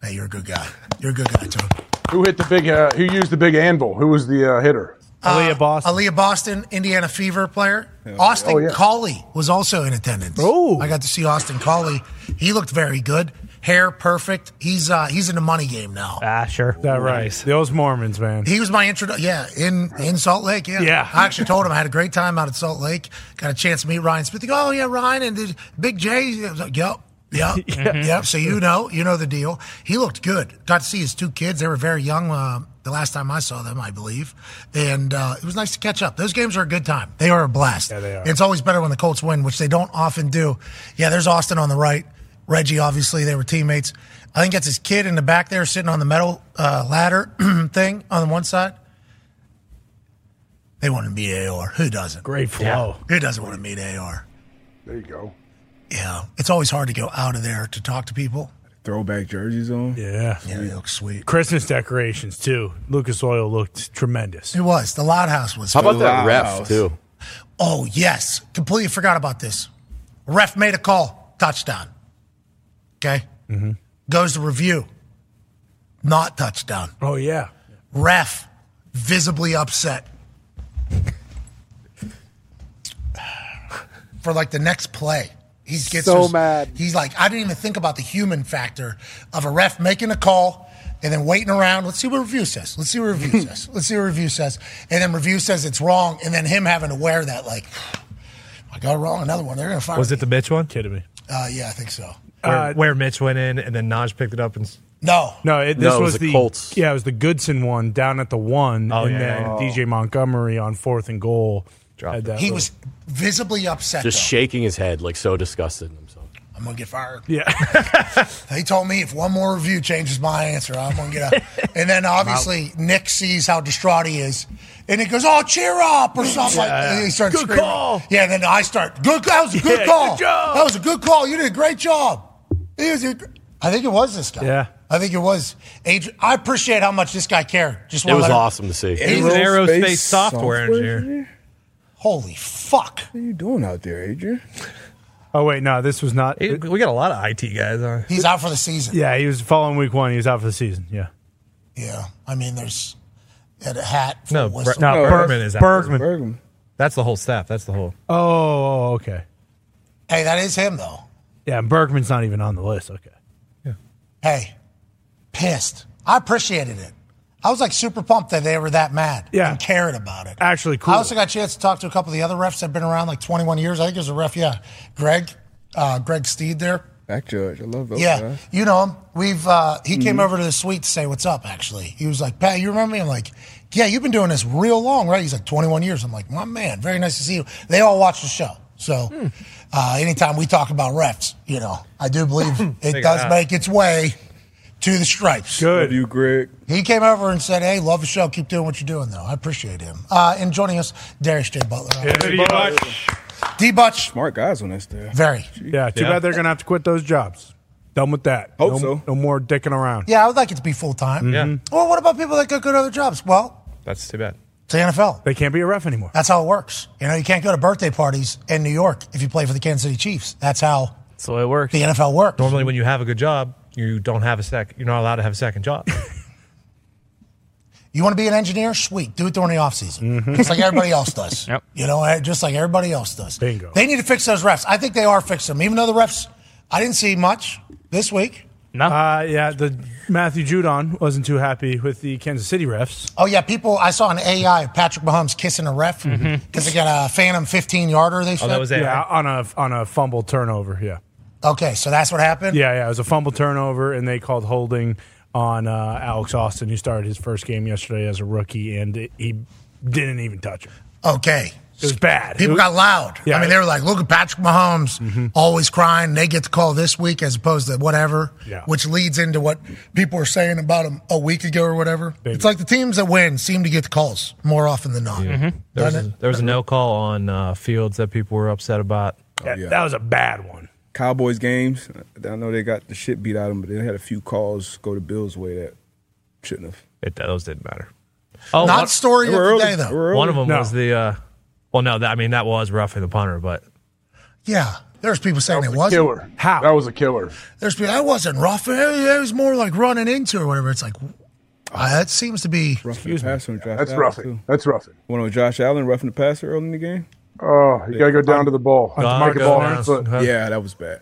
Speaker 1: Hey, you're a good guy. You're a good guy, Tony.
Speaker 12: Who hit the big? Uh, who used the big anvil? Who was the uh, hitter?
Speaker 1: Aaliyah Boston. Aaliyah Boston, Indiana Fever player. Austin
Speaker 12: Oh, yeah.
Speaker 1: Cauley was also in attendance. Oh. I got to see Austin Cauley. He looked very good. Hair perfect. He's uh, he's in the money game now.
Speaker 9: Ah, sure.
Speaker 3: That right. Those Mormons, man.
Speaker 1: He was my intro. Yeah, in in Salt Lake. Yeah,
Speaker 3: Yeah.
Speaker 1: I actually told him I had a great time out at Salt Lake. Got a chance to meet Ryan Smith. They go, oh yeah, Ryan and did Big J. I was like, yep. Yep,
Speaker 3: Mhm.
Speaker 1: yep. So you know, you know the deal. He looked good. Got to see his two kids. They were very young uh, the last time I saw them, I believe, and uh, it was nice to catch up. Those games are a good time. They are a blast.
Speaker 3: Yeah, they are.
Speaker 1: It's always better when the Colts win, which they don't often do. Yeah, there's Austin on the right. Reggie, obviously, they were teammates. I think that's his kid in the back there sitting on the metal uh, ladder thing on the one side. They want to meet AR. Who doesn't?
Speaker 3: Great flow.
Speaker 1: Who doesn't want to meet AR?
Speaker 12: There you go.
Speaker 1: Yeah. It's always hard to go out of there to talk to people.
Speaker 6: Throwback jerseys on.
Speaker 3: Yeah.
Speaker 1: Yeah, they look sweet.
Speaker 3: Christmas decorations too. Lucas Oil looked tremendous.
Speaker 1: It was. The Loud House was.
Speaker 3: How about
Speaker 1: fun.
Speaker 3: that ref, too?
Speaker 1: Oh, yes. Completely forgot about this. Ref made a call. Touchdown. Okay.
Speaker 3: Mm-hmm.
Speaker 1: Goes to review. Not touchdown.
Speaker 3: Oh yeah.
Speaker 1: Ref visibly upset. For like the next play. He gets
Speaker 13: So
Speaker 1: his-
Speaker 13: mad.
Speaker 1: He's like, I didn't even think about the human factor of a ref making a call and then waiting around. Let's see what review says. Let's see what review says. Let's see what review says. And then review says it's wrong. And then him having to wear that, like, I got it wrong. Another one. They're going to fire
Speaker 4: Was
Speaker 1: me.
Speaker 4: it the Mitch one? Kidding me.
Speaker 1: Uh, yeah, I think so.
Speaker 4: Where, where Mitch went in and then Naj picked it up and. s-
Speaker 1: Uh, No.
Speaker 3: No, it, this
Speaker 4: No, it
Speaker 3: was,
Speaker 4: was the
Speaker 3: the
Speaker 4: Colts.
Speaker 3: Yeah, it was the Goodson one down at the one,
Speaker 4: Oh,
Speaker 3: and
Speaker 4: yeah.
Speaker 3: then
Speaker 4: Oh.
Speaker 3: DJ Montgomery on fourth and goal. had that
Speaker 1: He
Speaker 3: little-
Speaker 1: was visibly upset.
Speaker 10: Just
Speaker 1: though.
Speaker 10: shaking his head, like so disgusted in himself.
Speaker 1: I I'm gonna get fired.
Speaker 3: Yeah.
Speaker 1: he told me if one more review changes my answer, I'm gonna get out. And then obviously Nick sees how distraught he is, and he goes, "Oh, cheer up!" or something like
Speaker 2: Yeah.
Speaker 1: that. And he starts
Speaker 2: Good
Speaker 1: screaming.
Speaker 2: call.
Speaker 1: Yeah. And then I start. Good. That was a good
Speaker 2: Yeah,
Speaker 1: call.
Speaker 2: good job."
Speaker 1: That was a good call. You did a great job. He was a gr- I think it was this guy.
Speaker 3: Yeah.
Speaker 1: I think it was Adrian. I appreciate how much this guy cared. Just
Speaker 10: It
Speaker 1: wanna
Speaker 10: was
Speaker 1: let
Speaker 10: awesome to see.
Speaker 1: He's an Aerospace aerospace software engineer. Holy fuck! What
Speaker 6: are you doing out there, Adrian?
Speaker 3: Oh wait, no, this was not.
Speaker 4: we got a lot of IT guys on.
Speaker 1: He's out for the season.
Speaker 3: Yeah, he was following week one. He was out for the season. Yeah.
Speaker 1: Yeah, I mean, there's had a hat.
Speaker 4: No,
Speaker 1: full of
Speaker 4: Bre-
Speaker 1: whistle-
Speaker 4: no, Bergman is out.
Speaker 3: Bergman.
Speaker 4: That's the whole staff. That's the whole.
Speaker 3: Oh, oh, okay.
Speaker 1: Hey, that is him though.
Speaker 3: Yeah, and Bergman's not even on the list. Okay.
Speaker 1: Hey, pissed. I appreciated it. I was like super pumped that they were that mad
Speaker 3: Yeah.
Speaker 1: and cared about it.
Speaker 3: Actually, cool.
Speaker 1: I also got a chance to talk to a couple of the other refs that have been around like 21 years. I think there's a ref, yeah, Greg, uh, Greg Steed there.
Speaker 6: Back judge. I love those
Speaker 1: yeah,
Speaker 6: guys.
Speaker 1: you know him. We've uh, he came
Speaker 6: Mhm.
Speaker 1: over to the suite to say what's up. Actually, he was like, "Pat, you remember me?" I'm like, "Yeah, you've been doing this real long, right?" He's like, "21 years." I'm like, "My man, very nice to see you." They all watch the show, so uh, anytime we talk about refs, you know, I do believe
Speaker 6: They
Speaker 1: it
Speaker 6: got
Speaker 1: does
Speaker 6: out.
Speaker 1: make its way to the stripes.
Speaker 6: Good. Love you, Greg.
Speaker 1: He came over and said, "Hey, love the show. Keep doing what you're doing, though. I appreciate him." Uh, and joining us, Darius J. Butler. D Butch.
Speaker 6: Smart guys on this there.
Speaker 1: Very.
Speaker 3: Yeah. Too bad they're gonna have to quit those jobs. Done with that.
Speaker 6: Hope
Speaker 3: no,
Speaker 6: so.
Speaker 3: No more dicking around.
Speaker 1: Yeah, I would like it to be full time.
Speaker 3: Mhm.
Speaker 1: Well, what about people that go go to other jobs? Well,
Speaker 4: That's too bad.
Speaker 1: It's the NFL.
Speaker 3: They can't be a ref anymore.
Speaker 1: That's how it works. You know, you can't go to birthday parties in New York if you play for the Kansas City Chiefs. That's how.
Speaker 9: That's the way it works.
Speaker 1: The NFL works.
Speaker 4: Normally, when you have a good job, you don't have a sec. You're not allowed to have a second job.
Speaker 1: You want to be an engineer? Sweet. Do it during the offseason.
Speaker 3: Mm-hmm.
Speaker 1: Just like everybody else does.
Speaker 4: Yep.
Speaker 1: You know, eh, just like everybody else does.
Speaker 3: Bingo.
Speaker 1: They need to fix those refs. I think they are fixing them. Even though the refs, I didn't see much this week.
Speaker 9: No.
Speaker 3: Uh, yeah, the Matthew Judon wasn't too happy with the Kansas City refs.
Speaker 1: Oh, yeah, people, I saw an AI of Patrick Mahomes kissing a ref because
Speaker 3: Mhm.
Speaker 1: they got a Phantom 15 yarder
Speaker 4: Oh,
Speaker 1: they said.
Speaker 3: yeah on Oh, a on a fumble turnover. Yeah,
Speaker 1: Okay, so that's what happened?
Speaker 3: yeah, yeah. It was a fumble turnover, and they called holding on uh, Alex Austin, who started his first game yesterday as a rookie, and it, he didn't even touch him.
Speaker 1: Okay.
Speaker 3: It was bad.
Speaker 1: People
Speaker 3: It-
Speaker 1: got loud.
Speaker 3: Yeah. Mm-hmm.
Speaker 1: I mean, they were like, look at Patrick Mahomes always crying. They get the call this week as opposed to whatever,
Speaker 3: Yeah.
Speaker 1: which leads into what people were saying about him a week ago or whatever.
Speaker 4: Big.
Speaker 1: It's like the teams that win seem to get the calls more often than not.
Speaker 12: Mm-hmm.
Speaker 4: There was,
Speaker 1: Doesn't
Speaker 4: a, there was a no call on uh, Fields that people were upset about.
Speaker 3: That was a bad one.
Speaker 6: Cowboys games. I know they got the shit beat out of them, but they had a few calls go to Bills' way that shouldn't have.
Speaker 4: It, those didn't matter.
Speaker 1: Oh, Not
Speaker 4: one-
Speaker 1: story of
Speaker 6: They were
Speaker 1: the
Speaker 6: early.
Speaker 1: day, though.
Speaker 4: One of them
Speaker 1: No.
Speaker 4: was the. Uh, well, no, that, I mean that was roughing the punter, but
Speaker 1: Yeah. There's people saying it wasn't.
Speaker 12: Killer. How? That was a killer.
Speaker 1: There's people, that wasn't rough. It it was more like running into or whatever. It's like, uh, that seems to be.
Speaker 6: Excuse me.
Speaker 12: That's roughing. That's roughing.
Speaker 6: One on Josh Allen roughing the passer early in the game.
Speaker 12: Oh, you gotta go down to the ball.
Speaker 6: Gotta
Speaker 12: Make a
Speaker 6: go
Speaker 12: ball
Speaker 6: down.
Speaker 12: on foot.
Speaker 6: Yeah, that was bad.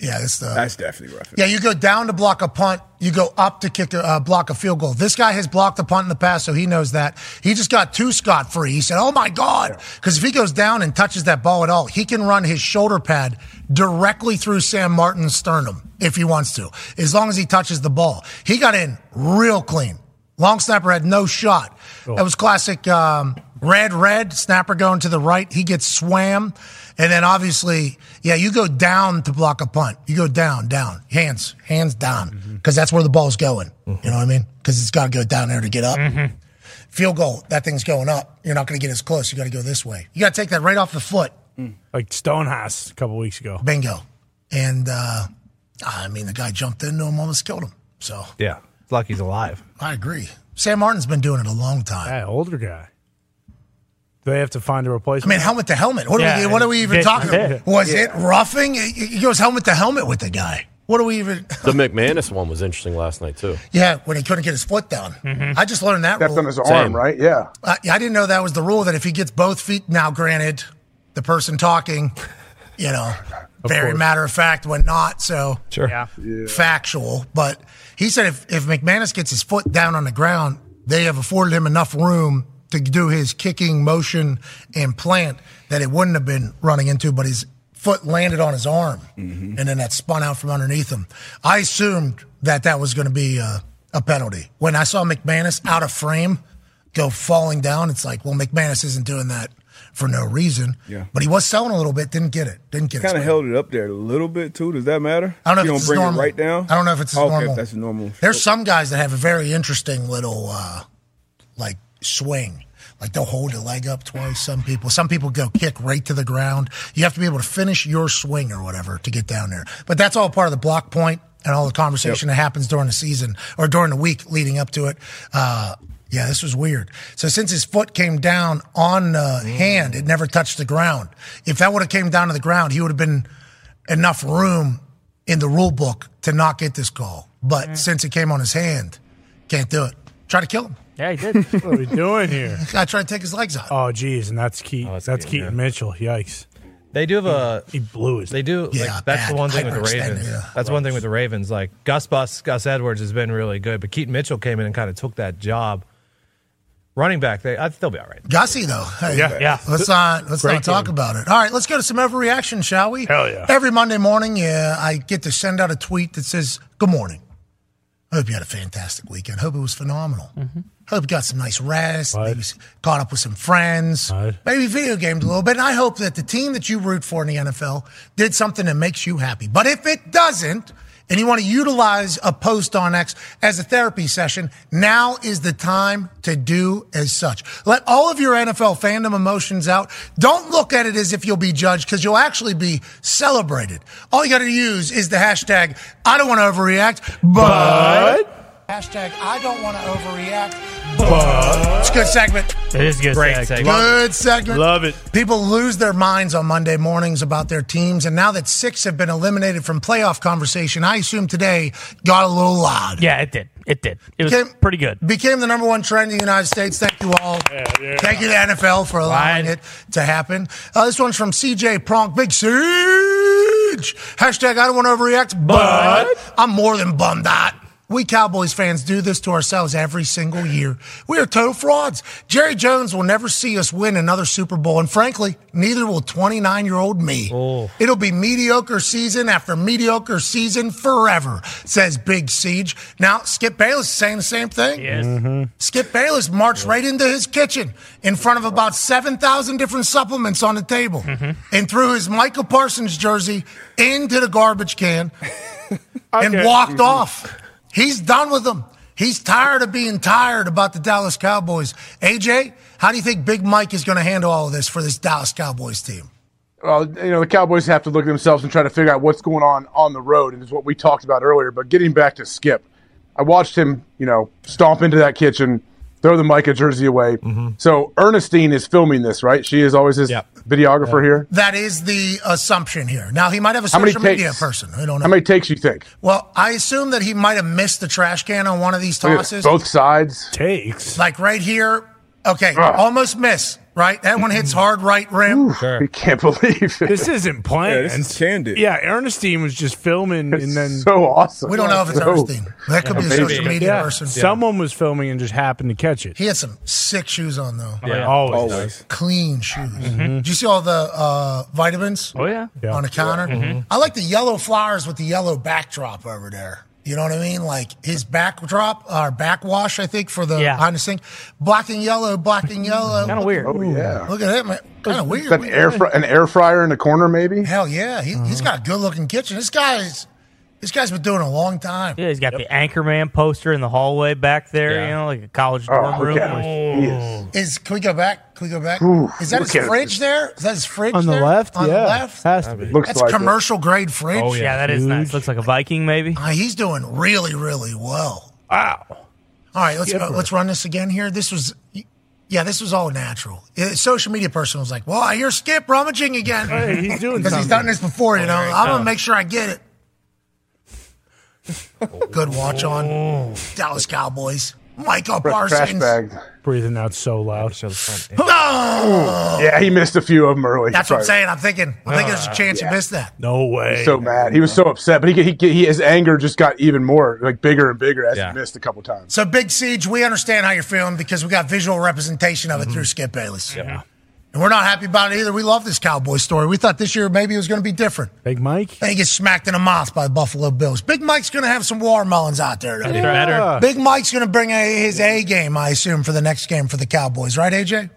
Speaker 1: Yeah, that's the.
Speaker 6: That's definitely rough.
Speaker 1: Yeah, you go down to block a punt, you go up to kick a uh, block a field goal. This guy has blocked a punt in the past, so he knows that. He just got two scot free. He said, "Oh my god!" Because if he goes down and touches that ball at all, he can run his shoulder pad directly through Sam Martin's sternum if he wants to, as long as he touches the ball. He got in real clean. Long snapper had no shot. That was classic um, red, red snapper going to the right. He gets swam. And then obviously, yeah, you go down to block a punt. You go down, down, hands, hands down,
Speaker 3: Mm-hmm.
Speaker 1: because that's where the ball's going. You know what I mean? Because it's got to go down there to get up.
Speaker 3: Mm-hmm.
Speaker 1: Field goal, that thing's going up. You're not going to get as close. You got to go this way. You got to take that right off the foot.
Speaker 3: Mm. Like Stonehouse a couple weeks ago.
Speaker 1: Bingo. And uh, I mean, the guy jumped into him, almost killed him. So
Speaker 4: yeah, it's lucky he's alive.
Speaker 1: I agree. Sam Martin's been doing it a long time.
Speaker 3: That older guy. Do they have to find a
Speaker 1: I
Speaker 3: replacement?
Speaker 1: mean, helmet to helmet. What are we? What are we even talking about? Was it roughing? He- He goes helmet to helmet with the guy. What are we even?
Speaker 10: The McManus one was interesting last night too.
Speaker 1: Yeah, when he couldn't get his foot down.
Speaker 2: Mm-hmm.
Speaker 1: I just learned that
Speaker 12: Stepped
Speaker 1: rule.
Speaker 12: on his arm, right? Yeah.
Speaker 1: I, I didn't know that was the rule. That if he gets both feet, now granted, the person talking, you know, very
Speaker 2: course.
Speaker 1: matter of fact when not. So
Speaker 2: Sure. Yeah.
Speaker 1: factual. But he said if if McManus gets his foot down on the ground, they have afforded him enough room to do his kicking motion and plant that it wouldn't have been running into, but his foot landed on his arm and then that spun out from underneath him. I assumed that that was going to be a, a penalty. When I saw McManus out of frame go falling down, it's like, well, McManus isn't doing that. for no reason.
Speaker 6: Yeah.
Speaker 1: But he was selling a little bit, didn't get it. Didn't get it.
Speaker 6: Kind of held it up there a little bit too. Does that matter?
Speaker 1: I don't know
Speaker 6: You don't
Speaker 1: if it's
Speaker 6: bring
Speaker 1: normal.
Speaker 6: it right down.
Speaker 1: I don't know if it's
Speaker 6: okay,
Speaker 1: normal.
Speaker 6: If that's normal.
Speaker 1: There's some guys that have a very interesting little uh, like swing. Like they'll hold a leg up twice. Some people, some people go kick right to the ground. You have to be able to finish your swing or whatever to get down there. But that's all part of the block point and all the conversation that happens during the season or during the week leading up to it. Uh, yeah, this was weird. So since his foot came down on the hand, it never touched the ground. If that would have came down to the ground, he would have been enough room in the rule book to not get this call. But since it came on his hand, can't do it. Try to kill him.
Speaker 9: Yeah, he did.
Speaker 3: what are we doing here?
Speaker 1: I tried to take his legs out.
Speaker 3: Oh, geez, and that's Keaton. that's Keaton Mitchell. Yikes.
Speaker 4: They do have a.
Speaker 3: He blew his.
Speaker 4: They do.
Speaker 3: Yeah,
Speaker 4: like, that's the
Speaker 3: bad.
Speaker 4: one thing with the
Speaker 3: Hyperextended,
Speaker 4: Ravens.
Speaker 3: yeah.
Speaker 4: That's one thing with the Ravens. Like Gus Bus, Gus Edwards has been really good, but Keaton Mitchell came in and kind of took that job. Running back, they I, they'll be all right.
Speaker 1: Gussie though, hey,
Speaker 4: Yeah. Yeah.
Speaker 1: Let's not let's
Speaker 4: Great
Speaker 1: not talk
Speaker 4: game.
Speaker 1: about it. All right, let's go to some overreaction, shall we?
Speaker 4: Hell yeah.
Speaker 1: Every Monday morning, yeah, I get to send out a tweet that says "Good morning." I hope you had a fantastic weekend. Hope it was phenomenal. Hope you got some nice rest. Maybe s- caught up with some friends. Maybe video games a little bit. And I hope that the team that you root for in the NFL did something that makes you happy. But if it doesn't, and you want to utilize a post on X as a therapy session, now is the time to do as such. Let all of your NFL fandom emotions out. Don't look at it as if you'll be judged because you'll actually be celebrated. All you got to use is the hashtag, I don't want to overreact, but. Hashtag I don't want to overreact. But it's a good segment.
Speaker 9: It is a good
Speaker 4: Great
Speaker 9: segment.
Speaker 1: Good segment.
Speaker 9: Love it.
Speaker 1: People lose their minds on Monday mornings about their teams, and now that six have been eliminated from playoff conversation, I assume today got a little loud.
Speaker 9: Yeah, it did. It did. It was
Speaker 1: Became-
Speaker 9: pretty good.
Speaker 1: Became the number one trend in the United States. Thank you all. Thank you to NFL for allowing it to happen. Uh, this one's from CJ Pronk. Big Siege. Hashtag I don't want to overreact, but I'm more than bummed out. We Cowboys fans do this to ourselves every single year. We are total frauds. Jerry Jones will never see us win another Super Bowl, and frankly, neither will 29 year old me. It'll be mediocre season after mediocre season forever, says Big Siege. Now, Skip Bayless is saying the same thing.
Speaker 9: Yes.
Speaker 1: Skip Bayless marched right into his kitchen in front of about 7,000 different supplements on the table and threw his Michael Parsons jersey into the garbage can and walked off. He's done with them. He's tired of being tired about the Dallas Cowboys. AJ, how do you think Big Mike is going to handle all of this for this Dallas Cowboys team?
Speaker 12: Well, you know, the Cowboys have to look at themselves and try to figure out what's going on on the road, and it's what we talked about earlier. But getting back to Skip, I watched him, you know, stomp into that kitchen, throw the Micah jersey away.
Speaker 1: Mm-hmm.
Speaker 12: So Ernestine is filming this, right? She is always his videographer here.
Speaker 1: That is the assumption here. Now, he might have a
Speaker 12: How many
Speaker 1: social media
Speaker 12: takes?
Speaker 1: person. I don't know.
Speaker 12: How many takes you think?
Speaker 1: Well, I assume that he might have missed the trash can on one of these
Speaker 12: Look at
Speaker 1: tosses.
Speaker 12: Oh, Both sides.
Speaker 3: Takes.
Speaker 1: Like right here. Okay,
Speaker 12: Ah.
Speaker 1: almost miss, right? That one
Speaker 12: Mm-hmm.
Speaker 1: hits hard right rim.
Speaker 12: I can't believe it.
Speaker 3: This isn't planned.
Speaker 12: Yeah, this is candid.
Speaker 3: Yeah, Ernestine was just filming and then
Speaker 12: so awesome.
Speaker 1: We don't know if it's Ernestine. That could be a social media person.
Speaker 3: Someone was filming and just happened to catch it.
Speaker 1: He had some sick shoes on though.
Speaker 3: Yeah. Always Always. does.
Speaker 1: clean shoes. Did you see all the uh, vitamins? Oh
Speaker 9: Mm-hmm. yeah, Mm-hmm.
Speaker 3: Yeah.
Speaker 1: on the counter.
Speaker 3: Mhm.
Speaker 1: I like the yellow flowers with the yellow backdrop over there. You know what I mean? Like his backdrop or backwash, I think, for the behind the sink. Black and yellow, black and yellow. kind of
Speaker 9: weird.
Speaker 12: Oh yeah.
Speaker 1: Look at that, man. Kind of weird.
Speaker 12: Is that an air, fry- an air fryer in the corner, maybe?
Speaker 1: Hell yeah, he, he's
Speaker 9: Uh-huh.
Speaker 1: got a good looking kitchen. This guy's this guy's been doing it a long time.
Speaker 9: Yeah, he's got the Anchorman poster in the hallway back there. You know, like a college dorm
Speaker 1: look
Speaker 9: room.
Speaker 1: at Is can we go back? Can we go back?
Speaker 9: Ooh,
Speaker 1: is that
Speaker 9: look
Speaker 1: his
Speaker 9: at it.
Speaker 1: fridge there? Is that his fridge
Speaker 9: On the
Speaker 1: there?
Speaker 9: left?
Speaker 1: On
Speaker 9: Yeah,
Speaker 1: the left,
Speaker 9: has to be. Looks
Speaker 1: That's
Speaker 9: like it.
Speaker 1: commercial grade fridge.
Speaker 9: Oh, yeah. that is nice. Looks like a Viking, maybe.
Speaker 1: Uh, he's doing really, really well.
Speaker 3: Wow.
Speaker 1: All right, let's go,
Speaker 9: Skipper.
Speaker 1: let's run this again here. This was, yeah, this was all natural. Uh, social media person was like, "Well, I hear Skip rummaging again.
Speaker 3: Hey, he's doing
Speaker 1: because he's
Speaker 3: something.
Speaker 1: done this before. You know,
Speaker 3: Alright,
Speaker 1: I'm
Speaker 3: uh,
Speaker 1: gonna make sure I get it." Good watch on Dallas Cowboys. Michael
Speaker 12: Trash
Speaker 1: Parsons.
Speaker 12: bag.
Speaker 3: Breathing out so loud.
Speaker 1: No!
Speaker 12: Yeah, he missed a few of them early.
Speaker 1: That's what I'm
Speaker 12: Sorry.
Speaker 1: saying. I'm thinking. I think there's a chance you missed that.
Speaker 3: No way.
Speaker 12: He's so mad. He was so upset, but he, he, he his anger just got even more like bigger and bigger as he missed a couple times.
Speaker 1: So, Big Siege, we understand how you're feeling because we got visual representation of it through Skip Bayless. And we're not happy about it either. We love this Cowboy story. We thought this year maybe it was going to be different.
Speaker 3: Big Mike?
Speaker 1: And he gets smacked in the mouth by the Buffalo Bills. Big Mike's going to have some watermelons out there. Though.
Speaker 9: That'd be better.
Speaker 1: Big Mike's going to bring a, his A game, I assume, for the next game for the Cowboys. Right, AJ?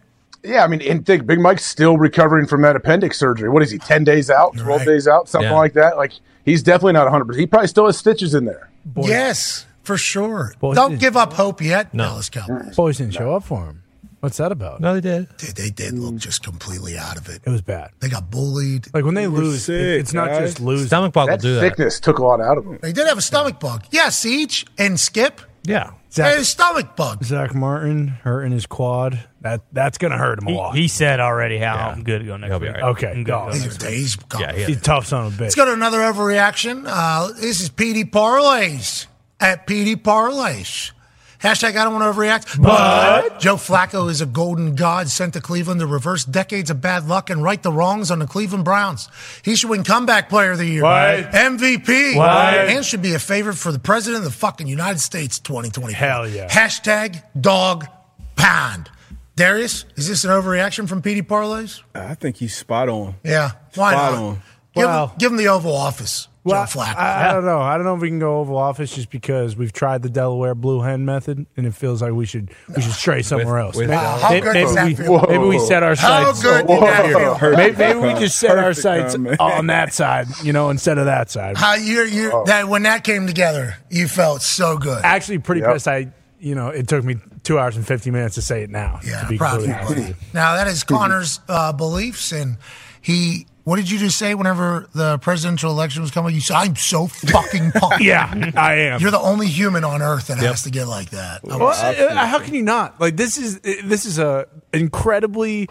Speaker 12: Yeah, I mean, and think Big Mike's still recovering from that appendix surgery. What is he? Ten days out, twelve days out, something
Speaker 1: Yeah.
Speaker 12: like that. Like he's definitely not hundred percent. He probably still has stitches in there.
Speaker 1: Yes, for sure. Don't give up hope yet,
Speaker 12: No.
Speaker 1: Dallas Cowboys.
Speaker 3: Boys didn't show up for him. What's that about? No,
Speaker 4: they did.
Speaker 1: Dude, they did look just completely out of it.
Speaker 3: It was bad.
Speaker 1: They got bullied.
Speaker 3: Like when they lose, it- it's not just lose.
Speaker 12: Thickness took a lot out of him.
Speaker 1: They did have a stomach bug. Yes, each and Skip.
Speaker 4: Yeah.
Speaker 1: They had a stomach bug.
Speaker 3: Zach Martin hurting his quad. That that's gonna hurt him a
Speaker 9: He-
Speaker 3: lot.
Speaker 9: he said already how I'm good to go next
Speaker 3: He'll be
Speaker 9: week.
Speaker 3: all right. Okay,
Speaker 9: I'm good
Speaker 3: go.
Speaker 9: to go
Speaker 3: He's-
Speaker 9: next
Speaker 1: week. He's,
Speaker 3: Yeah, he's a tough son of a
Speaker 1: Let's
Speaker 3: bitch.
Speaker 1: go to another overreaction. Uh, this is PD Parlays at PD Parlays. Hashtag I don't want to overreact. But Joe Flacco is a golden god sent to Cleveland to reverse decades of bad luck and right the wrongs on the Cleveland Browns. He should win comeback player of the year.
Speaker 3: Right.
Speaker 1: MVP.
Speaker 3: Right.
Speaker 1: And should be a favorite for the president of the fucking United States 2020.
Speaker 3: Hell yeah.
Speaker 1: Hashtag dog pound. Darius, is this an overreaction from PD Parlays?
Speaker 6: I think he's spot on.
Speaker 1: Yeah. Why
Speaker 6: Spot
Speaker 1: not?
Speaker 6: on.
Speaker 1: Give,
Speaker 3: Wow.
Speaker 1: give him the Oval Office,
Speaker 3: Well,
Speaker 1: Joe Flacco.
Speaker 3: I, I don't know. I don't know if we can go Oval Office just because we've tried the Delaware Blue Hen method, and it feels like we should we should stray somewhere else.
Speaker 4: with
Speaker 3: May-
Speaker 4: Wow, how
Speaker 3: may-
Speaker 4: good
Speaker 3: maybe,
Speaker 4: does that
Speaker 3: we,
Speaker 4: feel?
Speaker 3: maybe we set our
Speaker 4: How
Speaker 3: sights.
Speaker 4: good did that feel?
Speaker 3: May- maybe,
Speaker 4: Perfect
Speaker 3: we
Speaker 4: comment.
Speaker 3: just set our
Speaker 4: Perfect
Speaker 3: sights
Speaker 4: comment.
Speaker 3: on that side, you know, instead of that side.
Speaker 1: How you you that when that came together, you felt so good.
Speaker 3: Actually, pretty
Speaker 1: Yep.
Speaker 3: pissed. I you know it took me two hours and fifty minutes to say it now. Yeah, to be
Speaker 1: proud of
Speaker 3: completely
Speaker 1: you,
Speaker 3: honest with
Speaker 1: buddy.
Speaker 3: you.
Speaker 1: Now that is Connor's uh, beliefs, and he. What did you just say? Whenever the presidential election was coming, you said, "I'm so fucking pumped."
Speaker 3: Yeah, I am.
Speaker 1: You're the only human on earth that
Speaker 3: Yep.
Speaker 1: has to get like that. I
Speaker 3: Well,
Speaker 1: was-
Speaker 3: uh, how can you not? Like this is this is a incredibly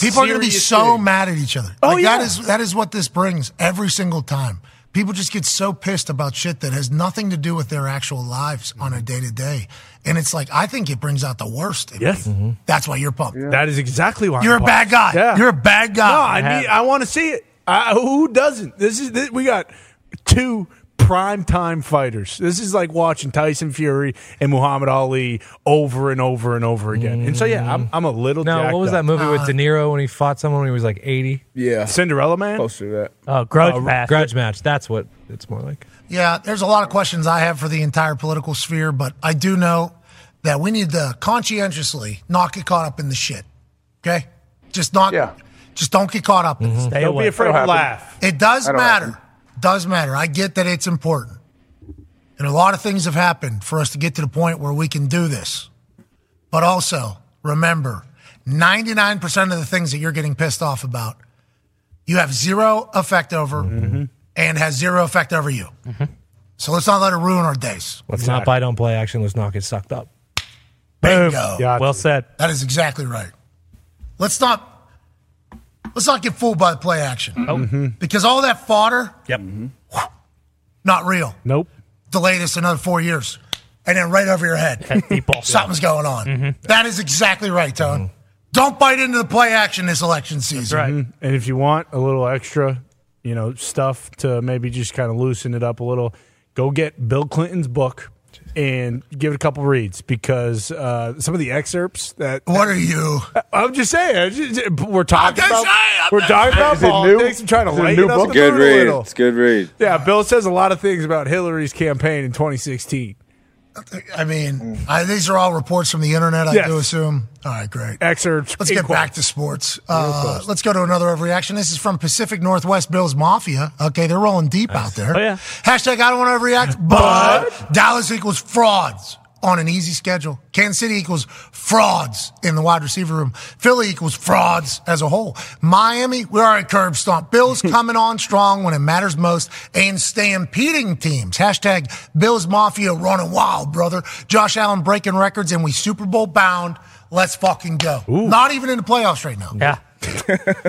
Speaker 1: People are going to be
Speaker 3: serious
Speaker 1: so
Speaker 3: thing.
Speaker 1: mad at each other.
Speaker 3: Oh,
Speaker 1: Like, That
Speaker 3: yeah.
Speaker 1: is that is what this brings every single time. People just get so pissed about shit that has nothing to do with their actual lives on a day to day, and it's like I think it brings out the worst. in
Speaker 3: Yes. Mm-hmm.
Speaker 1: people. that's why you're pumped.
Speaker 3: That is exactly why I'm
Speaker 1: You're a bad guy.
Speaker 3: pumped. Yeah.
Speaker 1: You're a bad guy.
Speaker 3: No, I need, I want to see it. I, who doesn't? This is this, we got two prime time fighters. This is like watching Tyson Fury and Muhammad Ali over and over and over again. And so yeah, I'm I'm a little.
Speaker 4: No,
Speaker 3: jacked
Speaker 4: Mm-hmm. what was
Speaker 3: up.
Speaker 4: that movie with
Speaker 1: uh,
Speaker 4: De Niro when he fought someone when he was like 80?
Speaker 6: Yeah.
Speaker 3: Cinderella Man?
Speaker 6: Close to that.
Speaker 9: Oh,
Speaker 1: Grudge Match.
Speaker 4: Uh, Grudge match. That's what it's more like.
Speaker 1: Yeah, there's a lot of questions I have for the entire political sphere, but I do know that we need to conscientiously not get caught up in the shit. Okay, just not. Yeah. Just don't get caught up. in it.
Speaker 3: Don't be afraid to laugh.
Speaker 1: It does
Speaker 3: That'll
Speaker 1: matter. Does matter. I get that it's important, and a lot of things have happened for us to get to the point where we can do this. But also remember, 99% of the things that you're getting pissed off about, you have zero effect over, and has zero effect over you. So let's not let it ruin our days.
Speaker 4: Let's not buy, don't play action. Let's not get sucked up.
Speaker 1: Bingo.
Speaker 9: Well said.
Speaker 1: That is exactly right. Let's not let's not get fooled by the play action.
Speaker 7: Oh. Mm-hmm.
Speaker 1: Because all that fodder,
Speaker 4: Yep.
Speaker 6: Mm-hmm.
Speaker 1: not real.
Speaker 3: Nope.
Speaker 1: Delay this another four years. And then right over your head. Something's going on. That is exactly right, Tone. Don't bite into the play action this election season.
Speaker 3: Mhm. And if you want a little extra, you know, stuff to maybe just kind of loosen it up a little, go get Bill Clinton's book and give it a couple reads because uh, some of the excerpts that
Speaker 1: what are you?
Speaker 3: I'm just saying I just- we're talking
Speaker 1: I'm just
Speaker 3: about
Speaker 1: saying, I'm
Speaker 3: we're
Speaker 1: just
Speaker 3: talking
Speaker 1: saying.
Speaker 3: about
Speaker 1: Is it new?
Speaker 3: politics and trying to
Speaker 1: Is it a
Speaker 3: lighten
Speaker 1: new
Speaker 3: us
Speaker 1: book?
Speaker 3: up
Speaker 14: Good
Speaker 3: a
Speaker 14: read.
Speaker 3: little.
Speaker 14: It's good read.
Speaker 3: Yeah, Bill says a lot of things about Hillary's campaign in 2016.
Speaker 1: I mean, I, these are all reports from the internet, I
Speaker 3: Yes.
Speaker 1: do assume. All right, great.
Speaker 3: Excerpts.
Speaker 1: Let's get
Speaker 3: inquiry.
Speaker 1: back to sports.
Speaker 3: Real
Speaker 1: Uh,
Speaker 3: close.
Speaker 1: let's go to another overreaction. This is from Pacific Northwest Bills Mafia. Okay, they're rolling deep out there.
Speaker 9: Oh, yeah.
Speaker 1: Hashtag I don't want to overreact, but Dallas equals frauds on an easy schedule. Kansas City equals frauds in the wide receiver room. Philly equals frauds as a whole. Miami, we are a curb stomp. Bills coming on strong when it matters most and stampeding teams. Hashtag Bills Mafia running wild, brother. Josh Allen breaking records and we Super Bowl bound. Let's fucking go. Not even in the playoffs right now.
Speaker 9: Yeah.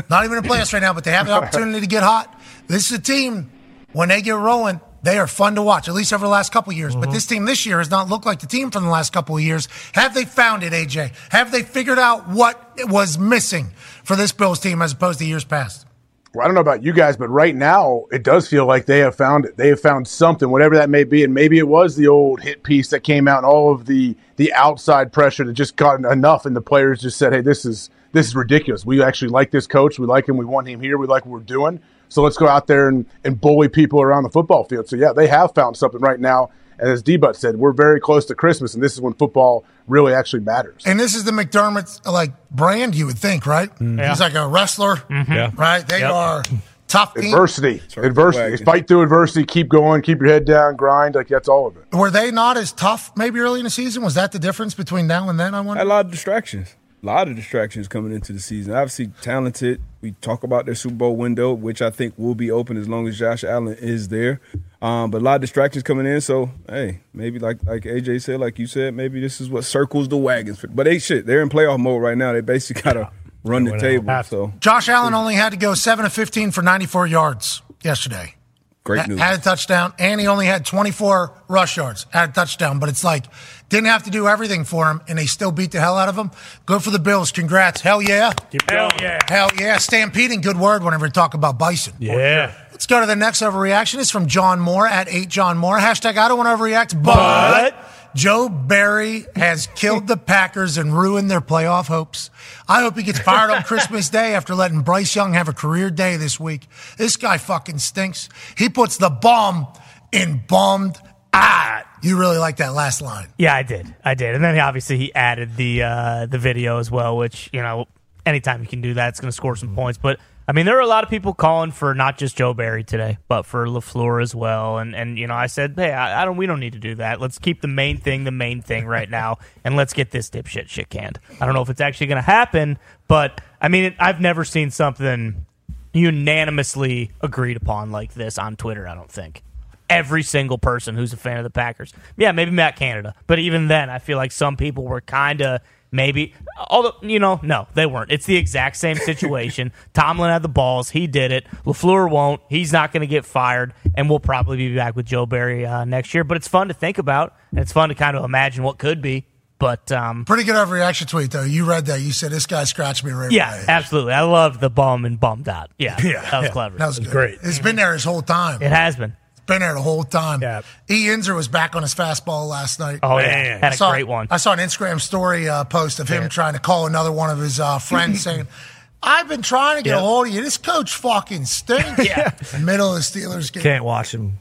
Speaker 1: Not even in the playoffs right now, but they have the opportunity to get hot. This is a team, when they get rolling, they are fun to watch, at least over the last couple of years. But this team this year has not looked like the team from the last couple of years. Have they found it, AJ? Have they figured out what was missing for this Bills team as opposed to years past?
Speaker 12: Well, I don't know about you guys, but right now it does feel like they have found it. They have found something, whatever that may be, and maybe it was the old hit piece that came out and all of the the outside pressure that just got enough, and the players just said, "Hey, this is this is ridiculous. We actually like this coach. We like him. We want him here. We like what we're doing." So let's go out there and, and bully people around the football field. So, yeah, they have found something right now. And as D-Butt said, we're very close to Christmas, and this is when football really actually matters.
Speaker 1: And this is the McDermott like brand, you would think, right? He's like a wrestler,
Speaker 14: Mm-hmm.
Speaker 12: Yeah.
Speaker 1: right? They
Speaker 12: Yep.
Speaker 1: are tough. team.
Speaker 12: Adversity. adversity.
Speaker 1: wagon.
Speaker 12: Fight through adversity. Keep going. Keep your head down. Grind. Like, that's all of it.
Speaker 1: Were they not as tough maybe early in the season? Was that the difference between now and then? I
Speaker 6: A
Speaker 1: wonder.
Speaker 6: lot of distractions. A lot of distractions coming into the season. Obviously, talented. We talk about their Super Bowl window, which I think will be open as long as Josh Allen is there. Um, but a lot of distractions coming in. So, hey, maybe like like AJ said, like you said, maybe this is what circles the wagons. For, but they shit, they're in playoff mode right now. They basically gotta run the table. So
Speaker 1: Josh Allen only had to go seven of fifteen for ninety-four yards yesterday.
Speaker 6: great
Speaker 1: Ha-
Speaker 6: news.
Speaker 1: Had a touchdown, and he only had 24 rush yards. Had a touchdown, but it's like didn't have to do everything for him, and they still beat the hell out of him. Good for the Bills. Congrats. Hell yeah.
Speaker 3: Hell yeah.
Speaker 1: Hell yeah. Stampeding. Good word whenever we talk about bison.
Speaker 3: Yeah.
Speaker 1: Let's go to the next overreaction. It's from John Moore at 8 John Moore. Hashtag I don't want to overreact, but, Joe Barry has killed the Packers and ruined their playoff hopes. I hope he gets fired on Christmas Day after letting Bryce Young have a career day this week. This guy fucking stinks. He puts the bomb in bombed out. You really like that last line.
Speaker 9: Yeah, I did. I did. And then obviously he added the uh, the video as well, which you know, anytime you can do that, it's going to score some points. But I mean, there were a lot of people calling for not just Joe Barry today, but for Lafleur as well. And and you know, I said, hey, I, I don't. We don't need to do that. Let's keep the main thing the main thing right now, and let's get this dipshit shit canned. I don't know if it's actually going to happen, but I mean, it, I've never seen something unanimously agreed upon like this on Twitter. I don't think every single person who's a fan of the Packers. Yeah, maybe Matt Canada, but even then, I feel like some people were kind of maybe. Although you know, no, they weren't. It's the exact same situation. Tomlin had the balls; he did it. Lafleur won't. He's not going to get fired, and we'll probably be back with Joe Barry uh, next year. But it's fun to think about, and it's fun to kind of imagine what could be. But um,
Speaker 1: Pretty good overreaction tweet, though. You read that. You said, this guy scratched me right away.
Speaker 9: yeah, absolutely. I loved the bum and bummed out. Yeah,
Speaker 1: Yeah,
Speaker 9: that was
Speaker 1: yeah.
Speaker 9: clever.
Speaker 1: That was good. It's been there his whole time.
Speaker 9: It has been.
Speaker 1: It's been there the whole time. Yeah. E. Inzer was back on his fastball last night.
Speaker 9: Oh, yeah. Man. Had
Speaker 1: I
Speaker 9: a
Speaker 1: saw-
Speaker 9: great one.
Speaker 1: I saw an Instagram story uh, post of him
Speaker 9: Yeah.
Speaker 1: trying to call another one of his uh, friends saying, I've been trying to get
Speaker 4: Yeah.
Speaker 1: a hold of you. This coach fucking stinks. yeah. Middle of the Steelers game.
Speaker 4: Can't watch him.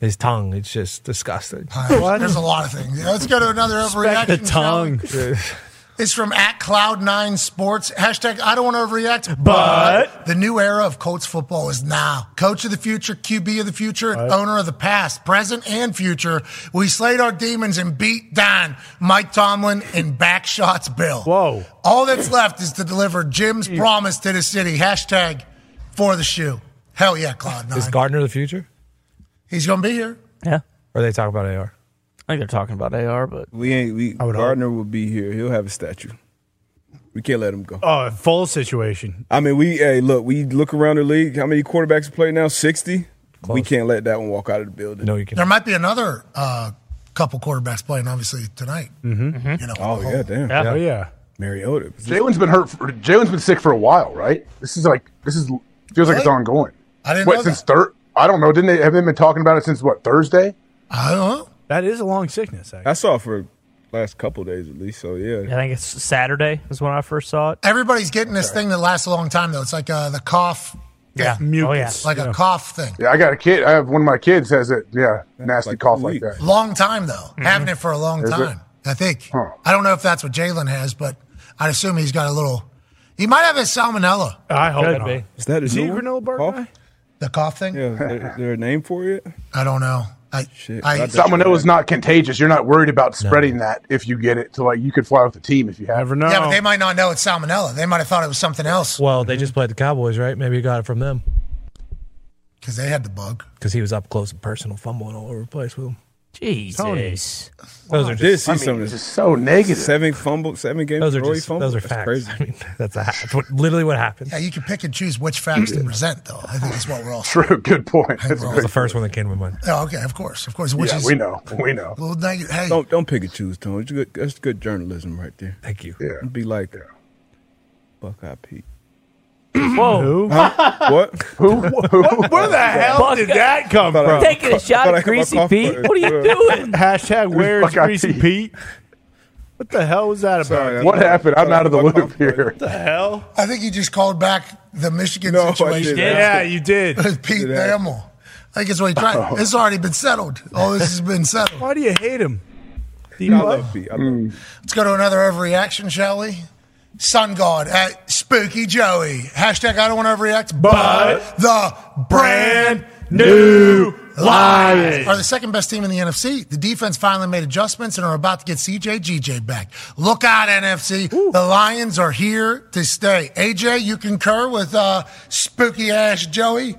Speaker 4: His tongue. It's just disgusting.
Speaker 1: There's a lot of things. Let's go to another overreaction.
Speaker 4: Respect the
Speaker 1: shall we?
Speaker 4: tongue.
Speaker 1: It's from at Cloud9 Sports. Hashtag I don't want to overreact,
Speaker 9: But-
Speaker 1: the new era of Colts football is now. Coach of the future, QB of the future, and owner of the past, present, and future. We slayed our demons and beat Don, Mike Tomlin, and Backshots Bill. Whoa. All that's left is to deliver Jim's promise to the city. Hashtag for the shoe. Hell yeah, Cloud9.
Speaker 4: Is Gardner the future?
Speaker 1: He's going to be here.
Speaker 9: Yeah.
Speaker 4: Or they talk about AR?
Speaker 9: I think they're talking about AR, but
Speaker 6: we ain't. We Gardner will be here. He'll have a statue. We can't let him go.
Speaker 3: Oh, full situation.
Speaker 6: I mean, we hey, look, we look around the league. How many quarterbacks play now? Sixty. We can't let that one walk out of the building. No,
Speaker 4: you
Speaker 1: There might be another uh, couple quarterbacks playing, obviously, tonight.
Speaker 6: Mm-hmm.
Speaker 1: You know,
Speaker 6: oh yeah, damn.
Speaker 1: Yeah. Oh,
Speaker 3: yeah.
Speaker 6: Mariota.
Speaker 12: Jalen's been hurt. For, Jalen's been sick for a while, right? This is like this is feels like it's
Speaker 1: Really?
Speaker 12: ongoing.
Speaker 1: I didn't
Speaker 12: what
Speaker 1: know
Speaker 12: since third. I don't know. Didn't they have they been talking about it since what Thursday?
Speaker 1: I don't know.
Speaker 3: That is a long sickness. Actually.
Speaker 6: I saw it for last couple days at least. So yeah,
Speaker 9: I think it's Saturday is when I first saw it.
Speaker 1: Everybody's getting this thing that lasts a long time, though. It's like uh, the cough. Yeah.
Speaker 12: Mucus.
Speaker 1: Like
Speaker 12: Yeah.
Speaker 1: a cough thing.
Speaker 12: Yeah, I got a kid. I have one of my kids has it. Yeah, nasty cough like that.
Speaker 1: Long time, though. Having it for a long
Speaker 12: Is it?
Speaker 1: time, I think. I don't know if that's what Jalen has, but I'd assume he's got a little. He might have a salmonella.
Speaker 3: I
Speaker 6: hope Could not. be. Is that his Is he new one?
Speaker 3: granola bar
Speaker 1: The cough thing?
Speaker 6: Yeah. Is there, is there a name for it?
Speaker 1: I don't know. I,
Speaker 6: Shit.
Speaker 1: I-
Speaker 12: Salmonella is not contagious. You're not worried about spreading that if you get it. So like you could fly with the team if you have. Never
Speaker 3: know.
Speaker 1: Yeah, but they might not know it's salmonella. They might have thought it was something else
Speaker 4: Well, they just played the Cowboys, right? Maybe he got it from them
Speaker 1: because they had the bug.
Speaker 4: because he was up close and personal, fumbling all over the place with them.
Speaker 9: Jesus.
Speaker 4: Those are
Speaker 6: Did
Speaker 4: just,
Speaker 6: see some of this. Seven fumble, seven games.
Speaker 4: Those are
Speaker 6: in a row he
Speaker 4: just-
Speaker 6: fumbled?
Speaker 4: those are
Speaker 6: That's
Speaker 4: facts.
Speaker 6: Crazy.
Speaker 4: I mean, that's, a, that's what, literally what happened.
Speaker 1: Yeah, you can pick and choose which facts to present, though. I think that's what we're all
Speaker 12: True. Good point.
Speaker 1: That's
Speaker 4: That was the first one that came to my mind.
Speaker 1: Oh, okay, of course, of course. Which
Speaker 6: Yeah,
Speaker 1: is,
Speaker 6: we know, we know.
Speaker 1: Well, thank you. Hey,
Speaker 6: Don't don't pick and choose, Tony. It's good- That's good journalism right there.
Speaker 4: Thank you.
Speaker 6: Yeah. Be like, Buckeye Pete.
Speaker 9: Whoa.
Speaker 3: Who?
Speaker 6: Huh? what?
Speaker 12: Who?
Speaker 3: Where the hell did that come
Speaker 6: Thought I-
Speaker 3: from?
Speaker 6: Taking a shot at Greasy Pete? What are you
Speaker 3: Hashtag where's
Speaker 6: Buckeye
Speaker 3: Greasy
Speaker 6: Pete?
Speaker 3: Pete? What What the hell was that about?
Speaker 12: What happened? I'm out of the loop here.
Speaker 3: the hell?
Speaker 1: I think you just called back the Michigan
Speaker 12: No, I
Speaker 1: situation.
Speaker 12: didn't. Yeah, you
Speaker 3: did.
Speaker 1: With Pete
Speaker 12: Did I?
Speaker 1: Thamel. I think it's what he tried.
Speaker 12: Oh.
Speaker 1: It's already been settled. All this has been settled.
Speaker 3: Why do you hate him?
Speaker 1: I love Pete. Let's go to another overreaction, shall we? Sun God at Spooky Joey. Hashtag I don't want to overreact, but, the brand new
Speaker 2: Lions.
Speaker 1: are the second best team in the NFC. The defense finally made adjustments and are about to get CJ GJ back. Look out, NFC. The Lions are here to stay. AJ, you concur with uh, Spooky Ash Joey?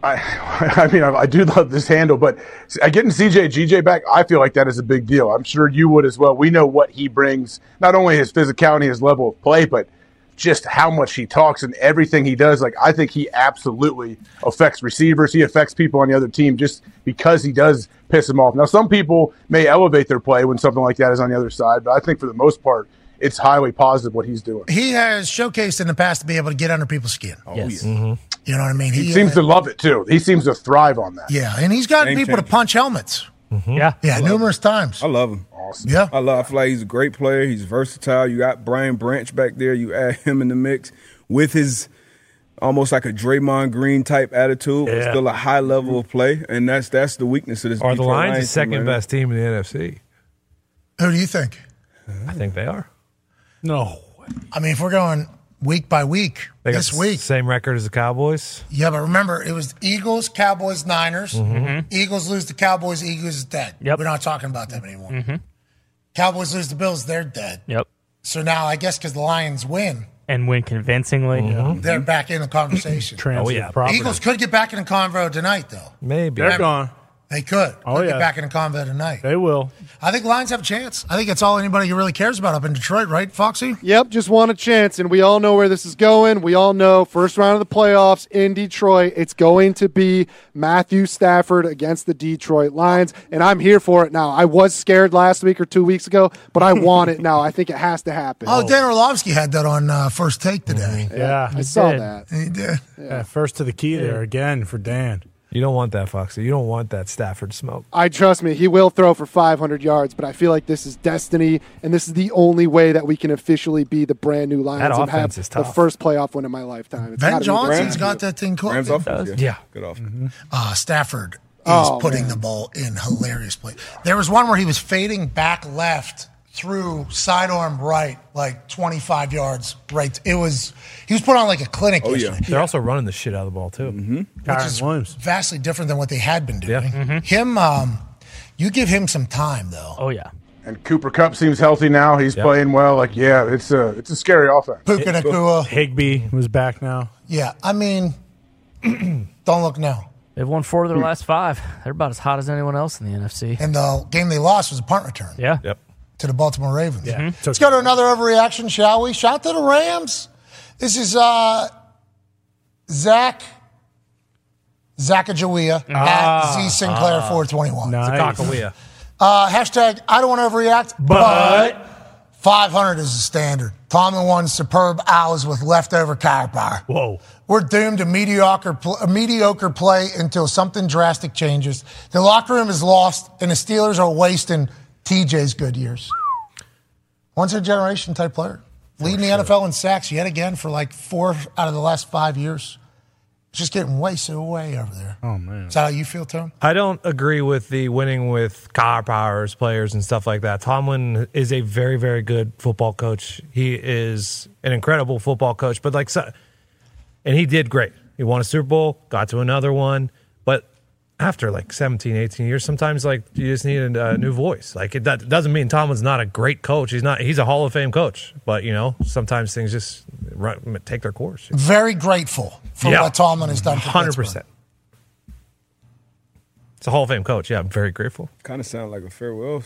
Speaker 12: I, I mean, I, I do love this handle, but uh, getting CJ GJ back, I feel like that is a big deal. I'm sure you would as well. We know what he brings, not only his physicality, his level of play, but just how much he talks and everything he does. Like, I think he absolutely affects receivers. He affects people on the other team just because he does piss them off. Now, some people may elevate their play when something like that is on the other side, but I think for the most part, it's highly positive what he's doing.
Speaker 1: He has showcased in the past to be able to get under people's skin. Oh,
Speaker 12: yeah.
Speaker 1: You know what I mean?
Speaker 12: He, seems to love it too. He seems to thrive on that.
Speaker 1: uh, Yeah, and he's gotten
Speaker 12: Game
Speaker 1: people to
Speaker 12: changer.
Speaker 1: punch helmets.
Speaker 9: Yeah,
Speaker 1: yeah, numerous times.
Speaker 6: Mm-hmm. I love him. Awesome.
Speaker 1: Yeah,
Speaker 6: I love. I feel like he's a great player. He's versatile. You got Brian Branch back there. You add him in the mix with his almost like a Draymond Green type attitude, but
Speaker 4: Yeah.
Speaker 6: still a high level of play, and that's that's the weakness of this.
Speaker 4: Are the
Speaker 6: Detroit
Speaker 4: Lions the
Speaker 6: team right
Speaker 4: second
Speaker 6: now.
Speaker 4: best team in the NFC?
Speaker 1: Who do you think?
Speaker 4: I think they are.
Speaker 3: No.
Speaker 1: I mean, if we're going week by week
Speaker 4: They got
Speaker 1: this
Speaker 4: the
Speaker 1: week,
Speaker 4: same record as the Cowboys.
Speaker 1: yeah. But remember, it was Eagles, Cowboys, Niners.
Speaker 3: Mm-hmm.
Speaker 4: Mhm.
Speaker 1: Eagles lose the Cowboys. Eagles is dead. We're not talking about them anymore.
Speaker 3: Mm-hmm.
Speaker 1: Cowboys lose the Bills. They're dead.
Speaker 9: Yep.
Speaker 1: So now I guess because the Lions win,
Speaker 9: And win convincingly.
Speaker 1: Mm-hmm.
Speaker 3: Mm-hmm.
Speaker 1: they're back in the conversation.
Speaker 9: Transitive Oh, yeah. property.
Speaker 1: Eagles could get back in the convo tonight, though.
Speaker 4: Maybe
Speaker 3: They're gone.
Speaker 1: They could.
Speaker 3: Oh,
Speaker 1: They'll
Speaker 3: yeah.
Speaker 1: get back in the convo tonight.
Speaker 3: They will.
Speaker 1: I think Lions have a chance. I think that's all anybody really cares about up in Detroit, right, Foxy?
Speaker 13: Yep, just want a chance, and we all know where this is going. We all know first round of the playoffs in Detroit. It's going to be Matthew Stafford against the Detroit Lions, and I'm here for it now. I was scared last week or two weeks ago, but I want it now. I think it has to happen.
Speaker 1: Oh, Dan Orlovsky had that on uh, First Take today.
Speaker 3: Mm-hmm. Yeah,
Speaker 13: I saw that.
Speaker 1: He did.
Speaker 3: Yeah, first to the key there again for Dan.
Speaker 4: You don't want that, Foxy. You don't want that Stafford smoke.
Speaker 13: I trust me, he will throw for 500 yards, but I feel like this is destiny, and this is the only way that we can officially be the brand new Lions
Speaker 4: That
Speaker 13: and
Speaker 4: offense
Speaker 13: have
Speaker 4: is
Speaker 13: the
Speaker 4: tough.
Speaker 13: first playoff win in my lifetime. It's
Speaker 1: Ben
Speaker 13: gotta be
Speaker 1: Johnson's
Speaker 13: Rams.
Speaker 1: got that thing cooked.
Speaker 13: Rams offense,
Speaker 1: Does.
Speaker 13: yeah.
Speaker 6: Good off.
Speaker 1: Uh, Stafford is
Speaker 13: Oh,
Speaker 1: putting
Speaker 13: man.
Speaker 1: the ball in hilarious play. There was one where he was fading back left through sidearm right, like 25 yards right. It was, he was put on like a clinic
Speaker 4: Oh yeah,
Speaker 1: yesterday,
Speaker 4: they're also running the shit out of the ball too. Mm-hmm.
Speaker 1: which is vastly different than what they had been doing.
Speaker 4: Yeah. Mm-hmm.
Speaker 1: Him, um, you give him some time, though.
Speaker 9: Oh yeah.
Speaker 12: And Cooper Cup seems healthy now. He's playing well. Like, yeah, it's a it's a scary offense.
Speaker 1: Puka Nakua.
Speaker 3: Higby was back now.
Speaker 1: Yeah, I mean, don't look now.
Speaker 15: They've won four of their
Speaker 1: Hmm.
Speaker 15: last five. They're about as hot as anyone else in the NFC.
Speaker 1: And the game they lost was a punt return.
Speaker 15: Yeah.
Speaker 4: Yep.
Speaker 1: to the Baltimore Ravens.
Speaker 9: Mm-hmm.
Speaker 2: Mm-hmm.
Speaker 1: Let's go to another overreaction, shall we? Shout to the Rams. This is uh, Zach Zachajawea
Speaker 2: Ah,
Speaker 1: at Z Sinclair
Speaker 2: ah.
Speaker 1: 421.
Speaker 2: Nice.
Speaker 4: Cockawea.
Speaker 1: Uh, hashtag I don't want to overreact,
Speaker 2: But-
Speaker 1: but, 500 is the standard. Tomlin won superb hours with leftover firepower.
Speaker 3: Whoa.
Speaker 1: We're doomed to mediocre, pl- mediocre play until something drastic changes. The locker room is lost, and the Steelers are wasting TJ's good years. Once in a generation type player. Leading the NFL in sacks yet again for like four out of the last five years. It's just getting wasted away over there. Oh, man. Is that how you feel, Tom?
Speaker 4: I don't agree with the winning with car powers, players, and stuff like that. Tomlin is a very, very good football coach. He is an incredible football coach, but like, so, and he did great. He won a Super Bowl, got to another one, but after like 17, 18 years, sometimes like you just need a, uh new voice. Like it that doesn't mean Tomlin's not a great coach. He's not. He's a Hall of Fame coach, but you know, sometimes things just run, take their course.
Speaker 1: Very grateful for
Speaker 4: Yeah.
Speaker 1: what Tomlin has done for 100%.
Speaker 4: 100%. It's a Hall of Fame coach. Yeah, I'm very grateful.
Speaker 6: Kind of sound like a farewell.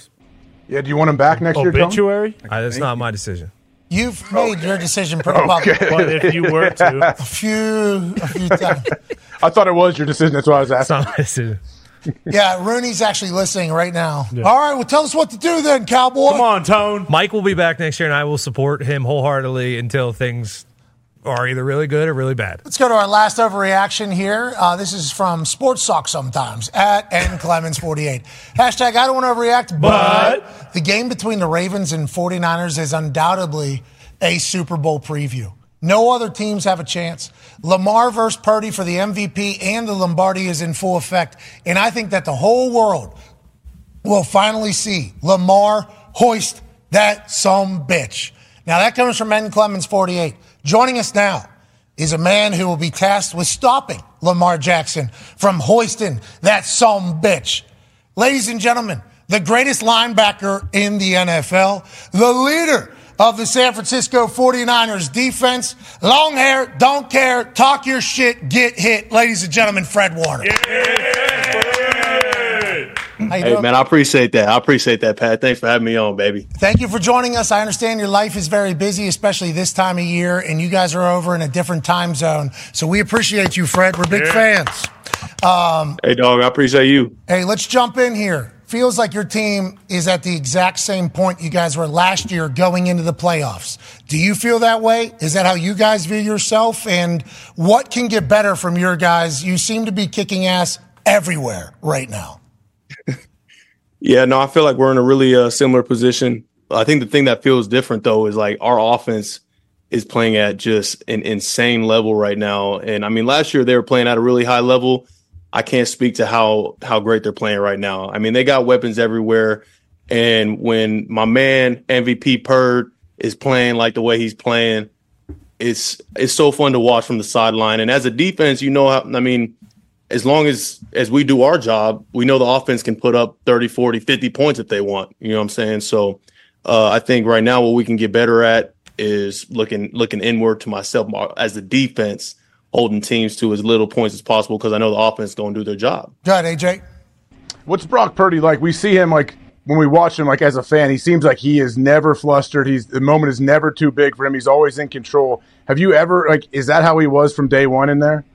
Speaker 12: Yeah, do you want him back next year? Tom?
Speaker 4: Uh, that's not my decision.
Speaker 1: You've made your decision pretty public.
Speaker 12: Okay. But if you were to.
Speaker 1: a few, a few times.
Speaker 12: I thought it was your decision. That's why I was asking.
Speaker 4: It's not my decision.
Speaker 1: Yeah, Rooney's actually listening right now.
Speaker 4: Yeah.
Speaker 1: All right, well, tell us what to do then, Cowboy. Come
Speaker 3: on, Tone.
Speaker 4: Mike will be back next year, and I will support him wholeheartedly until things are either really good or really bad.
Speaker 1: Let's go to our last overreaction here. Uh, this is from Sports Talk sometimes at N Clemens 48. Hashtag I don't want to overreact, but, the game between the Ravens and 49ers is undoubtedly a Super Bowl preview. No other teams have a chance. Lamar versus Purdy for the MVP and the Lombardi is in full effect. And I think that the whole world will finally see Lamar hoist that some bitch. Now that comes from N. Clemens 48. Joining us now is a man who will be tasked with stopping Lamar Jackson from hoisting that some bitch. Ladies and gentlemen, the greatest linebacker in the NFL, the leader of the San Francisco 49ers defense, long hair, don't care, talk your shit, get hit. Ladies and gentlemen, Fred Warner. How you
Speaker 16: Hey,
Speaker 1: doing?
Speaker 16: man, I appreciate that. I appreciate that, Pat. Thanks for having me on, baby.
Speaker 1: Thank you for joining us. I understand your life is very busy, especially this time of year, and you guys are over in a different time zone. So we appreciate you, Fred. We're big fans. Um,
Speaker 16: Hey, dog, I appreciate you.
Speaker 1: hey, let's jump in here. Feels like your team is at the exact same point you guys were last year going into the playoffs. Do you feel that way? Is that how you guys view yourself? And what can get better from your guys? You seem to be kicking ass everywhere right now.
Speaker 16: Yeah, no, I feel like we're in a really uh, similar position. I think the thing that feels different though is like our offense is playing at just an insane level right now. And I mean, last year they were playing at a really high level. I can't speak to how how great they're playing right now. I mean, they got weapons everywhere. And when my man MVP Purd is playing like the way he's playing, it's it's so fun to watch from the sideline. And as a defense, you know how I mean, as long as as we do our job, we know the offense can put up 30, 40, 50 points if they want. You know what I'm saying? So uh, I think right now what we can get better at is looking looking inward to myself as the defense, holding teams to as little points as possible because I know the offense is going to do their job.
Speaker 1: Good, AJ.
Speaker 12: What's Brock Purdy like? We see him like when we watch him like as a fan, he seems like he is never flustered. He's the moment is never too big for him. He's always in control. Have you ever like is that how he was from day one in there?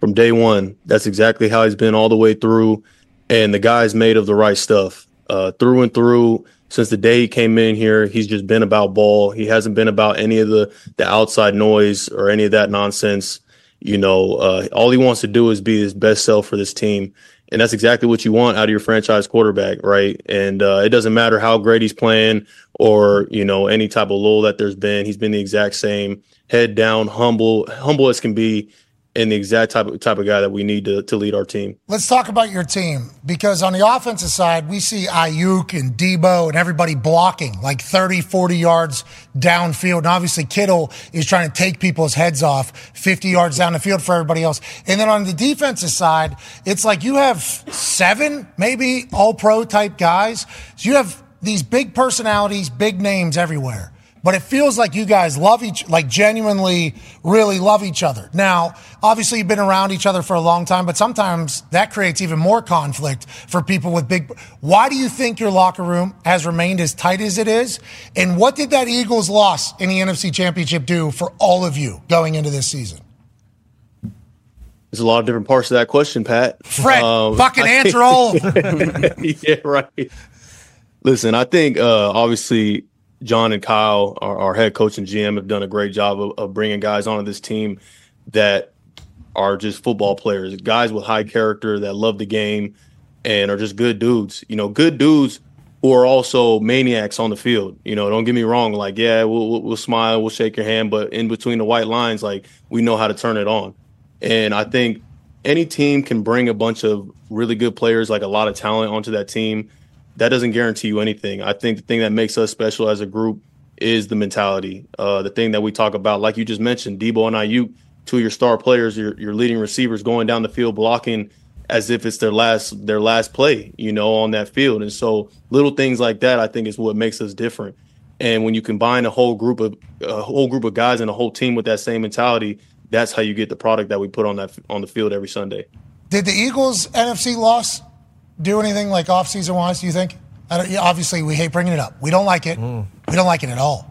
Speaker 16: from day one. That's exactly how he's been all the way through. And the guy's made of the right stuff uh, through and through. Since the day he came in here, he's just been about ball. He hasn't been about any of the the outside noise or any of that nonsense. You know, uh, all he wants to do is be his best self for this team, and that's exactly what you want out of your franchise quarterback, right? And uh, it doesn't matter how great he's playing or you know any type of lull that there's been. He's been the exact same, head down, humble, humble as can be, and the exact type of type of guy that we need to, to lead our team.
Speaker 1: Let's talk about your team because on the offensive side, we see Ayuk and Debo and everybody blocking like 30, 40 yards downfield. And obviously, Kittle is trying to take people's heads off 50 yards down the field for everybody else. And then on the defensive side, it's like you have seven, maybe all pro type guys. So you have these big personalities, big names everywhere but it feels like you guys love each like genuinely really love each other now obviously you've been around each other for a long time but sometimes that creates even more conflict for people with big why do you think your locker room has remained as tight as it is and what did that eagles loss in the nfc championship do for all of you going into this season
Speaker 16: There's a lot of different parts to that question, Pat.
Speaker 1: Fred,
Speaker 16: Um,
Speaker 1: fucking
Speaker 16: I-
Speaker 1: answer all of them.
Speaker 16: yeah, right. Listen, I think uh, obviously John and Kyle, our, our head coach and GM, have done a great job of, of bringing guys onto this team that are just football players, guys with high character that love the game and are just good dudes. You know, good dudes who are also maniacs on the field. You know, don't get me wrong. Like, yeah, we'll, we'll, we'll smile, we'll shake your hand, but in between the white lines, like, we know how to turn it on. And I think any team can bring a bunch of really good players, like a lot of talent onto that team. That doesn't guarantee you anything. I think the thing that makes us special as a group is the mentality. Uh, the thing that we talk about, like you just mentioned, Debo and IU, two of your star players, your your leading receivers going down the field blocking as if it's their last their last play, you know, on that field. And so little things like that, I think, is what makes us different. And when you combine a whole group of a whole group of guys and a whole team with that same mentality, that's how you get the product that we put on that on the field every Sunday.
Speaker 1: did the eagles nfc loss do anything like offseason wise do you think I don't, yeah, obviously we hate bringing it up we don't like it we don't like it at all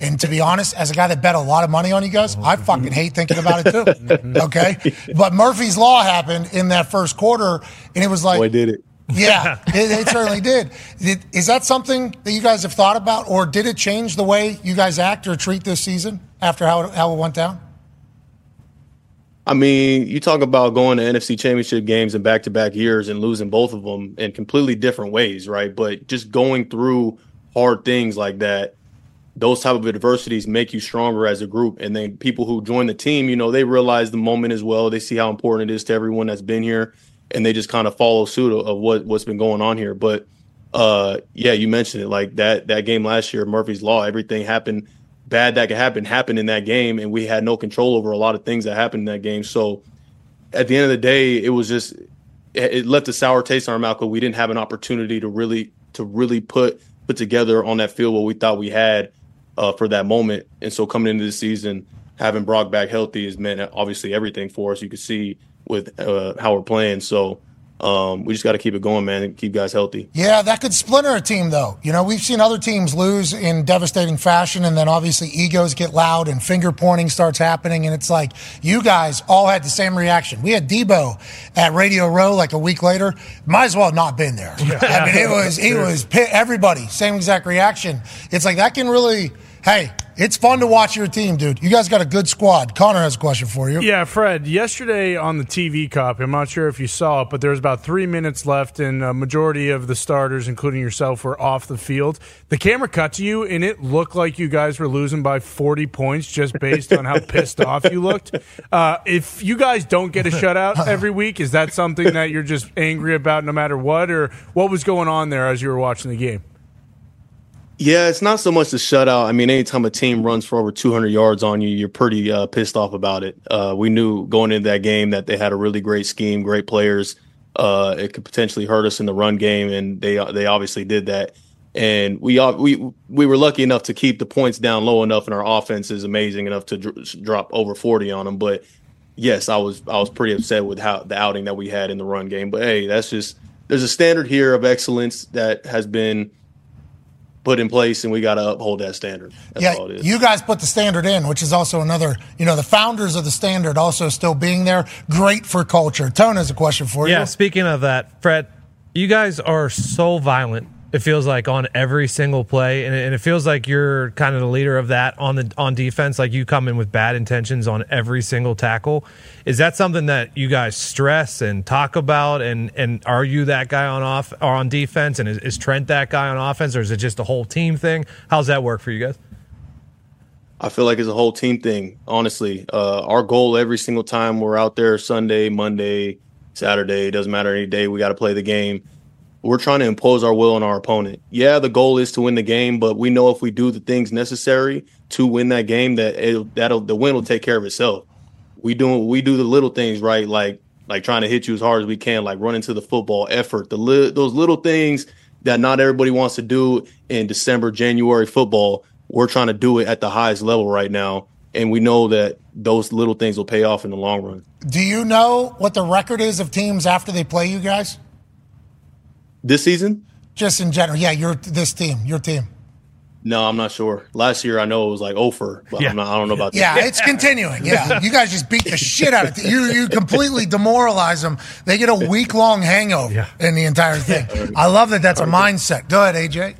Speaker 1: And to be honest, as a guy that bet a lot of money on you guys, I fucking hate thinking about it too. Okay. But Murphy's Law happened in that first quarter, and it was like,
Speaker 16: Boy, did it.
Speaker 1: yeah, it, it certainly did. Did- Is that something that you guys have thought about, or did it change the way you guys act or treat this season after how it, how it went down?
Speaker 16: I mean, you talk about going to NFC championship games in back to back years and losing both of them in completely different ways, right? But just going through hard things like that, those type of adversities make you stronger as a group. And then people who join the team, you know, they realize the moment as well. They see how important it is to everyone that's been here and they just kind of follow suit of, of what, what's been going on here. But uh yeah, you mentioned it. Like that that game last year, Murphy's Law, everything happened bad that could happen happened in that game, and we had no control over a lot of things that happened in that game. So at the end of the day, it was just it it left a sour taste in our mouth because we didn't have an opportunity to really to really put put together on that field what we thought we had uh, for that moment. And so coming into the season, having Brock back healthy has meant obviously everything for us. You can see with uh, how we're playing. So um, we just got to keep it going, man, and keep guys healthy.
Speaker 1: Yeah, that could splinter a team, though. You know, we've seen other teams lose in devastating fashion, and then obviously egos get loud and finger pointing starts happening. And it's like you guys all had the same reaction. We had Debo at Radio Row like a week later. Might as well have not been there. I mean, it was it was pi- everybody same exact reaction. It's like that can really. Hey, it's fun to watch your team, dude. You guys got a good squad. Connor has a question for you.
Speaker 3: Yeah, Fred, yesterday on the TV copy, I'm not sure if you saw it, but there was about three minutes left, and a majority of the starters, including yourself, were off the field. The camera cut to you, and it looked like you guys were losing by 40 points just based on how pissed off you looked. Uh, if you guys don't get a shutout every week, is that something that you're just angry about no matter what, or what was going on there as you were watching the game?
Speaker 16: Yeah, it's not so much the shutout. I mean, anytime a team runs for over 200 yards on you, you're pretty uh, pissed off about it. Uh, we knew going into that game that they had a really great scheme, great players. Uh, it could potentially hurt us in the run game, and they they obviously did that. And we ob- we we were lucky enough to keep the points down low enough, and our offense is amazing enough to dr- drop over 40 on them. But yes, I was I was pretty upset with how the outing that we had in the run game. But hey, that's just there's a standard here of excellence that has been put in place, and we got to uphold that standard. That's all it
Speaker 1: yeah,
Speaker 16: is.
Speaker 1: you guys put the standard in, which is also another, you know, the founders of the standard also still being there. Great for culture. Tone has a question for
Speaker 4: yeah,
Speaker 1: you.
Speaker 4: speaking of that, Fred, you guys are so violent. It feels like on every single play, and it, and it feels like you're kind of the leader of that on the on defense. Like you come in with bad intentions on every single tackle. Is that something that you guys stress and talk about? And and are you that guy on off or on defense? And is, is Trent that guy on offense, or is it just a whole team thing? How's that work for you guys?
Speaker 16: I feel like it's a whole team thing, honestly. Uh, our goal every single time we're out there Sunday, Monday, Saturday, doesn't matter any day, we got to play the game. We're trying to impose our will on our opponent. Yeah, the goal is to win the game, but we know if we do the things necessary to win that game, that it, that'll the win will take care of itself. We doing we do the little things right, like like trying to hit you as hard as we can, like running to the football, effort, the li- those little things that not everybody wants to do in December, January football. We're trying to do it at the highest level right now, and we know that those little things will pay off in the long run.
Speaker 1: Do you know what the record is of teams after they play you guys?
Speaker 16: This season?
Speaker 1: Just in general. Yeah, your this team, your team.
Speaker 16: No, I'm not sure. Last year I know it was like Ofer, but I'm not, I don't know about
Speaker 1: Yeah,
Speaker 16: this.
Speaker 1: it's continuing. Yeah, you guys just beat the shit out of it. You you completely demoralize them. They get a week long hangover in the entire thing. I love that. That's a mindset. Go ahead, AJ.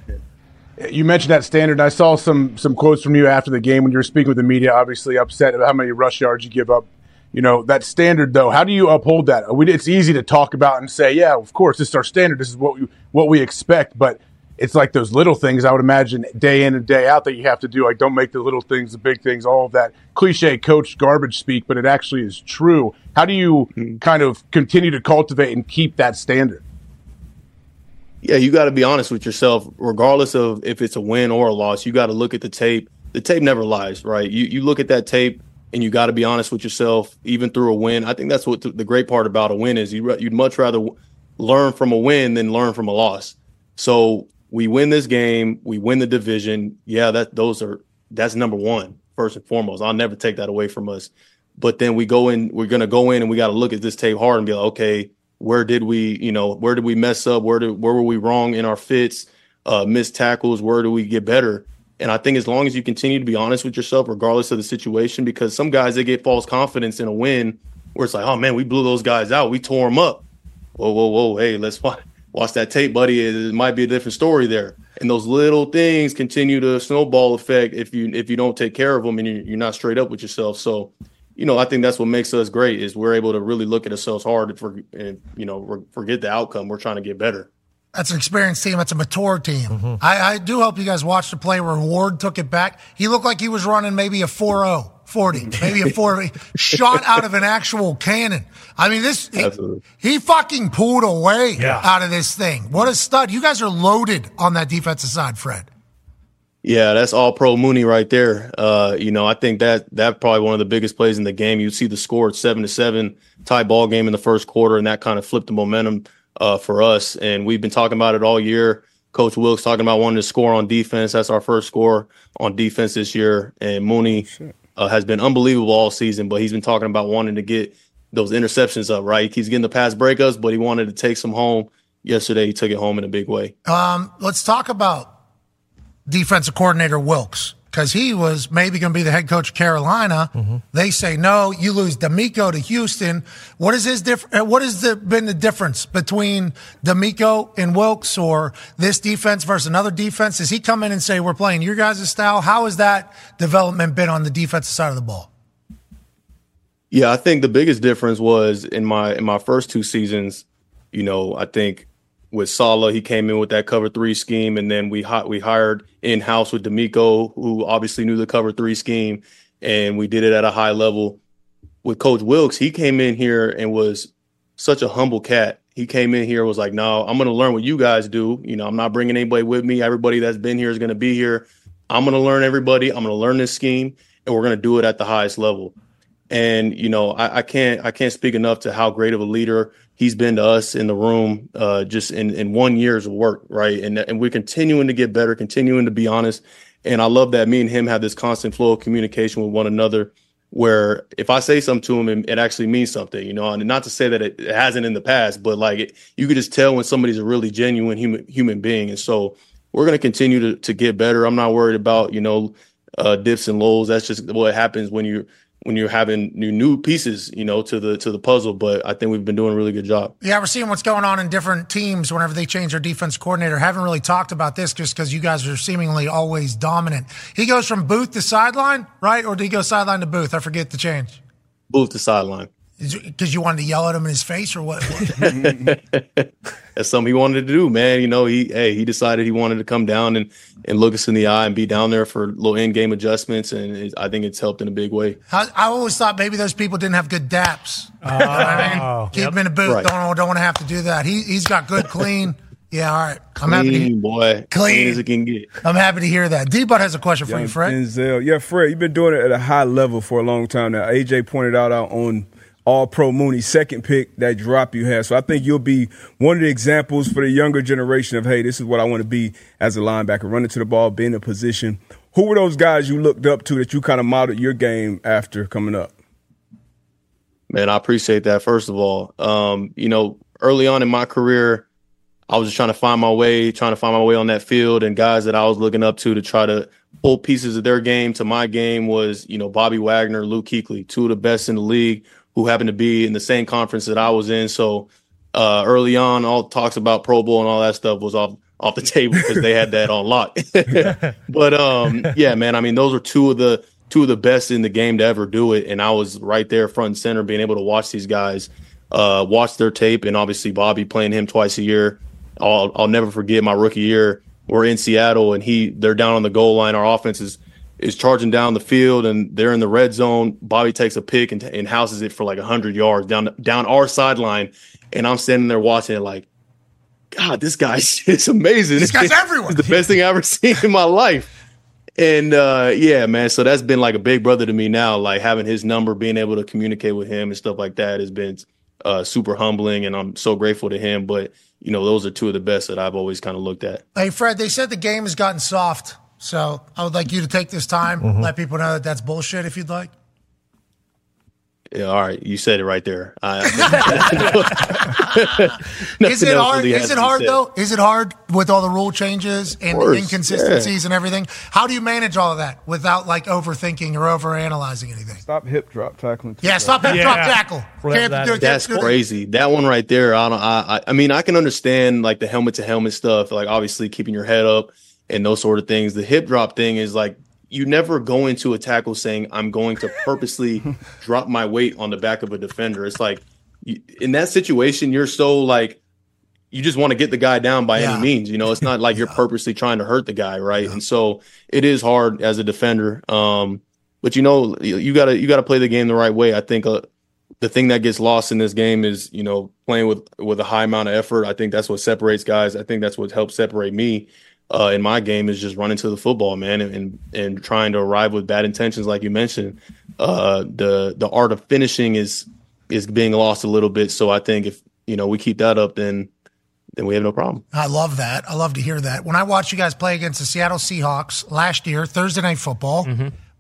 Speaker 12: You mentioned that standard. I saw some some quotes from you after the game when you were speaking with the media. Obviously, upset about how many rush yards you give up. You know that standard, though. How do you uphold that? We, it's easy to talk about and say, "Yeah, of course, this is our standard. This is what we what we expect." But it's like those little things. I would imagine day in and day out that you have to do. Like, don't make the little things the big things. All of that cliche coach garbage speak, but it actually is true. How do you kind of continue to cultivate and keep that standard?
Speaker 16: yeah, you got to be honest with yourself, regardless of if it's a win or a loss. You got to look at the tape. The tape never lies, right? You you look at that tape and you got to be honest with yourself, even through a win. I think that's what th- the great part about a win is. You re- you'd much rather w- learn from a win than learn from a loss. So we win this game, we win the division. Yeah, that those are that's number one first and foremost. I'll never take that away from us. But then we go in, we're gonna go in and we got to look at this tape hard and be like, okay, where did we, you know, where did we mess up? Where did where were we wrong in our fits, uh, missed tackles? Where do we get better? And I think as long as you continue to be honest with yourself, regardless of the situation, because some guys they get false confidence in a win, where it's like, oh man, we blew those guys out, we tore them up whoa, whoa, whoa, hey, let's watch, watch that tape, buddy. It, it might be a different story there. and those little things continue to snowball effect if you if you don't take care of them and you, you're not straight up with yourself. So, you know, I think that's what makes us great is we're able to really look at ourselves hard and, for, and you know re- forget the outcome. We're trying to get better.
Speaker 1: That's an experienced team. That's a mature team. I, I do hope you guys watched the play where Ward took it back. He looked like he was running maybe a 4 40, maybe a 4 shot out of an actual cannon. I mean, this, he,
Speaker 16: Absolutely.
Speaker 1: he fucking pulled away
Speaker 16: Yeah.
Speaker 1: out of this thing. What a stud. You guys are loaded on that defensive side, Fred.
Speaker 16: Yeah, that's all pro Mooney right there. Uh, you know, I think that that probably one of the biggest plays in the game. You see the score at seven to seven, tie ball game in the first quarter, and that kind of flipped the momentum uh, for us. And we've been talking about it all year. Coach Wilkes talking about wanting to score on defense. That's our first score on defense this year. And Mooney uh, has been unbelievable all season, but he's been talking about wanting to get those interceptions up. Right, he's getting the pass breakups, but he wanted to take some home. Yesterday, he took it home in a big way.
Speaker 1: Um, let's talk about defensive coordinator Wilkes because he was maybe going to be the head coach of Carolina. They say no. You lose D'Amico to Houston. What is his diff- uh, What has the, been the difference between D'Amico and Wilkes, or this defense versus another defense? Does he come in and say we're playing your guys' style? How has that development been on the defensive side of the ball?
Speaker 16: Yeah, I think the biggest difference was in my in my first two seasons. You know, I think with Sala, he came in with that cover three scheme, and then we hi- we hired in house with D'Amico, who obviously knew the cover three scheme, and we did it at a high level. With Coach Wilkes, he came in here and was such a humble cat. He came in here and was like, "No, I'm going to learn what you guys do. You know, I'm not bringing anybody with me. Everybody that's been here is going to be here. I'm going to learn everybody. I'm going to learn this scheme, and we're going to do it at the highest level." and you know I, I can't i can't speak enough to how great of a leader he's been to us in the room uh just in in one year's work right and and we're continuing to get better continuing to be honest and i love that me and him have this constant flow of communication with one another where if i say something to him it, it actually means something you know and not to say that it, it hasn't in the past but like it, you could just tell when somebody's a really genuine human human being and so we're going to continue to to get better i'm not worried about you know uh, dips and lows. That's just what happens when you when you're having new new pieces, you know, to the to the puzzle. But I think we've been doing a really good job.
Speaker 1: Yeah, we're seeing what's going on in different teams whenever they change their defense coordinator. Haven't really talked about this just because you guys are seemingly always dominant. He goes from booth to sideline, right? Or did he go sideline to booth? I forget the change.
Speaker 16: Move to sideline.
Speaker 1: Because you wanted to yell at him in his face or what? what?
Speaker 16: That's something he wanted to do, man. You know, he hey, he decided he wanted to come down and and look us in the eye and be down there for little end game adjustments, and it, I think it's helped in a big way.
Speaker 1: I, I always thought maybe those people didn't have good daps. You know what I mean? Keep him in a booth.
Speaker 16: Right.
Speaker 1: Don't, don't want to have to do that. He, he's got good clean. yeah, all right. I'm happy to
Speaker 16: Clean boy,
Speaker 1: Clean.
Speaker 16: clean as it can get.
Speaker 1: I'm happy to hear that. D-Bud has a question for
Speaker 6: Young
Speaker 1: you, Fred.
Speaker 6: Denzel. Yeah, Fred, you've been doing it at a high level for a long time now. AJ pointed out out on All Pro Mooney's second pick that drop you had. So I think you'll be one of the examples for the younger generation of, hey, this is what I want to be as a linebacker, running to the ball, being in position. Who were those guys you looked up to that you kind of modeled your game after coming up?
Speaker 16: Man, I appreciate that. First of all, um, you know, early on in my career, I was just trying to find my way, trying to find my way on that field, and guys that I was looking up to to try to pull pieces of their game to my game was, you know, Bobby Wagner, Luke Kuechly, two of the best in the league, who happened to be in the same conference that I was in. So uh, early on, all talks about Pro Bowl and all that stuff was off off the table because they had that on lock. but um, yeah, man, I mean, those are two of the two of the best in the game to ever do it, and I was right there front and center, being able to watch these guys, uh, watch their tape, and obviously Bobby playing him twice a year. I'll I'll never forget my rookie year. We're in Seattle, and he they're down on the goal line. Our offense is is charging down the field, and they're in the red zone. Bobby takes a pick and, and houses it for like hundred yards down down our sideline, and I'm standing there watching it like. God, this guy's it's amazing.
Speaker 1: This guy's everywhere.
Speaker 16: It's the best thing I've ever seen in my life. And uh, yeah, man, so that's been like a big brother to me now. Like having his number, being able to communicate with him and stuff like that has been uh, super humbling, and I'm so grateful to him. But you know, those are two of the best that I've always kind of looked at.
Speaker 1: Hey, Fred, they said the game has gotten soft. So I would like you to take this time,
Speaker 16: Mhm.
Speaker 1: let people know that that's bullshit if you'd like.
Speaker 16: Yeah, all right, you said it right there. I,
Speaker 1: is it hard? Is it hard though? Is it hard with all the rule changes and
Speaker 16: course,
Speaker 1: inconsistencies and everything? How do you manage all of that without like overthinking or overanalyzing anything?
Speaker 6: Stop hip drop tackling.
Speaker 1: Yeah, stop hip drop tackle. Can't do it,
Speaker 16: That's
Speaker 1: can't do it.
Speaker 16: crazy. That one right there. I don't. I. I- I mean, I can understand like the helmet to helmet stuff. Like obviously keeping your head up and those sort of things. The hip drop thing is like you never go into a tackle saying I'm going to purposely drop my weight on the back of a defender. It's like you- in that situation, you're so like you just want to get the guy down by any means. You know, it's not like you're purposely trying to hurt the guy, right? And so it is hard as a defender. Um, but you know, you you gotta you gotta play the game the right way. I think uh, the thing that gets lost in this game is you know playing with with a high amount of effort. I think that's what separates guys. I think that's what helps separate me uh, in my game is just running to the football, man, and and, and trying to arrive with bad intentions, like you mentioned. Uh, the the art of finishing is is being lost a little bit. So I think if you know we keep that up, then then we have no problem.
Speaker 1: I love that. I love to hear that. When I watched you guys play against the Seattle Seahawks last year, Thursday Night Football,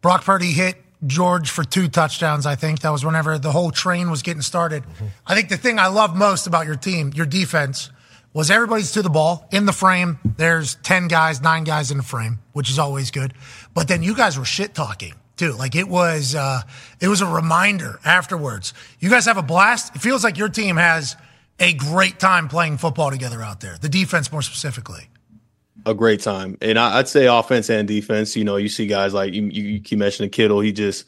Speaker 1: Brock Purdy hit George for two touchdowns, I think. That was whenever the whole train was getting started. I think the thing I love most about your team, your defense, was everybody's to the ball in the frame. There's 10 guys, nine guys in the frame, which is always good. But then you guys were shit talking too. Like it was, uh, it was a reminder afterwards. You guys have a blast. It feels like your team has a great time playing football together out there. The defense, more specifically.
Speaker 16: a great time. And I, I'd say offense and defense. You know, you see guys like you, you, you keep mentioning Kittle. He just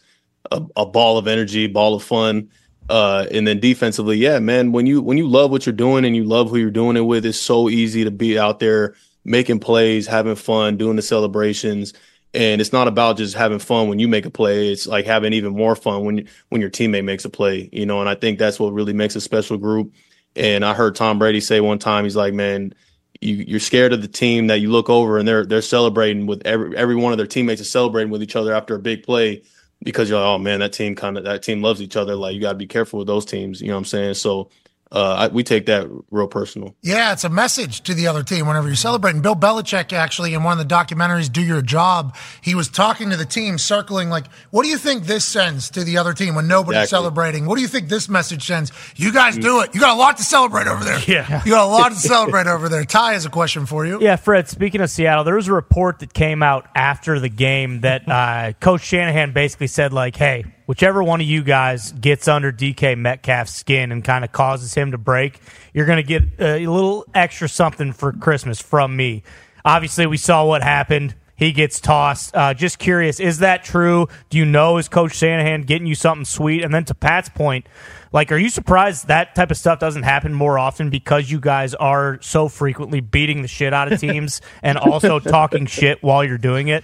Speaker 16: a, a ball of energy, ball of fun. Uh, and then defensively, yeah, man. When you when you love what you're doing and you love who you're doing it with, it's so easy to be out there making plays, having fun, doing the celebrations. And it's not about just having fun when you make a play. It's like having even more fun when when your teammate makes a play. You know, and I think that's what really makes a special group. And I heard Tom Brady say one time, he's like, "Man, you, you're scared of the team that you look over and they're they're celebrating with every every one of their teammates is celebrating with each other after a big play because you're like, oh man, that team kind of that team loves each other. Like you got to be careful with those teams. You know what I'm saying? So uh, I, we take that real personal.
Speaker 1: Yeah, it's a message to the other team whenever you're celebrating. Bill Belichick, actually, in one of the documentaries, Do Your Job, he was talking to the team, circling, like, what do you think this sends to the other team when nobody's
Speaker 16: Exactly.
Speaker 1: celebrating? What do you think this message sends? You guys do it. You got a lot to celebrate over there.
Speaker 9: Yeah.
Speaker 1: You got a lot to celebrate over there. Ty has a question for you.
Speaker 9: Yeah, Fred, speaking of Seattle, there was a report that came out after the game that uh, Coach Shanahan basically said, like, hey, whichever one of you guys gets under DK Metcalf's skin and kind of causes him to break, you're going to get a little extra something for Christmas from me. Obviously, we saw what happened. He gets tossed. Uh, just curious, is that true? Do you know is Coach Shanahan getting you something sweet? And then to Pat's point, like, are you surprised that type of stuff doesn't happen more often because you guys are so frequently beating the shit out of teams and also talking shit while you're doing it?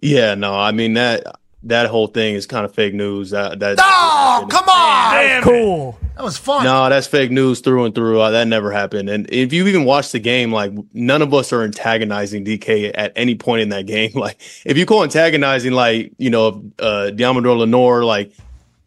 Speaker 16: Yeah, no, I mean that that whole thing is kind of fake news. That that
Speaker 1: Oh, come on.
Speaker 9: cool.
Speaker 1: That was fun.
Speaker 16: No, that's fake news through and through. Uh, that never happened. And if you even watch the game, like none of us are antagonizing DK at any point in that game. Like if you call antagonizing, like you know, uh, Diamondor Lenore, like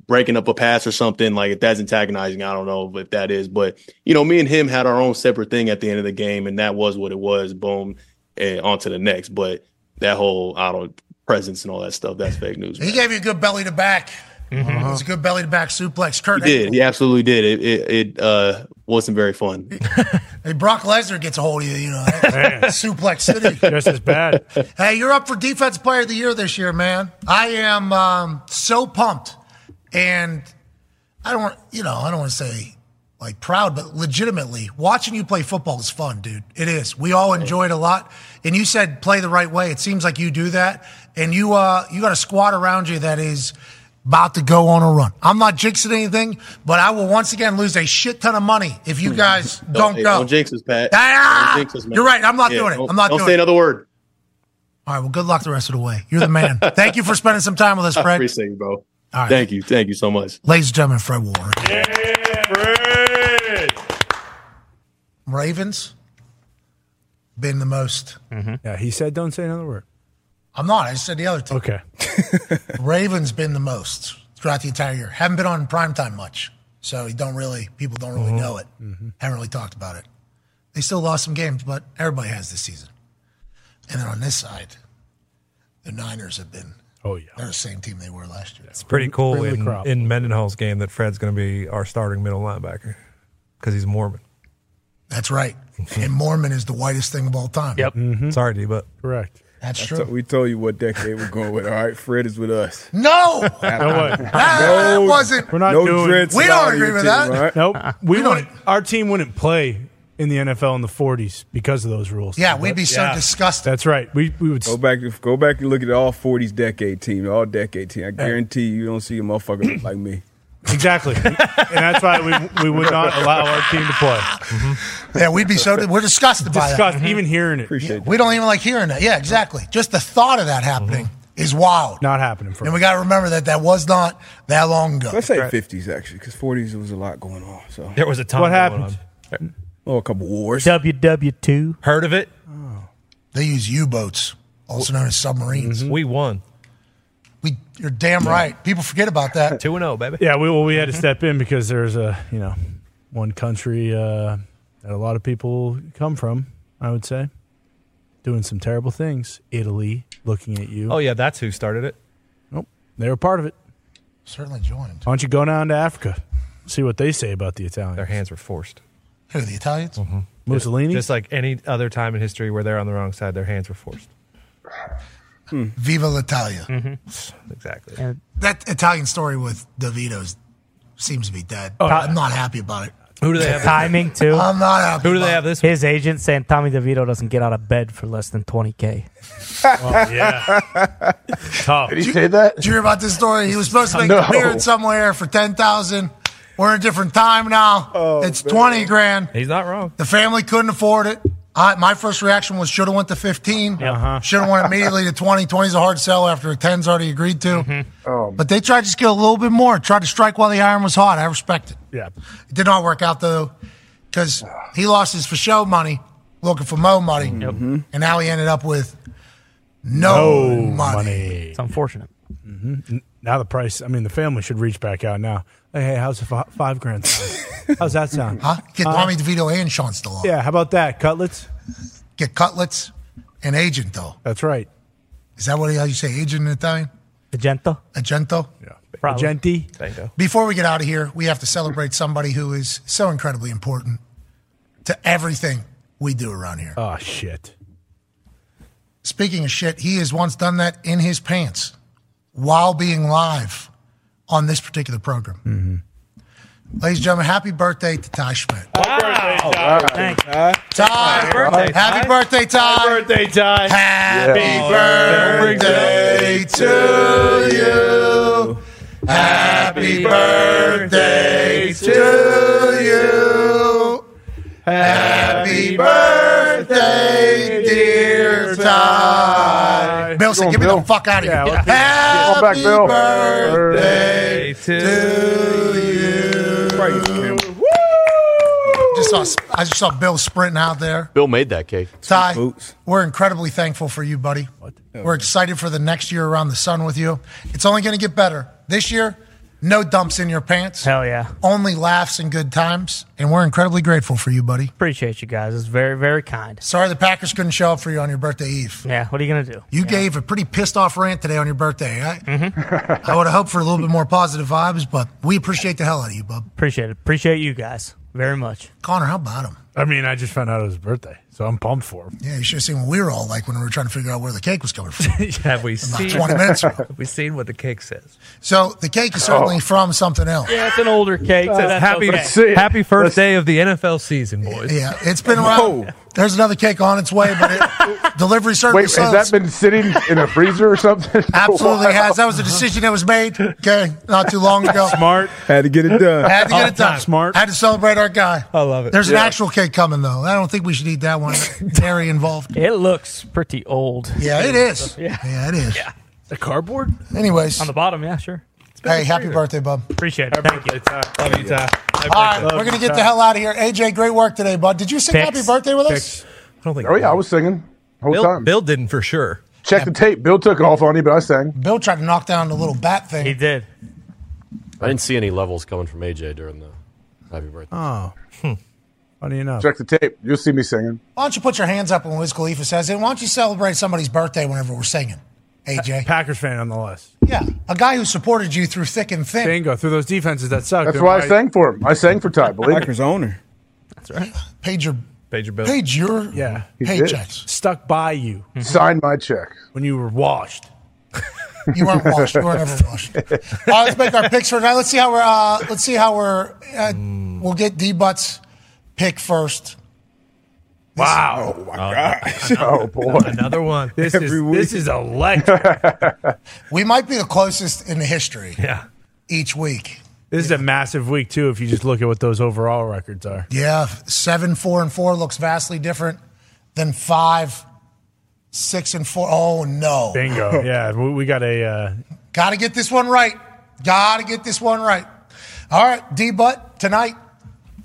Speaker 16: breaking up a pass or something, like if that's antagonizing, I don't know if that is. But you know, me and him had our own separate thing at the end of the game, and that was what it was. Boom, and on to the next. But that whole I don't presence and all that stuff, that's fake news.
Speaker 1: He gave you a good belly to back. It was a good belly to back suplex. Kurt,
Speaker 16: He did. He absolutely did. It it, it uh, wasn't very fun.
Speaker 1: Hey, Brock Lesnar gets a hold of you, you know. Suplex City.
Speaker 3: Just as bad.
Speaker 1: Hey, you're up for Defense Player of the Year this year, man. I am um, so pumped. And I don't want, you know, I don't want to say like proud, but legitimately, watching you play football is fun, dude. It is. We all enjoy it a lot. And you said play the right way. It seems like you do that. And you, uh, you got a squad around you that is about to go on a run. I'm not jinxing anything, but I will once again lose a shit ton of money if you guys don't
Speaker 16: hey,
Speaker 1: go.
Speaker 16: Don't jinx us, Pat.
Speaker 1: Ah!
Speaker 16: Don't jinx us, man.
Speaker 1: You're right. I'm not
Speaker 16: Yeah,
Speaker 1: doing it.
Speaker 16: don't-
Speaker 1: I'm not
Speaker 16: don't
Speaker 1: doing
Speaker 16: say
Speaker 1: it.
Speaker 16: another word.
Speaker 1: All right. Well, good luck the rest of the way. You're the man. Thank you for spending some time with us,
Speaker 16: I
Speaker 1: Fred.
Speaker 16: appreciate you, bro.
Speaker 1: All right.
Speaker 16: Thank you. Thank you so much.
Speaker 1: Ladies and gentlemen, Fred Warren. Ravens been the most.
Speaker 3: Yeah, he said, "Don't say another word."
Speaker 1: I'm not. I just said the other two.
Speaker 3: Okay.
Speaker 1: Ravens been the most throughout the entire year. Haven't been on primetime much, so you don't really people don't really
Speaker 3: Mhm.
Speaker 1: know it. Haven't really talked about it. They still lost some games, but everybody has this season. And then on this side, the Niners have been
Speaker 3: Oh yeah,
Speaker 1: they're the same team they were last year.
Speaker 4: It's pretty cool
Speaker 3: Really
Speaker 4: in,
Speaker 3: crop.
Speaker 4: in Mendenhall's game that Fred's going to be our starting middle linebacker because he's Mormon.
Speaker 1: That's right. and Mormon is the whitest thing of all time.
Speaker 4: Yep. Mm-hmm. Sorry, D, but
Speaker 3: correct.
Speaker 1: That's
Speaker 6: I
Speaker 1: true.
Speaker 6: thought- we told you what decade we're going with. All right, Fred is with us.
Speaker 1: No,
Speaker 3: what?
Speaker 1: that wasn't.
Speaker 3: We're not
Speaker 6: no
Speaker 3: doing.
Speaker 6: dreads We don't allowed agree in your with team, that. right?
Speaker 3: Nope. We, wouldn't. Our team wouldn't play in the NFL in the 40s because of those rules.
Speaker 1: Yeah, we'd be so
Speaker 3: Yeah.
Speaker 1: disgusted.
Speaker 3: That's right. We we would.
Speaker 6: Go back, go back and look at all '40s decade team, all decade team. I guarantee you, you don't see a motherfucker look like me.
Speaker 3: Exactly, and that's why we we would not allow our team to play.
Speaker 4: Mm-hmm.
Speaker 1: Yeah, we'd be so we're disgusted by that. Mm-hmm.
Speaker 3: Disgust, even hearing it. Appreciate
Speaker 1: We don't even like hearing that. Yeah, exactly. Just the thought of that happening
Speaker 4: Mm-hmm.
Speaker 1: is wild.
Speaker 3: Not happening for
Speaker 1: And we got to remember that that was not that long ago.
Speaker 6: Let's say '50s actually, because '40s there was a lot going on. So
Speaker 4: There was a ton
Speaker 1: What
Speaker 4: going
Speaker 1: happened?
Speaker 4: on.
Speaker 6: Oh, a couple wars.
Speaker 9: WW2.
Speaker 4: Heard of it?
Speaker 1: They use U boats, also known as submarines.
Speaker 4: Mm-hmm. We won.
Speaker 1: We, you're damn right. People forget about that.
Speaker 4: 2 and 0, baby.
Speaker 3: Yeah, we well, we had to step in because there's a you know one country uh, that a lot of people come from. I would say doing some terrible things. Italy, looking at you.
Speaker 4: Oh, yeah, that's who started it.
Speaker 3: Nope, they were part of it.
Speaker 1: Certainly joined.
Speaker 3: Why don't you go down to Africa, see what they say about the Italians? Their
Speaker 4: hands were forced.
Speaker 1: Who, the Italians?
Speaker 3: Mussolini?
Speaker 4: Just like any other time in history where they're on the wrong side, their hands were forced.
Speaker 1: Viva l'Italia.
Speaker 9: Mm-hmm.
Speaker 4: Exactly.
Speaker 1: That Italian story with DeVito's seems to be dead.
Speaker 9: Oh,
Speaker 1: I'm not happy about it.
Speaker 4: Who
Speaker 1: do they have?
Speaker 9: Timing too.
Speaker 1: I'm not happy. about it.
Speaker 4: this?
Speaker 9: His agent saying Tommy DeVito doesn't get out of bed for less than twenty k.
Speaker 3: yeah. Tough.
Speaker 1: Did you- Did you hear about this story? He was supposed to make
Speaker 3: No.
Speaker 1: a beard somewhere for ten thousand. We're in a different time now. it's twenty grand.
Speaker 4: He's not wrong.
Speaker 1: The family couldn't afford it. I, my first reaction was should have went to 15.
Speaker 4: Uh-huh.
Speaker 1: Should have went immediately to 20. 20 is a hard sell after a 10's already agreed to.
Speaker 4: Mm-hmm.
Speaker 1: but they tried to just get a little bit more. Tried to strike while the iron was hot. I respect it.
Speaker 3: Yeah.
Speaker 1: It did not work out though, because he lost his for show money looking for mo money,
Speaker 4: Mm-hmm.
Speaker 1: and now he ended up with no, money.
Speaker 9: It's unfortunate.
Speaker 3: Mm-hmm. N- Now the price. I mean, the family should reach back out now. Hey, hey how's the fi- five grand? sound? how's that sound?
Speaker 1: Huh? Get
Speaker 3: Huh?
Speaker 1: Tommy DeVito and Sean Stallone.
Speaker 3: Yeah, how about that? Cutlets.
Speaker 1: Get cutlets and agent though.
Speaker 3: That's right.
Speaker 1: Is that what how you say agent in Italian?
Speaker 9: Agento.
Speaker 1: Agento.
Speaker 3: Yeah.
Speaker 1: Probably.
Speaker 3: Agenti.
Speaker 4: Bingo.
Speaker 1: Before we get out of here, we have to celebrate somebody who is so incredibly important to everything we do around here.
Speaker 3: Oh shit.
Speaker 1: Speaking of shit, he has once done that in his pants while being live on this particular program.
Speaker 3: Mm-hmm.
Speaker 1: Ladies and gentlemen, happy birthday to Ty Schmidt.
Speaker 2: Wow.
Speaker 1: Thanks. Ty, happy birthday, Ty. Happy birthday, Ty. Happy Happy birthday
Speaker 4: birthday, Ty.
Speaker 1: to you. Happy birthday to you. Happy birthday, dear Ty. Bill said, get me the fuck out of here. Happy
Speaker 2: back, Bill.
Speaker 1: birthday to you. Just saw, I just saw Bill sprinting out there.
Speaker 10: Bill made that cake.
Speaker 1: Ty, we're incredibly thankful for you, buddy. We're excited for the next year around the sun with you. It's only going to get better. This year, no dumps in your pants.
Speaker 9: Hell yeah.
Speaker 1: Only laughs and good times. And we're incredibly grateful for you, buddy.
Speaker 9: Appreciate you guys. It's very very kind.
Speaker 1: Sorry the Packers couldn't show up for you on your birthday eve.
Speaker 9: Yeah. What are you gonna do?
Speaker 1: You gave a pretty pissed off rant today on your birthday. I,
Speaker 9: Mm-hmm.
Speaker 1: I would have hoped for a little bit more positive vibes, but we appreciate the hell out of you, bub.
Speaker 9: Appreciate it. Appreciate you guys very much.
Speaker 1: Connor, how about him?
Speaker 3: I mean, I just found out it was his birthday, so I'm pumped for him.
Speaker 1: Yeah, you should have seen what we were all like when we were trying to figure out where the cake was coming from.
Speaker 4: Have we
Speaker 1: About
Speaker 4: seen
Speaker 1: 20 minutes ago.
Speaker 4: Have we seen what the cake says?
Speaker 1: So the cake is certainly from something else.
Speaker 9: Yeah, it's an older cake.
Speaker 4: It
Speaker 1: Uh,
Speaker 4: says Uh, happy, happy first day of the NFL season, boys.
Speaker 1: Yeah, it's been around. There's another cake on its way, but it, delivery service.
Speaker 12: Wait, has that been sitting in a freezer or something?
Speaker 1: Absolutely
Speaker 12: Wow.
Speaker 1: has. That was a decision that was made. Okay, not too long ago.
Speaker 3: Smart.
Speaker 6: Had to get it
Speaker 9: Oh,
Speaker 6: done.
Speaker 1: Had to get it done.
Speaker 3: Smart.
Speaker 1: Had to celebrate our guy.
Speaker 4: I love it.
Speaker 1: There's an
Speaker 4: Yeah.
Speaker 1: actual cake coming though. I don't think we should eat that one. Dairy involved.
Speaker 9: It looks pretty old.
Speaker 1: Yeah, it is. Yeah, it is.
Speaker 9: The cardboard.
Speaker 1: Anyways,
Speaker 9: on the bottom. Yeah, sure.
Speaker 1: hey, happy birthday, bub.
Speaker 9: Appreciate it. Thank you.
Speaker 4: Love you, Ty.
Speaker 1: All right, we're gonna get the hell out of here. AJ, great work today, bud. Did you sing
Speaker 12: Picks.
Speaker 1: happy birthday with us?
Speaker 4: I don't think.
Speaker 12: Oh yeah, I was singing the whole
Speaker 4: Bill,
Speaker 12: time.
Speaker 4: Bill didn't for sure.
Speaker 12: Check the tape. Bill took it off on you, but I sang.
Speaker 1: Bill tried to knock down the little bat thing. He
Speaker 9: did.
Speaker 10: I didn't see any levels coming from AJ during the happy birthday.
Speaker 3: Oh.
Speaker 4: Hmm.
Speaker 3: Funny enough.
Speaker 12: Check the tape. You'll see me singing.
Speaker 1: Why don't you put your hands up when Wiz Khalifa says it? Why don't you celebrate somebody's birthday whenever we're singing? AJ.
Speaker 3: Packers fan nonetheless.
Speaker 1: Yeah, a guy who supported you through thick and thin.
Speaker 3: Bingo through those defenses that suck.
Speaker 12: That's why I sang for him. I sang for Ty. Believe
Speaker 6: Packers owner.
Speaker 1: That's right. Paid your
Speaker 4: Paid your bill.
Speaker 1: paid your
Speaker 3: yeah
Speaker 1: He did. paychecks.
Speaker 3: Stuck by you.
Speaker 12: Mm-hmm. Signed my check
Speaker 3: when you were washed.
Speaker 1: You weren't washed. You weren't ever washed. All right, uh, let's make our picks for tonight. Let's see how we're. Uh, let's see how we're. Uh, We'll get D Butts pick first.
Speaker 3: Wow. Oh,
Speaker 1: my gosh.
Speaker 12: Oh, boy.
Speaker 3: Another one. This
Speaker 1: Every
Speaker 3: is
Speaker 1: week.
Speaker 3: this is electric.
Speaker 1: We might be the closest in history
Speaker 3: yeah.
Speaker 1: each week.
Speaker 3: This is a massive week too if you just look at what those overall records are.
Speaker 1: Yeah, seven, four, and four looks vastly different than five, six, and four. Oh no!
Speaker 3: Bingo. yeah, we, we got a uh,
Speaker 1: Got to get this one right. Got to get this one right. All right, D Butt, tonight,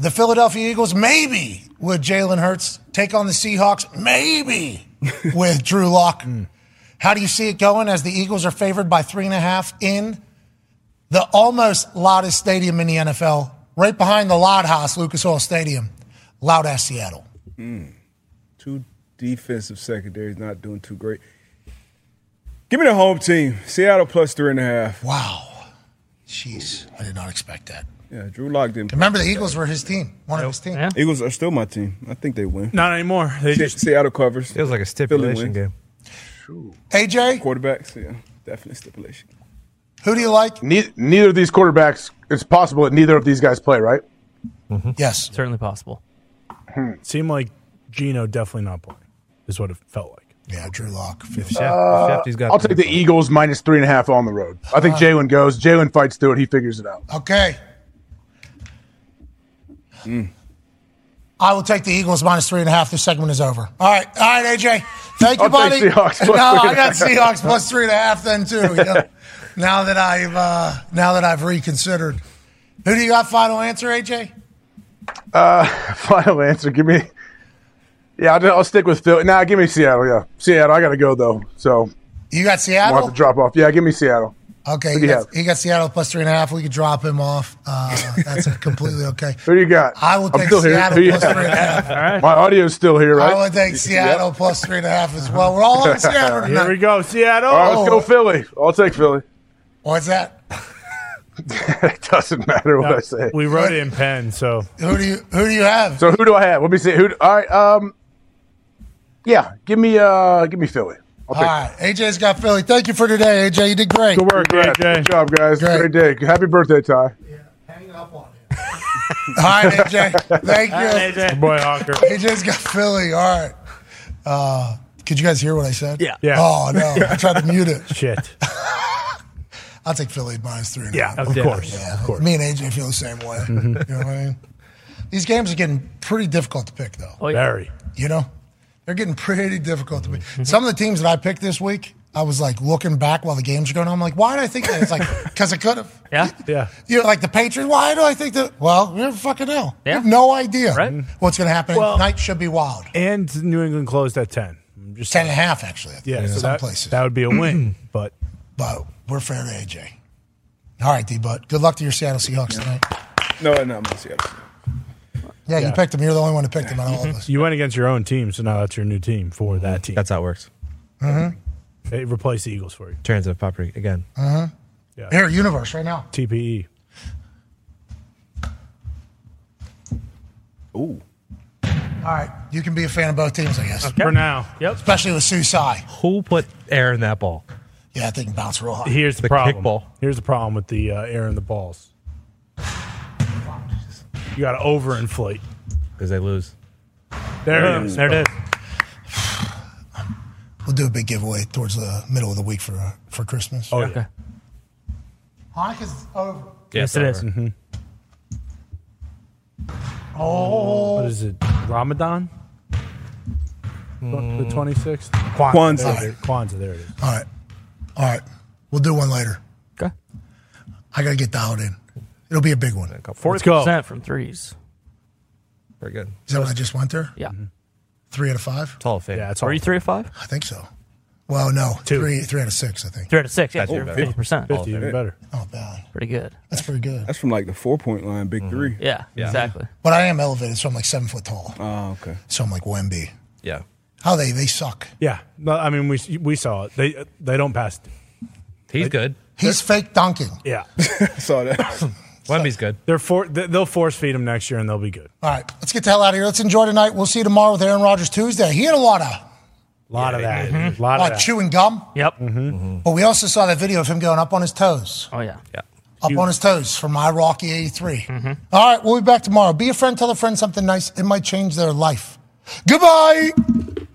Speaker 1: the Philadelphia Eagles, maybe with Jalen Hurts, take on the Seahawks, maybe with Drew Lock. How do you see it going as the Eagles are favored by three and a half in the almost loudest stadium in the NFL, right behind the Loud House, Lucas Oil Stadium, loud ass Seattle?
Speaker 6: Mm. Two defensive secondaries not doing too great. Give me the home team. Seattle plus three and a half.
Speaker 1: Wow. Jeez, I did not expect that.
Speaker 6: Yeah, Drew Lock didn't.
Speaker 1: Remember, the Eagles were his team, one of his team.
Speaker 6: Eagles are still my team. I think they win.
Speaker 3: Not anymore. They
Speaker 6: just Seattle covers. It
Speaker 4: was like a stipulation game.
Speaker 1: AJ
Speaker 6: quarterbacks. Yeah, definitely stipulation.
Speaker 1: Who do you like?
Speaker 12: Neither, neither of these quarterbacks. It's possible that neither of these guys play, right?
Speaker 1: Mm-hmm. Yes.
Speaker 3: Certainly possible. Seemed Hmm. like Gino definitely not playing, is what it felt like.
Speaker 1: Yeah, Drew Lock.
Speaker 12: Uh, I'll take the Eagles minus three and a half on the road. I think
Speaker 1: Uh.
Speaker 12: Jalen goes. Jalen fights through it. He figures it out.
Speaker 1: Okay.
Speaker 3: Mm.
Speaker 1: I will take the Eagles minus three and a half. This segment is over. All right. All right, AJ. Thank you,
Speaker 12: I'll
Speaker 1: buddy.
Speaker 12: take Seahawks plus
Speaker 1: no,
Speaker 12: three
Speaker 1: I
Speaker 12: and a
Speaker 1: got
Speaker 12: half.
Speaker 1: Seahawks plus three and a half then too. you know, now that I've uh, now that I've reconsidered. Who do you got final answer, AJ?
Speaker 12: Uh, final answer. Give me. Yeah, I'll, I'll stick with Phil. Nah, give me Seattle. Yeah, Seattle. I gotta go though. So
Speaker 1: You got
Speaker 12: I'll have
Speaker 1: Seattle?
Speaker 12: to drop off. Yeah, give me Seattle.
Speaker 1: Okay,
Speaker 12: Who
Speaker 1: he
Speaker 12: do you
Speaker 1: got, he got Seattle plus three and a half. We could drop him off. Uh, that's completely okay.
Speaker 12: Who do you got?
Speaker 1: I will
Speaker 12: I'm
Speaker 1: take
Speaker 12: still here.
Speaker 1: Seattle
Speaker 12: Who you
Speaker 1: plus
Speaker 12: got?
Speaker 1: three and a half.
Speaker 12: My audio's still here, right?
Speaker 1: I would take Seattle plus three and a half as well. We're all on Seattle tonight. Oh,
Speaker 12: Here
Speaker 3: we go, Seattle.
Speaker 12: All right, let's go Philly. I'll take Philly.
Speaker 1: What's that?
Speaker 12: it doesn't matter what I say.
Speaker 3: We wrote it in pen, so
Speaker 1: Who do you Who do you have?
Speaker 12: So who do I have? Let me see. Who? do- All right. Um. Yeah, give me uh, give me Philly. I'll
Speaker 1: All
Speaker 12: take
Speaker 1: right, AJ's got Philly. Thank you for today, AJ. You did great.
Speaker 12: Good work, Congrats. Good job, guys. Great day. Happy birthday, Ty.
Speaker 1: All right, AJ. Thank you.
Speaker 12: All right, AJ. Good boy, Hawker.
Speaker 1: AJ's got Philly. All right. Uh, could you guys hear what I said? Yeah. Oh no, I tried to mute it.
Speaker 3: Shit.
Speaker 1: I'll take Philly at minus three. And a
Speaker 3: Yeah,
Speaker 1: half.
Speaker 3: of Yeah. course. Of course.
Speaker 1: Me and AJ feel the same way.
Speaker 3: Mhm.
Speaker 1: You know what I mean? These games are getting pretty difficult to pick, though.
Speaker 3: Oh, yeah. Very. Mm-hmm.
Speaker 1: You know, they're getting pretty difficult to pick. Some of the teams that I picked this week, I was like looking back while the games are going on. I'm like, why did I think that? It's like because I could have.
Speaker 15: Yeah.
Speaker 3: Yeah.
Speaker 1: You know, like the Patriots. Why do I think that? Well, you're fucking hell. You have no idea what's going to happen.
Speaker 3: Well-
Speaker 1: Night should be wild.
Speaker 3: And New England closed at ten. I'm Just
Speaker 1: Ten and a half, actually. I think,
Speaker 3: Yeah,
Speaker 1: in
Speaker 3: so
Speaker 1: some
Speaker 3: that,
Speaker 1: places.
Speaker 3: that would be a win. but
Speaker 1: But we're fair to AJ. All right, D. But good luck to your Seattle Seahawks tonight.
Speaker 6: No, no, I'm not Seattle.
Speaker 1: Yeah, you
Speaker 3: Yeah.
Speaker 1: picked them. You're the only one who picked them out of all of us.
Speaker 3: Hmm? you went against your own team, so now that's your new team for that team. That's
Speaker 4: how it works.
Speaker 1: Mm-hmm.
Speaker 3: They replaced the Eagles for you.
Speaker 4: Transitive property again.
Speaker 1: Mm-hmm.
Speaker 3: Yeah.
Speaker 1: Here, universe, right now.
Speaker 3: TPE.
Speaker 6: Ooh.
Speaker 1: All right, you can be a fan of both teams, I guess.
Speaker 3: For now.
Speaker 1: Yep. Especially with Susai.
Speaker 4: Who put air in that ball?
Speaker 1: Yeah, that thing bounced real high.
Speaker 3: Here's the, problem. Here's the problem with the uh, air in the balls. You got to overinflate.
Speaker 4: Because they lose.
Speaker 3: There it is. There it is.
Speaker 1: We'll do a big giveaway towards the middle of the week for uh, for Christmas.
Speaker 3: Oh, okay.
Speaker 1: Hanukkah's over.
Speaker 3: Yes, it is. Mhm.
Speaker 1: Oh.
Speaker 3: What is it? Ramadan?
Speaker 4: Hmm.
Speaker 3: The
Speaker 15: Mm-hmm.
Speaker 3: 26th?
Speaker 1: Kwanzaa. Uh-huh.
Speaker 3: There it is. Kwanzaa, there it is.
Speaker 1: All right. All right. We'll do one later.
Speaker 15: Okay.
Speaker 1: I got to get dialed in. It'll be a big one.
Speaker 15: Forty percent from threes.
Speaker 4: Very good.
Speaker 1: Is that what I just went there?
Speaker 15: Yeah.
Speaker 3: Mm-hmm.
Speaker 1: Three out of five?
Speaker 4: It's Hall of Fame.
Speaker 15: Yeah, it's Are you three of five?
Speaker 1: I think so. Well, no.
Speaker 15: Two.
Speaker 1: Three, three out of six, I think.
Speaker 15: Three out of six. Yeah,
Speaker 1: That's
Speaker 15: you're
Speaker 1: even
Speaker 15: fifty
Speaker 1: better.
Speaker 15: percent.
Speaker 1: 50, even better.
Speaker 15: Oh,
Speaker 1: bad.
Speaker 15: Pretty good.
Speaker 1: That's pretty good.
Speaker 6: That's from like the four point line,
Speaker 4: Mm-hmm.
Speaker 6: big three.
Speaker 15: Yeah, Yeah. exactly.
Speaker 1: But I am elevated, so I'm like seven foot tall.
Speaker 6: Oh, okay.
Speaker 1: So I'm like Wemby.
Speaker 4: Yeah.
Speaker 1: How they they suck.
Speaker 3: Yeah, no, I mean we we saw it. They they don't pass.
Speaker 4: He's good.
Speaker 1: He's fake dunking.
Speaker 3: Yeah,
Speaker 6: saw that.
Speaker 4: Wemby's good.
Speaker 3: They're for, they- they'll force feed him next year and they'll be good.
Speaker 1: All right, let's get the hell out of here. Let's enjoy tonight. We'll see you tomorrow with Aaron Rodgers Tuesday. He had a lot of
Speaker 3: A lot of that.
Speaker 1: Mhm.
Speaker 3: A Mm-hmm. lot of
Speaker 1: Like
Speaker 3: that. Mm-hmm.
Speaker 1: chewing gum.
Speaker 3: Yep.
Speaker 1: But we also saw that video of him going up on his toes.
Speaker 15: Oh yeah.
Speaker 4: Yeah.
Speaker 1: Up on his toes for my Rocky 83.
Speaker 9: Mm-hmm.
Speaker 1: All right, we'll be back tomorrow. Be a friend, tell a friend something nice. It might change their life. Goodbye.